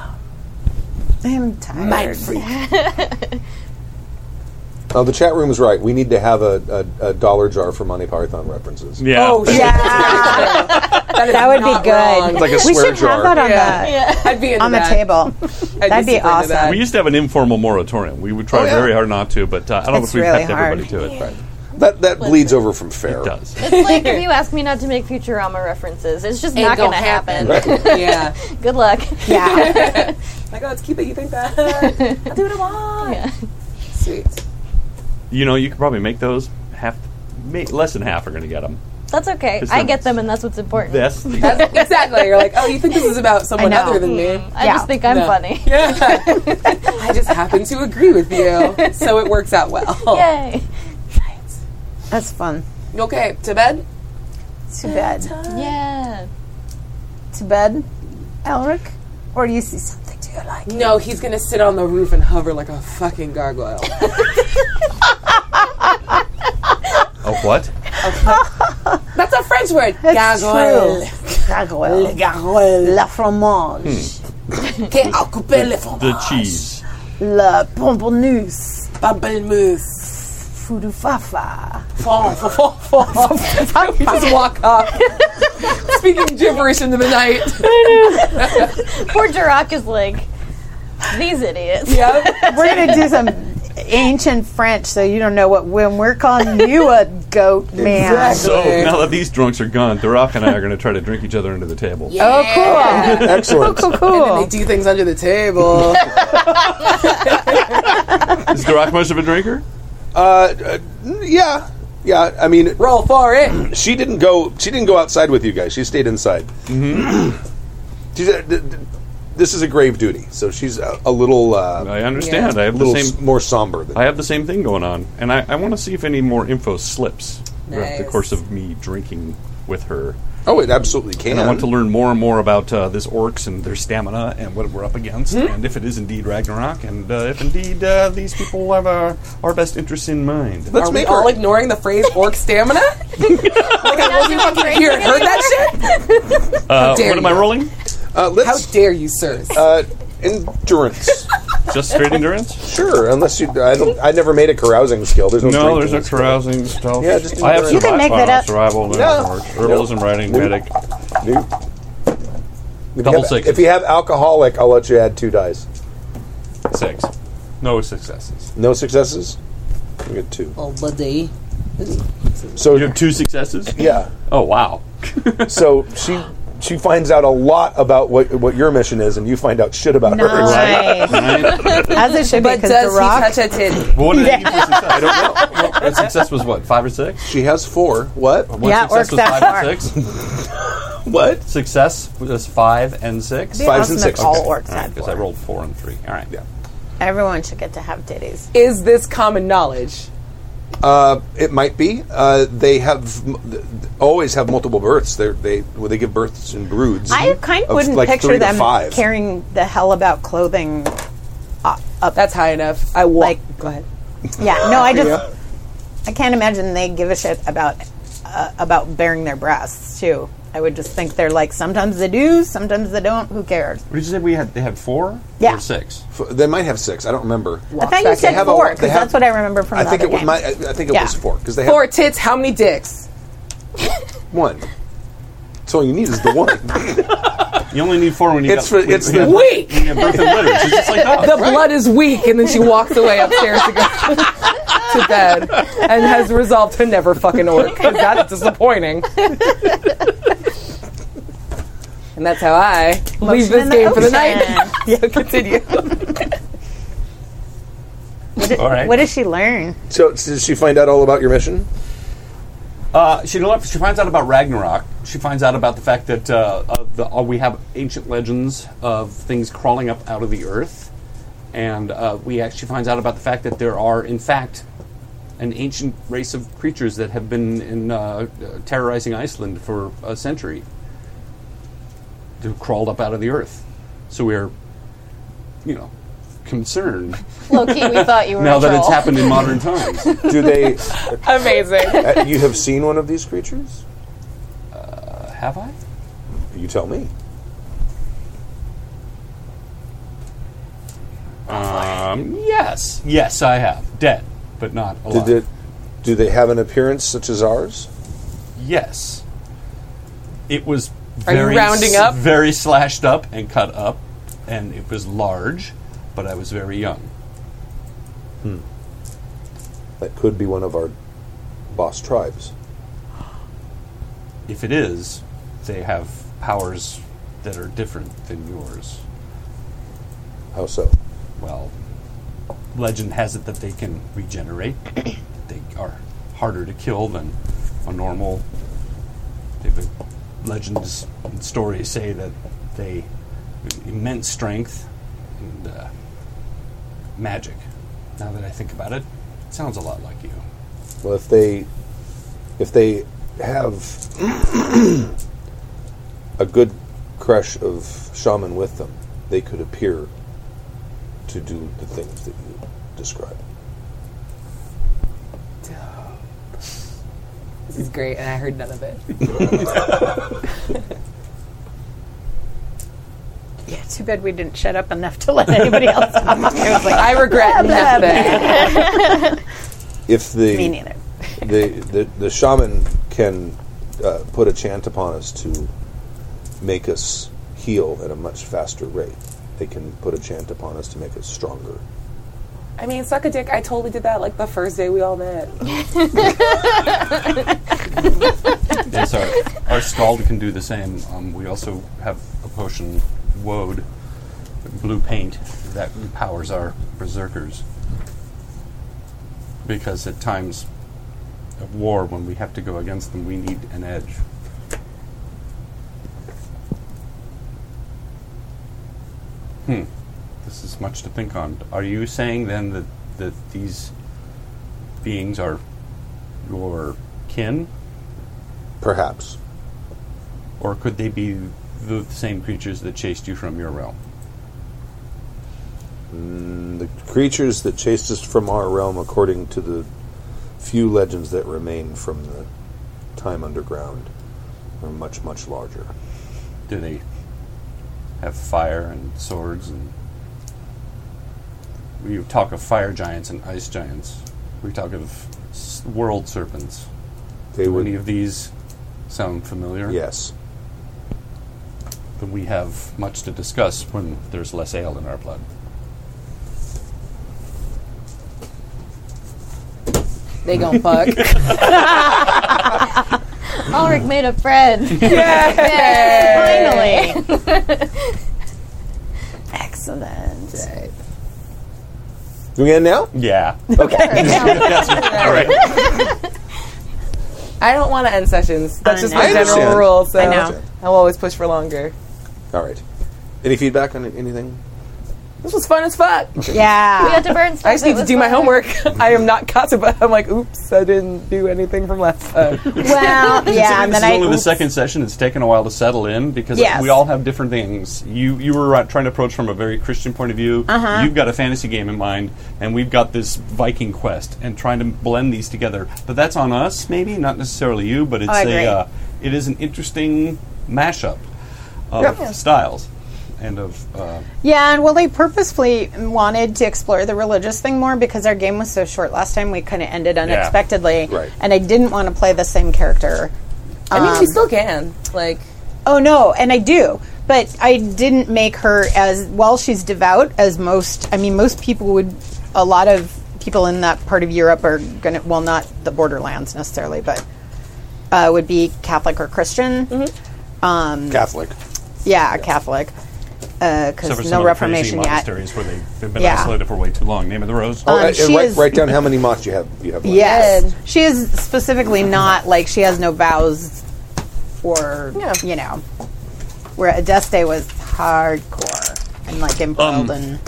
I'm tired.
Mind freak.
Uh, the chat room's right. We need to have a, a, a dollar jar for Monty Python references.
Yeah.
Oh,
(laughs) That, is
That would be
not
good.
wrong.
It's like a
we
swear
should
jar.
have that on the
I'd be into
on the
(laughs)
that.
table.
I'd
That'd be
super into
awesome.
that.
We used to have an informal moratorium. We would try
Oh, yeah.
very hard not to, but uh, I don't
It's
know if we've
really
kept everybody to
hard.
it.
That that bleeds over from fair.
It does.
It's like if you ask me not to make Futurama references, it's just
Ain't
not
gonna
going to
(laughs)
(laughs)
happen.
yeah.
Good luck.
Yeah.
Like, oh, it's cute that you think that. I'll do what I want. Sweet.
You know, you could probably make those half, ma- less than half are going to get them.
That's okay.
It's
I
not-
get them, and that's what's important.
That's the-
That's exactly. You're like, oh, you think this is about someone
know.
other than me?
Mm-hmm. I
Yeah.
just think I'm
No.
(laughs)
funny.
Yeah. I just happen to agree with you, so it works out well.
Yay.
That's fun.
Okay, to bed.
Too bad.
Yeah.
to bed, Elric, or you see something do you like?
No, he's gonna sit on the roof and hover like a fucking gargoyle.
Oh, what?
That's a French word.
That's
gargoyle.
true. Gargoyle.
Gargoyle.
La
Hmm.
fromage.
Qui a coupé le fromage.
The cheese.
La pomponus.
Pamplemousse.
Fudufafa.
(laughs) Fon, fon, fon, fon, fon. We just walk up, speaking gibberish in the night.
Poor Jirok is like, these idiots.
Yep.
We're going to do some ancient French so you don't know what when we're calling you a goat man.
So
Okay.
now that these drunks are gone, Durak and I are going to try to drink each other into the table.
Oh, cool.
Excellent.
Cool,
And
cool.
they do things under the table.
Is Durak much of a drinker?
Uh, uh, yeah, yeah. I mean,
Roll for
(clears throat)
it.
she didn't (clears throat) go. She didn't go outside with you guys. She stayed inside. Mm-hmm. she said, "D- d- this is a grave duty, so she's a, a little. Uh,
I understand. I have the
little
same-
s- more somber. Than
I have the same thing going on, and I, I want to see if any more info slips throughout the
Nice.
course of me drinking with her.
Oh, it absolutely can.
And I want to learn more and more about uh, this orcs and their stamina and what we're up against,
Hmm?
and if it is indeed Ragnarok, and uh, if indeed uh, these people have our, our best interests in mind.
Are we all ignoring the phrase orc (laughs) stamina? like
(laughs)
I wasn't fucking here and heard that shit?
Uh,
dare
what am I
you.
rolling?
Uh, let's,
How dare you, sir?
Uh, endurance.
Just straight endurance?
(laughs) Sure, unless you. I, don't, I never made a carousing skill. There's no.
No,
strength in
there's no
this skill.
carousing stuff.
Yeah, just
I have
endurance. You
survival,
can make that up.
survival,
No.
no. herbalism, writing,
Nope.
medic.
Nope. If
Double
you have,
sixes.
If you have alcoholic, I'll let you add two dice.
Six. No successes.
No successes. We get two.
Oh, buddy.
So
you have two successes.
Yeah.
Oh wow.
so she she finds out a lot about what what your mission is, and you find out shit about hers.
Nice. As it should be,
But
because the
does he
rock.
touch a titty?
What did I need for success? I don't know. Her success was what? Five or six?
She has four. What?
One
Yeah, orcs
success was
have
five and six. (laughs)
what?
Success was five and six.
It'd be Fives awesome and if six. all orcs had
Because I rolled four and three. All right. Yeah.
Everyone should get to have titties.
Is this common knowledge?
Uh, it might be. Uh, they have m- th- always have multiple births. They're, they well, they give births in broods.
I kind of wouldn't
like three
picture
to
them
five.
caring the hell about clothing. Up, up.
That's high enough. I walk. Like, go ahead.
Yeah, no, I just
Yeah.
I can't imagine they give a shit about uh, about bearing their breasts too. I would just think they're like sometimes they do, sometimes they don't. Who cares?
What did you say? We had they had four.
Yeah.
Or six.
F- they might have six. I don't remember.
I thought you
They
said
have a-
four
they
because
have-
that's what I remember from.
I
the
think it
other
was. My,
games.
I I think it
Yeah.
was four because they have
Four tits, how many dicks?
one. So all you need is the one.
(laughs)
You only need four when you.
It's
got,
for- it's
when,
the-
Weak!
When you have birth and litter. It's just like dogs.
the blood is weak, and then she walks away upstairs (laughs) to go to bed and has resolved to never fucking (laughs) orc. 'cause That's disappointing. and that's how I leave this
in the
game for the
ocean.
night. (laughs) yeah, continue.
All right.
What does she learn?
So did she find out all about your mission?
Uh, she lo- she finds out about Ragnarok. She finds out about the fact that uh, uh, the, uh, we have ancient legends of things crawling up out of the earth, and uh, we actually finds out about the fact that there are, in fact, an ancient race of creatures that have been in, uh, uh, terrorizing Iceland for a century. Who crawled up out of the earth? So we're, you know, concerned
Low key, we thought you were.
now
a
that it's
troll.
happened in modern times.
Do they?
Amazing.
uh, you have seen one of these creatures?
have I?
You tell me.
Um, yes, yes, I have dead, but not alive.
Did it? Do they have an appearance such as ours?
Yes, it was.
Are you
Very
rounding up?
Very slashed up and cut up, and it was large, but I was very young.
That could be one of our boss tribes.
If it is, they have powers that are different than yours.
How so?
Well, legend has it that they can regenerate. they are harder to kill than a normal. They've legends and stories say that they have immense strength and uh, magic. Now that I think about it, it sounds a lot like you.
Well, if they if they have a good crush of shaman with them, they could appear to do the things that you describe.
This is great, and I heard none of it.
Yeah, too bad we didn't shut up enough to let anybody else talk. I was like,
I regret nothing.
If the
me neither.
(laughs) the, the the shaman can uh, put a chant upon us to make us heal at a much faster rate. They can put a chant upon us to make us stronger.
I mean, suck a dick. I totally did that like the first day we all met.
Yes, our, our scald can do the same. Um, we also have a potion, Woad, blue paint, that powers our berserkers. Because at times of war, when we have to go against them, we need an edge.
Hmm. This is much to think on. Are you saying then that, that these beings are your kin?
Perhaps.
Or could they be the same creatures that chased you from your realm?
Mm, the creatures that chased us from our realm, according to the few legends that remain from the time underground, are much, much larger.
Do they have fire and swords and we talk of fire giants and ice giants. We talk of s- world serpents.
They
Do
would-
any of these sound familiar?
Yes.
But we have much to discuss when there's less ale in our blood.
They gonna fuck.
Ulrich made a friend.
Yay!
Finally.
Excellent.
Do we end now?
Yeah.
Okay.
All
right.
I don't want to end sessions. That's
I
just
know.
my
I
general
understand.
rule. So
I know.
I'll always push for longer.
All right. Any feedback on anything?
This was fun as fuck.
Yeah.
We had to burn
I
stuff
just
that
need to
was
do my
fun.
homework. I am not Katsuba. I'm like, oops, I didn't do anything from last uh, time.
(laughs) Well, yeah, and
this is
then
only
I
the second session. It's taken a while to settle in because
Yes.
we all have different things. You you were uh, trying to approach from a very Christian point of view.
Uh-huh.
You've got a fantasy game in mind, and we've got this Viking quest, and trying to blend these together. But that's on us, maybe not necessarily you. But it's
Oh, I agree.
a uh, it is an interesting mashup of
Yeah.
styles and of. Uh,
yeah, and well, they purposefully wanted to explore the religious thing more because our game was so short last time. We kind of ended unexpectedly,
Right.
and I didn't want to play the same character.
I mean,
Um,
she still can. Like,
Oh no, and I do. But I didn't make her as well she's devout as most I mean most people would a lot of people in that part of Europe are gonna well not the borderlands necessarily, but uh, would be Catholic or Christian.
Mm-hmm.
Um,
Catholic.
Yeah, Catholic.
except for
Because
some of
no
the
Reformation
crazy
yet. Um,
monasteries where they, they've been
Yeah.
isolated for way too long. Name of the rose.
Um,
oh, and- and
she
write,
is-
write down how many moths you have. You have. left.
Yes, she is specifically not like she has no vows or you know, where Adeste was hardcore and like embroiled and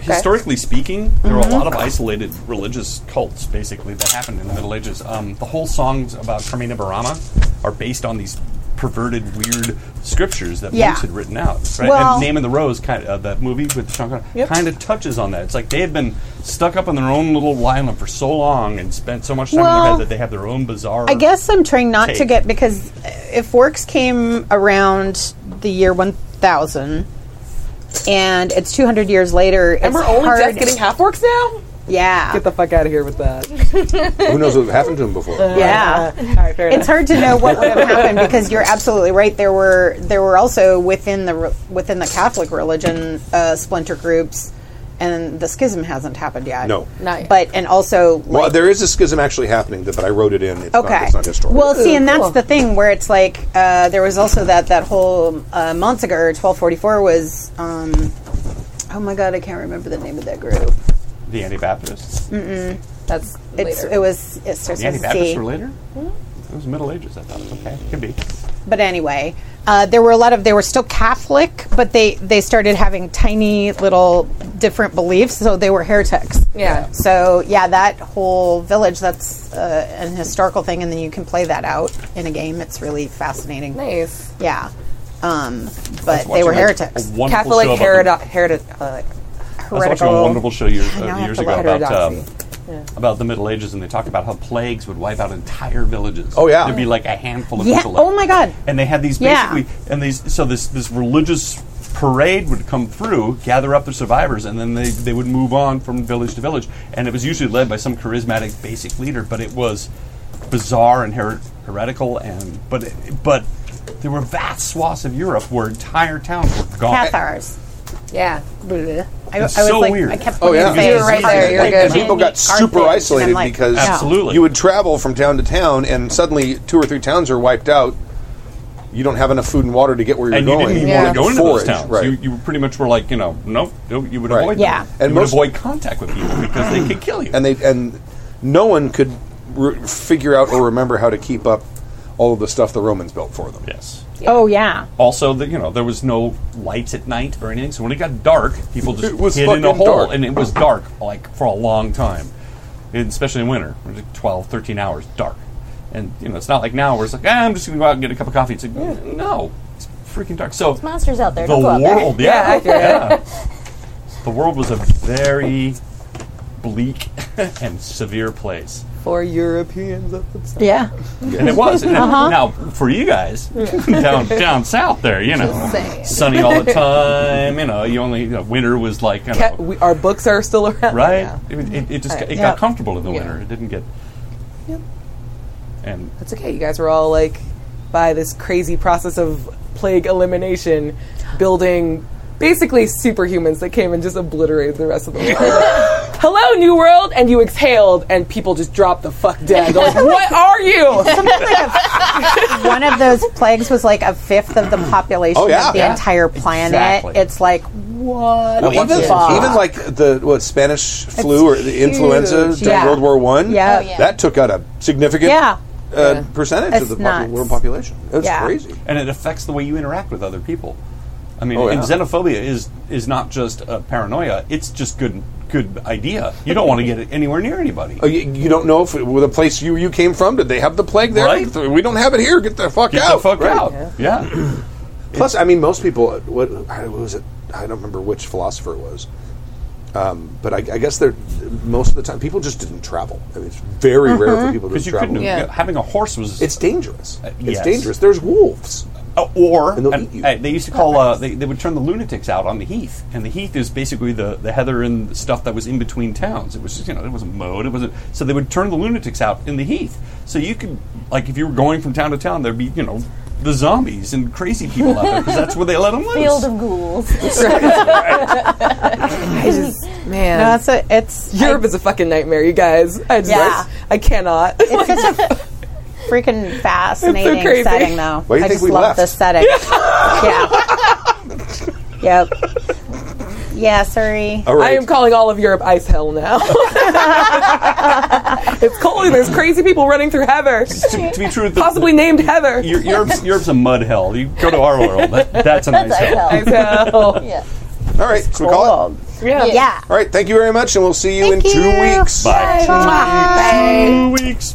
Historically speaking, there were
Mhm.
a lot of isolated religious cults, basically, that happened in the Middle Ages. Um, the whole songs about Carmina Burana are based on these perverted, weird scriptures that
Yeah.
monks had written out. Right?
Well-
and Name of the Rose, kind of, uh, that movie with Sean Connery,
Yep.
kind of touches on that. It's like they had been stuck up on their own little island for so long and spent so much time in their
Well,
head that they have their own bizarre.
I guess I'm trying not to
take.
get because if works came around the year 1000 and it's 200 years later,
and
it's
we're only
hard.
just getting half works now.
yeah.
Get the fuck out of here with that.
Who knows what happened to him before?
(laughs) yeah. Uh, it's hard to know what would have happened because you're absolutely right. There were there were also within the re- within the Catholic religion uh, splinter groups, and the schism hasn't happened yet.
No.
Not yet.
But and also like,
Well, there is a schism actually happening, but I wrote it in. It's
Okay.
Not, it's not historical.
Well, see, and that's the thing where it's like uh, there was also that that whole uh, Montsegur twelve forty four was. Um, oh my god, I can't remember the name of that group.
The Anabaptists.
Mm-mm.
That's
it's,
later.
it was it starts
The
with a
Anabaptists
C.
were later? It was Middle Ages, I thought. Okay, could be.
But anyway, uh, there were a lot of they were still Catholic, but they they started having tiny little different beliefs, so they were heretics.
Yeah.
So yeah, that whole village that's uh, an historical thing, and then you can play that out in a game. It's really fascinating.
Nice.
Yeah. Um,
was
but they
watching
were
a-
heretics.
a wonderful
Catholic
show about
herod- herod- uh,
I was watching a
heretical-
wonderful show years,
I know, I
uh,
have
years
to
ago
look.
about um,
Heterodoxy. Yeah.
about the Middle Ages, and they talked about how plagues would wipe out entire villages.
Oh, yeah.
there'd be like a handful of
Yeah.
people.
Oh
Left.
my God.
And they had these
Yeah.
basically, and these so this this religious parade would come through, gather up the survivors, and then they they would move on from village to village. And it was usually led by some charismatic basic leader, but it was bizarre and her- heretical, and but it, but. There were vast swaths of Europe where entire towns were gone.
Cathars.
Yeah.
I, I was
It's so
like,
weird.
I kept
Oh
wanting
yeah,
to say,
And People got super isolated because
Absolutely.
you would travel from town to town, and suddenly two or three towns are wiped out. You don't have enough food and water to get where you're
and you
going.
didn't even want to go into
Forage,
those towns.
right?
You, you pretty much were like, you know, no, no you would avoid
Yeah.
them.
And
you would
most-
avoid contact with people because they could kill you.
and they and no one could re- figure out or remember how to keep up all of the stuff the Romans built for them.
Yes.
Oh yeah.
Also, the, you know, there was no lights at night or anything, so when it got dark, people just
It was
hid in a
fucking
hole,
dark.
and it was dark like for a long time, and especially in winter, it was like 12, 13 hours dark, and you know, it's not like now where it's like, ah, I'm just going to go out and get a cup of coffee. It's like, eh, no, it's freaking dark. So
There's monsters out there.
the
Don't go out there.
world, yeah, yeah. the world was a very bleak and severe place.
For Europeans at the time.
Yeah.
And it was. And
Uh-huh.
Now, for you guys
Yeah.
down down south there, you know, sunny all the time. You know, you only you know, winter was like, I
Ca-
don't
we, our books are still
know,
around.
right?
now.
It, was- it, it just
Right.
it
Yeah.
got comfortable in the
Yeah.
winter. It didn't get.
Yep.
And
That's okay. You guys were all like by this crazy process of plague elimination, building basically superhumans that came and just obliterated the rest of the world. Like, Hello, new world, and you exhaled, and people just dropped the fuck dead.
(laughs)
They're like, what are you?
One of those plagues was like a fifth of the population
Oh, yeah.
of the
Yeah.
entire planet.
Exactly.
It's like what?
Now, even,
the fuck?
even like the what Spanish flu or the influenza
huge.
during
Yeah.
World War One,
Yeah. Oh, yeah.
that took out a significant
Yeah.
Uh, percentage
It's
of the
nuts.
popu- world population. It was
Yeah.
crazy.
and it affects the way you interact with other people. I mean,
Oh,
and
yeah.
xenophobia is is not just a paranoia; it's just good good idea. You don't want to get it anywhere near anybody.
Uh, You, you don't know if it, well, the place you, you came from did they have the plague there?
Right.
We don't have it here. Get the fuck
Get the
out.
fuck
Oh, Right.
out. Yeah.
Plus, I mean, most people. uh, What, I- what was it? I don't remember which philosopher it was. Um, but I, I guess they're most of the time people just didn't travel. I mean, it's very rare for people to
Because you
travel.
couldn't having a horse was
It's dangerous. It's
yes.
dangerous. There's wolves.
Uh, or
And they'll
and-
eat you.
uh, they used to call uh, they, they would turn the lunatics out on the heath, and the heath is basically the, the heather and the stuff that was in between towns. It was just, you know it wasn't mowed. It wasn't so they would turn the lunatics out in the heath. So you could like if you were going from town to town, there'd be you know the zombies and crazy people out there because that's where they let them
Field
loose.
of ghouls.
I just, man.
No, it's a, it's
Europe is a fucking nightmare, you guys. I just,
Yeah.
I cannot. (laughs)
it's such
(laughs)
a freaking fascinating
crazy.
setting, though.
Why do you
I
think
just
we
love
left?
the setting. yeah. Yep. (laughs) Yeah, sorry.
All right.
I am calling all of Europe ice hell now. (laughs) it's cold and there's crazy people running through Heather,
to, to be true, the,
possibly named Heather.
Eu- Europe's, Europe's a mud hell. You go to our world. That, that's a nice (laughs)
That's
hell.
ice
Ice hell.
yeah.
All right. So we call it.
Yeah.
Yeah.
All right. Thank you very much, and we'll see you in two weeks.
Bye.
Bye.
Two weeks.